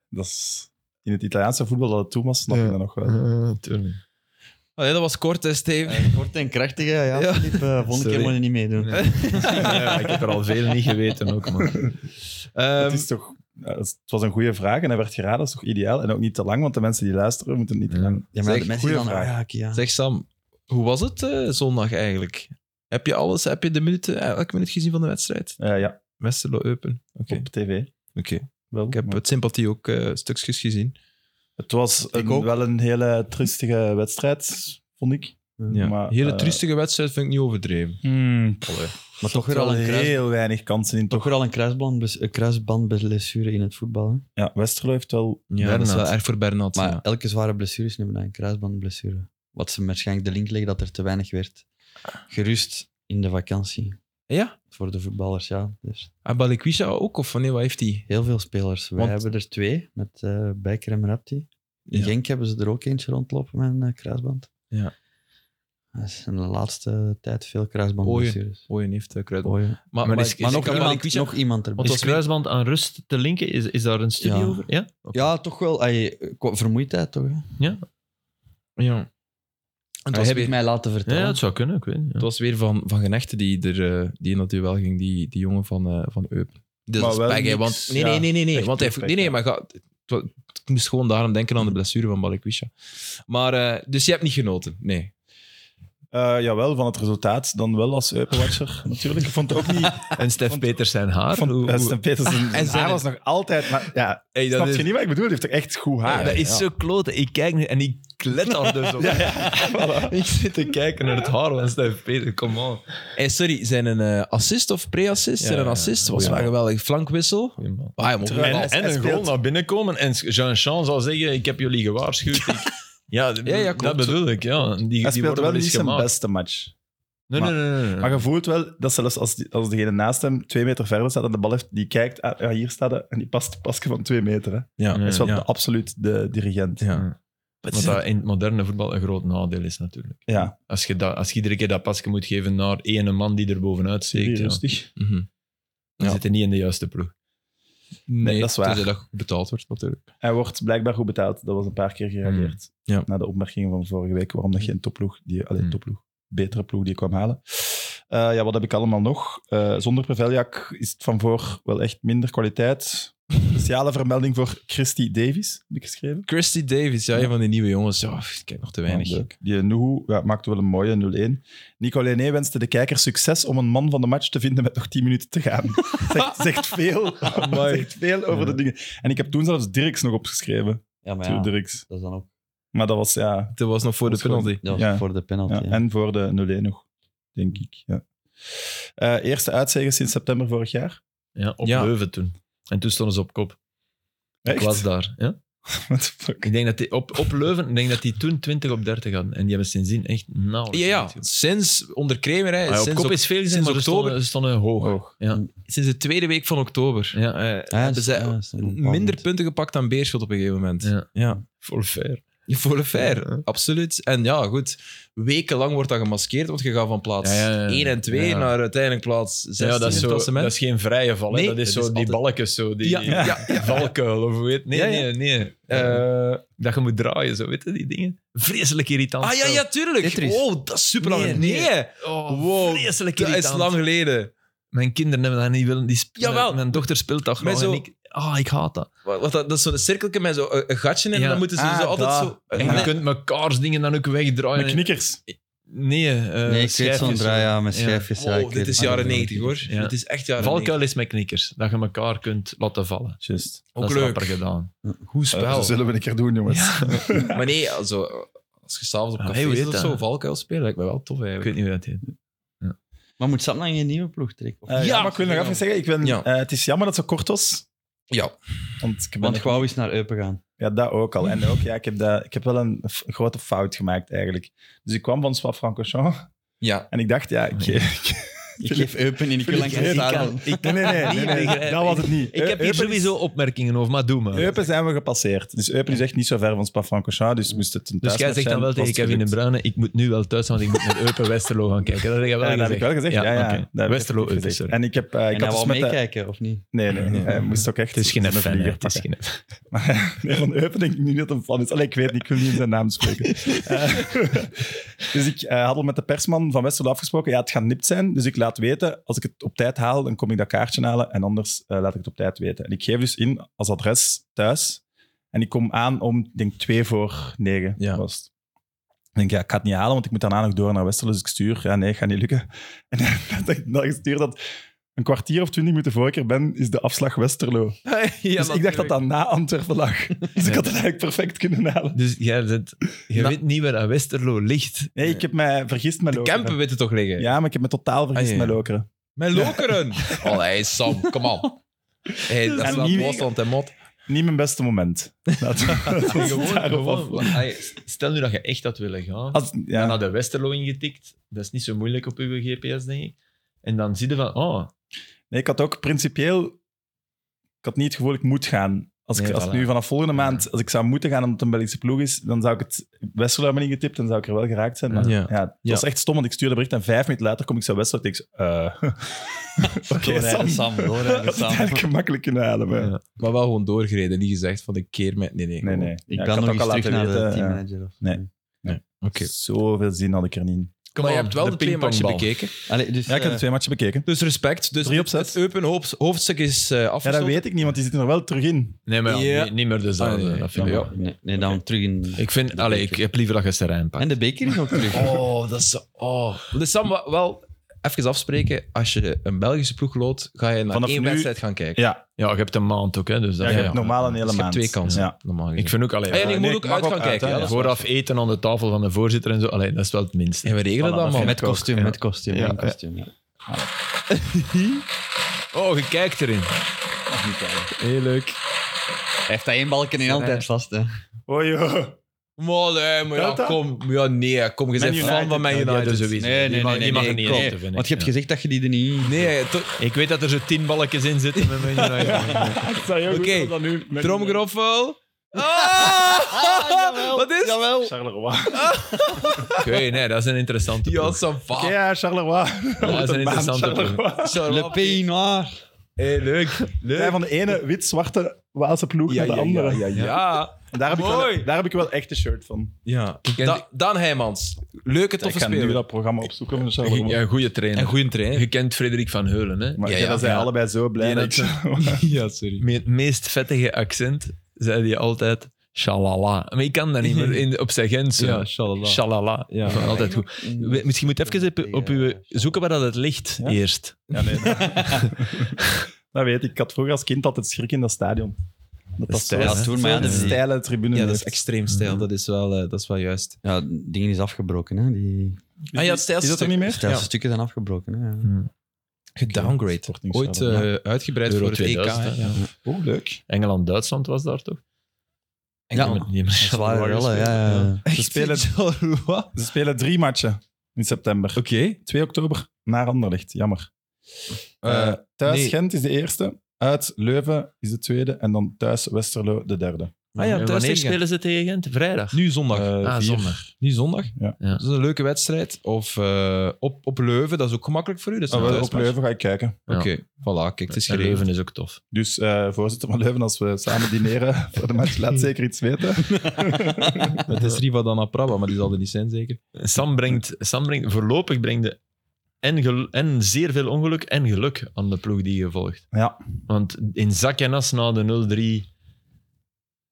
Speaker 4: Dat is... In het Italiaanse voetbal dat het toen was, snap
Speaker 2: Ja.
Speaker 4: ik dat nog wel.
Speaker 2: Eh, Tuurlijk.
Speaker 1: Allee, dat was kort, hè, Steven.
Speaker 3: Eh, Kort en krachtige, ja.
Speaker 1: Ja.
Speaker 3: Filip, eh, volgende
Speaker 2: Sorry.
Speaker 3: keer moet je niet meedoen.
Speaker 2: Ja, ik heb er al veel niet geweten ook, man.
Speaker 1: Ehm,
Speaker 4: het is toch... ja, dat is- Het was een goede vraag en hij werd geraden. Dat is toch ideaal? En ook niet te lang, want de mensen die luisteren moeten niet te
Speaker 2: Ja.
Speaker 4: lang...
Speaker 3: Ja, maar
Speaker 1: Zeg,
Speaker 3: de mensen
Speaker 4: goeie
Speaker 3: dan...
Speaker 4: vraag.
Speaker 3: ah, ja, oké, ja.
Speaker 1: zeg Sam, hoe was het eh, zondag eigenlijk? Heb je eh, alles, heb je de minuten, elke minuut gezien van de wedstrijd?
Speaker 4: Eh, ja,
Speaker 1: Westerlo Open. Oké.
Speaker 4: op tv.
Speaker 1: Oké.
Speaker 4: Wel,
Speaker 1: Ik heb
Speaker 4: maar-
Speaker 1: het sympathie ook eh, stukjes gezien.
Speaker 4: Het was een-
Speaker 3: ook.
Speaker 4: wel een hele triestige wedstrijd, vond ik.
Speaker 1: Ja.
Speaker 4: Maar,
Speaker 1: Hele
Speaker 4: eh, hmm,
Speaker 1: triestige wedstrijd vind ik niet overdreven. Allee.
Speaker 3: Maar toch weer,
Speaker 4: Er
Speaker 3: al
Speaker 4: al
Speaker 3: een kruis,
Speaker 4: heel weinig kansen in.
Speaker 3: toch
Speaker 4: Toch?
Speaker 3: weer al een kruisband, een kruisband bij blessure in het voetbal. hè.
Speaker 4: Ja, Westerlo heeft wel...
Speaker 1: Ja, dat is
Speaker 2: Bernat.
Speaker 1: wel erg voor Bernat.
Speaker 3: Maar
Speaker 1: ja.
Speaker 3: elke zware blessure is nu bijna een kruisbandblessure. Wat ze waarschijnlijk de link leggen dat er te weinig werd gerust in de vakantie.
Speaker 1: Ja?
Speaker 3: Voor de voetballers, ja. Dus
Speaker 1: En Balikwisha ook, of nee, wat heeft hij?
Speaker 3: heel veel spelers. Wij
Speaker 1: Want-
Speaker 3: hebben er twee, met eh Bijker en Rapti. In
Speaker 1: Ja.
Speaker 3: Genk hebben ze er ook eentje rondlopen met een eh, kruisband.
Speaker 1: Ja.
Speaker 3: Dat is in de laatste tijd veel kruisbandblessures.
Speaker 1: Ooien heeft eh, Kruidband.
Speaker 3: Oei.
Speaker 1: Maar,
Speaker 2: Maar
Speaker 1: maar,
Speaker 2: is-
Speaker 1: maar
Speaker 3: Maar
Speaker 1: ik
Speaker 3: nog
Speaker 1: kan
Speaker 3: iemand,
Speaker 1: Balikwisha-
Speaker 3: nog iemand erbij.
Speaker 1: Want
Speaker 2: Is
Speaker 1: als-
Speaker 2: kruisband aan rust te linken? Is, is daar een studie
Speaker 3: Ja.
Speaker 2: over? Ja? Oké.
Speaker 3: Ja, toch wel. Ay, qua vermoeidheid toch? Hè?
Speaker 1: Ja. Het
Speaker 3: Dat
Speaker 1: was,
Speaker 3: heb
Speaker 1: weer,
Speaker 3: ik mij laten
Speaker 2: Ja,
Speaker 3: vertellen.
Speaker 2: dat zou kunnen, ik weet niet, ja.
Speaker 1: het was weer van, van Genechten die, er, eh, die in dat duel ging, die, die jongen van, eh van Eupen. Dus dat
Speaker 4: Maar
Speaker 1: is
Speaker 4: wel
Speaker 1: pech, hè,
Speaker 4: niks,
Speaker 1: want... Nee,
Speaker 4: ja,
Speaker 1: nee, nee, nee, nee.
Speaker 4: echt
Speaker 1: Want hij,
Speaker 4: pech,
Speaker 1: nee, nee,
Speaker 4: ja.
Speaker 1: maar ga, het wa- ik moest gewoon daarom denken aan de blessure van Balikwisha. Maar, eh, dus je hebt niet genoten? Nee.
Speaker 4: eh jawel, van het resultaat dan wel als Eupenwatcher natuurlijk. Ik vond het ook niet...
Speaker 2: En Stef
Speaker 4: Vond-
Speaker 2: Peters zijn haar?
Speaker 4: Ik vond
Speaker 2: Hoe-
Speaker 4: eh,
Speaker 2: hoe-
Speaker 4: Stijn Peters zijn- zijn
Speaker 2: zijn
Speaker 4: haar was nog Ah, altijd... Maar, ja,
Speaker 2: Hey, dat
Speaker 4: snap
Speaker 2: is-
Speaker 4: je niet wat ik bedoel? Hij heeft toch echt goed haar?
Speaker 2: Ah, dat is zo klote. Ik kijk nu en ik let daar dus op. Ik zit te kijken naar het haar van Stef Peter. Come on.
Speaker 1: Hey, sorry, zijn een eh, assist of pre-assist?
Speaker 2: Ja,
Speaker 1: zijn een
Speaker 2: ja, Oh,
Speaker 1: assist?
Speaker 2: ja.
Speaker 1: was wel
Speaker 2: Ja.
Speaker 1: geweldig. Flankwissel.
Speaker 2: Goeie man.
Speaker 1: Ah, hij mocht
Speaker 4: Terwijl-
Speaker 1: wel.
Speaker 2: En, en
Speaker 4: hij
Speaker 2: een
Speaker 4: speelt-
Speaker 2: goal naar binnen komen. En Jean-Jean zal zeggen, ik heb jullie gewaarschuwd. Ik- Ja,
Speaker 1: Ja, ja, klopt.
Speaker 2: dat bedoel ik. Ja. Die,
Speaker 4: Hij
Speaker 2: die
Speaker 4: speelt
Speaker 2: worden
Speaker 4: wel
Speaker 2: eens
Speaker 4: niet zijn
Speaker 2: gemaakt.
Speaker 4: beste match.
Speaker 2: Nee, nee, nee. nee, nee.
Speaker 4: Maar je voelt wel dat zelfs als, die- als degene naast hem twee meter verder staat en de bal heeft, die kijkt, ah, ja, hier staat hij, en die past pasje van twee meter. Hè.
Speaker 1: Ja,
Speaker 4: Dat is wel Hmm.
Speaker 1: ja.
Speaker 4: de- absoluut de dirigent.
Speaker 1: Ja.
Speaker 2: Wat dat in het moderne voetbal een groot nadeel is natuurlijk.
Speaker 4: Ja.
Speaker 2: Als je, dat, als je iedere keer dat pasje moet geven naar ene man die er bovenuit steekt, ja,
Speaker 4: rustig.
Speaker 1: Mhm.
Speaker 2: dan
Speaker 1: Ja.
Speaker 2: zit hij niet in de juiste ploeg.
Speaker 1: Nee,
Speaker 4: dat is waar.
Speaker 1: tenzij dat goed betaald wordt natuurlijk.
Speaker 4: Hij wordt blijkbaar goed betaald. Dat was een paar keer gereageerd.
Speaker 1: Hmm. Ja.
Speaker 4: Na de opmerkingen van vorige week, waarom dat geen topploeg, die, alleen
Speaker 2: Hmm.
Speaker 4: topploeg, betere ploeg die kwam halen. Eh, ja, wat heb ik allemaal nog? Eh, zonder Preveljak is het van voor wel echt minder kwaliteit. Speciale vermelding voor Christy Davies, heb ik geschreven.
Speaker 1: Christy Davis, ja, een van die nieuwe jongens. Ja, pff, ik kijk nog te weinig.
Speaker 4: Ja, leuk. Die Nuhu ja, maakte wel een mooie 0-1. Nico Lené wenste de kijker succes om een man van de match te vinden met nog 10 minuten te gaan. zegt, zegt, veel, zegt veel over de dingen. En ik heb toen zelfs Dirks nog opgeschreven.
Speaker 3: Ja, maar
Speaker 4: Theo
Speaker 3: ja, dat
Speaker 4: Dirks.
Speaker 3: is dan ook
Speaker 4: Maar dat was, ja,
Speaker 1: Het was nog voor de
Speaker 4: Dat is gewoon-
Speaker 1: penalty.
Speaker 3: dat was
Speaker 4: Ja.
Speaker 3: voor de penalty.
Speaker 4: ja.
Speaker 3: ja.
Speaker 4: En voor de 0-1 nog, denk ik. Ja. Eh, eerste uitzege sinds september vorig jaar.
Speaker 2: Ja, op
Speaker 1: Ja.
Speaker 2: Leuven toen. En toen stonden ze op kop.
Speaker 4: Echt?
Speaker 2: Ik was daar. Ja?
Speaker 4: What the fuck?
Speaker 2: Ik denk dat die op, op Leuven, ik denk dat die toen 20 op 30 hadden. En die hebben sindsdien echt
Speaker 1: Ja,
Speaker 2: nauwelijks.
Speaker 1: ja,
Speaker 2: iets
Speaker 1: sinds onder Kremer, hè,
Speaker 2: gedaan. Ah, ja, op
Speaker 1: sinds,
Speaker 2: kop
Speaker 1: ok-
Speaker 2: is veel gezien,
Speaker 1: sinds
Speaker 2: maar ze
Speaker 1: oktober-
Speaker 2: stonden, ze stonden hoog.
Speaker 4: Hoog.
Speaker 2: Ja.
Speaker 1: sinds de tweede week van oktober.
Speaker 2: Ja, eh,
Speaker 3: Ja,
Speaker 1: hebben
Speaker 3: dus-
Speaker 1: zij
Speaker 3: ja, is een bepaald
Speaker 1: Minder
Speaker 3: moment.
Speaker 1: punten gepakt dan Beerschot op een gegeven moment.
Speaker 2: Ja.
Speaker 1: ja.
Speaker 2: voor fair.
Speaker 1: Voor de fair,
Speaker 2: Ja.
Speaker 1: absoluut. En ja, goed, wekenlang wordt dat gemaskeerd, want je gaat van plaats
Speaker 2: Ja, ja, ja.
Speaker 1: 1 en 2
Speaker 2: Ja.
Speaker 1: naar uiteindelijk plaats 16
Speaker 2: ja, dat, is
Speaker 1: in het
Speaker 2: zo,
Speaker 1: klassement.
Speaker 2: dat is geen vrije val. hè.
Speaker 1: Nee,
Speaker 2: dat is
Speaker 1: dat
Speaker 2: zo
Speaker 1: is
Speaker 2: die
Speaker 1: altijd-
Speaker 2: balkjes, zo, die
Speaker 1: Ja, ja,
Speaker 2: valkuil of hoe heet Nee,
Speaker 1: Ja, ja.
Speaker 2: nee, nee. Eh, dat je moet draaien, zo weet je, die dingen. Vreselijk irritant.
Speaker 1: Ah ja,
Speaker 2: spel.
Speaker 1: ja, tuurlijk.
Speaker 2: Tetris.
Speaker 1: Oh, dat is super
Speaker 2: Nee,
Speaker 1: lang.
Speaker 2: nee.
Speaker 1: Nee,
Speaker 2: Oh,
Speaker 1: Wow,
Speaker 2: vreselijk
Speaker 1: dat
Speaker 2: irritant.
Speaker 1: is lang geleden.
Speaker 2: Mijn kinderen hebben dat niet willen. Die sp-
Speaker 1: Jawel.
Speaker 2: Mijn dochter speelt dat
Speaker 1: Met
Speaker 2: gewoon.
Speaker 1: zo-
Speaker 2: en ik, ah, ik haat dat.
Speaker 1: Wat, wat dat, dat is zo'n cirkeltje met zo'n een gatje in en
Speaker 2: Ja.
Speaker 1: dan moeten ze
Speaker 4: Ah,
Speaker 1: zo altijd
Speaker 4: daar.
Speaker 1: zo...
Speaker 2: En je kunt mekaars dingen dan ook wegdraaien.
Speaker 4: Met knikkers.
Speaker 2: Nee, eh,
Speaker 3: Nee, ik weet
Speaker 2: schijfjes,
Speaker 3: zo'n draai ja, met
Speaker 2: Ja.
Speaker 3: schijfjes. ja, ik
Speaker 1: Wow,
Speaker 3: weet
Speaker 1: Oh, dit is
Speaker 3: het.
Speaker 1: jaren 90 hoor.
Speaker 2: Ja.
Speaker 1: Dit is echt jaren
Speaker 2: Valkuil is met knikkers. Dat je elkaar kunt laten vallen.
Speaker 4: Just.
Speaker 1: Ook
Speaker 2: dat is
Speaker 1: leuk.
Speaker 2: rapper gedaan.
Speaker 1: Goed
Speaker 4: Eh, dat zullen we een keer doen, jongens.
Speaker 1: maar nee, also, als je s'avonds op
Speaker 2: Ah,
Speaker 1: café
Speaker 2: hey, hoe
Speaker 1: zit
Speaker 2: heet
Speaker 1: of
Speaker 2: dat?
Speaker 1: zo, Valkuil spelen, lijkt me wel tof
Speaker 2: Ik
Speaker 1: eigenlijk.
Speaker 2: weet niet hoe dat heet.
Speaker 3: Maar moet Sam dan geen nieuwe ploeg trekken? Of-
Speaker 4: Eh, ja, maar ik wil nog even zeggen, ik ben,
Speaker 1: Ja.
Speaker 4: eh, het is jammer dat het zo kort was.
Speaker 1: Ja.
Speaker 4: Want ik ben
Speaker 3: Want
Speaker 4: nog-
Speaker 3: Gwauw is naar Eupen gaan.
Speaker 4: Ja, dat ook al. En ook, ja, ik heb, dat, ik heb wel een, f- grote fout gemaakt eigenlijk. Dus ik kwam van Spa-Francorchamps
Speaker 1: Ja.
Speaker 4: en ik dacht, ja, ik,
Speaker 3: Ik geef Eupen en ik wil een
Speaker 4: Ik weet-
Speaker 3: staan.
Speaker 4: Nee, nee, nee, nee, nee,
Speaker 2: begrijpen.
Speaker 4: dat was het niet.
Speaker 2: Ik heb
Speaker 4: Eupen
Speaker 2: hier
Speaker 4: is-
Speaker 2: sowieso opmerkingen over, maar doe maar.
Speaker 4: Eupen zijn we gepasseerd. Dus Eupen is echt niet zo ver van Spa-Francorchamps, dus moest het een
Speaker 2: dus jij
Speaker 4: thuismatch
Speaker 2: zegt dan
Speaker 4: zijn,
Speaker 2: wel
Speaker 4: was
Speaker 2: tegen
Speaker 4: het
Speaker 2: Kevin de
Speaker 4: gelukt.
Speaker 2: Bruyne, ik moet nu wel thuis, zijn, want ik moet naar Eupen-Westerlo gaan kijken. Dat heb jij wel
Speaker 4: Ja, dat
Speaker 2: gezegd.
Speaker 4: heb ik wel gezegd. Ja, ja,
Speaker 2: oké.
Speaker 4: dat heb ik
Speaker 2: Westerlo,
Speaker 4: gezegd.
Speaker 2: Eupen, sorry.
Speaker 4: En ik heb... eh, ik
Speaker 3: En
Speaker 4: had
Speaker 3: hij
Speaker 4: dus
Speaker 3: wou
Speaker 4: met de-
Speaker 3: meekijken, of niet?
Speaker 4: Nee, nee, nee. Hij moest ook echt...
Speaker 2: Het is geen
Speaker 4: een
Speaker 2: fan, hè.
Speaker 4: vlieger
Speaker 2: Het is
Speaker 4: pakken.
Speaker 2: geen fan.
Speaker 4: Maar nee, van Eupen denk ik nu niet dat een fan is. Allee, ik weet niet, ik wil niet in zijn naam spreken. Eh, dus ik eh, had al met de persman van Westerlo afgesproken, ja, het gaat nipt zijn, dus ik laat weten, als ik het op tijd haal, dan kom ik dat kaartje halen en anders eh, laat ik het op tijd weten. En ik geef dus in als adres thuis en ik kom aan om, ik denk twee voor negen
Speaker 1: Ja.
Speaker 4: was het. Ik denk, ja, ik ga het niet halen, want ik moet daarna nog door naar Westerlo, dus ik stuur, ja, nee, gaat niet lukken. En dan, dat ik stuur dat een kwartier of twintig minuten voor ik er ben, is de afslag Westerlo. dus ik dacht dat dat na Antwerpen lag. Dus ik had het eigenlijk perfect kunnen halen.
Speaker 2: Dus jij bent, je
Speaker 4: Nou.
Speaker 1: Na-
Speaker 2: weet niet waar dat Westerlo ligt.
Speaker 4: Nee, ik heb mij vergist met
Speaker 1: De
Speaker 4: Lokeren.
Speaker 1: Kempen weten toch liggen?
Speaker 4: Ja, maar ik heb me totaal vergist
Speaker 2: Ah, ja, ja.
Speaker 4: met Lokeren.
Speaker 1: Met Lokeren. Oh, hey, Sam, kom on. Hey, dat is
Speaker 4: En
Speaker 1: wel
Speaker 4: niet-
Speaker 1: Bosland en Mot.
Speaker 4: Niet mijn beste moment. Laten we- laten we het
Speaker 2: Gewoon,
Speaker 4: daarop
Speaker 2: gewoon,
Speaker 4: afronden.
Speaker 2: Allee, Stel nu dat je echt had willen gaan.
Speaker 4: Als,
Speaker 2: En
Speaker 4: ja,
Speaker 2: naar de Westerlo ingetikt. Dat is niet zo moeilijk op uw GPS, denk ik. En dan zie je van, oh,
Speaker 4: nee, ik had ook principieel... Ik had niet het gevoel, ik moet gaan. Als ik,
Speaker 2: Nee,
Speaker 4: als ik
Speaker 2: voilà.
Speaker 4: nu vanaf volgende maand, als ik zou moeten gaan omdat het een Belgische ploeg is, dan zou ik het Westerlo hebben ingetipt en zou ik er wel geraakt zijn. Maar
Speaker 1: Ja.
Speaker 4: ja, het
Speaker 1: Ja.
Speaker 4: was echt stom, want ik stuurde bericht en vijf minuten later kom ik zo Westerlo en ik zo, eh, Oké, Sam.
Speaker 3: Doorrijden Sam,
Speaker 4: Dat
Speaker 3: doorrijden
Speaker 4: had ik
Speaker 3: Sam.
Speaker 4: eigenlijk gemakkelijk kunnen halen. maar-
Speaker 2: Ja.
Speaker 1: Maar wel gewoon doorgereden. Niet gezegd van ik keer met... Nee, nee.
Speaker 4: Nee,
Speaker 1: kom
Speaker 4: nee.
Speaker 1: op.
Speaker 3: Ik
Speaker 4: Ja,
Speaker 3: kan
Speaker 4: had
Speaker 3: nog
Speaker 4: ook
Speaker 3: eens
Speaker 4: al
Speaker 3: terug
Speaker 4: laten
Speaker 3: naar de
Speaker 4: weten, ja.
Speaker 3: teammanager. Of zo.
Speaker 4: Nee.
Speaker 1: Oké.
Speaker 4: Zoveel zin had ik er niet in.
Speaker 2: come
Speaker 1: Maar je
Speaker 2: on,
Speaker 1: hebt wel de, twee matchen
Speaker 2: pingpongbal.
Speaker 1: bekeken.
Speaker 3: Allee, dus,
Speaker 4: Ja, ik heb de
Speaker 3: eh,
Speaker 4: twee matchen bekeken.
Speaker 1: Dus respect. Dus
Speaker 4: Drie opzet.
Speaker 1: Het open hoofd- hoofdstuk is eh
Speaker 4: Ja, dat
Speaker 1: afgesloten.
Speaker 4: weet ik niet, want die zitten er wel terug in.
Speaker 2: Nee, maar ja,
Speaker 1: Ja.
Speaker 2: niet, niet meer dezelfde.
Speaker 1: Ah, nee,
Speaker 2: dat vind ik
Speaker 1: ja.
Speaker 2: wel.
Speaker 3: Nee, nee, dan terug in...
Speaker 2: Ik vind, allee, ik heb liever dat je Serijn pakt.
Speaker 3: En de beker is ook terug.
Speaker 1: Oh, dat is... Oh. Dus Sam, wa- wel... Even afspreken, als je een Belgische ploeg loopt, ga je naar
Speaker 4: Vanaf
Speaker 1: één
Speaker 4: nu-
Speaker 1: wedstrijd gaan kijken.
Speaker 4: Ja,
Speaker 2: Ja, je hebt een maand ook, hè. Dus dat,
Speaker 4: ja, je
Speaker 2: ja.
Speaker 4: hebt normaal een hele
Speaker 1: Dus je hebt
Speaker 4: maand.
Speaker 1: twee kansen,
Speaker 4: Ja.
Speaker 1: normaal gezien.
Speaker 2: Ik vind ook, allee,
Speaker 1: Ah, ja, nee, je
Speaker 4: nee,
Speaker 1: moet ook
Speaker 4: ik
Speaker 1: uit
Speaker 4: mag
Speaker 1: gaan
Speaker 4: ook uit,
Speaker 1: kijken.
Speaker 4: hè,
Speaker 1: ja,
Speaker 4: ja.
Speaker 1: dat is waar.
Speaker 2: vooraf eten aan de tafel van de voorzitter en zo, allee, dat is wel het minste.
Speaker 1: En we regelen
Speaker 4: Voilà,
Speaker 1: dat,
Speaker 4: dat
Speaker 1: man.
Speaker 4: vind
Speaker 3: Met kostuum,
Speaker 2: Ja.
Speaker 3: met kostuum,
Speaker 2: Ja,
Speaker 3: met
Speaker 2: ja.
Speaker 3: kostuum. ja.
Speaker 2: Oh, je kijkt erin. Heel leuk.
Speaker 3: Hij heeft dat één balken in altijd vast, hè.
Speaker 4: Oh joh.
Speaker 1: eh, Maar nee, maar ja,
Speaker 4: Telt dat?
Speaker 1: kom. Ja, nee, kom. Je bent
Speaker 4: Man
Speaker 1: fan
Speaker 4: United.
Speaker 1: van Man
Speaker 2: Ja,
Speaker 1: United.
Speaker 2: dat is sowieso.
Speaker 3: Nee, nee,
Speaker 2: Die mag-
Speaker 3: nee,
Speaker 2: die mag
Speaker 3: nee,
Speaker 2: er niet
Speaker 3: kom.
Speaker 2: aan te vinden.
Speaker 3: Want je hebt
Speaker 2: Ja.
Speaker 3: gezegd dat je die er niet...
Speaker 1: Nee, eh, toch-
Speaker 2: Ik weet dat er zo tien balletjes in zitten met mijn United.
Speaker 1: Oké, tromgeroffel. Ah, Wat is?
Speaker 3: Jawel.
Speaker 4: Charleroi.
Speaker 2: Oké, nee, dat is een interessante
Speaker 1: Ja,
Speaker 2: ploeg.
Speaker 1: Sam, fuck.
Speaker 4: Oké, ja, Charleroi.
Speaker 2: dat is een interessante ploeg.
Speaker 4: Charleroi.
Speaker 3: Le Pays Noir.
Speaker 1: Hey, leuk.
Speaker 4: Ja,
Speaker 1: Leuk.
Speaker 4: van de ene wit-zwarte Waalse ploeg
Speaker 1: Ja,
Speaker 4: naar de
Speaker 1: ja,
Speaker 4: andere.
Speaker 1: ja, ja, ja.
Speaker 4: En Daar, heb ik
Speaker 1: Mooi.
Speaker 4: wel, daar heb ik wel echt een shirt van.
Speaker 1: ja.
Speaker 2: ken
Speaker 1: Da- Daan Heijmans. Leuke,
Speaker 4: Ik
Speaker 1: toffe
Speaker 4: ga nu
Speaker 1: speler.
Speaker 4: dat programma opzoeken van de
Speaker 2: Ja,
Speaker 4: Charleroi.
Speaker 2: een goede trainer.
Speaker 1: En goede trainer.
Speaker 2: Je kent Frederik van Heulen, hè?
Speaker 4: Maar
Speaker 1: Ja,
Speaker 4: ja,
Speaker 1: ja,
Speaker 4: dat zijn
Speaker 1: ja.
Speaker 4: allebei zo blij.
Speaker 2: Die
Speaker 4: dat
Speaker 2: dat-
Speaker 4: ik-
Speaker 1: ja, sorry.
Speaker 2: Met het meest vettige accent zei hij altijd shalala. Maar ik kan dat niet meer in, op zijn Gens. zo.
Speaker 1: Ja, shalala.
Speaker 2: Shalala.
Speaker 1: Ja.
Speaker 2: Van altijd goed. We- Misschien moet je even op, op uw zoeken waar dat het ligt
Speaker 4: Ja?
Speaker 2: eerst.
Speaker 4: Ja, nee. dat weet ik. Ik had vroeger als kind altijd schrik in dat stadion. Dat dat zo
Speaker 2: stijl,
Speaker 3: Ja,
Speaker 2: hè?
Speaker 3: toen maar.
Speaker 4: de
Speaker 3: die-
Speaker 4: steile tribune
Speaker 1: Ja, dat is
Speaker 4: heeft.
Speaker 1: extreem stijl. Dat is wel, eh, dat is wel juist.
Speaker 3: Ja, dingen is afgebroken, hè. Die
Speaker 4: Is
Speaker 1: Ah ja,
Speaker 4: die-
Speaker 1: het stijlste
Speaker 4: Is dat er
Speaker 1: stuk.
Speaker 4: niet meer?
Speaker 3: stijlste stukken zijn afgebroken, hè.
Speaker 2: Hm.
Speaker 3: ja.
Speaker 1: Gedowngrade.
Speaker 4: Sporting
Speaker 1: Ooit
Speaker 4: Charleroi.
Speaker 1: eh, uitgebreid
Speaker 2: Euro
Speaker 1: voor het EK.
Speaker 2: 2000,
Speaker 1: hè.
Speaker 2: hè, ja.
Speaker 4: Oh, leuk.
Speaker 2: Dus Engeland-Duitsland was daar toch? Die
Speaker 3: Ja,
Speaker 2: hebben- die hebben
Speaker 3: Zware
Speaker 2: Shalala
Speaker 3: rellen,
Speaker 2: gespeeld.
Speaker 3: ja, ja.
Speaker 4: Ze spelen,
Speaker 1: Oké.
Speaker 4: ze spelen drie matchen in september. 2 oktober naar Anderlecht, jammer.
Speaker 1: Eh,
Speaker 4: Eh, thuis
Speaker 1: nee.
Speaker 4: Gent is de eerste, uit Leuven is de tweede en dan thuis Westerlo de derde.
Speaker 1: Ah ja,
Speaker 2: En
Speaker 1: thuis
Speaker 2: wanneer
Speaker 1: tegen
Speaker 2: spelen ze tegen Gent? Vrijdag.
Speaker 1: Nu zondag.
Speaker 4: Eh,
Speaker 2: ah,
Speaker 4: vier.
Speaker 2: zondag.
Speaker 1: nu zondag.
Speaker 4: Ja.
Speaker 2: Ja.
Speaker 1: Dat is een leuke wedstrijd. Of eh, op, op Leuven, dat is ook gemakkelijk voor u. Dat is
Speaker 4: Ah,
Speaker 1: een
Speaker 4: wel, op
Speaker 1: thuismatch.
Speaker 4: Leuven ga ik kijken.
Speaker 1: Oké, voilà, kijk, het is
Speaker 2: En
Speaker 1: geregeld.
Speaker 2: Leuven is ook tof.
Speaker 4: Dus eh, voorzitter van Leuven, als we samen dineren voor de match, laat zeker iets weten.
Speaker 1: Het is Riva dan Prabba, maar die zal er niet zijn, zeker.
Speaker 2: Sam brengt, Sam brengt voorlopig brengt de- en, gel- en zeer veel ongeluk en geluk aan de ploeg die je volgt.
Speaker 4: Ja.
Speaker 2: Want in zak en as na de 0-3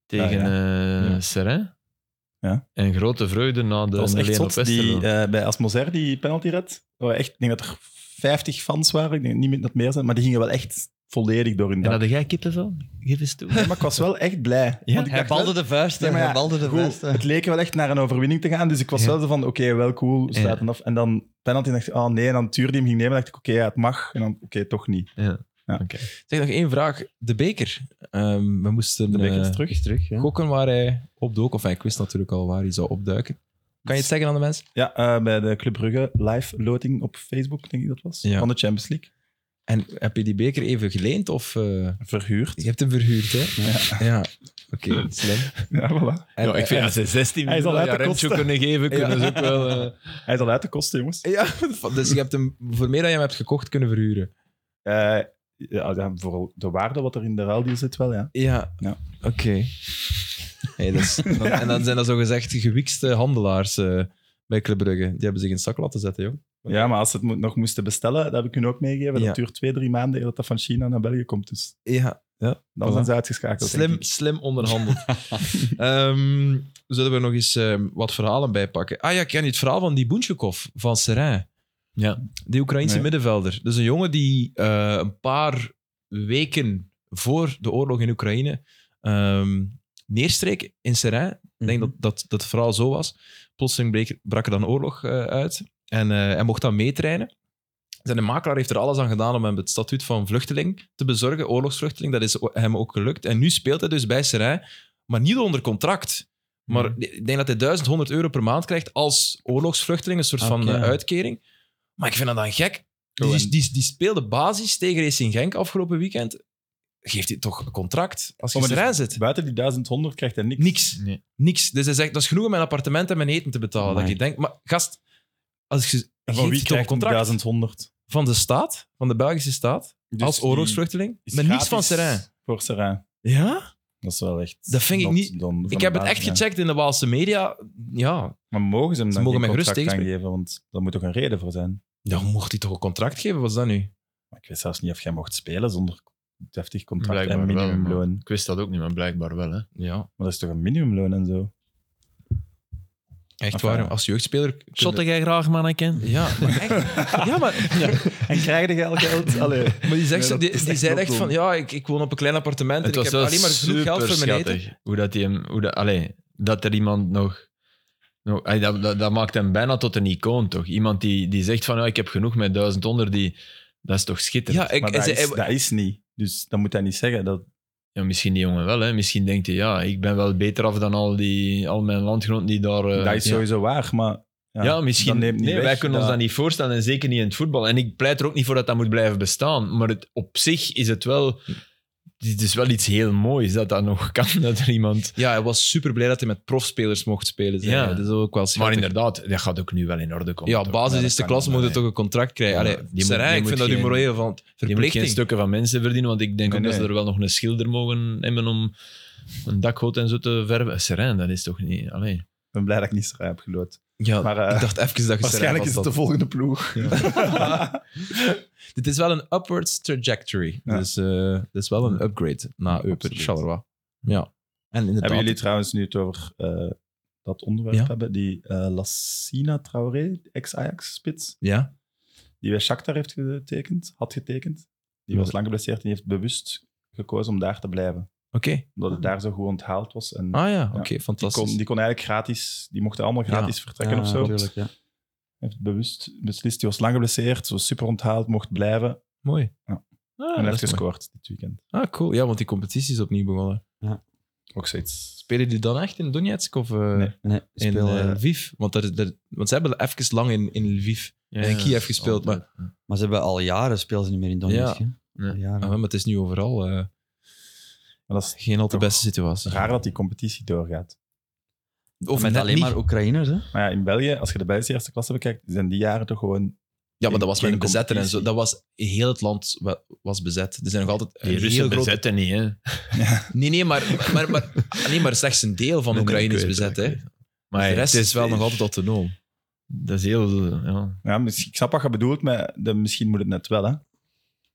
Speaker 2: tegen
Speaker 4: Ah,
Speaker 2: eh
Speaker 4: Ja.
Speaker 2: Serrain.
Speaker 4: Ja.
Speaker 2: En grote vreugde na de
Speaker 4: Dat was
Speaker 2: 0-1
Speaker 4: echt
Speaker 2: op
Speaker 4: zot, die,
Speaker 2: Westerlo.
Speaker 4: eh, bij Asmozer, die penalty red. Oh, echt, ik denk dat er 50 fans waren, ik denk niet meer- dat meer zijn, maar die gingen wel echt volledig door hun
Speaker 2: en
Speaker 4: dak.
Speaker 2: hadden jij kippenvel? Geef eens toe.
Speaker 4: Ja, maar ik was wel echt blij. Want ik
Speaker 3: Hij
Speaker 4: dacht
Speaker 3: balde
Speaker 4: wel-
Speaker 3: de vuisten,
Speaker 4: Nee, maar
Speaker 3: hij
Speaker 4: ja,
Speaker 3: balde de
Speaker 4: Goed,
Speaker 3: vuisten.
Speaker 4: het leek wel echt naar een overwinning te gaan. Dus ik was
Speaker 2: Ja.
Speaker 4: wel zo van, oké, wel cool, we sluiten af. En dan penalty en dacht ik, oh nee. En dan tuurde die hem ging nemen, dacht ik, oké, ja, het mag. En dan, oké, toch niet.
Speaker 2: Oké.
Speaker 1: Zeg nog één vraag. De beker. Ehm, we moesten
Speaker 4: De beker is
Speaker 1: eh,
Speaker 4: terug.
Speaker 3: terug, ja.
Speaker 1: gokken waar hij opdook. Of ik wist natuurlijk al waar hij zou opduiken. Kan je het zeggen aan de mensen?
Speaker 4: Ja, eh, bij de Club Brugge live loting op Facebook, denk ik dat was.
Speaker 1: Ja.
Speaker 4: Van de Champions League.
Speaker 1: En heb je die beker even geleend? Of, eh,
Speaker 4: Verhuurd.
Speaker 1: Je hebt hem verhuurd, hè? Ja. Oké, slim.
Speaker 4: Ja, voilà.
Speaker 1: En-
Speaker 2: ja, ik vind als ze 16
Speaker 4: Hij is al
Speaker 2: miljoen
Speaker 4: uit de
Speaker 2: Jarentje
Speaker 4: kosten.
Speaker 2: kunnen geven, kunnen ze ook wel... eh,
Speaker 4: Hij is al uit de kosten, jongens.
Speaker 1: Ja, dus je hebt hem voor meer dan je hem hebt gekocht kunnen verhuren.
Speaker 4: Eh, ja, ja, voor de waarde wat er in de ruildeal zit wel, ja.
Speaker 1: Ja,
Speaker 4: Ja.
Speaker 1: oké. Hey, dat is- dan- En dan zijn dat zogezegd gewikste handelaars eh, bij Club Brugge. Die hebben zich in zak laten zetten, joh.
Speaker 4: Ja, maar als ze het mo- nog moesten bestellen, dat heb ik hun ook meegegeven.
Speaker 1: Ja.
Speaker 4: Dat duurt twee, drie maanden eer dat dat van China naar België komt. Dus
Speaker 1: Ja,
Speaker 4: dan
Speaker 1: Voilà.
Speaker 4: zijn ze uitgeschakeld.
Speaker 1: slim,
Speaker 4: denk ik.
Speaker 1: slim onderhandeld. Ehm, zullen we er nog eens ehm, wat verhalen bij pakken? Ah ja, ik ken niet het verhaal van die Boentjekov van Serain.
Speaker 2: Ja.
Speaker 1: Die Oekraïnse
Speaker 4: Nee.
Speaker 1: middenvelder. Dus een jongen die eh, een paar weken voor de oorlog in Oekraïne ehm, neerstreek in Seraing. Ik denk
Speaker 3: Mhm.
Speaker 1: dat, dat dat het vooral zo was. Plotseling breek- brak er dan oorlog eh, uit. En eh, hij mocht dan meetrainen. Zijn makelaar heeft er alles aan gedaan om hem het statuut van vluchteling te bezorgen, oorlogsvluchteling. Dat is o- hem ook gelukt. En nu speelt hij dus bij Seraing, maar niet onder contract. Maar ik denk dat hij 1100 euro per maand krijgt als oorlogsvluchteling, een soort van
Speaker 3: Oké.
Speaker 1: eh, uitkering. Maar ik vind dat dan gek. Die,
Speaker 4: Oh,
Speaker 1: die, die, speelde basis tegen Racing Genk afgelopen weekend. Geeft hij toch een contract als je
Speaker 4: Oh,
Speaker 1: in
Speaker 4: maar
Speaker 1: Seraing zit?
Speaker 4: Buiten die 1100 krijgt hij niks.
Speaker 1: Niks.
Speaker 2: Nee.
Speaker 1: Niks. Dus hij zegt, dat is genoeg om mijn appartement en mijn eten te betalen. Dat
Speaker 3: Amai.
Speaker 1: ik denk, maar gast, als je
Speaker 4: En van
Speaker 1: geeft
Speaker 4: wie
Speaker 1: je toch een
Speaker 4: krijgt hij
Speaker 1: contract
Speaker 4: 1100?
Speaker 1: van de staat, van de Belgische staat,
Speaker 4: Dus
Speaker 1: als
Speaker 4: die
Speaker 1: oorlogsvluchteling,
Speaker 4: is
Speaker 1: maar niets
Speaker 4: gratis
Speaker 1: van Seraing.
Speaker 4: Voor Seraing.
Speaker 1: Ja?
Speaker 4: Dat is wel echt...
Speaker 1: Dat vind ik
Speaker 4: not
Speaker 1: niet-
Speaker 4: done van
Speaker 1: Ik
Speaker 4: de
Speaker 1: heb het
Speaker 4: baas,
Speaker 1: echt
Speaker 4: ja.
Speaker 1: gecheckt in de Waalse media. Ja,
Speaker 4: Maar mogen ze hem
Speaker 1: Ze
Speaker 4: dan
Speaker 1: mogen
Speaker 4: geen
Speaker 1: mij gerust
Speaker 4: contract gaan geven? Want daar moet toch een reden voor zijn?
Speaker 1: dan mocht hij toch een contract geven? Wat is dat nu?
Speaker 4: Maar ik weet zelfs niet of jij mocht spelen zonder deftig contract en
Speaker 2: Blijkbaar wel,
Speaker 4: minimumloon.
Speaker 2: Ik wist dat ook niet, maar blijkbaar wel. Hè.
Speaker 1: Ja,
Speaker 4: Maar dat is toch een minimumloon en zo?
Speaker 1: echt
Speaker 4: Enfin, ja.
Speaker 1: waar. Als jeugdspeler... kun je-
Speaker 2: jij graag, manneken?
Speaker 1: Ja, maar echt. Ja, maar,
Speaker 4: En krijg je al geld? Allee.
Speaker 1: maar die, zegt
Speaker 4: Nee,
Speaker 1: zo,
Speaker 4: dat
Speaker 1: die,
Speaker 4: is
Speaker 1: die
Speaker 4: echt
Speaker 1: zei
Speaker 4: not
Speaker 1: echt van,
Speaker 4: done.
Speaker 1: ja, ik, ik woon op een klein appartement en ik
Speaker 2: Het was
Speaker 1: heb
Speaker 2: wel
Speaker 1: alleen maar genoeg geld
Speaker 2: super
Speaker 1: voor mijn eten.
Speaker 2: schattig. Hoe dat hij hem... Hoe dat, allee, dat er iemand nog... nog allee, dat, dat, dat maakt hem bijna tot een icoon, toch? Iemand die, die zegt van, ja, ik heb genoeg met 1100, die... Dat is toch schitterend?
Speaker 1: Ja, ik,
Speaker 4: Maar
Speaker 1: en
Speaker 4: dat,
Speaker 1: ze-
Speaker 4: is, dat is niet. Dus dat moet hij niet zeggen. Dat,
Speaker 2: Ja, misschien die jongen wel, hè. Misschien denkt hij, ja, ik ben wel beter af dan al, die, al mijn landgenoten die daar... eh,
Speaker 4: dat is
Speaker 2: ja.
Speaker 4: sowieso waar, maar...
Speaker 2: Ja,
Speaker 4: dat
Speaker 2: misschien.
Speaker 4: neemt niet
Speaker 2: nee,
Speaker 4: weg
Speaker 2: wij kunnen ons
Speaker 4: dat-
Speaker 2: dat niet voorstellen en zeker niet in het voetbal. En ik pleit er ook niet voor dat dat moet blijven bestaan. Maar het, op zich is het wel... Het is wel iets heel moois dat dat nog kan, dat er iemand...
Speaker 1: Ja, hij was super blij dat hij met profspelers mocht spelen. zei
Speaker 2: Ja.
Speaker 1: hij. Dat is ook wel
Speaker 2: Maar
Speaker 1: schattig.
Speaker 2: inderdaad, dat gaat ook nu wel in orde komen.
Speaker 1: Ja,
Speaker 2: toch?
Speaker 1: basis
Speaker 4: Ja,
Speaker 1: is de
Speaker 4: dat kan
Speaker 1: klas,
Speaker 4: niet,
Speaker 1: moet je
Speaker 4: nee.
Speaker 1: toch een contract krijgen.
Speaker 2: Ja,
Speaker 1: Allee,
Speaker 2: die moet-
Speaker 1: Serijn,
Speaker 2: die
Speaker 1: ik
Speaker 2: moet
Speaker 1: vind dat
Speaker 2: geen-
Speaker 1: humoreel van
Speaker 2: Je moet geen
Speaker 1: verplichting.
Speaker 2: stukken van mensen verdienen, want ik denk
Speaker 4: Nee,
Speaker 2: ook dat
Speaker 4: nee.
Speaker 2: ze er wel nog een schilder mogen hebben om een dakgoot en zo te verven. Serijn, dat is toch niet... Allee.
Speaker 4: Ik ben blij dat ik niet Seraing heb geloot.
Speaker 1: Ja,
Speaker 4: Maar, eh,
Speaker 1: ik dacht even dat je Serijn
Speaker 4: Waarschijnlijk
Speaker 1: was
Speaker 4: is het de
Speaker 1: dat.
Speaker 4: volgende ploeg.
Speaker 1: Dit is wel een upwards trajectory.
Speaker 4: Ja.
Speaker 1: Dus eh dit is wel een upgrade na Eupen
Speaker 4: Absoluut.
Speaker 1: Charleroi. Ja. En inderdaad...
Speaker 4: Hebben jullie trouwens nu het over eh, dat onderwerp
Speaker 1: Ja.
Speaker 4: hebben? Die eh, Lassina Traoré, ex-Ajax-spits,
Speaker 1: Ja?
Speaker 4: die bij Shakhtar heeft getekend, had getekend. Die was lang geblesseerd en die heeft bewust gekozen om daar te blijven.
Speaker 1: Oké.
Speaker 4: Omdat
Speaker 2: Ah.
Speaker 4: het daar zo goed onthaald was. En
Speaker 1: Ah ja, oké,
Speaker 4: die, kon,
Speaker 1: fantastisch.
Speaker 4: die kon eigenlijk gratis, die mochten allemaal gratis vertrekken
Speaker 3: Ja,
Speaker 4: of zo.
Speaker 3: natuurlijk, ja.
Speaker 4: Hij heeft bewust beslist, die was lang geblesseerd, zo super onthaald, mocht blijven.
Speaker 1: Mooi.
Speaker 4: Ja.
Speaker 1: Ah,
Speaker 4: en hij
Speaker 1: dat
Speaker 4: heeft
Speaker 1: is mooi.
Speaker 4: gescoord dit weekend.
Speaker 1: Ah, cool. Ja, want die competitie is opnieuw begonnen.
Speaker 4: Ook zoiets.
Speaker 1: Spelen die dan echt in Donetsk of eh,
Speaker 4: Nee,
Speaker 3: Nee,
Speaker 1: in
Speaker 3: speel,
Speaker 1: eh,
Speaker 3: eh,
Speaker 1: Lviv? Want, daar, daar- want ze hebben even lang in, in Lviv
Speaker 2: Ja,
Speaker 1: in
Speaker 2: ja,
Speaker 1: Kiev
Speaker 2: dat is
Speaker 1: gespeeld,
Speaker 2: altijd-
Speaker 3: maar ze hebben al jaren spelen ze niet meer in Donetsk.
Speaker 1: Ja.
Speaker 3: hè?
Speaker 2: Nee.
Speaker 3: Al jaren.
Speaker 1: Ah, maar het is nu overal eh,
Speaker 4: Maar dat is
Speaker 1: geen al te
Speaker 4: Toch.
Speaker 1: beste situatie.
Speaker 4: raar dat die competitie doorgaat.
Speaker 1: Of
Speaker 3: Met
Speaker 1: net
Speaker 3: alleen
Speaker 1: niet.
Speaker 3: maar Oekraïners, hè?
Speaker 4: Maar ja, in België, als je de Belgische eerste klasse bekijkt, zijn die jaren toch gewoon...
Speaker 1: Ja, maar dat was met
Speaker 4: geen
Speaker 1: een bezetter en zo.
Speaker 4: competitie.
Speaker 1: Dat was, heel het land wa- was bezet. Er zijn nog altijd
Speaker 2: Die
Speaker 1: een
Speaker 2: Russen
Speaker 1: heel groot...
Speaker 2: bezetten niet, hè.
Speaker 1: Nee, nee, maar, maar, maar, nee, maar slechts een deel van
Speaker 2: Nee, nee,
Speaker 1: Oekraïne is
Speaker 2: ik weet
Speaker 1: bezet.
Speaker 2: het,
Speaker 1: Hè.
Speaker 2: ik Maar
Speaker 1: de rest
Speaker 2: het
Speaker 1: is wel nog altijd autonoom.
Speaker 2: Dat is heel... Ja.
Speaker 4: Ja, misschien- ik snap wat je bedoelt, maar de, misschien moet het net wel, hè.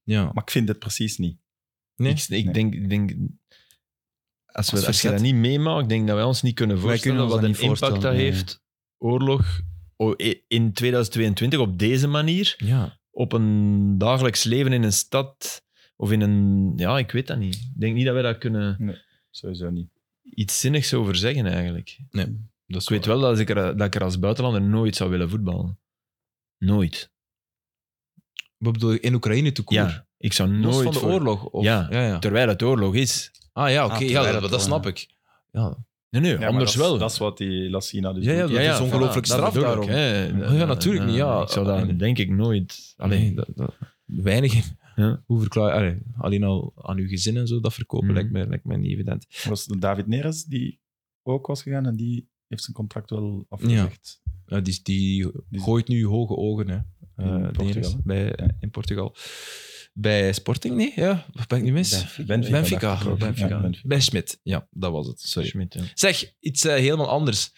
Speaker 1: Ja.
Speaker 4: Maar ik vind het precies niet.
Speaker 1: Nee?
Speaker 2: Ik, ik
Speaker 4: Nee.
Speaker 2: denk... Ik denk als, we,
Speaker 1: Als
Speaker 2: als, je
Speaker 1: verzet?
Speaker 2: dat niet meemaakt, ik denk dat wij ons niet kunnen
Speaker 3: Wij
Speaker 2: voorstellen
Speaker 3: kunnen
Speaker 2: wat
Speaker 3: ons dat
Speaker 2: een impact
Speaker 3: niet
Speaker 2: dat
Speaker 3: voorstellen, nee.
Speaker 2: heeft. Oorlog o- i- in 2022 op deze manier,
Speaker 1: Ja.
Speaker 2: op een dagelijks leven in een stad of in een... Ja, ik weet dat niet. Ik denk niet dat wij daar kunnen
Speaker 4: Sowieso niet.
Speaker 2: iets zinnigs over zeggen, eigenlijk.
Speaker 1: Dat
Speaker 2: Ik weet wel dat ik, er, dat ik er als buitenlander nooit zou willen voetballen. Nooit.
Speaker 1: Wat bedoel je, in Oekraïne toekomst?
Speaker 2: Ja, ik zou nooit...
Speaker 1: Los van de
Speaker 2: voor-
Speaker 1: oorlog? Of,
Speaker 2: Ja.
Speaker 1: Ja, ja.
Speaker 2: Terwijl het oorlog is.
Speaker 1: Ah ja, oké.
Speaker 3: Ah,
Speaker 1: ja,
Speaker 3: terwijl
Speaker 1: dat,
Speaker 3: het
Speaker 1: dat
Speaker 3: wel,
Speaker 1: snap ik. Ja,
Speaker 2: Nee, nee,
Speaker 4: Ja, maar
Speaker 2: anders
Speaker 4: dat is-
Speaker 2: wel.
Speaker 4: Dat is wat die Lassina dus
Speaker 1: Ja, ja,
Speaker 4: doet.
Speaker 1: dat is ongelooflijk straf
Speaker 2: bedoel ik,
Speaker 1: daarom.
Speaker 2: hè.
Speaker 1: Ja, natuurlijk niet, ja.
Speaker 2: Ik zou daar denk ik nooit...
Speaker 1: alleen
Speaker 2: Allee,
Speaker 1: dat, dat- weinig. in.
Speaker 2: Ja.
Speaker 1: Hoe verklaar allee, Alleen al aan uw gezin en zo, dat verkopen
Speaker 2: Mhm.
Speaker 1: lijkt, mij, lijkt mij niet evident.
Speaker 4: was de David Neres die ook was gegaan en die heeft zijn contract wel afgezegd.
Speaker 1: Ja, die, Eh, dus die
Speaker 4: Die-
Speaker 1: gooit nu hoge ogen hè. Eh,
Speaker 4: In
Speaker 1: de
Speaker 4: Portugal,
Speaker 1: Neres,
Speaker 4: hè?
Speaker 1: bij, eh, in Portugal. Bij Sporting, nee? Ja, wat ben ik niet mis?
Speaker 4: Benfica,
Speaker 1: Benfica.
Speaker 4: dacht ik ook.
Speaker 1: Benfica.
Speaker 4: Ja, Benfica.
Speaker 1: Bij Smit, ja, dat was het. Sorry.
Speaker 2: Schmidt, ja.
Speaker 1: Zeg, iets eh, helemaal anders.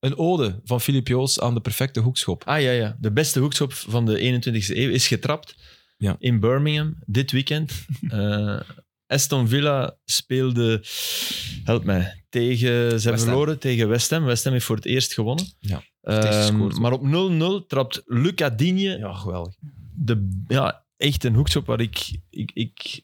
Speaker 1: Een ode van Filip Joos aan de perfecte hoekschop.
Speaker 2: Ah ja, ja. De beste hoekschop van de 21e eeuw is getrapt
Speaker 1: Ja.
Speaker 2: in Birmingham dit weekend. Eh, Aston Villa speelde, help mij, tegen, ze hebben
Speaker 1: Ham.
Speaker 2: verloren tegen West Ham. West Ham heeft voor het eerst gewonnen.
Speaker 1: Ja.
Speaker 2: Eh,
Speaker 1: heeft gescoord,
Speaker 2: Ehm, maar op 0-0 trapt Luca Digne
Speaker 1: Ja, geweldig.
Speaker 2: de, ja, echt een hoekschop waar ik... ik, ik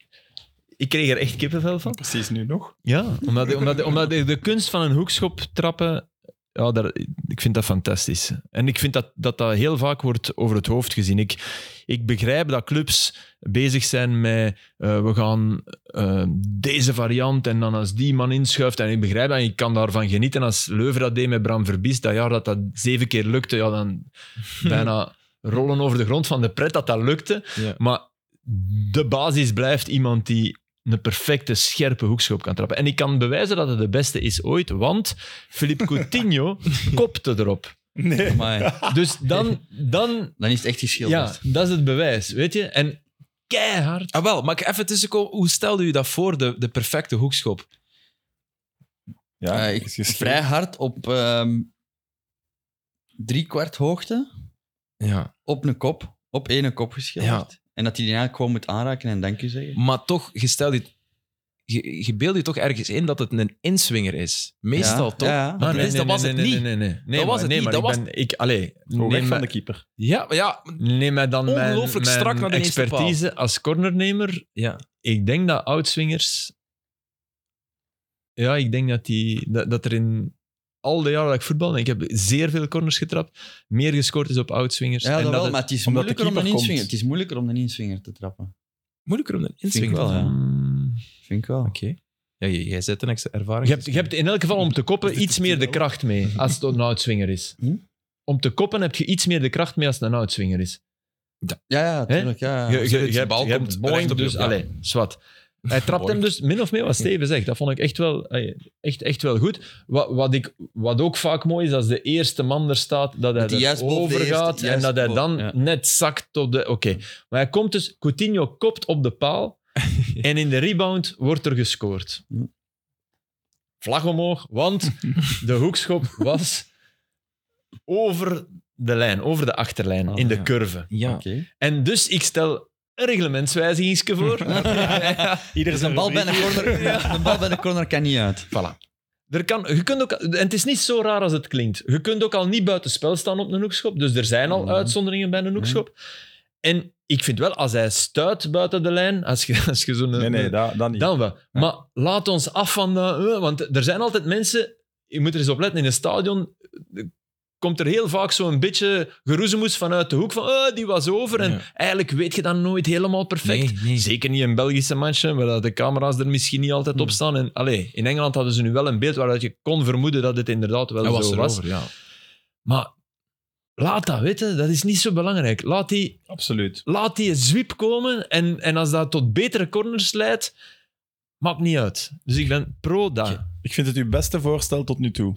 Speaker 2: ik kreeg er echt kippenvel van.
Speaker 4: Precies nu nog.
Speaker 2: Ja, omdat, omdat, omdat de, de kunst van een hoekschop trappen, ja, daar, ik vind dat fantastisch. En ik vind dat, dat dat heel vaak wordt over het hoofd gezien. Ik, ik begrijp dat clubs bezig zijn met eh, we gaan eh, deze variant en dan als die man inschuift. En ik begrijp dat en ik kan daarvan genieten. Als Leuven dat deed met Bram Verbies, dat jaar dat dat zeven keer lukte, ja, dan bijna rollen over de grond van de pret dat dat lukte.
Speaker 1: Ja.
Speaker 2: Maar de basis blijft iemand die een perfecte, scherpe hoekschop kan trappen. En ik kan bewijzen dat het de beste is ooit, want Philippe Coutinho kopte erop.
Speaker 4: Nee.
Speaker 3: Maar
Speaker 2: Dus dan, dan
Speaker 3: dan is het echt
Speaker 2: ja,
Speaker 3: geschilderd.
Speaker 2: dat is het bewijs, weet je? En keihard.
Speaker 1: Ah, wel, maar ik even tussenkomen. Hoe stelde u dat voor, de, de perfecte hoekschop?
Speaker 4: Ja,
Speaker 3: Eh, ik-
Speaker 4: is geschreven.
Speaker 3: Vrij hard op ehm drie kwart hoogte,
Speaker 1: Ja.
Speaker 3: op een kop, op één kop geschilderd. En dat hij die eigenlijk gewoon moet aanraken en dank u zeggen.
Speaker 1: Maar toch, je, stelt je, je, je beeld je toch ergens in dat het een inswinger is. Meestal
Speaker 3: Ja,
Speaker 1: toch?
Speaker 3: ja.
Speaker 1: Maar dat is- dat was
Speaker 2: Ah, nee,
Speaker 1: het
Speaker 2: nee,
Speaker 1: niet.
Speaker 2: Nee, nee, nee. nee
Speaker 1: Dat was
Speaker 2: maar-
Speaker 1: het
Speaker 2: nee,
Speaker 1: niet,
Speaker 2: Maar
Speaker 1: dat
Speaker 2: ik
Speaker 1: was-
Speaker 2: ben, ik, allee,
Speaker 4: Gewoon weg
Speaker 2: neem,
Speaker 4: van de
Speaker 2: mij-
Speaker 4: keeper.
Speaker 1: Ja, maar ja,
Speaker 2: neem mij dan mijn,
Speaker 1: Ongelooflijk
Speaker 2: mijn
Speaker 1: strak naar de eerste paal.
Speaker 2: expertise als cornernemer.
Speaker 1: ja.
Speaker 2: Ik denk dat oudswingers... Ja, ik denk dat, die, dat, dat er in al de jaren dat ik voetbal, en ik heb zeer veel corners getrapt, meer gescoord is op oudswingers.
Speaker 3: Ja,
Speaker 2: en
Speaker 3: dat wel,
Speaker 2: het-
Speaker 3: maar het is,
Speaker 4: omdat de
Speaker 3: moeilijker om een
Speaker 4: keeper komt.
Speaker 3: inswinger, het is moeilijker om een inswinger te trappen.
Speaker 1: moeilijker om een
Speaker 3: Vind ik
Speaker 1: inswinger te
Speaker 3: wel, ja.
Speaker 2: Mm.
Speaker 3: Vind ik wel.
Speaker 1: Oké. Ja, j- jij zet een extra ervaring.
Speaker 2: Je hebt, je hebt in elk geval om te koppen
Speaker 4: Is dit
Speaker 2: iets meer de
Speaker 4: €10?
Speaker 2: kracht mee als het een oudswinger is.
Speaker 3: Hm?
Speaker 2: Om te koppen heb je iets meer de kracht mee als het een oudswinger is.
Speaker 3: Ja, ja, tuurlijk. Ja, ja.
Speaker 2: Je, je,
Speaker 1: zit-
Speaker 2: je
Speaker 1: de
Speaker 2: hebt,
Speaker 1: bal
Speaker 2: eh, je hebt
Speaker 1: komt
Speaker 2: Boeing,
Speaker 1: recht op je-
Speaker 2: dus...
Speaker 1: ja.
Speaker 2: Allee, zwart. Hij trapt hem
Speaker 1: Boeing.
Speaker 2: dus min of meer wat Steven zegt. Dat vond ik echt wel, allee, echt, echt wel goed. Wat, wat, ik, wat ook vaak mooi is, als de eerste man er staat, dat hij
Speaker 3: Dat hij
Speaker 2: er
Speaker 3: juist boven de
Speaker 2: overgaat
Speaker 3: eerste-
Speaker 2: en dat hij
Speaker 3: juist
Speaker 2: dan
Speaker 3: boven,
Speaker 2: net zakt tot de... Oké. Maar hij komt dus... Coutinho kopt op de paal en in de rebound wordt er gescoord.
Speaker 3: Hm.
Speaker 2: Vlag omhoog, want de hoekschop was over de lijn, over de achterlijn,
Speaker 3: Ah,
Speaker 2: in de
Speaker 3: ja.
Speaker 2: curve.
Speaker 1: Ja.
Speaker 3: Oké.
Speaker 2: En dus ik stel een reglementswijzigingske voor.
Speaker 4: Ieder
Speaker 3: Dus
Speaker 4: zijn
Speaker 3: een bal bij
Speaker 4: rubriek.
Speaker 3: de corner, een bal bij de corner kan niet uit.
Speaker 2: voilà. Er kan, je kunt ook, en het is niet zo raar als het klinkt. Je kunt ook al niet buiten spel staan op een hoekschop. Dus er zijn al
Speaker 3: Mhm.
Speaker 2: uitzonderingen bij een hoekschop. En ik vind wel, als hij stuit buiten de lijn, als je, als je zo'n...
Speaker 4: Nee, nee, dat, dat niet.
Speaker 2: Dan wel. Maar laat ons af van... dat, eh, want er zijn altijd mensen... Je moet er eens op letten. In een stadion eh, komt er heel vaak zo'n beetje geroezemoes vanuit de hoek. Van, eh, die was over. En
Speaker 1: Ja.
Speaker 2: eigenlijk weet je dat nooit helemaal perfect.
Speaker 1: Nee, nee.
Speaker 2: Zeker niet in Belgische matchen, waar dat de camera's er misschien niet altijd
Speaker 1: Hmm.
Speaker 2: op staan. En, allee, in Engeland hadden ze nu wel een beeld waaruit je kon vermoeden dat het inderdaad wel
Speaker 1: Hij was
Speaker 2: zo
Speaker 1: er
Speaker 2: was.
Speaker 1: over, ja.
Speaker 2: Maar laat dat weten, dat is niet zo belangrijk. Laat die,
Speaker 4: Absoluut.
Speaker 2: laat die zwiep komen en, en als dat tot betere corners leidt, maakt niet uit. Dus ik ben pro daar.
Speaker 4: Ik vind het uw beste voorstel tot nu toe.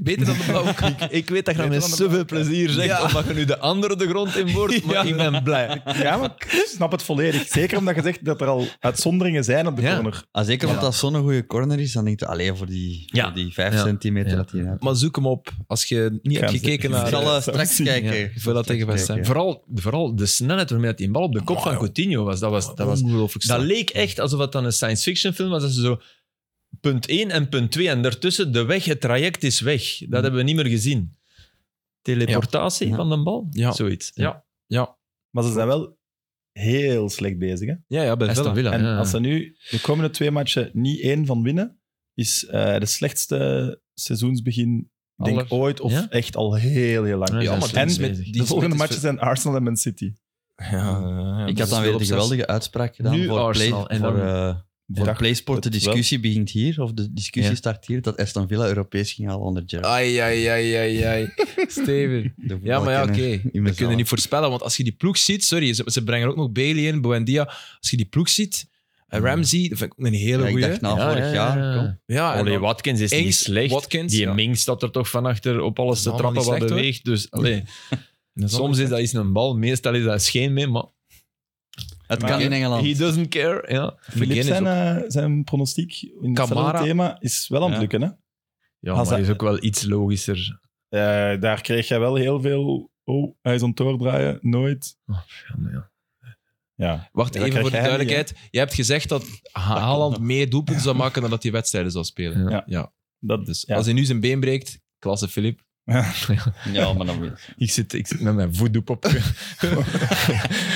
Speaker 1: Beter dan de blauwe kaart.
Speaker 2: Ik, ik weet dat je
Speaker 4: Beter
Speaker 2: dat met
Speaker 4: dan de
Speaker 2: zoveel plezier zegt, omdat je nu de andere de grond in boort, maar ik ben blij.
Speaker 4: Ja, maar ik snap het volledig. Zeker omdat je zegt dat er al uitzonderingen zijn op de
Speaker 2: Ja.
Speaker 4: corner.
Speaker 3: Ah, zeker omdat dat zo'n goede corner is, dan denk je alleen voor die,
Speaker 2: Ja.
Speaker 3: voor die vijf
Speaker 2: Ja.
Speaker 3: centimeter
Speaker 2: Ja.
Speaker 3: dat hij uit.
Speaker 1: Maar zoek hem op als je niet
Speaker 4: ga
Speaker 1: hebt
Speaker 4: hem
Speaker 1: gekeken
Speaker 4: zeker-
Speaker 1: naar...
Speaker 3: Ik zal eh,
Speaker 4: Ja,
Speaker 3: straks
Speaker 4: ja.
Speaker 3: kijken.
Speaker 1: Ik wil dat tegen West Ham.
Speaker 3: Kijken.
Speaker 2: Vooral, vooral de snelheid waarmee dat die bal op de kop van Coutinho was, dat was, dat was
Speaker 1: Ah, ongelooflijk
Speaker 2: Dat
Speaker 1: snel.
Speaker 2: leek echt alsof het dan een science fiction film was. Dat ze zo punt 1 en punt 2 en daartussen de weg, het traject is weg. Dat hebben we niet meer gezien. Teleportatie
Speaker 3: Ja.
Speaker 2: van de bal?
Speaker 1: Ja.
Speaker 2: Zoiets.
Speaker 1: Ja. Ja.
Speaker 4: Maar ze zijn wel heel slecht bezig. Hè?
Speaker 1: Ja, ja, bij
Speaker 2: Aston
Speaker 1: Villa.
Speaker 2: Villa.
Speaker 4: En
Speaker 2: ja.
Speaker 4: als ze nu de komende twee matchen niet één van winnen, is eh, de slechtste seizoensbegin denk
Speaker 2: Aller.
Speaker 4: ooit of
Speaker 2: Ja?
Speaker 4: echt al heel, heel lang.
Speaker 2: Ja,
Speaker 1: Ja,
Speaker 2: zijn
Speaker 1: maar
Speaker 2: slecht
Speaker 1: die-
Speaker 4: en
Speaker 2: bezig.
Speaker 1: die-
Speaker 4: De volgende
Speaker 1: die-
Speaker 4: matchen zijn Arsenal en Man City.
Speaker 1: Ja, ja, ja,
Speaker 3: Ik had
Speaker 1: dat is
Speaker 3: dan weer
Speaker 1: wel
Speaker 3: de
Speaker 1: op
Speaker 3: geweldige uitspraak gedaan
Speaker 2: Nu
Speaker 3: voor,
Speaker 2: Arsenal
Speaker 3: play,
Speaker 2: en
Speaker 3: voor,
Speaker 2: dan-
Speaker 3: eh, voor
Speaker 4: Dag.
Speaker 3: PlaySport. De
Speaker 4: het
Speaker 3: discussie begint hier, of de discussie
Speaker 2: Ja.
Speaker 3: start hier, dat Aston Villa Europees ging halen onder
Speaker 1: zes.
Speaker 3: Gerrard.
Speaker 1: Ai, ai, ai, ai, ai. Steven.
Speaker 3: De
Speaker 1: Ja, maar ja, oké.
Speaker 3: voetbalkenner in
Speaker 1: We
Speaker 3: mezelf.
Speaker 1: kunnen niet voorspellen, want als je die ploeg ziet... Sorry, ze, ze brengen ook nog Bailey in, Buendia. Als je die ploeg ziet... eh, Ramsey, dat vind ik ook een hele
Speaker 3: Ja, ik
Speaker 1: goeie.
Speaker 3: dacht nou- na vorig jaar. kom.
Speaker 1: Ja, en
Speaker 2: Allee,
Speaker 1: dan-
Speaker 2: Ah, Watkins is niet
Speaker 1: Ings,
Speaker 2: slecht.
Speaker 1: Watkins,
Speaker 2: die
Speaker 1: ja.
Speaker 2: Ming staat er toch van achter op alles te
Speaker 1: allemaal
Speaker 2: trappen
Speaker 1: niet
Speaker 2: wat
Speaker 1: slecht, hoor.
Speaker 2: beweegt. Dus allee,
Speaker 1: dat is
Speaker 2: soms is dat iets een bal, meestal is dat scheen mee, maar
Speaker 3: Het
Speaker 4: Maar-
Speaker 3: kan in Engeland.
Speaker 2: he doesn't care. Ja,
Speaker 4: Filip
Speaker 1: McGinn is
Speaker 4: zijn, eh, zijn pronostiek in
Speaker 1: Kamara.
Speaker 4: hetzelfde thema is wel aan het
Speaker 3: Ja.
Speaker 4: lukken. Hè?
Speaker 2: ja
Speaker 4: Als
Speaker 2: maar dat
Speaker 4: dat-
Speaker 2: is ook wel iets logischer.
Speaker 4: Eh, daar kreeg jij wel heel veel... Oh, hij is aan het doordraaien. Nooit.
Speaker 1: Oh,
Speaker 2: Ja, maar ja.
Speaker 4: Ja.
Speaker 1: Wacht
Speaker 4: Ja, dat
Speaker 1: even voor de
Speaker 4: krijg jij niet,
Speaker 1: duidelijkheid. Je hebt gezegd dat Haaland meer doelpunten zou maken dan dat hij wedstrijden zou spelen.
Speaker 2: Ja.
Speaker 1: Ja.
Speaker 4: Dat,
Speaker 1: Dus
Speaker 4: ja.
Speaker 1: als hij nu zijn been breekt, klasse Filip.
Speaker 3: Ja, maar dan weer.
Speaker 2: Ik zit, ik zit met mijn voodoo-pop.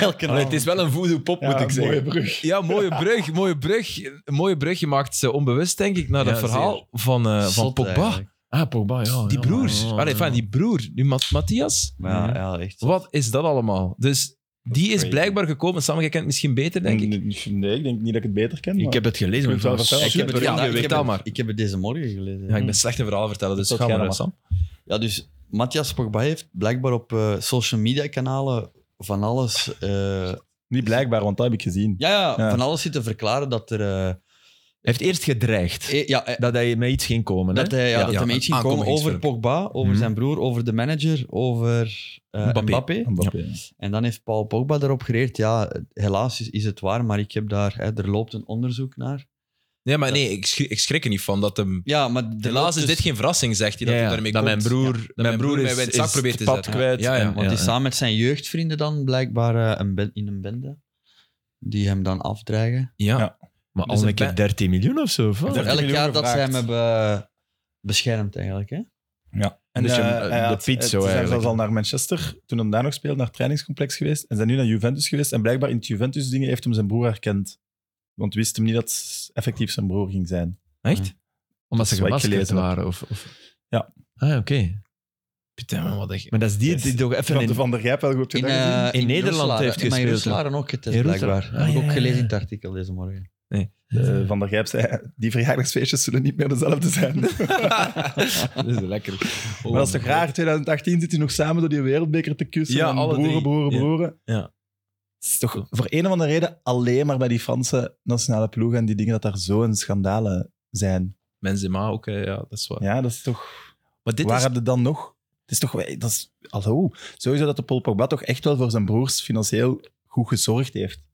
Speaker 3: Elke
Speaker 2: Allee, het is wel een voodoo-pop, moet ik zeggen.
Speaker 4: brug.
Speaker 1: Ja, mooie brug, mooie brug. Een Mooie brug. Je maakt ze onbewust, denk ik, naar dat
Speaker 2: Ja,
Speaker 1: verhaal van, eh, van
Speaker 3: Zot
Speaker 1: Pogba.
Speaker 3: eigenlijk.
Speaker 2: Ah, Pogba, ja.
Speaker 1: Die
Speaker 2: ja,
Speaker 1: broers.
Speaker 2: ja, ja.
Speaker 1: Oh, Allee, enfin, die broer, die Mat- Matthias.
Speaker 3: Maar ja, ja, echt.
Speaker 1: Wat is dat allemaal? Dus die is
Speaker 4: Crazy.
Speaker 1: blijkbaar gekomen. Sam, jij kent het misschien beter, denk ik.
Speaker 4: Nee, ik denk niet dat ik het beter ken.
Speaker 2: Ik heb het gelezen, maar
Speaker 4: Ik wil
Speaker 2: ik
Speaker 4: het wel
Speaker 2: vond
Speaker 4: vertellen.
Speaker 2: het super.
Speaker 1: het ja,
Speaker 3: vandaag- ik heb
Speaker 1: vertel
Speaker 3: het-
Speaker 1: maar.
Speaker 3: Ik heb het deze morgen gelezen.
Speaker 1: Ja, ik ben slecht in verhalen vertellen, dus
Speaker 4: Dat
Speaker 1: ga maar,
Speaker 4: gaan we
Speaker 1: Sam.
Speaker 3: Ja, dus Matthias Pogba heeft blijkbaar op eh, social media kanalen van alles, eh,
Speaker 4: Niet blijkbaar, want dat heb ik gezien.
Speaker 3: ja, ja,
Speaker 4: Ja.
Speaker 3: van alles zitten verklaren dat er... eh,
Speaker 2: Hij heeft eerst gedreigd
Speaker 3: eh, ja, eh,
Speaker 2: dat hij met iets ging komen.
Speaker 3: dat
Speaker 2: hè?
Speaker 3: hij, ja,
Speaker 1: Ja,
Speaker 3: dat
Speaker 1: ja,
Speaker 3: hij met
Speaker 1: een
Speaker 3: iets ging komen over
Speaker 1: aankondigingsfilm.
Speaker 3: Pogba, over
Speaker 2: Mhm.
Speaker 3: zijn broer, over de manager, over eh,
Speaker 1: Mbappé.
Speaker 3: Mbappé.
Speaker 4: Mbappé.
Speaker 3: En dan heeft Paul Pogba daarop gereageerd. Ja, helaas is, is het waar, maar ik heb daar... Hè, er loopt een onderzoek naar.
Speaker 1: Nee, maar nee, ik schrik, ik schrik er niet van dat hem...
Speaker 3: Ja, maar er loopt
Speaker 1: Helaas is
Speaker 3: dus-
Speaker 1: dit geen verrassing, zegt hij, dat hij
Speaker 2: Ja, ja,
Speaker 1: daarmee
Speaker 2: dat
Speaker 1: komt.
Speaker 2: mijn broer, mijn broer,
Speaker 1: broer
Speaker 2: is,
Speaker 1: mij bij het zak
Speaker 2: is
Speaker 1: probeert te
Speaker 2: het pad
Speaker 1: zetten.
Speaker 2: kwijt.
Speaker 1: Ja, ja,
Speaker 2: en-
Speaker 1: want
Speaker 3: Want hij is samen met zijn jeugdvrienden dan blijkbaar eh, een ben- in een bende. Die hem dan afdreigen.
Speaker 1: Ja.
Speaker 4: Ja.
Speaker 2: Maar
Speaker 1: Dus
Speaker 2: al een
Speaker 1: een
Speaker 2: keer
Speaker 1: pe-
Speaker 2: 13 miljoen of zo. of wat?
Speaker 4: Ja,
Speaker 3: Elk
Speaker 4: miljoen
Speaker 3: jaar dat ze hem
Speaker 4: gevraagd.
Speaker 3: hebben eh, beschermd eigenlijk. Hè?
Speaker 4: En
Speaker 2: Dus je-
Speaker 4: eh,
Speaker 2: eh,
Speaker 4: hij
Speaker 2: de
Speaker 4: had-
Speaker 2: Piet zo
Speaker 4: Ze zijn
Speaker 2: eigenlijk.
Speaker 4: zelfs al naar Manchester, toen hem daar nog speelde, naar het trainingscomplex geweest. En zijn nu naar Juventus geweest. En blijkbaar in het Juventus-dingen heeft hem zijn broer herkend. Want wist hem niet dat het effectief zijn broer ging zijn.
Speaker 1: Echt?
Speaker 2: Omdat ze
Speaker 4: Dat is wat ik
Speaker 2: gemaskerd
Speaker 4: gelezen heb.
Speaker 2: waren. Of, of...
Speaker 4: Ja.
Speaker 2: Ah, oké.
Speaker 1: Putain, man, wat echt...
Speaker 2: Maar dat is die
Speaker 4: Yes.
Speaker 2: die toch
Speaker 4: Ik
Speaker 2: even
Speaker 4: had de
Speaker 2: in...
Speaker 4: Van der Gijp wel goed
Speaker 3: In,
Speaker 4: gedaan.
Speaker 3: eh,
Speaker 4: gezien.
Speaker 2: in Nederland
Speaker 3: Roeselare-
Speaker 2: heeft
Speaker 3: Maar in
Speaker 2: gespeeld,
Speaker 3: Roeselare ook getest,
Speaker 2: In Roeselaar-
Speaker 3: blijkbaar.
Speaker 2: Ah, ja,
Speaker 3: heb ik ook
Speaker 2: ja,
Speaker 3: gelezen
Speaker 2: ja.
Speaker 3: in het artikel deze morgen.
Speaker 4: Eh, van der Gijp zei, die verjaardagsfeestjes zullen niet meer dezelfde zijn.
Speaker 1: dat is lekker.
Speaker 2: Oh,
Speaker 4: maar dat is toch raar, 2018 zit hij nog samen door die wereldbeker te kussen.
Speaker 1: Ja,
Speaker 4: en
Speaker 1: alle
Speaker 4: broeren,
Speaker 1: drie.
Speaker 4: broeren,
Speaker 1: Ja.
Speaker 4: broeren.
Speaker 1: Ja.
Speaker 4: Het is toch voor een of andere reden alleen maar bij die Franse nationale ploeg en die dingen dat daar zo'n schandalen zijn.
Speaker 1: Benzema ook, hè, ja, dat is waar.
Speaker 4: Ja, dat is toch...
Speaker 1: Maar dit
Speaker 4: Waar
Speaker 1: is...
Speaker 4: heb je dan nog? Het is toch... Dat is, hallo. Sowieso dat de Paul Pogba toch echt wel voor zijn broers financieel goed gezorgd heeft.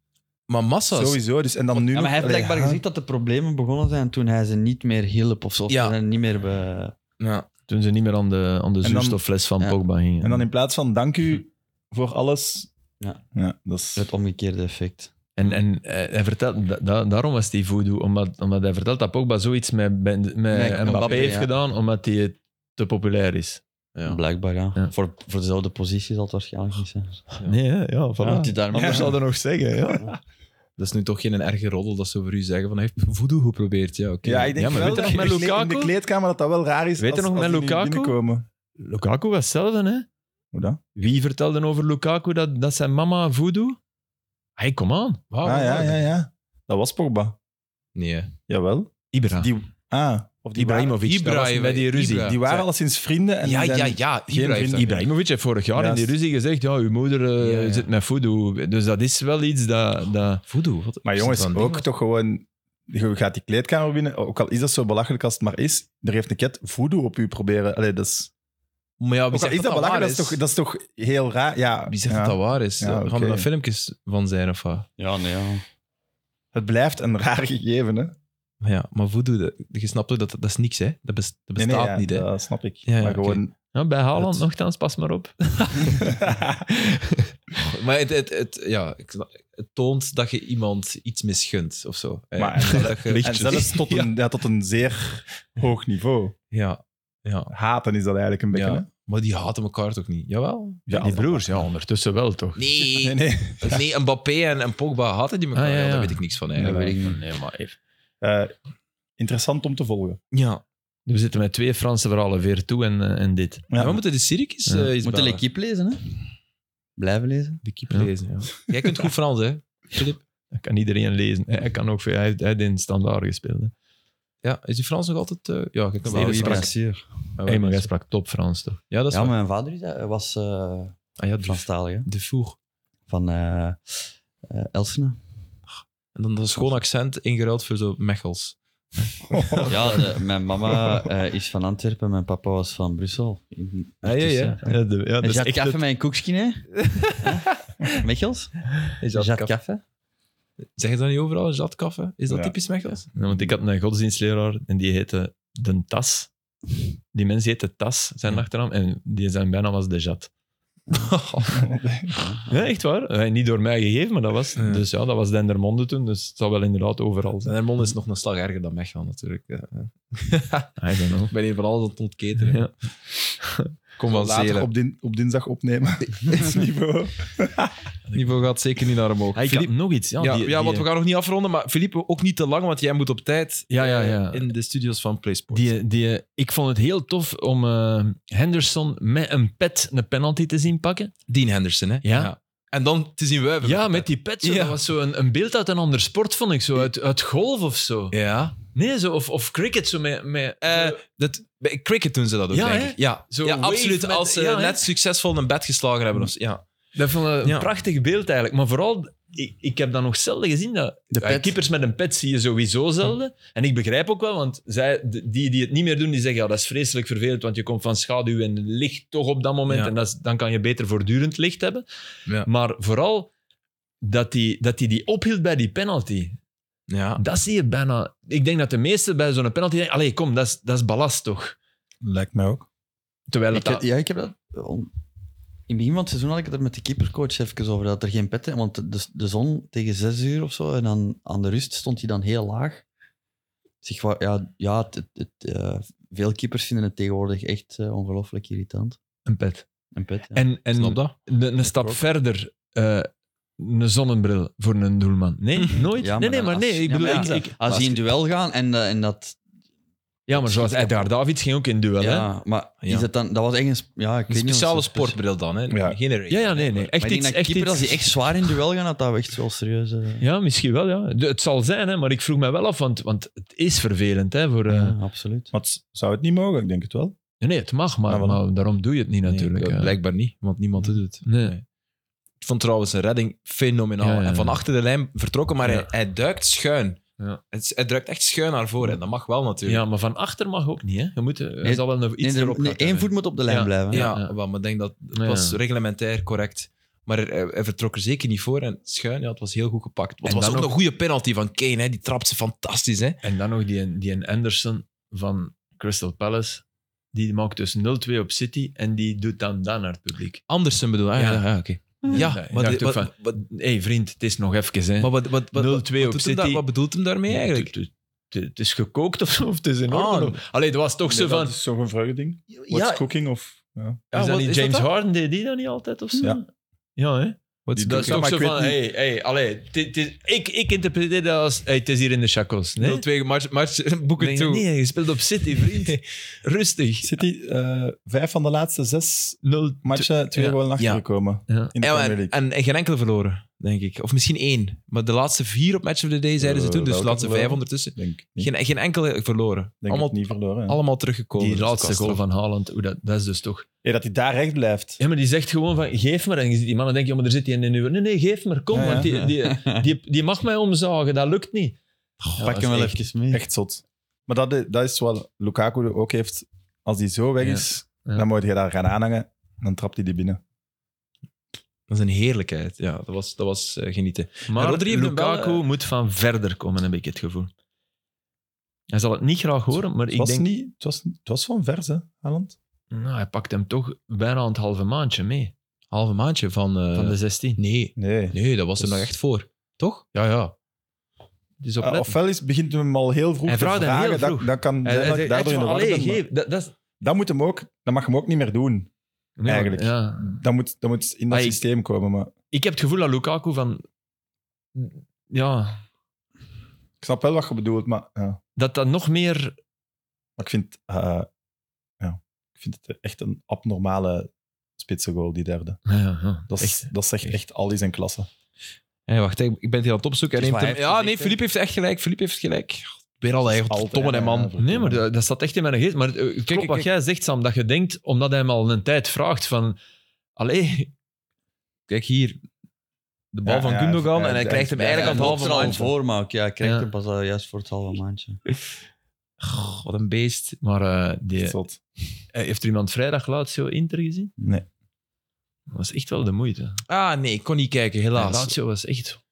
Speaker 1: Maar massa's...
Speaker 4: Sowieso. Dus, en dan nu
Speaker 3: Ja, maar hij heeft
Speaker 4: nog-
Speaker 3: blijkbaar
Speaker 4: Allee,
Speaker 3: gezien dat de problemen begonnen zijn toen hij ze niet meer hielp of zo. Of
Speaker 1: Ja.
Speaker 3: ze hen niet meer... be-
Speaker 1: Ja.
Speaker 2: Toen ze niet meer aan de, aan de
Speaker 4: dan-
Speaker 2: zuurstoffles van
Speaker 3: Ja.
Speaker 2: Pogba gingen.
Speaker 4: En dan in plaats van dank u voor alles...
Speaker 3: Ja.
Speaker 4: dat is...
Speaker 3: Het omgekeerde effect.
Speaker 2: En, en eh, hij vertelt, da- da- daarom was die voodoo, omdat, omdat hij vertelt dat Pogba zoiets met, Ben- met, Mbappé,
Speaker 3: Mbappé,
Speaker 2: heeft
Speaker 3: ja.
Speaker 2: gedaan, omdat hij eh, te populair is. Ja.
Speaker 3: Blijkbaar, ja.
Speaker 2: Ja.
Speaker 3: Voor, voor dezelfde positie zal het waarschijnlijk niet zijn.
Speaker 2: Nee, hè? ja, voilà.
Speaker 3: Moet hij daarmee-
Speaker 2: Anders zou hij nog zeggen, ja.
Speaker 1: Dat is nu toch geen erge roddel dat ze over u zeggen van hij heeft voodoo geprobeerd. Ja, oké.
Speaker 4: Ja, ik denk
Speaker 2: Ja, maar
Speaker 4: wel
Speaker 2: weet je
Speaker 4: dat
Speaker 2: nog met
Speaker 4: in de kleed-
Speaker 2: Lukaku?
Speaker 4: in de kleedkamer dat dat wel raar is
Speaker 2: Weet je
Speaker 4: als,
Speaker 2: nog
Speaker 4: als
Speaker 2: met
Speaker 4: die nu
Speaker 2: Lukaku?
Speaker 4: binnenkomen.
Speaker 2: Lukaku was hetzelfde, hè.
Speaker 4: Hoe dan?
Speaker 2: Wie vertelde over Lukaku dat, dat zijn mama voodoo? Hey, kom aan.
Speaker 1: Wauw,
Speaker 4: ah, ja,
Speaker 1: wauw.
Speaker 4: ja, ja. Dat was Pogba.
Speaker 1: Nee. hè.
Speaker 4: Jawel.
Speaker 2: Ibra.
Speaker 4: Die, ah, of die waren,
Speaker 2: Ibrahimovic.
Speaker 1: Ibra,
Speaker 2: dat was met die
Speaker 1: Ibra.
Speaker 2: ruzie.
Speaker 4: die waren al sinds vrienden. En
Speaker 1: ja,
Speaker 4: die zijn-
Speaker 1: ja, ja.
Speaker 4: geen
Speaker 1: Ibra heeft
Speaker 4: vrienden.
Speaker 1: dat-
Speaker 2: Ibrahimovic heeft vorig jaar in die
Speaker 4: Juist.
Speaker 2: ruzie gezegd, ja, uw moeder eh,
Speaker 1: Ja, ja.
Speaker 2: zit met voodoo. Dus dat is wel iets dat... dat...
Speaker 1: Voodoo, wat
Speaker 4: Maar
Speaker 1: is dat
Speaker 4: jongens,
Speaker 1: dan?
Speaker 4: ook toch gewoon... Je gaat die kleedkamer binnen, ook al is dat zo belachelijk als het maar is, er heeft een cat voodoo op u proberen. Allee, dat is,
Speaker 1: Maar ja, wie
Speaker 4: ook al
Speaker 1: zegt
Speaker 4: is dat belachelijk, dat
Speaker 1: waar
Speaker 4: is, toch, dat is toch heel raar. Ja,
Speaker 1: Wie zegt
Speaker 4: ja.
Speaker 1: dat dat waar is?
Speaker 4: Ja,
Speaker 1: Gaan
Speaker 4: oké.
Speaker 1: er daar filmpjes van zijn of wat?
Speaker 3: Ja, nee, ja.
Speaker 4: Het blijft een raar gegeven, hè?
Speaker 1: Maar ja, maar voodoo, dat- je snapt ook dat dat is niks, hè? Dat, bes- dat
Speaker 4: Nee,
Speaker 1: bestaat
Speaker 4: ja,
Speaker 1: niet, hè?
Speaker 4: Dat snap ik.
Speaker 1: Ja, ja,
Speaker 4: maar
Speaker 1: oké.
Speaker 4: gewoon...
Speaker 2: Ja, bij Haaland,
Speaker 4: Het-
Speaker 2: nogthans, pas maar op.
Speaker 1: Maar het, het, het, ja, ik snap- het toont dat je iemand iets misgunt of zo. hè.
Speaker 4: Maar-
Speaker 1: dat je-
Speaker 4: en zelfs tot een, ja, tot een zeer hoog niveau.
Speaker 1: Ja, ja,
Speaker 4: Haten is dat eigenlijk een beetje,
Speaker 1: ja.
Speaker 4: hè?
Speaker 1: Maar die haten elkaar toch niet? Jawel.
Speaker 4: Ja,
Speaker 2: die broers, ja, ondertussen wel, toch?
Speaker 1: Nee,
Speaker 4: Nee,
Speaker 1: nee,
Speaker 4: nee.
Speaker 1: Mbappé en, en Pogba haten die elkaar.
Speaker 2: Ah, ja,
Speaker 1: Ja,
Speaker 2: ja.
Speaker 1: Daar weet ik niks van eigenlijk.
Speaker 3: weet ik niet.
Speaker 2: Nee, maar even.
Speaker 4: Eh, interessant om te volgen.
Speaker 1: Ja.
Speaker 2: We zitten met twee Franse verhalen, weer toe en, eh, en dit.
Speaker 1: Ja, we moeten de Sirikis
Speaker 2: Ja.
Speaker 1: eh iets
Speaker 3: Moet de
Speaker 1: bellen.
Speaker 3: l'équipe lezen, hè? Blijven lezen.
Speaker 1: De keeper lezen, ja. Jij kunt goed Frans, hè? Filip?
Speaker 2: Dat kan iedereen lezen. Hij, hij kan ook, veel- hij, heeft- hij heeft in standaard gespeeld. Hè.
Speaker 1: Ja, is die Frans nog altijd... eh, ja, ik heb
Speaker 3: Steven
Speaker 1: wel
Speaker 3: Sprak.
Speaker 1: gesproken.
Speaker 2: Hey, maar hij sprak top Frans, toch?
Speaker 1: Ja, dat is
Speaker 3: Ja,
Speaker 1: waar.
Speaker 3: mijn vader is, eh, was eh
Speaker 1: Ah, ja, de,
Speaker 3: Franstalig, hè?
Speaker 1: de voer.
Speaker 3: Van eh eh, Elsene.
Speaker 1: En dan dat schoon accent ingeruild voor zo Mechels.
Speaker 2: Oh.
Speaker 3: Ja, de- mijn mama eh, is van Antwerpen, mijn papa was van Brussel.
Speaker 1: Ja, ja, ja.
Speaker 2: Ah, Ja, de, ja, dus
Speaker 3: Dus Jacques
Speaker 2: echt
Speaker 3: Caffe
Speaker 2: het-
Speaker 3: met een koekje, hè? Huh? Michels?
Speaker 2: Dus
Speaker 3: Jacques Caffe?
Speaker 1: Zeg je dat niet overal, Jatkaffe? Is dat
Speaker 4: Ja.
Speaker 1: typisch Mechels?
Speaker 2: Ja, want ik had een godsdienstleraar en die heette De Tas. Die mensen heette Tas, zijn achternaam. En die zijn bijnaam was De Jat. Ja, echt waar. Eh, niet door mij gegeven, maar dat was,
Speaker 1: Ja.
Speaker 2: dus ja, dat was Dendermonde toen. Dus het zal wel inderdaad overal zijn.
Speaker 1: Hermon is nog een slag erger dan Mechelen natuurlijk. Ja, ja.
Speaker 2: I don't know.
Speaker 1: Ik ben hier van alles aan het ontketenen.
Speaker 2: Ja.
Speaker 1: Kom wel
Speaker 4: Later
Speaker 1: zelen.
Speaker 4: op, din- op dinsdag opnemen. Dat is niveau.
Speaker 1: Het niveau gaat zeker niet naar omhoog.
Speaker 2: Hij
Speaker 1: Philippe-
Speaker 2: had nog iets. Ja,
Speaker 1: ja,
Speaker 2: die-
Speaker 1: ja
Speaker 2: die-
Speaker 1: want we gaan nog niet afronden, maar Philippe, ook niet te lang, want jij moet op tijd
Speaker 2: Ja, ja,
Speaker 1: eh,
Speaker 2: ja.
Speaker 1: in de studios van PlaySport.
Speaker 2: Die, die, ik vond het heel tof om eh, Henderson met een pet een penalty te zien pakken.
Speaker 1: Dean Henderson, hè?
Speaker 2: Ja.
Speaker 1: En dan te zien wuiven.
Speaker 2: Ja, met die pet. Zo,
Speaker 1: Ja.
Speaker 2: Dat was zo een, een beeld uit een ander sport, vond ik. Zo, uit, uit golf of zo.
Speaker 1: Ja.
Speaker 2: Nee, zo, of, of cricket. Zo met, met,
Speaker 1: Eh, dat, bij cricket doen ze dat ook,
Speaker 2: Ja,
Speaker 1: denk
Speaker 2: hè?
Speaker 1: ik. Ja,
Speaker 2: Zo'n
Speaker 1: ja
Speaker 2: wave
Speaker 1: absoluut.
Speaker 2: met-
Speaker 1: als ze
Speaker 2: ja, hè?
Speaker 1: net succesvol een bed geslagen hebben. Of, zo. ja.
Speaker 2: dat vond ik een
Speaker 1: Ja.
Speaker 2: prachtig beeld eigenlijk. Maar vooral, ik, ik heb dat nog zelden gezien. Dat,
Speaker 3: De
Speaker 2: ja,
Speaker 3: pet.
Speaker 2: keepers met een pet zie je sowieso zelden. En ik begrijp ook wel, want zij, de- die die het niet meer doen, die zeggen ja, dat is vreselijk vervelend, want je komt van schaduw en licht toch op dat moment.
Speaker 1: Ja.
Speaker 2: En dat is- dan kan je beter voortdurend licht hebben.
Speaker 1: Ja.
Speaker 2: Maar vooral dat die, dat die die ophield bij die penalty.
Speaker 1: ja.
Speaker 2: Dat zie je bijna. Ik denk dat de meesten bij zo'n penalty denken: Allee, kom, dat is, dat is ballast toch?
Speaker 4: Lijkt mij ook.
Speaker 2: Terwijl het
Speaker 3: Ik,
Speaker 2: dat.
Speaker 3: ja, ik heb dat... eh, In het begin van het seizoen had ik het er met de keepercoach even over, dat er geen petten... Want de, de zon tegen zes uur of zo, en dan aan de rust stond hij dan heel laag. Zich, wa- ja, ja het, het- het, eh, veel keepers vinden het tegenwoordig echt eh, ongelooflijk irritant.
Speaker 2: Een pet.
Speaker 3: Een pet, ja.
Speaker 2: En, en
Speaker 1: Snap dat?
Speaker 2: de- een stap verder. eh, een zonnebril voor een doelman. Nee, nooit.
Speaker 3: Ja,
Speaker 2: nee, nee,
Speaker 3: dan
Speaker 2: maar
Speaker 3: als-
Speaker 2: nee. Ik
Speaker 3: ja,
Speaker 2: bedoel,
Speaker 3: maar
Speaker 2: ik,
Speaker 3: ja,
Speaker 2: ik-
Speaker 3: als hij in duel gaan en, eh, en dat...
Speaker 2: ja, maar zoals Edgar Davids ging ook in duel, hè?
Speaker 3: ja, maar
Speaker 1: Ja.
Speaker 3: is dat dan... Dat was echt een... sp- Ja, ik
Speaker 1: Een
Speaker 3: weet niet,
Speaker 1: speciale
Speaker 3: dat is een spec-
Speaker 1: sportbril dan, hè?
Speaker 4: Ja.
Speaker 1: Geen race.
Speaker 2: Ja, ja, nee, nee. Echt
Speaker 3: maar ik
Speaker 2: iets,
Speaker 3: denk dat
Speaker 2: echt
Speaker 3: keeper,
Speaker 2: iets.
Speaker 3: als die echt zwaar in duel gaan, dat dat echt wel serieus... eh,
Speaker 2: Ja, misschien wel, ja. De- het zal zijn, hè, maar ik vroeg mij wel af, want, want het is vervelend, hè, voor... eh,
Speaker 3: ja, absoluut.
Speaker 4: Maar het- zou het niet mogen? Ik denk het wel.
Speaker 2: Nee, het mag, maar,
Speaker 4: Ja, voilà.
Speaker 2: maar daarom doe je het niet
Speaker 1: Nee, eh,
Speaker 2: natuurlijk. hè.
Speaker 1: Blijkbaar niet, want niemand doet het.
Speaker 2: Nee.
Speaker 1: Ik vond trouwens zijn redding fenomenaal.
Speaker 2: Ja, ja, ja.
Speaker 1: En van achter de lijn vertrokken, maar
Speaker 2: Ja.
Speaker 1: hij, hij duikt schuin.
Speaker 2: Ja.
Speaker 1: Het, hij drukt echt schuin naar voren. En dat mag wel natuurlijk.
Speaker 2: Ja, maar van achter mag ook niet, hè. Je moet... eh,
Speaker 3: Nee,
Speaker 2: zal wel een- iets
Speaker 3: Nee, er-
Speaker 2: erop
Speaker 3: nee,
Speaker 2: gehad
Speaker 3: één
Speaker 2: hebben.
Speaker 3: voet moet op de lijn
Speaker 2: Ja.
Speaker 3: blijven. hè.
Speaker 1: Ja,
Speaker 2: Ja.
Speaker 1: wel, maar ik denk dat het
Speaker 2: Ja.
Speaker 1: was reglementair correct. Maar er- hij, hij vertrok er zeker niet voor. En schuin, ja, het was heel goed gepakt. Want
Speaker 2: En
Speaker 1: het was ook
Speaker 2: dan
Speaker 1: een goede penalty van Kane. Hè. Die trapt ze fantastisch. Hè.
Speaker 2: En dan nog die, die een Anderson van Crystal Palace. Die maakt dus 0-2 op City en die doet dan dat naar het publiek.
Speaker 1: Andersen bedoel ah,
Speaker 2: Ja.
Speaker 1: ja, ja, oké. Ja,
Speaker 2: Ja, ik
Speaker 1: maar,
Speaker 2: dacht
Speaker 1: de-
Speaker 2: ook
Speaker 1: wat,
Speaker 2: van-
Speaker 1: wat,
Speaker 2: Hé hey vriend, het is nog even. Hè.
Speaker 1: maar wat, wat, wat,
Speaker 2: 0-2
Speaker 1: wat,
Speaker 2: op
Speaker 1: doet hem daar-
Speaker 2: City.
Speaker 1: wat bedoelt hem daarmee eigenlijk?
Speaker 2: Het, het- het is gekookt of zo, of het is in orde.
Speaker 1: Ah,
Speaker 2: of- Allee, dat was toch
Speaker 4: Nee,
Speaker 2: zo
Speaker 4: dat
Speaker 2: van...
Speaker 4: is zo'n vreugding. What's cooking? Of, ja.
Speaker 1: ja,
Speaker 2: is dat
Speaker 1: Ah, wat-
Speaker 2: niet
Speaker 1: is dat
Speaker 2: James
Speaker 1: dat?
Speaker 2: Harden? Deed die dat niet altijd of zo?
Speaker 4: Ja.
Speaker 2: Ja, hè?
Speaker 1: Wat
Speaker 4: Die
Speaker 2: Dat
Speaker 4: doet
Speaker 2: is
Speaker 4: Ja,
Speaker 2: toch
Speaker 4: maar
Speaker 2: zo
Speaker 4: ik weet
Speaker 2: van,
Speaker 4: niet.
Speaker 2: hey, hey, allee, het- het is- ik, ik interpreteer dat als, hey, het is hier in de shackles. Nee?
Speaker 1: 0-2 match, match boeken
Speaker 2: Nee,
Speaker 1: toe.
Speaker 2: nee, je speelt op City, vriend. Rustig.
Speaker 4: City, eh, vijf van de laatste zes
Speaker 2: 0
Speaker 4: matchen, twee
Speaker 2: ja.
Speaker 4: goals achtergekomen
Speaker 2: Ja.
Speaker 4: in de
Speaker 1: Ja, maar-
Speaker 4: Premier League.
Speaker 1: en, en geen enkele verloren, denk ik. Of misschien één. Maar de laatste vier op Match of the Day zeiden ze
Speaker 4: Eh,
Speaker 1: toen. Dus de
Speaker 4: welke
Speaker 1: laatste vijf
Speaker 4: verloren?
Speaker 1: ondertussen.
Speaker 4: Denk, niet.
Speaker 1: Geen, geen enkele verloren.
Speaker 4: denk
Speaker 1: allemaal,
Speaker 4: het niet verloren. ja.
Speaker 1: allemaal teruggekomen.
Speaker 2: Die
Speaker 1: Dus
Speaker 2: laatste
Speaker 1: dat was
Speaker 2: goal
Speaker 1: toch-
Speaker 2: van Haaland, hoe dat, dat is dus toch...
Speaker 4: Ja, dat hij daar recht blijft.
Speaker 2: Ja, maar die zegt gewoon van, geef maar. En je ziet die mannen denken, ja, maar er zit hij in een uur. Nee, nee, geef maar, kom.
Speaker 4: Ja, ja.
Speaker 2: Want die, die, die, die mag mij omzagen, dat lukt niet. Ja,
Speaker 3: Pak
Speaker 2: dat
Speaker 3: hem
Speaker 2: is
Speaker 3: wel
Speaker 2: echt-
Speaker 3: even mee.
Speaker 4: Echt zot. Maar dat, i- dat is wel Lukaku ook heeft. Als hij zo weg
Speaker 2: Ja.
Speaker 4: is,
Speaker 2: Ja.
Speaker 4: dan moet je daar gaan aanhangen. Dan trapt hij die binnen.
Speaker 1: Dat is een heerlijkheid. Ja, dat was, dat was eh, genieten.
Speaker 2: Maar
Speaker 1: Rodri heeft hem wel,
Speaker 2: Lukaku
Speaker 1: eh,
Speaker 2: moet van verder komen, heb ik het gevoel. Hij zal het niet graag horen, maar
Speaker 4: Het
Speaker 2: ik
Speaker 4: was,
Speaker 2: denk...
Speaker 4: niet, het, was, het was van vers, hè, Haaland?
Speaker 2: Nou, hij pakt hem toch bijna aan het halve maandje mee.
Speaker 1: Halve maandje van... eh,
Speaker 2: Van de 16.
Speaker 1: Nee.
Speaker 4: Nee.
Speaker 1: Nee, dat was er
Speaker 4: Dus-
Speaker 1: nog echt voor. Toch? Ja, ja.
Speaker 2: Dus
Speaker 4: Eh,
Speaker 2: opletten.
Speaker 4: ofwel is, begint hij hem al heel vroeg
Speaker 2: Hij
Speaker 4: te
Speaker 2: vraagt hem heel
Speaker 4: vragen. dat-
Speaker 2: vroeg.
Speaker 4: Dat, kan
Speaker 2: Hij- hij
Speaker 4: zijn dat
Speaker 2: zegt
Speaker 4: ik
Speaker 2: echt
Speaker 4: daardoor in de
Speaker 2: van,
Speaker 4: war
Speaker 2: allee,
Speaker 4: ben, maar
Speaker 2: geef. Dat, dat is...
Speaker 4: Dat moet hem ook... Dat mag hem ook niet meer doen,
Speaker 2: Nee, maar-
Speaker 4: eigenlijk.
Speaker 2: Ja.
Speaker 4: Dat moet, dat moet in dat
Speaker 2: Ah, ik-
Speaker 4: systeem komen, maar...
Speaker 2: Ik heb het gevoel dat Lukaku van... Ja,
Speaker 4: Ik snap wel wat je bedoelt, maar... Ja.
Speaker 2: dat dat nog meer
Speaker 4: Maar ik vind... eh, ja, ik vind het echt een abnormale spitsengoal, die derde.
Speaker 2: Ja, ja, ja.
Speaker 4: Dat, is,
Speaker 2: Echt.
Speaker 4: dat zegt echt al die zijn klasse.
Speaker 1: Hé, wacht, ik ik ben het hier aan het opzoeken. Hij
Speaker 3: Het is
Speaker 1: neemt hem...
Speaker 3: wat hij
Speaker 1: Ja,
Speaker 3: heeft
Speaker 1: nee,
Speaker 3: gezegd,
Speaker 1: Philippe heeft echt gelijk. Philippe heeft gelijk. Weer al
Speaker 4: Altijd,
Speaker 1: eigenlijk. Tommen en
Speaker 4: hè,
Speaker 1: man.
Speaker 4: ja.
Speaker 2: Nee, maar dat, dat staat echt in mijn geest. Maar eh, klopt
Speaker 1: kijk,
Speaker 2: wat
Speaker 1: kijk.
Speaker 2: jij zegt, Sam, dat je denkt, omdat hij hem al een tijd vraagt, van... Allee,
Speaker 1: Kijk hier. De bal
Speaker 4: Ja,
Speaker 1: van
Speaker 4: ja,
Speaker 1: Gundogan.
Speaker 4: ja,
Speaker 1: en hij
Speaker 4: ja,
Speaker 1: krijgt hem
Speaker 4: ja,
Speaker 1: eigenlijk aan
Speaker 3: hij
Speaker 1: het
Speaker 3: loopt
Speaker 1: halve
Speaker 3: er al
Speaker 1: maandje.
Speaker 3: voor, maar ook, ja, hij krijgt
Speaker 2: Ja.
Speaker 3: hem pas al juist voor het halve maandje.
Speaker 1: Goh, Wat een beest.
Speaker 2: maar eh, die,
Speaker 4: Echt zot.
Speaker 2: eh, heeft er iemand vrijdag Lazio Inter gezien?
Speaker 4: Nee.
Speaker 2: Dat was echt wel de moeite.
Speaker 1: Ah, nee, ik kon niet kijken, helaas.
Speaker 2: Lazio was echt...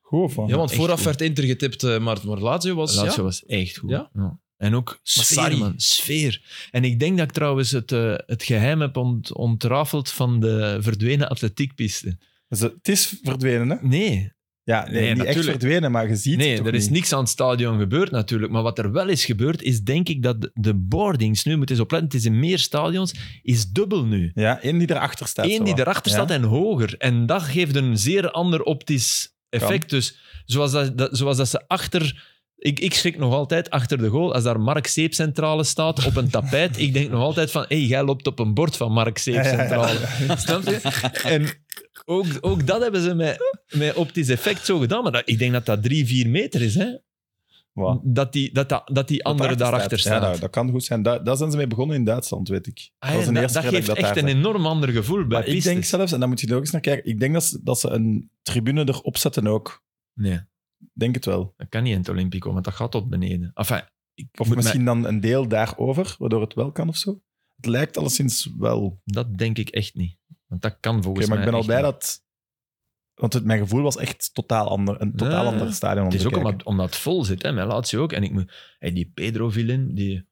Speaker 4: Goed, van.
Speaker 1: Ja, want
Speaker 2: echt
Speaker 1: vooraf
Speaker 2: goed.
Speaker 1: werd Inter getipt, eh, maar, maar Lazio was...
Speaker 2: Lazio
Speaker 1: Ja?
Speaker 2: was echt goed.
Speaker 1: Ja?
Speaker 2: En ook sfeer,
Speaker 1: Sarri-
Speaker 2: man. Sfeer. En ik denk dat ik trouwens het, eh, het geheim heb ont- ontrafeld van de verdwenen atletiekpiste.
Speaker 4: Dus het is verdwenen, hè?
Speaker 2: Nee,
Speaker 4: Ja, nee,
Speaker 2: Nee,
Speaker 4: niet echt
Speaker 2: natuurlijk.
Speaker 4: verdwenen, maar je ziet
Speaker 2: nee
Speaker 4: het toch
Speaker 2: er is
Speaker 4: niet.
Speaker 2: niks aan het stadion gebeurd natuurlijk. Maar wat er wel is gebeurd, is denk ik dat de- de boardings, nu moet je eens opletten, het is in meer stadions, is dubbel nu.
Speaker 4: Ja, één die erachter staat.
Speaker 2: Eén
Speaker 4: zo
Speaker 2: die
Speaker 4: wat.
Speaker 2: erachter
Speaker 4: Ja.
Speaker 2: staat en hoger. En dat geeft een zeer ander optisch effect. Dus zoals dat, dat- zoals dat ze achter... Ik, ik schrik nog altijd achter de goal als daar Mark Seep Centrale staat op een tapijt. ik denk nog altijd van, hé, hey, jij loopt op een bord van Mark Seep Centrale. Snap je? En ook, ook dat hebben ze met, met optisch effect zo gedaan. Maar dat, ik denk dat dat drie, vier meter is, hè?
Speaker 4: Wat?
Speaker 2: Dat die, dat, dat, dat die andere
Speaker 4: Dat
Speaker 2: daarachter staat.
Speaker 4: Ja, dat, dat kan goed zijn. Daar, daar zijn ze mee begonnen in Duitsland, weet ik.
Speaker 2: Ah, ja,
Speaker 4: dat is de
Speaker 2: dat,
Speaker 4: eerste
Speaker 2: dat
Speaker 4: keer
Speaker 2: geeft
Speaker 4: dat ik dat
Speaker 2: echt
Speaker 4: daar
Speaker 2: een
Speaker 4: zag.
Speaker 2: enorm ander gevoel bij
Speaker 4: Maar ik
Speaker 2: pistes.
Speaker 4: denk zelfs, en dan moet je er ook eens naar kijken, ik denk dat ze, dat ze een tribune erop zetten ook.
Speaker 2: Nee,
Speaker 4: Denk het wel.
Speaker 2: dat kan niet in het Olympico, want dat gaat tot beneden. Enfin, ik
Speaker 4: Of
Speaker 2: moet
Speaker 4: misschien dan een deel daarover, waardoor het wel kan of zo. Het lijkt alleszins wel. Oké,
Speaker 2: mij- dat denk ik echt niet. Want dat kan volgens
Speaker 4: maar ik
Speaker 2: mij
Speaker 4: ben al
Speaker 2: echt
Speaker 4: blij
Speaker 2: niet.
Speaker 4: dat... Want het, mijn gevoel was echt totaal ander, een totaal
Speaker 2: Ja,
Speaker 4: ander stadion. om
Speaker 2: Het is
Speaker 4: te
Speaker 2: ook
Speaker 4: kijken.
Speaker 2: omdat, omdat het vol zit, hè, met Lazio ook. En ik moet... hey, die Pedro viel in, die,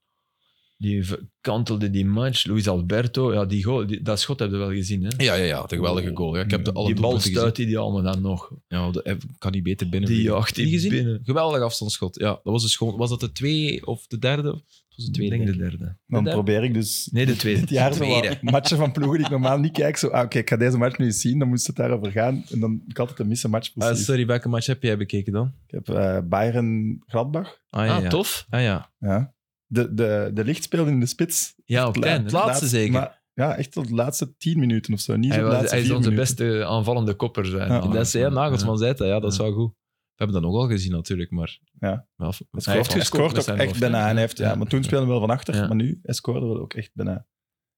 Speaker 2: die v- kantelde die match. Luis Alberto, ja, die goal, die- dat schot heb je wel gezien, hè?
Speaker 1: Ja, ja, ja. De geweldige goal. Ja. Ik heb de alle
Speaker 2: die bal
Speaker 1: doelpunten gezien.
Speaker 2: stuit hij die allemaal dan nog.
Speaker 1: Ja, de, kan niet beter binnen.
Speaker 2: Die jaagt
Speaker 1: Niet
Speaker 2: die
Speaker 1: gezien?
Speaker 2: binnen.
Speaker 1: Geweldig afstandsschot. Ja, dat was, een schoon, was dat de twee of de derde? Het was de
Speaker 2: Ik
Speaker 1: tweede.
Speaker 2: denk de
Speaker 1: denk ik.
Speaker 2: derde.
Speaker 4: Dan
Speaker 1: daar-
Speaker 4: probeer ik dus
Speaker 2: Nee, de tweede.
Speaker 4: dit jaar zo wat
Speaker 1: Tweede.
Speaker 4: matchen van ploegen die ik normaal niet kijk. Zo, ah, oké, ik ga deze match nu eens zien, dan moest het daarover gaan. En dan ik had het een missen match
Speaker 1: Ah,
Speaker 4: precies.
Speaker 1: sorry, welke match heb jij bekeken dan?
Speaker 4: Ik heb eh, Bayern-Gladbach.
Speaker 1: Ah, ja,
Speaker 2: Ah,
Speaker 1: ja.
Speaker 2: tof.
Speaker 1: Ah, ja.
Speaker 4: Ja. De, de, de licht speelde in de spits.
Speaker 2: Ja, op
Speaker 4: Het
Speaker 2: het
Speaker 4: la-
Speaker 2: einde.
Speaker 1: laat- laatste zeker.
Speaker 4: Maar, ja, echt tot de laatste tien minuten of zo. Niet
Speaker 2: Hij,
Speaker 4: zo de
Speaker 2: was,
Speaker 4: laatste
Speaker 2: hij zou
Speaker 4: vier minuten.
Speaker 2: onze beste aanvallende kopper zijn.
Speaker 4: Ja.
Speaker 1: En dat zei, ja, Nagelsman zei dat, ja, dat is
Speaker 2: Ja.
Speaker 1: wel goed. We hebben dat nogal gezien natuurlijk, maar...
Speaker 4: Ja.
Speaker 1: Wel-
Speaker 4: Hij,
Speaker 2: Hij
Speaker 4: scoort,
Speaker 2: heeft
Speaker 4: hij
Speaker 2: gescoord
Speaker 4: scoort
Speaker 2: met
Speaker 4: ook
Speaker 2: zijn
Speaker 4: echt
Speaker 2: hoofd,
Speaker 4: bijna.
Speaker 2: hè?
Speaker 4: En hij heeft, ja,
Speaker 2: Ja.
Speaker 4: maar toen speelden we wel van achter,
Speaker 2: Ja.
Speaker 4: maar nu hij scoorde wel ook echt bijna.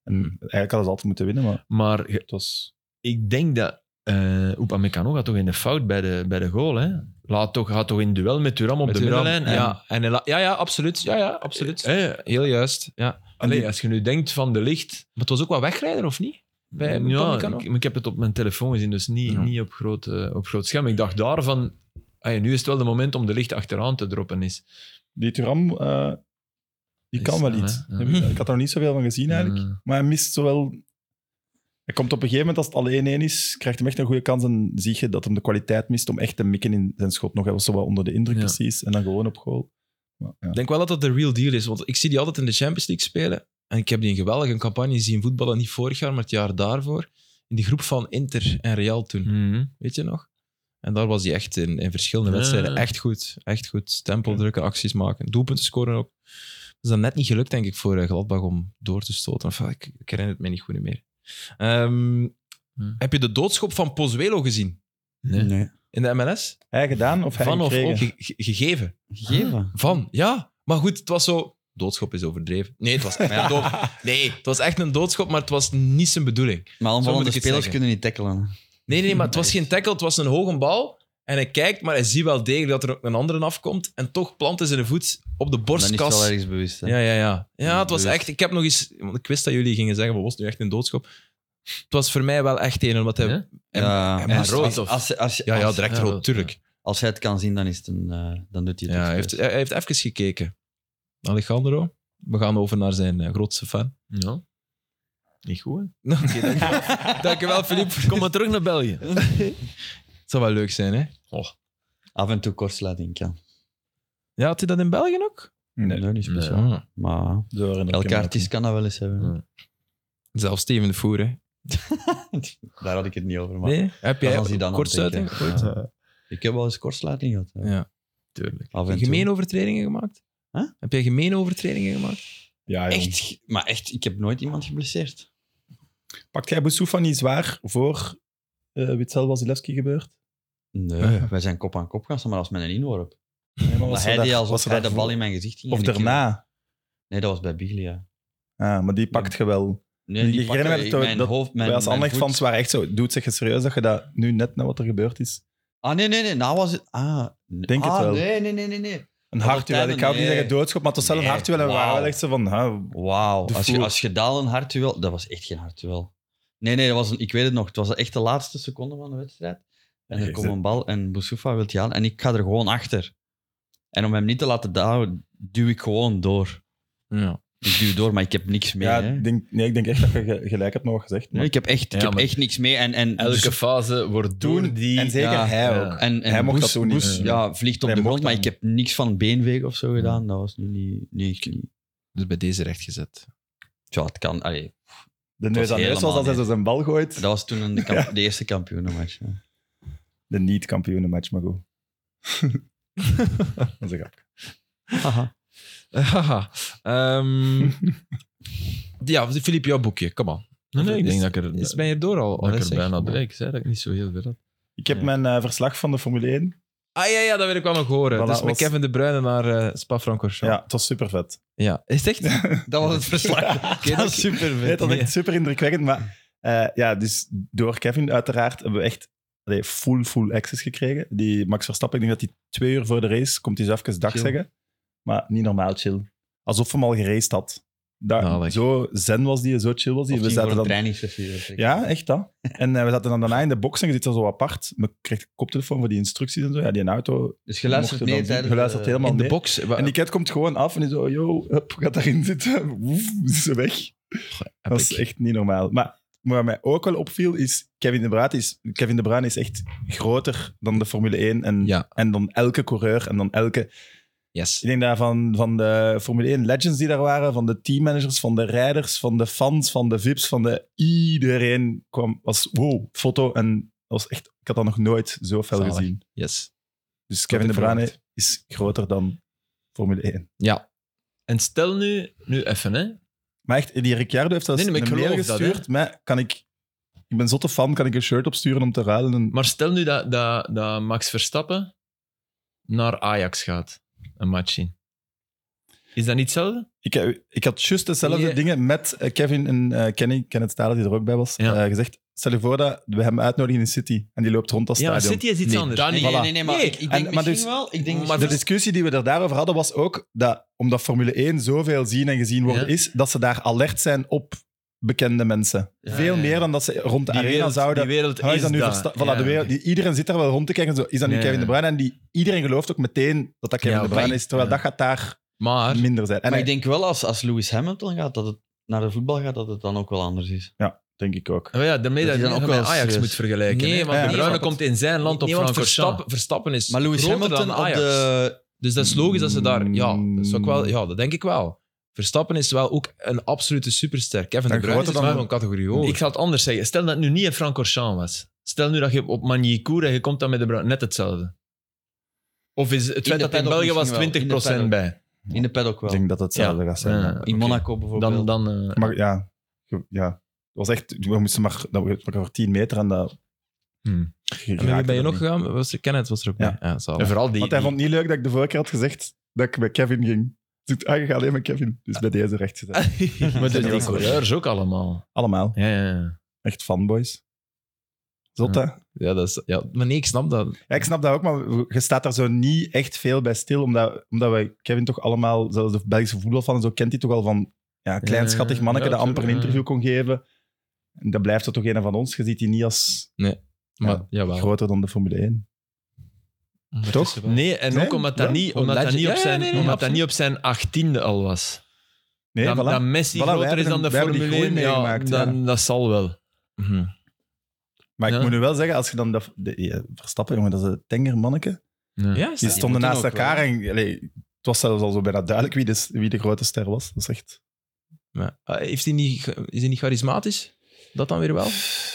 Speaker 4: En eigenlijk hadden ze altijd moeten winnen, maar
Speaker 2: Maar
Speaker 4: het was...
Speaker 2: ik denk dat eh Upamecano gaat toch in de fout bij de, bij de goal. Hè? Laat toch, gaat toch in duel met Turam op
Speaker 1: Met
Speaker 2: de
Speaker 1: Thuram.
Speaker 2: middenlijn. En-
Speaker 1: Ja, en hij la- ja, ja, absoluut. Ja, ja, absoluut.
Speaker 2: Eh,
Speaker 1: Heel juist, ja. Maar
Speaker 2: allee, als je nu denkt van de licht...
Speaker 1: het was ook wel wegrijder, of niet? Bij
Speaker 2: ja, ik,
Speaker 1: Upamecano?
Speaker 2: maar ik heb het op mijn telefoon gezien, dus niet,
Speaker 1: Ja.
Speaker 2: niet op, groot, eh, op groot scherm. Ik dacht daarvan... ah, nu is het wel de moment om de licht achteraan te droppen. Is.
Speaker 4: Die Thuram, eh, die
Speaker 2: Is
Speaker 4: kan wel
Speaker 2: snel,
Speaker 4: iets.
Speaker 2: hè? Ja.
Speaker 4: Heb ik- Ik had er nog niet zoveel van gezien eigenlijk.
Speaker 2: Eh,
Speaker 4: Maar hij mist zowel... Hij komt op een gegeven moment, als het alleen één is, krijgt hem echt een goede kans en zie je dat hem de kwaliteit mist om echt te mikken in zijn schot nog. Hij was zo wel onder de indruk
Speaker 2: Ja.
Speaker 4: precies en dan gewoon op goal. Maar, ja.
Speaker 1: Ik denk wel dat dat de real deal is, want ik zie die altijd in de Champions League spelen. En ik heb die een geweldige campagne zien voetballen, niet vorig jaar, maar het jaar daarvoor. In die groep van Inter en Real toen,
Speaker 2: mhm.
Speaker 1: weet je nog? En daar was hij echt in, in verschillende
Speaker 2: Ja.
Speaker 1: wedstrijden echt goed. Echt goed. Tempo drukken, acties maken, doelpunten scoren ook. Het is dan net niet gelukt, denk ik, voor eh, Gladbach om door te stoten. Enfin, ik, ik herinner het me niet goed meer. Ehm,
Speaker 2: Hm.
Speaker 1: Heb je de doodschop van Pozuelo gezien
Speaker 2: Nee.
Speaker 1: in de MLS?
Speaker 4: Hij gedaan of hij
Speaker 1: van of
Speaker 4: gekregen?
Speaker 1: ook ge- ge- gegeven?
Speaker 3: Geven.
Speaker 1: Van, ja. Maar goed, het was zo... Doodschop is overdreven. Nee, het was echt een dood... Nee, het was echt een doodschop, maar het was niet zijn bedoeling.
Speaker 3: Maar
Speaker 1: Zo moet
Speaker 3: aanvallende
Speaker 1: ik het
Speaker 3: spelers
Speaker 1: zeggen.
Speaker 3: kunnen niet tackelen.
Speaker 1: Nee, nee, maar het was geen tackle, het was een hoge bal. En hij kijkt, maar hij ziet wel degelijk dat er ook een andere afkomt. En toch plant hij zijn voet op de
Speaker 3: Dan is het wel
Speaker 1: borstkas.
Speaker 3: ergens bewust. hè.
Speaker 1: Ja, ja, ja. Ja, het was
Speaker 3: Bewust.
Speaker 1: echt... Ik heb nog eens... Want ik wist dat jullie gingen zeggen, wat was het nu echt een doodschop? Het was voor mij wel echt een, omdat hij...
Speaker 2: Ja?
Speaker 1: En-
Speaker 3: Ja, maar
Speaker 1: rood,
Speaker 3: als,
Speaker 1: of-
Speaker 3: als, als,
Speaker 1: Ja, ja,
Speaker 3: als-
Speaker 1: direct
Speaker 2: Ja,
Speaker 1: rood,
Speaker 2: rood,
Speaker 1: tuurlijk.
Speaker 3: als hij het kan zien, dan, is het een, eh, dan doet hij
Speaker 1: Ja,
Speaker 3: het.
Speaker 1: hij, heeft, hij heeft even gekeken. Alejandro, we gaan over naar zijn eh, grootste fan.
Speaker 2: Ja. Niet goed, hè?
Speaker 1: Oké, dankjewel. dankjewel, Filip.
Speaker 2: Kom maar terug naar België.
Speaker 1: Het zou wel leuk zijn, hè?
Speaker 3: Af en toe kortsluiting kan.
Speaker 1: Ja, had hij dat in België ook?
Speaker 4: Nee,
Speaker 3: Nee, niet speciaal.
Speaker 1: Ah.
Speaker 3: Maar
Speaker 4: zo herinner ik
Speaker 3: elke
Speaker 4: hem
Speaker 3: artiest kan dat wel eens hebben.
Speaker 1: Zelfs Steven de Voer, hè?
Speaker 3: Daar had ik het niet over. Maar
Speaker 1: Nee? Heb jij
Speaker 3: Dat was hij dan aan het
Speaker 1: kortsluiting?
Speaker 3: denken.
Speaker 1: ooit?
Speaker 4: niet. Eh,
Speaker 3: Ik heb wel eens kortsluiting gehad. hè.
Speaker 1: Ja.
Speaker 2: Tuurlijk.
Speaker 3: Af en toe.
Speaker 1: Gemeen overtredingen gemaakt?
Speaker 3: Huh?
Speaker 1: Heb jij gemeen overtredingen gemaakt?
Speaker 4: Ja, joh.
Speaker 3: Echt, ge- maar echt, ik heb nooit iemand geblesseerd.
Speaker 4: Pakt jij Boussoufa niet zwaar voor eh Witzel Wasilewski gebeurd?
Speaker 3: Nee,
Speaker 1: Nee.
Speaker 3: wij zijn kop aan kop gaan staan, maar als met een inworp.
Speaker 4: Ah, Nee,
Speaker 3: Maar hij deed alsof hij de bal in mijn gezicht ging.
Speaker 4: Of
Speaker 3: en ik-
Speaker 4: daarna.
Speaker 3: Nee, dat was bij Biglia.
Speaker 4: Ah, maar die pakt je wel.
Speaker 3: Nee,
Speaker 4: Ik
Speaker 3: die
Speaker 4: herinner
Speaker 3: pakken
Speaker 4: me dat
Speaker 3: in
Speaker 4: we-
Speaker 3: mijn
Speaker 4: dat
Speaker 3: hoofd, mijn,
Speaker 4: Wij als
Speaker 3: mijn
Speaker 4: Anderlecht
Speaker 3: voet.
Speaker 4: fans waren echt zo. Doet zich je serieus dat je dat nu net na wat er gebeurd is.
Speaker 3: Ah, nee, nee, nee. Nou was het... Ah, nee.
Speaker 4: Denk het
Speaker 3: Ah,
Speaker 4: wel.
Speaker 3: nee, nee, nee, nee. nee.
Speaker 4: Een
Speaker 3: Dat
Speaker 4: hartduel.
Speaker 3: tijden,
Speaker 4: Ik hou niet
Speaker 3: nee.
Speaker 4: zeggen doodschop, maar het was wel een
Speaker 3: Nee,
Speaker 4: hartduel. En we waren
Speaker 3: wauw.
Speaker 4: wel echt zo van... oh, huh,
Speaker 3: Wauw.
Speaker 4: De
Speaker 3: Als je,
Speaker 4: vloer.
Speaker 3: als je daar een hardduel... Dat was echt geen hardduel. Nee, nee, dat was een, ik weet het nog. Het was echt de laatste seconde van de wedstrijd. En
Speaker 4: Nee,
Speaker 3: er komt
Speaker 4: ze-
Speaker 3: een bal en Boussoufa wil die aan. En ik ga er gewoon achter. En om hem niet te laten dou- duw ik gewoon door.
Speaker 1: Ja.
Speaker 3: Ik duw door, maar ik heb niks mee.
Speaker 4: ja,
Speaker 3: hè.
Speaker 4: ik denk, nee, ik denk echt dat je ge- gelijk hebt met wat gezegd.
Speaker 3: Nee,
Speaker 4: maar
Speaker 3: ik heb echt,
Speaker 2: Ja,
Speaker 3: ik heb
Speaker 2: maar-
Speaker 3: echt niks mee. En, en,
Speaker 2: Elke
Speaker 3: dus-
Speaker 2: fase wordt door
Speaker 4: Toen,
Speaker 2: die...
Speaker 4: en zeker
Speaker 3: ja,
Speaker 4: hij
Speaker 2: ja.
Speaker 4: ook.
Speaker 3: en, en
Speaker 4: Hij mocht
Speaker 3: Boes-
Speaker 4: dat toen niet.
Speaker 3: Boes, ja, vliegt op
Speaker 4: Hij
Speaker 3: de
Speaker 4: mocht
Speaker 3: grond, maar
Speaker 4: dat
Speaker 3: ik heb niks van een beenvegen of zo gedaan. Dat was nu niet... Nee, ik, niet.
Speaker 1: Dus bij deze rechtgezet.
Speaker 3: Ja, het kan. Allee,
Speaker 4: De
Speaker 3: was
Speaker 4: neus aan neus was
Speaker 3: helemaal
Speaker 4: als hij zo zijn bal gooit.
Speaker 3: dat was toen een, de, kamp- de eerste kampioenenmatch. ja.
Speaker 4: De niet-kampioenenmatch, maar goed. dat is een grap.
Speaker 1: Haha. Ehm, ja, Filip, jouw boekje, kom aan.
Speaker 2: Nee, nee, ik
Speaker 1: Is-
Speaker 2: denk dat ik er,
Speaker 1: Is ben je er door al?
Speaker 2: dat ik
Speaker 1: Al,
Speaker 2: er
Speaker 1: hè, zeg.
Speaker 2: bijna ben. Ik zei dat ik niet zo heel veel had.
Speaker 4: Ik heb
Speaker 3: Ja.
Speaker 4: mijn eh, verslag van de Formule 1
Speaker 1: Ah ja, ja, dat wil ik wel nog horen.
Speaker 4: Voilà,
Speaker 1: dus met
Speaker 4: was-
Speaker 1: Kevin De Bruyne naar eh, Spa-Francorchamps.
Speaker 4: Ja, het was super vet.
Speaker 1: ja. Is het echt?
Speaker 3: Dat was het verslag.
Speaker 1: Ken ik-
Speaker 3: super
Speaker 4: Nee, het was echt super indrukwekkend. Maar eh, ja, dus door Kevin uiteraard hebben we echt allee, full, full access gekregen. Die Max Verstappen, ik denk dat hij twee uur voor de race komt hij zo even dag
Speaker 1: Chill.
Speaker 4: zeggen. Maar niet normaal chill. Alsof hem al geraced had. Dat,
Speaker 1: Zalig.
Speaker 4: zo zen was die, zo chill was die. We zaten dan, ja, echt dat. En eh, we zaten dan daarna in de box en je zit dan zo apart. We kregen koptelefoon voor die instructies en zo. Ja, die auto...
Speaker 3: Dus geluisterd
Speaker 4: mochten
Speaker 3: mee
Speaker 4: dan-
Speaker 3: tijdens...
Speaker 4: geluisterd
Speaker 3: eh,
Speaker 4: helemaal
Speaker 1: in de
Speaker 4: mee.
Speaker 1: box. Wa-
Speaker 4: En die cat komt gewoon af en die zo, yo, hup, gaat daarin zitten. Woef, ze weg.
Speaker 1: heb
Speaker 4: Dat is
Speaker 1: ik.
Speaker 4: echt niet normaal. Maar wat mij ook wel opviel is Kevin De Bruyne is, Kevin de Bruyne is echt groter dan de Formule 1 en,
Speaker 1: Ja.
Speaker 4: en dan elke coureur en dan elke...
Speaker 1: Yes.
Speaker 4: Ik denk daar van, van de Formule 1 legends die daar waren, van de teammanagers, van de rijders, van de fans, van de VIPs, van de... Iedereen kwam, was wow, foto en dat was echt, ik had dat nog nooit zo fel
Speaker 1: Zalig.
Speaker 4: gezien.
Speaker 1: yes.
Speaker 4: Dus Kevin De
Speaker 1: ik
Speaker 4: Bruyne
Speaker 1: verwacht.
Speaker 4: is groter dan Formule 1.
Speaker 1: Ja.
Speaker 2: En stel nu, nu even, hè.
Speaker 4: Maar echt, die Ricciardo heeft zelfs
Speaker 2: Nee, nee, maar
Speaker 4: een
Speaker 2: ik
Speaker 4: mail
Speaker 2: geloof dat, hè.
Speaker 4: gestuurd. maar kan ik... Ik ben zotte fan, kan ik een shirt opsturen om te ruilen? En
Speaker 2: Maar stel nu dat, dat, dat Max Verstappen naar Ajax gaat, een match zien. Is dat niet hetzelfde?
Speaker 4: Ik, eh, ik had juist dezelfde
Speaker 1: Nee.
Speaker 4: dingen met eh, Kevin en eh, Kenny, Kenneth Stalen, die er ook bij was,
Speaker 2: Ja.
Speaker 4: eh, gezegd. Stel je voor dat we hem uitnodigen in City en die loopt rond dat stadion.
Speaker 2: is
Speaker 1: Nee,
Speaker 3: Nee, Ah, nee,
Speaker 4: Voilà.
Speaker 3: nee, nee, nee, maar
Speaker 1: Nee,
Speaker 3: ik, ik denk
Speaker 4: en- maar
Speaker 3: misschien
Speaker 4: dus-
Speaker 3: wel. Ik denk
Speaker 4: Maar de discussie die we er daarover hadden was ook dat omdat Formule 1 zoveel zien en gezien worden
Speaker 2: Ja.
Speaker 4: is, dat ze daar alert zijn op bekende mensen.
Speaker 3: Ja,
Speaker 4: Veel
Speaker 3: ja, ja.
Speaker 4: meer dan dat ze rond de
Speaker 2: Die
Speaker 4: arena
Speaker 2: wereld-
Speaker 4: zouden...
Speaker 2: Die wereld
Speaker 4: Hoe
Speaker 2: is,
Speaker 4: is dat nu
Speaker 2: daar.
Speaker 4: versta- voilà,
Speaker 2: Ja,
Speaker 4: de wereld,
Speaker 2: oké.
Speaker 4: die, iedereen zit daar wel rond te kijken. en Zo, is dat nu
Speaker 2: Ja,
Speaker 4: Kevin
Speaker 2: ja.
Speaker 4: de Bruyne? En die, iedereen gelooft ook meteen dat dat Kevin
Speaker 2: Ja,
Speaker 4: de
Speaker 2: maar
Speaker 4: Bruyne
Speaker 2: ik-
Speaker 4: is, terwijl
Speaker 2: ja.
Speaker 4: dat gaat daar
Speaker 1: Maar
Speaker 4: minder zijn. En
Speaker 3: maar ik
Speaker 4: hij-
Speaker 3: denk wel als, als Lewis Hamilton gaat, dat het naar de voetbal gaat, dat het dan ook wel anders is.
Speaker 4: denk ik ook.
Speaker 1: Ah,
Speaker 2: Maar ja, daarmee
Speaker 3: Dat
Speaker 2: dat
Speaker 3: is
Speaker 2: je
Speaker 3: dan
Speaker 2: dan
Speaker 3: ook
Speaker 2: ook
Speaker 3: wel
Speaker 2: met Ajax
Speaker 3: serieus.
Speaker 2: moet vergelijken.
Speaker 1: Nee,
Speaker 2: hè.
Speaker 1: maar
Speaker 2: De
Speaker 4: nee,
Speaker 2: Bruyne
Speaker 1: want-
Speaker 2: komt in zijn land op
Speaker 1: Nee, want
Speaker 2: Francorchamps.
Speaker 1: Verstappen, Verstappen is
Speaker 3: Maar Lewis
Speaker 1: groter
Speaker 3: Hamilton
Speaker 1: dan
Speaker 3: op
Speaker 1: Ajax.
Speaker 3: de...
Speaker 1: Dus dat is logisch dat ze
Speaker 2: Mm.
Speaker 1: daar... Ja, dat, is ook wel, ja, dat denk ik wel. Verstappen is wel ook een absolute superster. Kevin De
Speaker 4: En
Speaker 1: Bruyne is
Speaker 4: groter dan-
Speaker 1: wel een categorie hoger.
Speaker 2: Ik ga het anders zeggen. Stel dat het nu niet in Francorchamps was. Stel nu dat je op Magny-Cours en je komt dan met de Bruyne. Net hetzelfde. Of is het feit
Speaker 3: de
Speaker 2: dat in
Speaker 3: paddock
Speaker 2: België was
Speaker 3: misschien wel.
Speaker 2: 20%
Speaker 3: In de paddock.
Speaker 2: bij?
Speaker 3: In de paddock
Speaker 4: Ik
Speaker 3: wel.
Speaker 4: denk dat het hetzelfde gaat zijn.
Speaker 2: Ja.
Speaker 4: ja.
Speaker 3: In Monaco bijvoorbeeld.
Speaker 2: Dan, dan, eh,
Speaker 4: Maar ja, ge- ja. Het was echt, we moesten maar, dat we maar over 10 meter en dat.
Speaker 2: Hmm.
Speaker 4: ge-
Speaker 1: En met wie
Speaker 4: raakte
Speaker 1: ben je
Speaker 4: dat
Speaker 1: nog
Speaker 4: niet.
Speaker 1: gegaan? Was er, Kenneth was er ook bij.
Speaker 4: Ja.
Speaker 1: Ja, zalig.
Speaker 2: en vooral die...
Speaker 4: Want hij vond het niet leuk dat ik de vorige keer had gezegd dat ik bij Kevin ging. Dus ik ah, je gaat alleen met Kevin. Dus bij deze recht
Speaker 1: Ah.
Speaker 4: zitten.
Speaker 2: die- maar de,
Speaker 4: Ja, dat
Speaker 2: die
Speaker 4: was-
Speaker 2: coureurs ook allemaal.
Speaker 4: Allemaal.
Speaker 2: Ja, ja, ja.
Speaker 4: Echt fanboys. Zot,
Speaker 2: Ja.
Speaker 4: hè?
Speaker 1: ja, dat is, ja, maar nee, ik snap dat.
Speaker 4: Ja, ik snap dat ook, maar je staat daar zo niet echt veel bij stil. Omdat, omdat wij Kevin toch allemaal, zelfs de Belgische voetbalfan, en zo kent hij toch al van ja, kleinschattig
Speaker 2: Ja,
Speaker 4: manneke
Speaker 2: ja,
Speaker 4: dat amper een
Speaker 2: tuurlijk, ja.
Speaker 4: interview kon geven. En dat blijft er toch een van ons. Je ziet die niet als
Speaker 1: Maar,
Speaker 4: Ja,
Speaker 1: jawel.
Speaker 4: groter dan de Formule 1.
Speaker 1: Maar het
Speaker 4: toch?
Speaker 1: is er wel.
Speaker 2: Nee, en
Speaker 4: Nee,
Speaker 2: ook omdat dat
Speaker 4: ja,
Speaker 2: niet-
Speaker 1: gewoon
Speaker 2: omdat dat
Speaker 1: legend.
Speaker 2: niet op
Speaker 1: Ja, ja,
Speaker 2: zijn-
Speaker 1: nee, nee,
Speaker 2: omdat dat
Speaker 1: absoluut.
Speaker 2: niet op zijn achttiende al was.
Speaker 4: Nee,
Speaker 2: dat,
Speaker 4: voilà.
Speaker 2: dat Messi
Speaker 4: Voilà, wij
Speaker 2: groter
Speaker 4: hebben
Speaker 2: is dan de
Speaker 4: hem- wij hebben die
Speaker 2: Formule 1,
Speaker 4: groei
Speaker 2: ja,
Speaker 4: meegemaakt,
Speaker 2: dan, dat zal wel.
Speaker 1: Mhm.
Speaker 4: Maar ik
Speaker 2: Ja.
Speaker 4: moet nu wel zeggen, als je dan dat de, ja, Verstappen, jongen, dat is een tenger manneke.
Speaker 1: Ja, is
Speaker 4: Die
Speaker 1: dat-
Speaker 4: stonden
Speaker 3: moeten
Speaker 4: naast
Speaker 3: ook wel.
Speaker 4: elkaar en allee, het was zelfs al zo bijna duidelijk wie de, wie de grote ster was. Dat is echt
Speaker 1: ja. Ah, Heeft hij niet, ge- is hij niet charismatisch? Dat dan weer wel?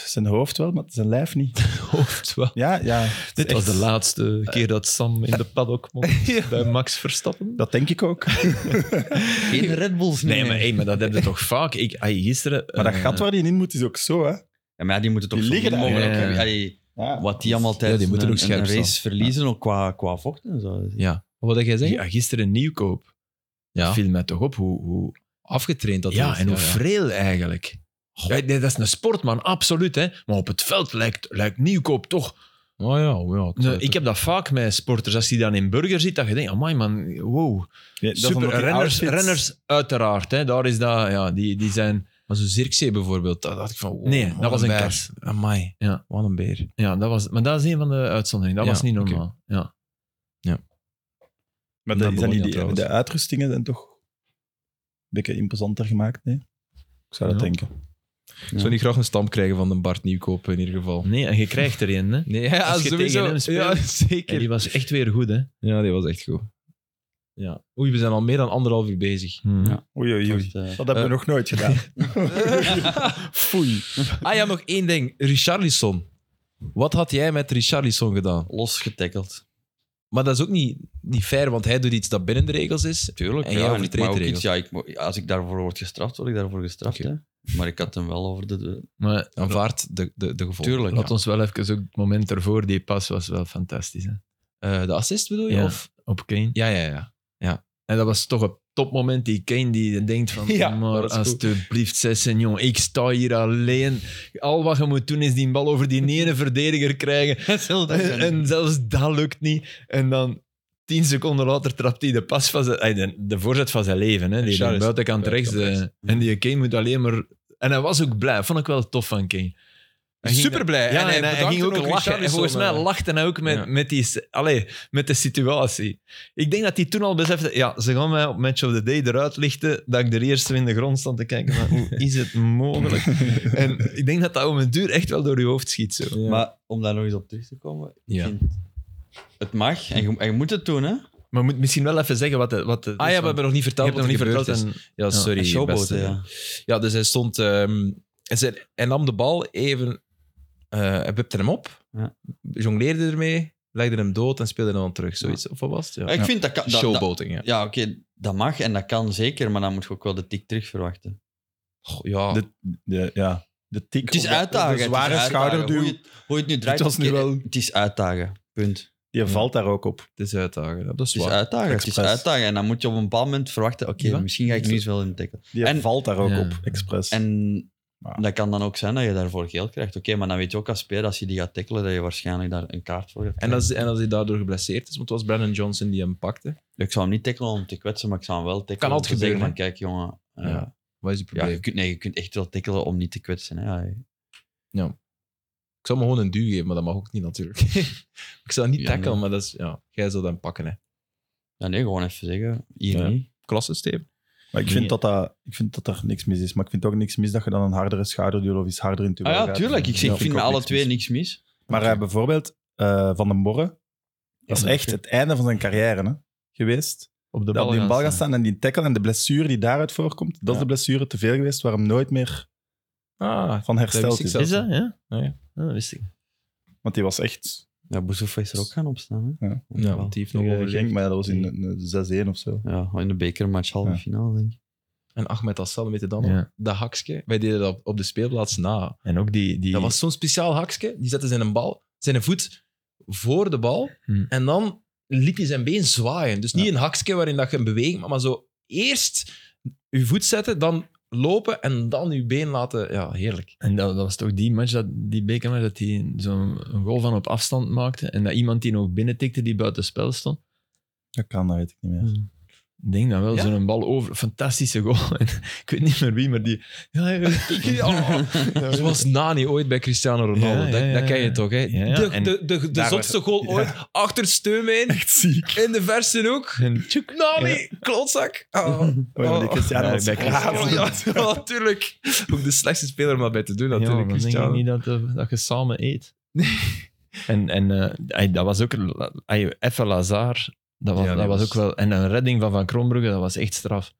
Speaker 4: zijn hoofd wel, maar zijn lijf niet.
Speaker 1: Hoofd wel.
Speaker 4: Ja, ja. Het is
Speaker 2: Dit was
Speaker 4: echt-
Speaker 2: de laatste keer dat Sam in de paddock mocht bij Max Verstappen.
Speaker 4: Dat denk ik ook.
Speaker 3: Geen Red Bulls
Speaker 2: Nee,
Speaker 3: meer.
Speaker 2: maar, hey, maar dat heb je toch vaak? Ik, ay, gisteren...
Speaker 4: Maar dat
Speaker 2: eh,
Speaker 4: gat waar die in moet, is ook zo, hè.
Speaker 3: Ja, maar ja, die moeten toch
Speaker 4: Die
Speaker 3: zo
Speaker 4: liggen
Speaker 3: min
Speaker 4: daar.
Speaker 3: mogelijk...
Speaker 2: Ja, ja, ja.
Speaker 3: Allee,
Speaker 4: Ja.
Speaker 3: wat die allemaal tijdens
Speaker 1: die moeten
Speaker 3: een,
Speaker 1: ook scherp
Speaker 3: een race
Speaker 1: staan.
Speaker 3: verliezen, ook qua, qua vocht en zo.
Speaker 1: Ja. Wat had jij zeggen?
Speaker 2: Ja, gisteren Nieuwkoop.
Speaker 1: Ja.
Speaker 2: Viel mij toch op hoe... hoe
Speaker 1: Afgetraind dat
Speaker 2: ja,
Speaker 1: is.
Speaker 2: en hoe vreel eigenlijk. Ja, nee, dat is een sportman, absoluut. Hè. Maar op het veld lijkt, lijkt Nieuwkoop toch...
Speaker 1: Oh ja, oh ja. het
Speaker 2: Nee,
Speaker 1: zou
Speaker 2: ik
Speaker 1: toch-
Speaker 2: heb dat vaak met sporters. Als die dan in Burger zit, dat je denkt, amai man, wow.
Speaker 4: Ja, dat is dan
Speaker 2: Super,
Speaker 4: nog die
Speaker 2: renners,
Speaker 4: outfits.
Speaker 2: renners uiteraard. Hè. Daar is dat, ja, die, die zijn...
Speaker 1: Maar zo'n Zirkzee bijvoorbeeld, daar dacht ik van... wow,
Speaker 2: Nee,
Speaker 1: wat
Speaker 2: dat was een
Speaker 1: beer.
Speaker 2: kast.
Speaker 1: Amai,
Speaker 2: Ja.
Speaker 1: Ah, wat een beer.
Speaker 2: Ja, dat was, maar dat is een van de uitzonderingen. Dat
Speaker 1: Ja,
Speaker 2: was niet
Speaker 1: oké.
Speaker 2: normaal. Ja.
Speaker 1: Ja. Na
Speaker 4: Maar de, zijn die-
Speaker 1: Bologna
Speaker 4: die-
Speaker 1: trouwens.
Speaker 4: de uitrustingen zijn toch een beetje imposanter gemaakt, nee? Ik zou dat
Speaker 2: Ja.
Speaker 4: denken.
Speaker 1: Ik zou niet graag een stamp krijgen van de Bart Nieuwkoop in ieder geval.
Speaker 2: Nee, en je krijgt er een, hè.
Speaker 1: Nee, ja,
Speaker 2: Als je tegen
Speaker 1: sowieso.
Speaker 2: hem speelt-
Speaker 1: Ja,
Speaker 2: En
Speaker 1: zeker.
Speaker 2: die was echt weer goed, hè.
Speaker 1: Ja, die was echt goed. Ja. Oei, we zijn al meer dan anderhalf uur bezig.
Speaker 2: Hmm.
Speaker 3: Ja.
Speaker 4: Oei, oei, oei.
Speaker 3: Echt, eh,
Speaker 4: Dat hebben we
Speaker 1: Eh.
Speaker 4: nog nooit gedaan.
Speaker 1: Foei. Ah ja, nog één ding. Richarlison. Wat had jij met Richarlison gedaan?
Speaker 3: losgetackeld.
Speaker 1: Maar dat is ook niet, niet fair, want hij doet iets dat binnen de regels is.
Speaker 3: Tuurlijk.
Speaker 1: En jij
Speaker 3: ja, en ik,
Speaker 1: overtreedt
Speaker 3: maar ook
Speaker 1: de
Speaker 3: iets, ja, ik, mo- ja, als ik daarvoor word gestraft, word ik daarvoor gestraft.
Speaker 1: Oké.
Speaker 3: Hè? Maar ik had hem wel over de... de-
Speaker 2: Maar
Speaker 1: Aanvaardt de, de, de gevolgen.
Speaker 3: Tuurlijk.
Speaker 1: Ja.
Speaker 2: laat ons wel even ook het moment daarvoor, die pas was wel fantastisch, hè.
Speaker 1: Eh, de assist bedoel je?
Speaker 2: Ja.
Speaker 1: Of?
Speaker 2: Op Kane.
Speaker 1: ja, ja, Ah ja.
Speaker 2: En dat was toch een topmoment. Die Kane die denkt van,
Speaker 1: Ja,
Speaker 2: maar
Speaker 1: dat is goed.
Speaker 2: alsjeblieft, Sessignon, ik sta hier alleen. Al wat je moet doen is die bal over die ene verdediger krijgen. En, en zelfs dat lukt niet. En dan tien seconden later trapt hij de pas van zijn... ey, De, de voorzet van zijn leven. Hè. Die
Speaker 1: Charles-
Speaker 2: de buitenkant rechts.
Speaker 1: buitenkant
Speaker 2: de- en die Kane moet alleen maar... En hij was ook blij. Vond ik wel tof van Kane. Hij ging
Speaker 1: Super blij.
Speaker 2: ja, en hij, hij ging ook lachen. En volgens mij lachte hij ook met,
Speaker 1: Ja.
Speaker 2: met, die, s- allee, met de situatie. Ik denk dat hij toen al besefte, ja, ze gaan mij op Match of the Day eruit lichten, dat ik de eerste in de grond stond te kijken van, hoe is het mogelijk? en ik denk dat dat om een duur echt wel door je hoofd schiet. Zo.
Speaker 3: Maar om daar nog eens op terug te komen, ik
Speaker 1: Ja.
Speaker 3: vind- het mag en je, en je moet het doen. Hè?
Speaker 2: Maar je moet misschien wel even zeggen wat het, wat het
Speaker 1: Ah
Speaker 2: is,
Speaker 1: ja, we
Speaker 2: want
Speaker 1: hebben nog niet
Speaker 2: je
Speaker 1: verteld
Speaker 2: hebt
Speaker 1: wat
Speaker 2: nog niet
Speaker 1: er gebeurd
Speaker 2: verteld.
Speaker 1: is.
Speaker 2: En,
Speaker 1: Ja, sorry.
Speaker 3: En
Speaker 1: beste.
Speaker 3: showboten, ja.
Speaker 1: Ja, dus hij stond... ehm, hij, zei- hij nam de bal even... eh hij wipte hem op,
Speaker 3: Ja.
Speaker 1: jongleerde ermee, legde hem dood en speelde hem dan terug. Zoiets. Of wat was het? Ja.
Speaker 3: Ik vind dat... kan- dat- dat-
Speaker 1: Showboating, ja.
Speaker 3: ja, oké, dat mag en dat kan zeker, maar dan moet je ook wel de tik terug verwachten.
Speaker 1: Goh, ja.
Speaker 4: De, de, ja, de tik.
Speaker 3: Het is
Speaker 4: of de-
Speaker 3: uitdagen.
Speaker 4: De
Speaker 3: het is
Speaker 4: zware
Speaker 3: uitdagen. Hoe
Speaker 4: schouderduw.
Speaker 3: je, het- hoe je het nu draait,
Speaker 4: was nu
Speaker 3: oké,
Speaker 4: wel-
Speaker 3: het is uitdagen. Punt.
Speaker 4: Die valt daar ook op.
Speaker 1: Het is uitdagen, ja, dat is
Speaker 3: Het is
Speaker 1: waar.
Speaker 3: uitdagen. Het is
Speaker 4: Expres.
Speaker 3: uitdagen. En dan moet je op een bepaald moment verwachten, oké,
Speaker 1: Ja.
Speaker 3: misschien ga ik nu eens wel in tackle.
Speaker 4: Die
Speaker 3: En-
Speaker 4: valt daar ook
Speaker 2: Ja.
Speaker 4: op, expres.
Speaker 3: En
Speaker 4: Ja.
Speaker 3: dat kan dan ook zijn dat je daarvoor geld krijgt. Oké, maar dan weet je ook als speler, als je die gaat tackelen, dat je waarschijnlijk daar een kaart voor hebt.
Speaker 1: En als, en als hij daardoor geblesseerd is, want het was Brandon Johnson die hem pakte.
Speaker 3: Ik zou hem niet tackelen om te kwetsen, maar ik zou hem wel tackelen
Speaker 1: Kan
Speaker 3: om
Speaker 1: altijd
Speaker 3: te zeggen van,
Speaker 1: gebeuren,
Speaker 3: kijk jongen, eh,
Speaker 1: Ja. Wat is het
Speaker 3: ja,
Speaker 1: probleem?
Speaker 3: je, kunt, nee, je kunt echt wel tackelen om niet te kwetsen. Hè. Ja,
Speaker 1: Ik zou me gewoon een duw geven, maar dat mag ook niet natuurlijk. ik zou niet
Speaker 3: Ja,
Speaker 1: tackelen,
Speaker 3: maar-
Speaker 1: maar dat is... Ja, jij zou hem pakken, hè.
Speaker 3: Ja, nee, gewoon even zeggen, hier
Speaker 1: Ja.
Speaker 3: niet.
Speaker 1: Klasse, Steven.
Speaker 4: maar ik vind, dat dat, ik vind dat er niks mis is. Maar ik vind ook niks mis dat je dan een hardere schouderduel of iets harder in te
Speaker 3: Ah ja, tuurlijk. Ik, zeg, ik vind met alle twee niks mis.
Speaker 4: Maar eh, bijvoorbeeld eh, Van den Borre, dat is
Speaker 3: Ja.
Speaker 4: echt het einde van zijn carrière hè, geweest.
Speaker 2: op de
Speaker 4: Dat
Speaker 2: bal,
Speaker 4: op die
Speaker 2: gaan
Speaker 4: bal gaan
Speaker 2: staan.
Speaker 4: staan en die tackle en de blessure die daaruit voorkomt, dat is
Speaker 1: Ja.
Speaker 4: de blessure te veel geweest waar hem nooit meer
Speaker 1: Ah,
Speaker 4: van
Speaker 1: Dat
Speaker 4: hersteld
Speaker 1: wist ik
Speaker 4: is.
Speaker 1: zelf.
Speaker 2: Is dat? Ja?
Speaker 1: Ja, ja.
Speaker 2: Ah, dat wist ik.
Speaker 4: Want die was echt...
Speaker 3: Ja, Bouzoufa is er ook gaan opstaan. Hè.
Speaker 4: Ja.
Speaker 1: ja, want die heeft nog
Speaker 4: Nog
Speaker 1: overleefd.
Speaker 4: maar dat was in een 6-1 of zo.
Speaker 3: Ja, in de bekermatch halve
Speaker 4: Ja.
Speaker 3: finale, denk ik.
Speaker 1: En Ahmed Hassan, weet je dan nog?
Speaker 2: Ja.
Speaker 1: Dat hakske. Wij deden dat op de speelplaats na.
Speaker 2: En ook die... die
Speaker 1: Dat was zo'n speciaal hakske. Die zette zijn, bal, zijn voet voor de bal.
Speaker 2: Hmm.
Speaker 1: En dan liet hij zijn been zwaaien. Dus niet een hakske waarin dat je hem beweegt, maar, maar zo eerst je voet zetten, dan lopen en dan je been laten. Ja, heerlijk.
Speaker 2: En dat, dat was toch die match, dat, die bekermatch, dat hij zo'n goal van op afstand maakte en dat iemand die nog binnentikte die buiten spel stond.
Speaker 4: Dat kan, dat weet ik niet meer.
Speaker 2: Ik denk dat wel,
Speaker 1: Ja?
Speaker 2: zo'n bal over. Fantastische goal. En ik weet niet meer wie, maar die... Ja, ja, ja.
Speaker 1: Zoals Nani ooit bij Cristiano Ronaldo.
Speaker 2: Ja, ja,
Speaker 1: dat,
Speaker 2: ja,
Speaker 1: dat ken je
Speaker 2: ja.
Speaker 1: toch, hè?
Speaker 2: Ja, ja.
Speaker 1: De,
Speaker 2: En
Speaker 1: de, de, de
Speaker 4: daar-
Speaker 1: zotste goal ooit. Achter Steumeen,
Speaker 4: Echt ziek.
Speaker 1: in de verse hoek.
Speaker 2: En tjoek.
Speaker 1: Nani, klootzak. Oh.
Speaker 4: Oh, ja, maar die Cristiano
Speaker 2: Ja,
Speaker 4: was
Speaker 2: bij
Speaker 4: graaf.
Speaker 1: Ja, ja, natuurlijk. Ook de slechtste speler om dat bij te doen,
Speaker 2: Ja, maar
Speaker 1: natuurlijk.
Speaker 2: dan denk ik
Speaker 1: Cristiano.
Speaker 2: niet dat, eh, dat je samen eet. En, en eh, ey, dat was ook... Ey, Effe Lazar, dat was,
Speaker 1: Ja, die
Speaker 2: dat was
Speaker 1: was-
Speaker 2: ook wel... En een redding van Van Kronbrugge, dat was echt straf.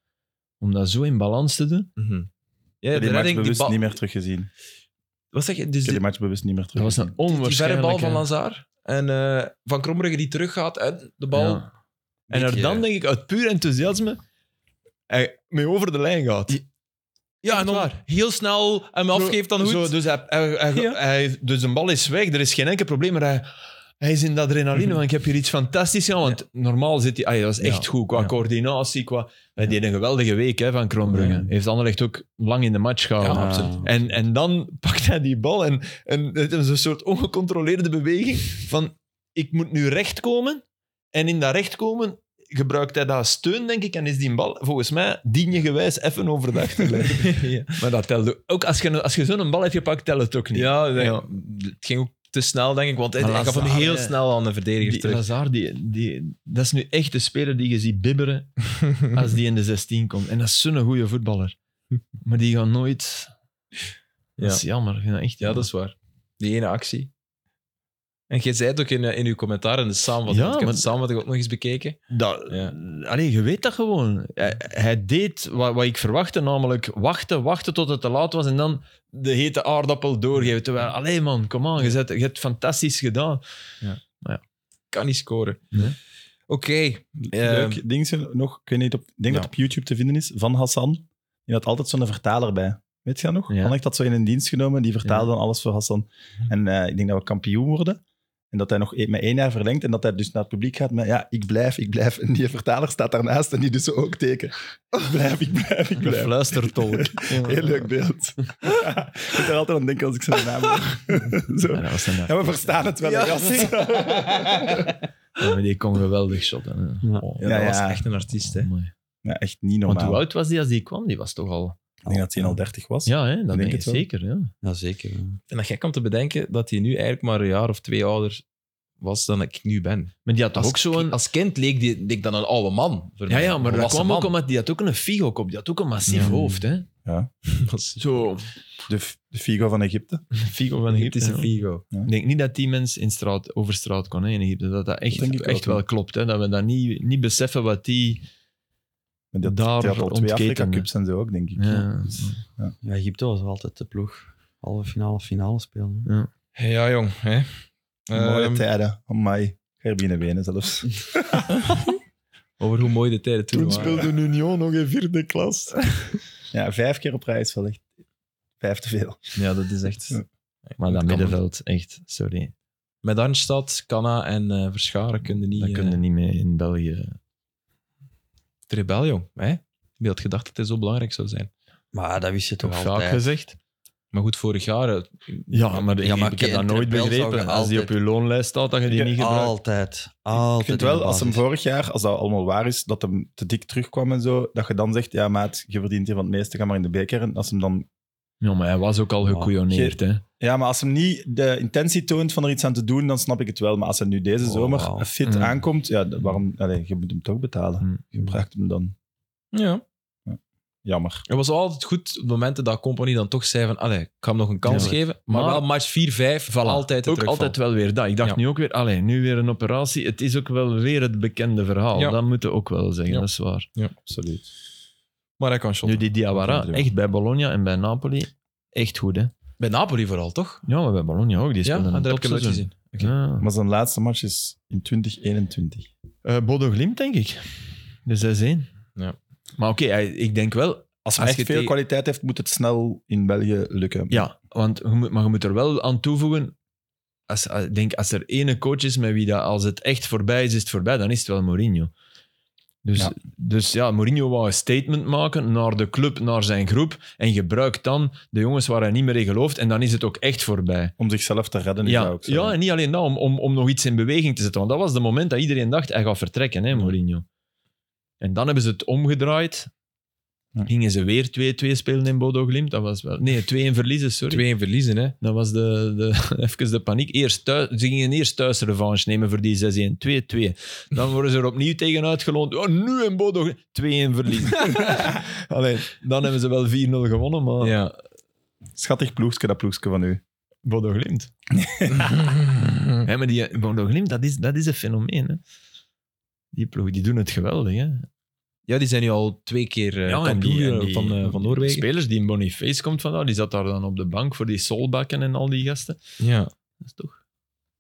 Speaker 2: Om dat zo in balans te doen,
Speaker 1: Mhm. Ja, de
Speaker 4: Ik heb die match
Speaker 1: redding, die
Speaker 4: bewust
Speaker 1: bal-
Speaker 4: niet meer teruggezien. Ik
Speaker 1: Wat zeg je? Dus
Speaker 4: heb die
Speaker 1: die,
Speaker 4: match bewust niet meer
Speaker 2: dat was
Speaker 4: teruggezien.
Speaker 2: een
Speaker 1: die verre
Speaker 2: onwaarschijnlijke...
Speaker 1: bal van Lazar. En eh, Van Krombrugge die teruggaat en de bal...
Speaker 2: Ja. En er dan denk ik uit puur enthousiasme hij mee over de lijn gaat.
Speaker 1: Ja, en dan
Speaker 2: Echt waar.
Speaker 1: heel snel hem afgeeft dan
Speaker 2: Zo,
Speaker 1: goed.
Speaker 2: dus, hij, hij, hij-
Speaker 1: Ja.
Speaker 2: hij- dus een bal is weg, er is geen enkel probleem, maar hij, hij is in de adrenaline, want ik heb hier iets fantastisch gedaan. Want normaal zit hij, ah, dat is echt
Speaker 1: Mhm. Ja.
Speaker 2: goed qua
Speaker 1: Ja.
Speaker 2: coördinatie, qua... Hij deed een geweldige week hè, van Kroonbrugge.
Speaker 4: Ja.
Speaker 2: Heeft Anderlecht ook lang in de match gehouden.
Speaker 1: Ja.
Speaker 2: En, en dan pakt hij die bal en, en het is een soort ongecontroleerde beweging van ik moet nu recht komen. En in dat recht komen gebruikt hij dat steun, denk ik, en is die bal volgens mij dienjegewijs even over de achterlijn.
Speaker 1: ja.
Speaker 2: Maar dat telt ook. Ook als je, als je zo'n bal hebt gepakt, telt het ook niet.
Speaker 1: Ja, nee,
Speaker 2: Ja.
Speaker 1: het ging ook te snel, denk ik. Want hij,
Speaker 2: Maar
Speaker 1: hij gaf hem
Speaker 2: Lazare,
Speaker 1: heel
Speaker 2: hè.
Speaker 1: snel aan de verdediger
Speaker 2: Die
Speaker 1: terug.
Speaker 2: Lazar, die, die, dat is nu echt de speler die je ziet bibberen als die in de 16 komt. En dat is zo'n goede voetballer. Maar die gaan nooit...
Speaker 1: Ja.
Speaker 2: Dat is jammer. Ik vind dat echt
Speaker 1: Ja, dat is waar. Die ene actie. En jij zei het ook in, eh, in uw commentaar in de samenvatting.
Speaker 2: Ja,
Speaker 1: ik heb
Speaker 2: maar-
Speaker 1: de samenvatting ook nog eens bekeken.
Speaker 2: Dat,
Speaker 1: Ja.
Speaker 2: Allee, je weet dat gewoon. Hij, hij deed wat, wat ik verwachtte, namelijk wachten, wachten tot het te laat was en dan de hete aardappel doorgeven. Terwijl, allee man, kom aan, je, zet- je hebt fantastisch gedaan.
Speaker 1: Kan niet scoren.
Speaker 2: Nee.
Speaker 1: Oké.
Speaker 4: Leuk
Speaker 1: ehm,
Speaker 4: dingetje nog, ik weet niet, op, ik denk
Speaker 1: Ja.
Speaker 4: dat het op YouTube te vinden is, van Hassan. Die had altijd zo'n vertaler bij. Weet je dat nog?
Speaker 2: Ja.
Speaker 4: Han heeft dat zo in een dienst genomen, die vertaalde dan alles voor Hassan. En eh, ik denk dat we kampioen worden. En dat hij nog e- met één jaar verlengt en dat hij dus naar het publiek gaat met ja, ik blijf, ik blijf. En die vertaler staat daarnaast en die doet zo ook teken. Ik blijf, ik blijf, ik
Speaker 2: Een
Speaker 4: blijf.
Speaker 2: fluistertolk.
Speaker 4: Heel leuk beeld. ik moet er altijd aan denken als ik zijn naam hoor. zo.
Speaker 2: Ja, dat was een-
Speaker 4: Ja, we verstaan het wel, hè, gast.
Speaker 2: Ja, maar die kon geweldig shotten. hè.
Speaker 3: Ja.
Speaker 2: Oh,
Speaker 1: ja,
Speaker 4: Ja,
Speaker 1: dat
Speaker 4: ja.
Speaker 1: was echt een artiest, hè.
Speaker 2: mooi.
Speaker 4: Ja, echt niet
Speaker 2: Want
Speaker 4: normaal.
Speaker 2: hoe oud was die als die kwam? Die was toch al...
Speaker 4: Ik denk dat hij al 30 was.
Speaker 2: Ja, hè, dat
Speaker 4: denk
Speaker 2: denk, ik
Speaker 4: het wel.
Speaker 2: zeker. Ja.
Speaker 3: Ja, zeker. ja.
Speaker 1: En dat gek om te bedenken dat hij nu eigenlijk maar een jaar of twee ouder was dan ik nu ben.
Speaker 2: Maar die had toch
Speaker 1: Als,
Speaker 2: ook zo'n...
Speaker 1: als kind leek, die, leek dan een oude man. voor
Speaker 2: Ja,
Speaker 1: mij.
Speaker 2: ja, maar
Speaker 1: Een
Speaker 2: dat
Speaker 1: volwassen
Speaker 2: kwam ook
Speaker 1: man.
Speaker 2: omdat die had ook een figo-kop. Die had ook een massief
Speaker 3: Ja.
Speaker 2: hoofd. Hè.
Speaker 1: Was-
Speaker 2: Zo,
Speaker 4: De, F- de Figo van Egypte.
Speaker 2: figo van
Speaker 1: Egyptische
Speaker 2: Egypte. ja.
Speaker 1: Figo.
Speaker 2: Ik denk niet dat die mens in straat, over straat kon hè, in Egypte. Dat dat echt,
Speaker 4: Dat denk ik
Speaker 2: echt
Speaker 4: ook,
Speaker 2: wel klopt. Hè? Dat we dat niet, niet beseffen wat die...
Speaker 4: Maar die had-
Speaker 2: Daar
Speaker 4: die had al twee
Speaker 2: ontketende.
Speaker 4: Afrika-cups en zo ook, denk ik.
Speaker 2: Ja.
Speaker 4: Dus, ja.
Speaker 3: Ja, Egypte was altijd de ploeg. Halve finale, finale spelen. hè.
Speaker 1: Ja, jong. Hè.
Speaker 4: Mooie
Speaker 1: Ehm,
Speaker 4: tijden. Amai. Ik ga er binnen wenen zelfs.
Speaker 1: over hoe mooi de tijden toen, waren.
Speaker 4: Union nog in vierde klas. ja, vijf keer op rij is wel echt vijf te veel.
Speaker 1: Ja, dat is echt...
Speaker 4: Ja.
Speaker 2: Maar dat
Speaker 1: kan
Speaker 2: middenveld, echt, sorry.
Speaker 1: Met Arnstad, Canna en eh, Verscharen kunnen niet...
Speaker 2: Dat
Speaker 1: eh,
Speaker 2: kunnen niet mee in België.
Speaker 1: Trebel, jong. Hè? Wie had gedacht dat hij zo belangrijk zou zijn?
Speaker 3: Maar dat wist je toch
Speaker 2: Vaak
Speaker 3: altijd.
Speaker 2: gezegd.
Speaker 1: Maar goed, vorig jaar... eh,
Speaker 2: Ja, maar,
Speaker 3: Ja, maar
Speaker 2: ik heb dat
Speaker 3: Kent
Speaker 2: nooit
Speaker 3: en Bel
Speaker 2: begrepen. Als
Speaker 3: zouden
Speaker 2: die op
Speaker 3: altijd- ah.
Speaker 2: je loonlijst staat, dat je die
Speaker 4: Ja,
Speaker 2: niet gebruikt.
Speaker 3: Altijd. Altijd.
Speaker 4: Ik vind
Speaker 3: in de
Speaker 4: wel, als hem
Speaker 3: basis.
Speaker 4: vorig jaar, als dat allemaal waar is, dat hem te dik terugkwam en zo, dat je dan zegt, ja maat, je verdient hier van het meeste, ga maar in de beker. En als hem dan...
Speaker 2: Ja, maar hij was ook al
Speaker 3: Ja.
Speaker 2: gekoeioneerd. hè.
Speaker 4: Ja, maar als hem niet de intentie toont van er iets aan te doen, dan snap ik het wel. Maar als hij nu deze
Speaker 3: Oh,
Speaker 4: zomer
Speaker 3: wauw.
Speaker 4: fit
Speaker 2: Mm.
Speaker 4: aankomt, ja, d- waarom... Allee, je moet hem toch betalen.
Speaker 2: Mm.
Speaker 4: Je vraagt hem dan.
Speaker 2: Hm.
Speaker 1: ja.
Speaker 4: Jammer.
Speaker 2: Mm.
Speaker 1: Het was altijd goed op momenten dat Company dan toch zei van... Allee, ik ga hem nog een kans
Speaker 2: Ja.
Speaker 1: geven. Maar,
Speaker 2: Maar-
Speaker 1: wel match 4-5, altijd de
Speaker 2: ook
Speaker 1: terugval.
Speaker 2: altijd wel weer dat. Ik dacht
Speaker 1: Ja.
Speaker 2: nu ook weer, allee, nu weer een operatie. Het is ook wel weer het bekende verhaal.
Speaker 1: Ja.
Speaker 2: Dat moeten we ook wel zeggen,
Speaker 1: Ja.
Speaker 2: dat is waar.
Speaker 4: Absoluut.
Speaker 1: Maar hij kan shotten.
Speaker 2: Nu die Diawara,
Speaker 4: Natuurlijk.
Speaker 2: echt bij Bologna en bij Napoli, echt goed hè.
Speaker 1: Bij Napoli vooral, toch?
Speaker 2: Ja, maar bij Bologna ook, die
Speaker 1: Ja,
Speaker 2: speelde
Speaker 1: ah,
Speaker 2: een
Speaker 1: daar heb ik hem nooit
Speaker 2: topseizoen.
Speaker 1: gezien. Oké.
Speaker 2: Ja.
Speaker 4: Maar zijn laatste match is in 2021.
Speaker 2: Eh, Bodo Glimt, denk ik. De 6-1.
Speaker 1: Ja.
Speaker 2: Maar oké, hij- ik denk wel...
Speaker 4: Als
Speaker 2: Als
Speaker 4: hij echt
Speaker 2: je
Speaker 4: veel
Speaker 2: tegen-
Speaker 4: kwaliteit heeft, moet het snel in België lukken.
Speaker 2: Ja, want je moet, maar je moet er wel aan toevoegen... Als, als- ik denk, als er ene coach is met wie dat, als het echt voorbij is, is het voorbij, dan is het wel Mourinho. Dus
Speaker 4: Ja.
Speaker 2: ja. dus ja, Mourinho wou een statement maken naar de club, naar zijn groep, en gebruikt dan de jongens waar hij niet meer in gelooft, en dan is het ook echt voorbij.
Speaker 4: Om zichzelf te redden. is dat
Speaker 2: Ja,
Speaker 4: ook zo.
Speaker 2: ja, en niet alleen dat, om, om, om nog iets in beweging te zetten. Want dat was het moment dat iedereen dacht, hij gaat vertrekken, hè, Mourinho. En dan hebben ze het omgedraaid.
Speaker 4: Ja.
Speaker 2: Gingen ze weer 2-2 spelen in Bodo Glimt. Dat was wel... Nee, 2-1 verliezen, sorry.
Speaker 1: 2-1 verliezen, hè.
Speaker 2: Dat was de, de, even de paniek. Eerst thuis, ze gingen eerst thuis revanche nemen voor die 6-1. 2-2. Dan worden ze er opnieuw tegen uitgeloond. Oh, nu in Bodo Glimt. 2-1 verliezen. Allee, dan hebben ze wel 4-0 gewonnen, maar
Speaker 1: Ja.
Speaker 4: Schattig ploegske, dat ploegske van u.
Speaker 2: Bodo Glimt. Hè, maar die Bodo Glimt, dat is, dat is een fenomeen. Hè? Die ploeg, die doen het geweldig. Hè?
Speaker 1: ja, die zijn nu al twee keer eh,
Speaker 2: en
Speaker 1: kampioen
Speaker 2: en
Speaker 1: eh, van, eh, van Noorwegen.
Speaker 2: Spelers die in Boniface komt vandaan, die zat daar dan op de bank voor die Solbakken en al die gasten.
Speaker 1: Ja.
Speaker 2: Dat is toch...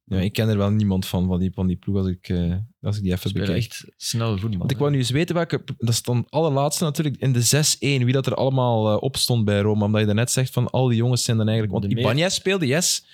Speaker 1: ja, ik ken er wel niemand van, van die, van die ploeg, als ik, eh, als ik die even
Speaker 2: Spelen
Speaker 1: bekijk.
Speaker 2: echt snel voetbal.
Speaker 1: Want ik wou nu eens weten welke. Dat is dan allerlaatste natuurlijk. In de 6-1, wie dat er allemaal eh, op stond bij Roma. Omdat je daarnet zegt van al die jongens zijn dan eigenlijk. Want
Speaker 2: De meer-
Speaker 1: Ibanez speelde, yes.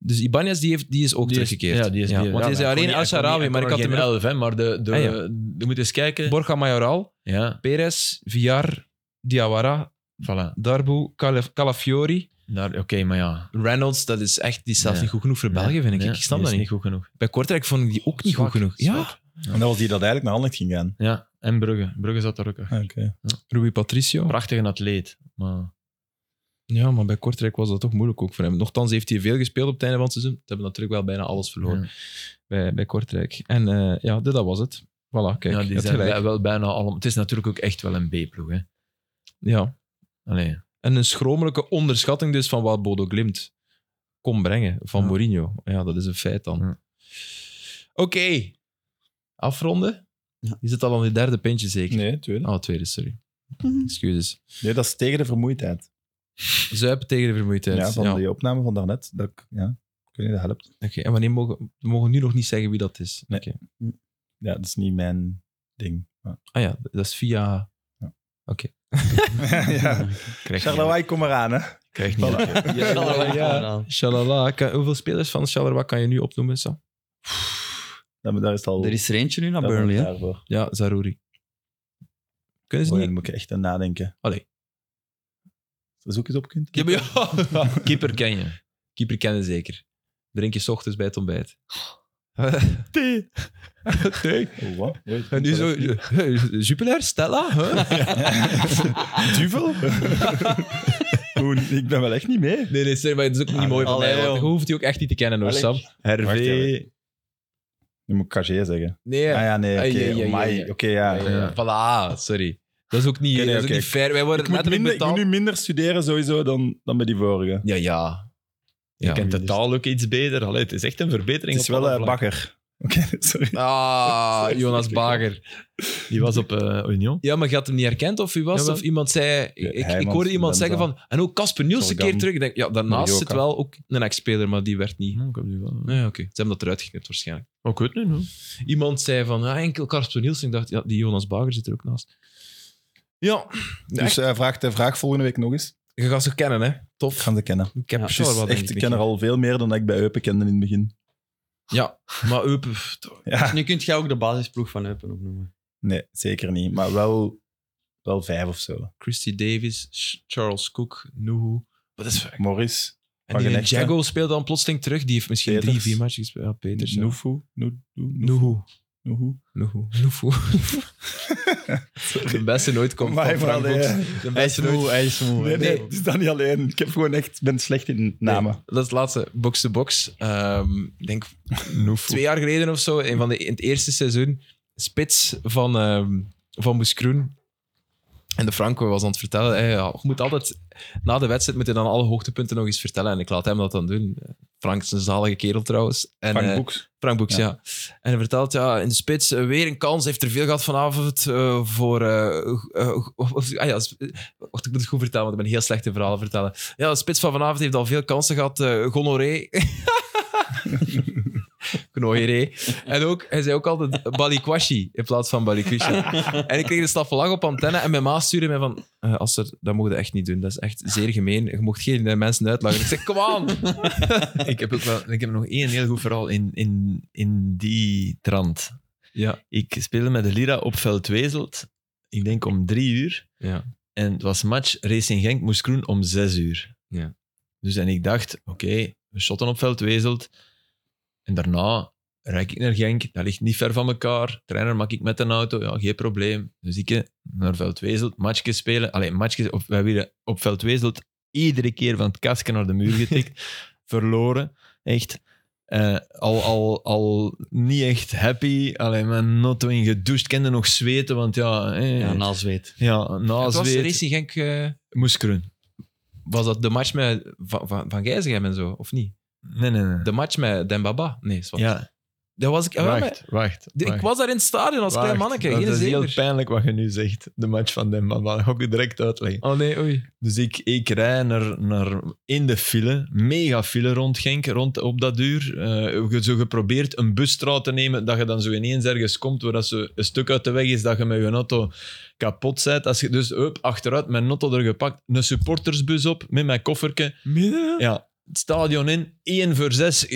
Speaker 1: Dus Ibanez die heeft, die is ook
Speaker 2: Die is-
Speaker 1: teruggekeerd.
Speaker 2: Ja, die is die-
Speaker 1: want die
Speaker 2: ja,
Speaker 1: is
Speaker 2: maar hij
Speaker 1: alleen
Speaker 2: kon niet- hij kon
Speaker 1: Al-Sharawi.
Speaker 2: niet-
Speaker 1: Maar ik had
Speaker 2: kon
Speaker 1: hem
Speaker 2: geen elf, hè, maar de, de,
Speaker 1: Ah, ja.
Speaker 2: je moet eens kijken.
Speaker 1: Borja Majoral,
Speaker 2: ja,
Speaker 1: Perez, Villar, Diawara,
Speaker 2: voilà.
Speaker 1: Darbu, Calaf- Calafiori.
Speaker 2: Daar- Oké, maar ja.
Speaker 1: Reynolds, dat is echt, die is zelfs
Speaker 2: Ja.
Speaker 1: niet goed genoeg voor
Speaker 2: Nee,
Speaker 1: België, vind ik.
Speaker 2: nee,
Speaker 1: ik snap
Speaker 2: die
Speaker 1: dat
Speaker 2: is
Speaker 1: niet.
Speaker 2: goed genoeg.
Speaker 1: Bij Kortrijk vond ik die ook niet goed
Speaker 2: Zwak,
Speaker 1: genoeg. Ja.
Speaker 2: zwak.
Speaker 4: En dat was die dat eigenlijk naar Anderlecht ging gaan.
Speaker 2: Ja, en Brugge. Brugge zat daar ook. achter.
Speaker 4: Ah, Oké.
Speaker 1: Oh. Rui Patricio.
Speaker 2: Prachtige atleet, maar...
Speaker 1: Ja, maar bij Kortrijk was dat toch moeilijk ook voor hem. Nochtans heeft hij veel gespeeld op het einde van het seizoen. Ze hebben natuurlijk wel bijna alles verloren bij, bij Kortrijk. En eh, ja, dit, dat was het. Voilà, kijk.
Speaker 2: ja,
Speaker 1: je
Speaker 2: die
Speaker 1: hebt
Speaker 2: zijn
Speaker 1: gelijk.
Speaker 2: wel- wel bijna allemaal. Het is natuurlijk ook echt wel een B-ploeg. hè.
Speaker 1: Ja.
Speaker 2: Allee,
Speaker 1: En een schromelijke onderschatting dus van wat Bodo Glimt kon brengen van
Speaker 2: Ja.
Speaker 1: Mourinho. Ja, dat is een feit dan.
Speaker 2: Ja.
Speaker 1: Oké. Afronden? Is het al aan je derde pintje zeker?
Speaker 4: Nee, tweede.
Speaker 1: Oh, tweede, sorry. Excuses.
Speaker 4: Nee, dat is tegen de vermoeidheid.
Speaker 1: Zuipen tegen de vermoeidheid.
Speaker 4: Ja, van
Speaker 1: Ja.
Speaker 4: die opname van daarnet. Dat, ik- ja, ik weet niet, dat helpt.
Speaker 1: Oké, en wanneer mogen, we mogen nu nog niet zeggen wie dat is.
Speaker 4: Nee.
Speaker 1: Oké.
Speaker 4: Ja, dat is niet mijn ding. Maar-
Speaker 1: Ah ja, dat is via...
Speaker 4: ja.
Speaker 1: Krijg je-
Speaker 4: Charleroi, kom eraan, hè.
Speaker 2: krijg niet.
Speaker 4: Voilà.
Speaker 3: Ja,
Speaker 1: ja. Shalala. Kan- hoeveel spelers van Shalarwa kan je nu opnoemen, Sam?
Speaker 4: Ja, maar daar is het al...
Speaker 3: Er is er eentje nu naar
Speaker 4: daar
Speaker 3: Burnley, hè?
Speaker 4: daarvoor.
Speaker 1: Ja, Zaruri. Kunnen ze
Speaker 4: Oh, ja,
Speaker 1: niet?
Speaker 4: daar moet ik echt aan nadenken.
Speaker 1: Allee.
Speaker 4: Zoek eens op, kind.
Speaker 1: Ja, maar ja.
Speaker 2: Keeper ken je.
Speaker 1: Keeper kennen zeker. Drink je 's ochtends bij het ontbijt.
Speaker 2: Thee.
Speaker 4: Oh, wat? Oei,
Speaker 1: En nu zo... eh, Jupiler, Stella? hè?
Speaker 4: Duvel? Oeh, ik ben wel echt niet mee.
Speaker 1: Nee, nee, sorry, maar het is ook niet mooi van
Speaker 3: Allee,
Speaker 1: mij. Want
Speaker 3: joh.
Speaker 1: je hoeft die ook echt niet te kennen, hoor,
Speaker 4: Allee.
Speaker 1: Sam.
Speaker 4: Wacht
Speaker 1: Hervé.
Speaker 4: even. Nu moet ik cagé zeggen.
Speaker 1: Nee,
Speaker 4: Ah ja, nee,
Speaker 1: Ah,
Speaker 4: oké.
Speaker 1: ja, ja, ja,
Speaker 4: amai,
Speaker 1: ja.
Speaker 4: Oké, ja.
Speaker 1: Ja, ja. Voilà, sorry. Dat is ook niet,
Speaker 4: Oké, nee,
Speaker 1: dat is ook
Speaker 4: oké.
Speaker 1: niet fair. Wij worden
Speaker 4: Ik moet,
Speaker 1: letterlijk
Speaker 4: minder, ik moet
Speaker 1: betaald.
Speaker 4: nu minder studeren sowieso dan, dan bij die vorige.
Speaker 1: Ja, ja.
Speaker 2: Je
Speaker 1: Ja.
Speaker 2: kent de taal ook iets beter. Allee, het is echt een
Speaker 4: Het
Speaker 2: verbetering.
Speaker 4: is
Speaker 2: op
Speaker 4: wel
Speaker 2: alle
Speaker 4: eh,
Speaker 2: vlakken.
Speaker 4: bakker. Oké, sorry.
Speaker 1: Ah, Jonas Bager.
Speaker 2: Die was op eh, Union.
Speaker 1: Ja, maar je had hem niet herkend of wie was het?
Speaker 2: Jawel.
Speaker 1: Of iemand zei...
Speaker 4: Ja,
Speaker 1: Ik, ik,
Speaker 4: Heijmans,
Speaker 1: hoorde iemand
Speaker 4: Benza.
Speaker 1: zeggen van... En ook Casper Niels een
Speaker 4: Sorgan.
Speaker 1: keer terug. Ik denk, ja, daarnaast
Speaker 4: Morioka.
Speaker 1: zit wel ook een ex-speler, maar die werd niet...
Speaker 2: Hm, ik heb die wel.
Speaker 1: Nee, oké. Ze hebben dat eruit geknipt waarschijnlijk.
Speaker 2: Ook het nu, hoor.
Speaker 1: Iemand zei van, ah, enkel Carsten Nielsen. Ik dacht, ja, die Jonas Bager zit er ook naast. Ja,
Speaker 4: Dus eh vraag de vraag volgende week nog eens.
Speaker 1: je gaat ze kennen, hè.
Speaker 4: Ik
Speaker 1: Tof.
Speaker 4: ga ze kennen.
Speaker 1: Ik heb
Speaker 3: Ja,
Speaker 1: Charleroi,
Speaker 4: Precies,
Speaker 1: denk
Speaker 4: echt,
Speaker 1: een
Speaker 4: ik ken er
Speaker 1: keer.
Speaker 4: al veel meer dan dat ik bij Eupen kende in het begin.
Speaker 1: Ja, maar Eupen... pff, toch.
Speaker 4: Ja.
Speaker 3: Nu kunt jij ook de basisploeg van Eupen opnoemen.
Speaker 4: Nee, zeker niet. Maar wel, wel vijf of zo.
Speaker 1: Christy Davis, Ch- Charles Cook, Nuhu. Wat is En
Speaker 4: Morris,
Speaker 1: die
Speaker 4: een
Speaker 1: een
Speaker 4: echte.
Speaker 1: Jago speelt dan plotseling terug. Die heeft misschien
Speaker 4: Peters.
Speaker 1: drie, vier matches gespeeld. Ja, Peters. ja.
Speaker 4: Nufu, Nu- Nu- Nu-
Speaker 1: Nuhu.
Speaker 4: Nuhu.
Speaker 1: Nuhu. Nuhu. De beste nooit komt
Speaker 4: Maar
Speaker 1: van
Speaker 4: hij
Speaker 1: Frank
Speaker 4: valt,
Speaker 1: Boks.
Speaker 4: eh,
Speaker 1: De
Speaker 3: Hij is
Speaker 1: beste nooit.
Speaker 3: moe, hij is moe.
Speaker 4: Nee, nee, het is dan niet alleen. Ik heb gewoon echt, ben slecht in namen.
Speaker 1: Nee, dat is het laatste. Box-to-box. Ehm, ik denk twee jaar geleden of zo, een van de, in het eerste seizoen, spits van, ehm van Moeskroen. En de Franco was aan het vertellen, hey, ja, je moet altijd, na de wedstrijd moet je dan alle hoogtepunten nog eens vertellen. En ik laat hem dat dan doen. Frank is een zalige kerel trouwens. En,
Speaker 4: Frank
Speaker 1: eh,
Speaker 4: Boeks.
Speaker 1: Frank Boeks, ja. En hij vertelt, ja, in de spits eh, weer een kans. Heeft er veel gehad vanavond eh, voor... eh, g- eh, g- of- of- ah ja, sp- eh, wacht, ik moet het goed vertellen, want ik ben heel slecht in verhalen vertellen. Ja, de spits van vanavond heeft al veel kansen gehad. eh Gonoré. Knooieré. En ook, hij zei ook altijd Balikwashi in plaats van Balikwishi. en ik kreeg de staffe lach op antenne en mijn ma stuurde mij van... eh, als er, dat mogen we echt niet doen. Dat is echt zeer gemeen. Je mocht geen eh, mensen uitlachen. Ik zeg, come on!
Speaker 2: ik heb ook wel, ik heb nog één heel goed verhaal in, in, in die trant.
Speaker 1: Ja.
Speaker 2: Ik speelde met de Lira op Veldwezelt, ik denk om drie uur.
Speaker 1: Ja.
Speaker 2: En het was match Racing Genk moest groen om zes uur.
Speaker 1: Ja.
Speaker 2: Dus en ik dacht, oké, we shotten op Veldwezelt. En daarna rijd ik naar Genk, dat ligt niet ver van elkaar. Trainer maak ik met een auto, ja, geen probleem. Dus ik eh, naar Veldwezelt, matchjes spelen. Alleen matchjes, op, wij werden op Veldwezelt iedere keer van het kastje naar de muur getikt. Verloren, echt. Eh, al, al, al niet echt happy, alleen maar notto in gedoucht, kende nog zweten, want ja, eh, ja,
Speaker 3: Ja,
Speaker 2: na,
Speaker 3: naast weet.
Speaker 1: Het was
Speaker 2: Ah, zweet,
Speaker 1: Racing Genk... eh,
Speaker 2: moest groen.
Speaker 1: Was dat de match met Van, van, van Gijzegem en zo, of niet?
Speaker 2: Nee, nee, nee.
Speaker 1: De match met Dembaba? Nee, zwart.
Speaker 2: ja,
Speaker 1: Dat was ik, ah, wel,
Speaker 2: wacht, wacht,
Speaker 1: maar- ik
Speaker 2: wacht.
Speaker 1: was daar in het stadion als klein
Speaker 2: Wacht,
Speaker 1: manneke.
Speaker 2: want
Speaker 1: Geen
Speaker 2: Dat is heel
Speaker 1: zeker.
Speaker 2: pijnlijk wat je nu zegt, de match van Demba, maar dat ga ik je direct uitleggen.
Speaker 1: Oh nee, oei.
Speaker 2: Dus ik, ik rij naar, naar in de file, mega file rond Genk, rond op dat uur. Eh, je zo geprobeerd een busstraat te nemen, dat je dan zo ineens ergens komt waar dat zo een stuk uit de weg is, dat je met je auto kapot bent. Als je, dus hup, achteruit, mijn auto er gepakt, een supportersbus op, met mijn kofferke.
Speaker 1: Midden?
Speaker 2: Ja, het stadion in, 1 voor 6.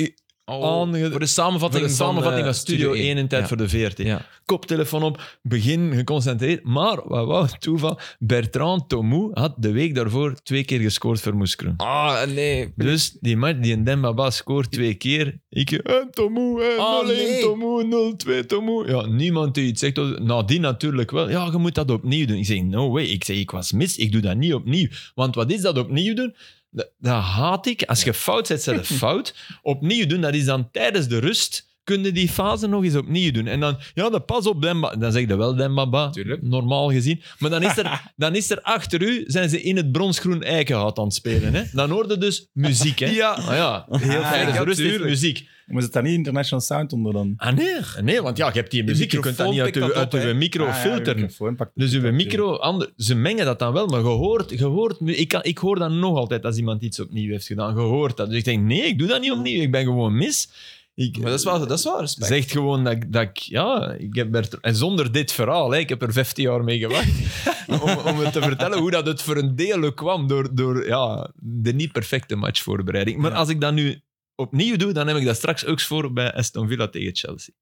Speaker 1: al
Speaker 2: Aange-
Speaker 1: Oh, voor de samenvatting,
Speaker 2: Voor de samenvatting
Speaker 1: eh,
Speaker 2: van Studio 1 in tijd
Speaker 1: Ja.
Speaker 2: voor de VRT.
Speaker 1: Ja.
Speaker 2: Koptelefoon op, begin geconcentreerd. Maar, wat wou het toeval, Bertrand Tomu had de week daarvoor twee keer gescoord voor Moeskroen.
Speaker 1: Ah, nee.
Speaker 2: Dus die match, die Dembaba scoort twee keer. Ik, eh, Tomu, eh,
Speaker 1: Ah,
Speaker 2: 0-1
Speaker 1: nee.
Speaker 2: Tomu, 0-2 Tomu. Ja, niemand die iets zegt. Nou, die natuurlijk wel. Ja, je moet dat opnieuw doen. Ik zeg, no way. Ik zeg, ik was mis. Ik doe dat niet opnieuw. Want wat is dat opnieuw doen? Dat, dat haat ik. Als je fout zet, zet je fout. Opnieuw doen, dat is dan tijdens de rust. Kun je die fase nog eens opnieuw doen? En dan, ja, dan pas op Demba. Dan zeg je wel Dembaba,
Speaker 1: Tuurlijk.
Speaker 2: normaal gezien. Maar dan is, er, dan is er achter u, zijn ze in het bronsgroen eikenhout aan het spelen. Hè? Dan hoorde dus muziek. Hè? Ja. Ah, ja, heel
Speaker 4: fijn,
Speaker 2: tijdens
Speaker 4: ja,
Speaker 2: de rust is
Speaker 4: tuurlijk.
Speaker 2: muziek.
Speaker 4: Maar zit daar niet international sound onder dan?
Speaker 2: Ah nee, nee, want ja, je hebt die muziek, je kunt dat niet uit
Speaker 1: microfoon
Speaker 2: je,
Speaker 1: pikt
Speaker 2: uit
Speaker 1: dat op,
Speaker 2: uw micro
Speaker 4: Ah, ja, uw
Speaker 2: filteren.
Speaker 4: microfoon pakt-
Speaker 2: Dus uw
Speaker 4: pakt-
Speaker 2: micro, ander, ze mengen dat dan wel, maar je hoort, je hoort nu- ik, kan, ik hoor dat nog altijd als iemand iets opnieuw heeft gedaan. Je hoort dat. Dus ik denk, nee, ik doe dat niet opnieuw, ik ben gewoon mis. Ik,
Speaker 1: Maar dat is wel, dat is wel respect.
Speaker 2: Zegt gewoon dat, ik- dat ik, ja, ik heb er, en zonder dit verhaal, hè, ik heb er 15 jaar mee gewacht, om, om het te vertellen hoe dat het voor een deel kwam door, door ja, de niet perfecte matchvoorbereiding. Maar als ik dat nu opnieuw doe, dan heb ik dat straks ook voor bij Aston Villa tegen Chelsea.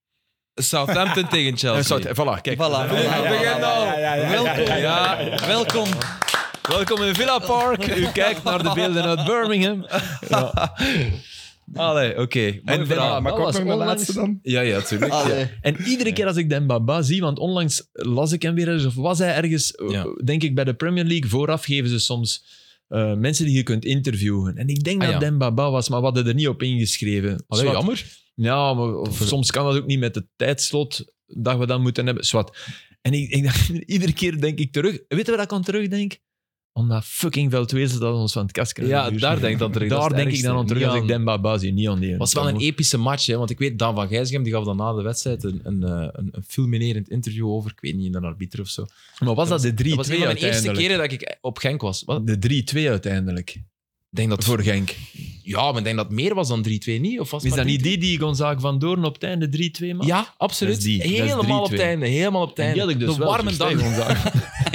Speaker 1: Southampton tegen
Speaker 2: Eh,
Speaker 1: Chelsea.
Speaker 2: sorry, voilà, kijk.
Speaker 3: Voilà, voilà,
Speaker 2: Ja,
Speaker 3: voilà,
Speaker 2: begin
Speaker 3: voilà,
Speaker 2: al.
Speaker 4: ja, ja, ja, ja,
Speaker 2: Welkom.
Speaker 4: ja, ja,
Speaker 2: Ja,
Speaker 3: Welkom.
Speaker 2: Welkom in Villa Park. U kijkt naar de beelden uit Birmingham. Ja. Allee, oké. En,
Speaker 4: Ja,
Speaker 2: verhaal.
Speaker 4: maar
Speaker 2: Dat
Speaker 4: kom
Speaker 2: was
Speaker 4: nog de
Speaker 2: onlangs-
Speaker 4: laatste dan.
Speaker 1: Ja, ja, tuurlijk.
Speaker 3: Allee.
Speaker 2: En iedere keer als ik Dembaba zie, want onlangs las ik hem weer ergens, of was hij ergens, eh,
Speaker 1: Ja.
Speaker 2: denk ik bij de Premier League, vooraf geven ze soms eh, mensen die je kunt interviewen. En ik denk
Speaker 1: Ah,
Speaker 2: dat
Speaker 1: ja.
Speaker 2: Dembaba was, maar we hadden er niet op ingeschreven.
Speaker 1: Allee,
Speaker 2: Zwat.
Speaker 1: jammer.
Speaker 2: Ja, maar of soms kan dat ook niet met het tijdslot dat we dan moeten hebben. Zwat. En ik, ik dacht, iedere keer denk ik terug. Weet je waar ik aan terugdenk? Omdat fucking Veldwezen dat ons van het kast krijgt.
Speaker 1: Ja, daar denk ik dan terug. Dat is
Speaker 2: Daar
Speaker 1: het
Speaker 2: denk ik
Speaker 1: ergste.
Speaker 2: dan aan terug
Speaker 1: Niet
Speaker 2: als ik
Speaker 1: aan-
Speaker 2: Dembaba zie, niet aan die.
Speaker 1: Het was wel een epische match, hè, want ik weet, Dan van Gijsgem die gaf dan na de wedstrijd een, een, eh, een, een fulminerend interview over, ik weet niet, een arbiter of zo.
Speaker 2: Maar was dat de 3-2
Speaker 1: Dat was een van de eerste
Speaker 2: uiteindelijk?
Speaker 1: keren dat ik op Genk was. Wat?
Speaker 2: De 3-2 uiteindelijk.
Speaker 1: Ik denk dat,
Speaker 2: Voor Genk.
Speaker 1: Ja, maar ik denk dat het meer was dan 3-2, niet? Of was het
Speaker 2: Is dat
Speaker 1: maar
Speaker 2: niet
Speaker 1: 3-2?
Speaker 2: die die Gonzaga van Doorn op het einde 3-2 maakt?
Speaker 1: Ja, absoluut.
Speaker 2: Dat is die. Dat is
Speaker 1: Helemaal op
Speaker 2: 3-2.
Speaker 1: het einde. Helemaal op het
Speaker 2: En
Speaker 1: einde.
Speaker 2: die had ik dus
Speaker 1: een
Speaker 2: wel,
Speaker 1: warme dag.
Speaker 2: verstaan,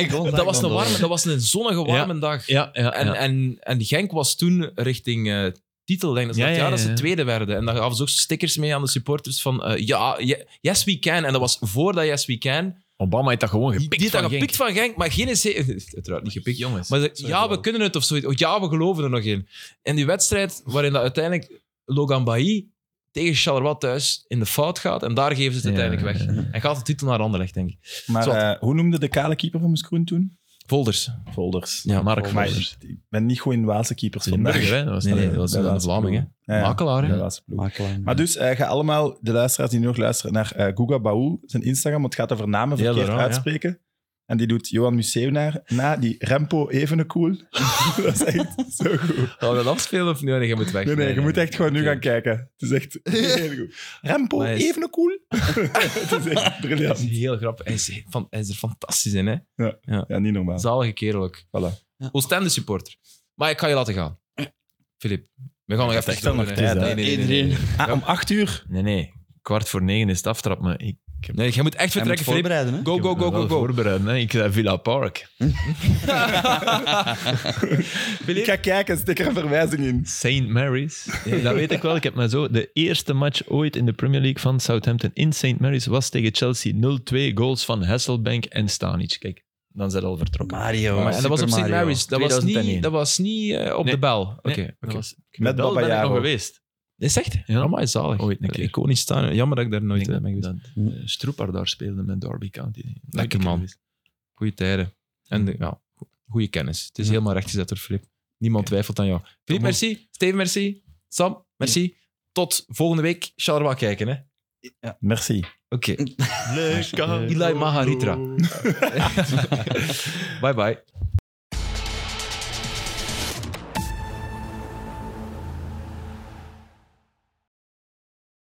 Speaker 1: Dat was, een warme, dat was een zonnige warme dag.
Speaker 2: Ja, ja,
Speaker 1: En, eh, en, en Genk was toen richting eh, titel, denk ik. Dat ze
Speaker 2: Ja,
Speaker 1: dat
Speaker 2: ja,
Speaker 1: jaar dat
Speaker 2: ja,
Speaker 1: ze
Speaker 2: ja.
Speaker 1: tweede werden. En dan gaven ze ook stickers mee aan de supporters van eh, ja, ye- Yes We Can. En dat was voordat Yes We Can.
Speaker 2: Obama heeft dat gewoon gepikt
Speaker 1: Dit
Speaker 2: van
Speaker 1: had gepikt
Speaker 2: Genk.
Speaker 1: van Genk, maar geen... ze- Uiteraard niet gepikt.
Speaker 2: jongens.
Speaker 1: Maar ze- ja, we kunnen het of zoiets. Oh, ja, we geloven er nog in. En die wedstrijd waarin dat uiteindelijk Logan Bailly tegen Charleroi thuis in de fout gaat. En daar geven ze het
Speaker 2: Ja,
Speaker 1: uiteindelijk weg. En gaat de titel naar Anderlecht, denk ik.
Speaker 4: Maar
Speaker 1: Zwart.
Speaker 4: eh, hoe noemde de kale keeper van Moeskroen toen?
Speaker 1: Volders.
Speaker 4: Volders.
Speaker 1: Ja,
Speaker 2: Mark
Speaker 4: Maar
Speaker 2: Volders.
Speaker 4: ik ben niet goed in Waalse keepers
Speaker 2: In
Speaker 4: vandaag.
Speaker 2: Burger, hè? Dat was
Speaker 1: Nee, nee,
Speaker 4: Ja,
Speaker 1: dat was
Speaker 4: bij
Speaker 1: een
Speaker 4: Waalse
Speaker 1: Vlaming,
Speaker 4: ploeg. Ja, ja,
Speaker 1: Makelaar, hè?
Speaker 4: bij Waalse ploeg.
Speaker 3: Makelaar.
Speaker 4: Maar dus, eh, ga allemaal de luisteraars die nu nog luisteren naar eh Guga Baou, zijn Instagram, want het gaat over namen verkeerd
Speaker 2: daarom, ja.
Speaker 4: uitspreken. En die doet Johan Museeuw naar, na, die Rempo Evenecoel. dat is echt zo goed.
Speaker 1: Gaan we dat afspelen of
Speaker 2: Oh,
Speaker 1: nee, nee, je moet weg.
Speaker 4: Nee, nee, je moet echt gewoon nu
Speaker 1: Oké.
Speaker 4: gaan kijken. Het is echt heel goed. Rempo
Speaker 1: Maar hij is-
Speaker 4: Evenecoel. het is echt
Speaker 1: Dat is
Speaker 4: briljant.
Speaker 1: heel grappig. Hij is, van, hij is er fantastisch in, hè?
Speaker 4: Ja, niet normaal.
Speaker 1: Zalige kerel ook.
Speaker 4: Voilà.
Speaker 3: Ja.
Speaker 1: Oostende supporter. Maar ik ga je laten gaan. Filip, we gaan nog even
Speaker 4: echt wel
Speaker 1: door,
Speaker 4: nog
Speaker 1: hè.
Speaker 4: tijd, hè.
Speaker 1: Nee, nee, nee, nee,
Speaker 3: Iedereen.
Speaker 1: nee.
Speaker 4: Ah, om acht uur.
Speaker 2: Nee, nee. Kwart voor negen is het aftrap, maar ik...
Speaker 1: Nee, jij moet echt
Speaker 3: Hij moet
Speaker 1: vertrekken, Filip.
Speaker 3: voorbereiden, hè?
Speaker 1: Go, go, go, go, go.
Speaker 2: Voorbereiden, hè. Ik zei Villa Park.
Speaker 4: Ik ga kijken, stik er een verwijzing in.
Speaker 2: St. Mary's. Eh, dat weet ik wel. Ik heb maar zo... De eerste match ooit in de Premier League van Southampton in St. Mary's was tegen Chelsea 0-2 goals van Hasselbank en Stanic. Kijk, dan zijn ze al vertrokken.
Speaker 3: Mario.
Speaker 1: Maar, en dat was op
Speaker 3: Super
Speaker 1: St.
Speaker 3: Mario.
Speaker 1: Mary's. Dat was niet,
Speaker 2: 2001.
Speaker 1: dat was niet eh, op
Speaker 2: Nee.
Speaker 1: de bel. Oké.
Speaker 2: Nee,
Speaker 1: oké.
Speaker 2: dat was-
Speaker 4: Met
Speaker 2: Wel
Speaker 4: Baba
Speaker 2: ben ik nog
Speaker 4: Jaro.
Speaker 2: geweest.
Speaker 1: Is echt?
Speaker 2: Ja.
Speaker 1: Ja, maar zalig.
Speaker 2: Ooit een
Speaker 1: Een
Speaker 2: keer.
Speaker 1: Iconisch staan. Jammer dat ik daar nooit eh, ben geweest.
Speaker 2: dat eh, Stroepar daar speelde met Derby County. Nooit
Speaker 1: Lekker,
Speaker 2: een keer
Speaker 1: man.
Speaker 2: geweest.
Speaker 1: Goeie tijden. En eh, ja, goede kennis. Het is
Speaker 2: Ja.
Speaker 1: helemaal rechtgezet door Filip. Niemand twijfelt aan jou. Filip,
Speaker 2: Kom op.
Speaker 1: merci. Steven, merci. Sam, merci. Tot volgende week. Charleroi kijken, hè. Oké.
Speaker 4: Merci.
Speaker 1: Ilai Maharitra. bye bye.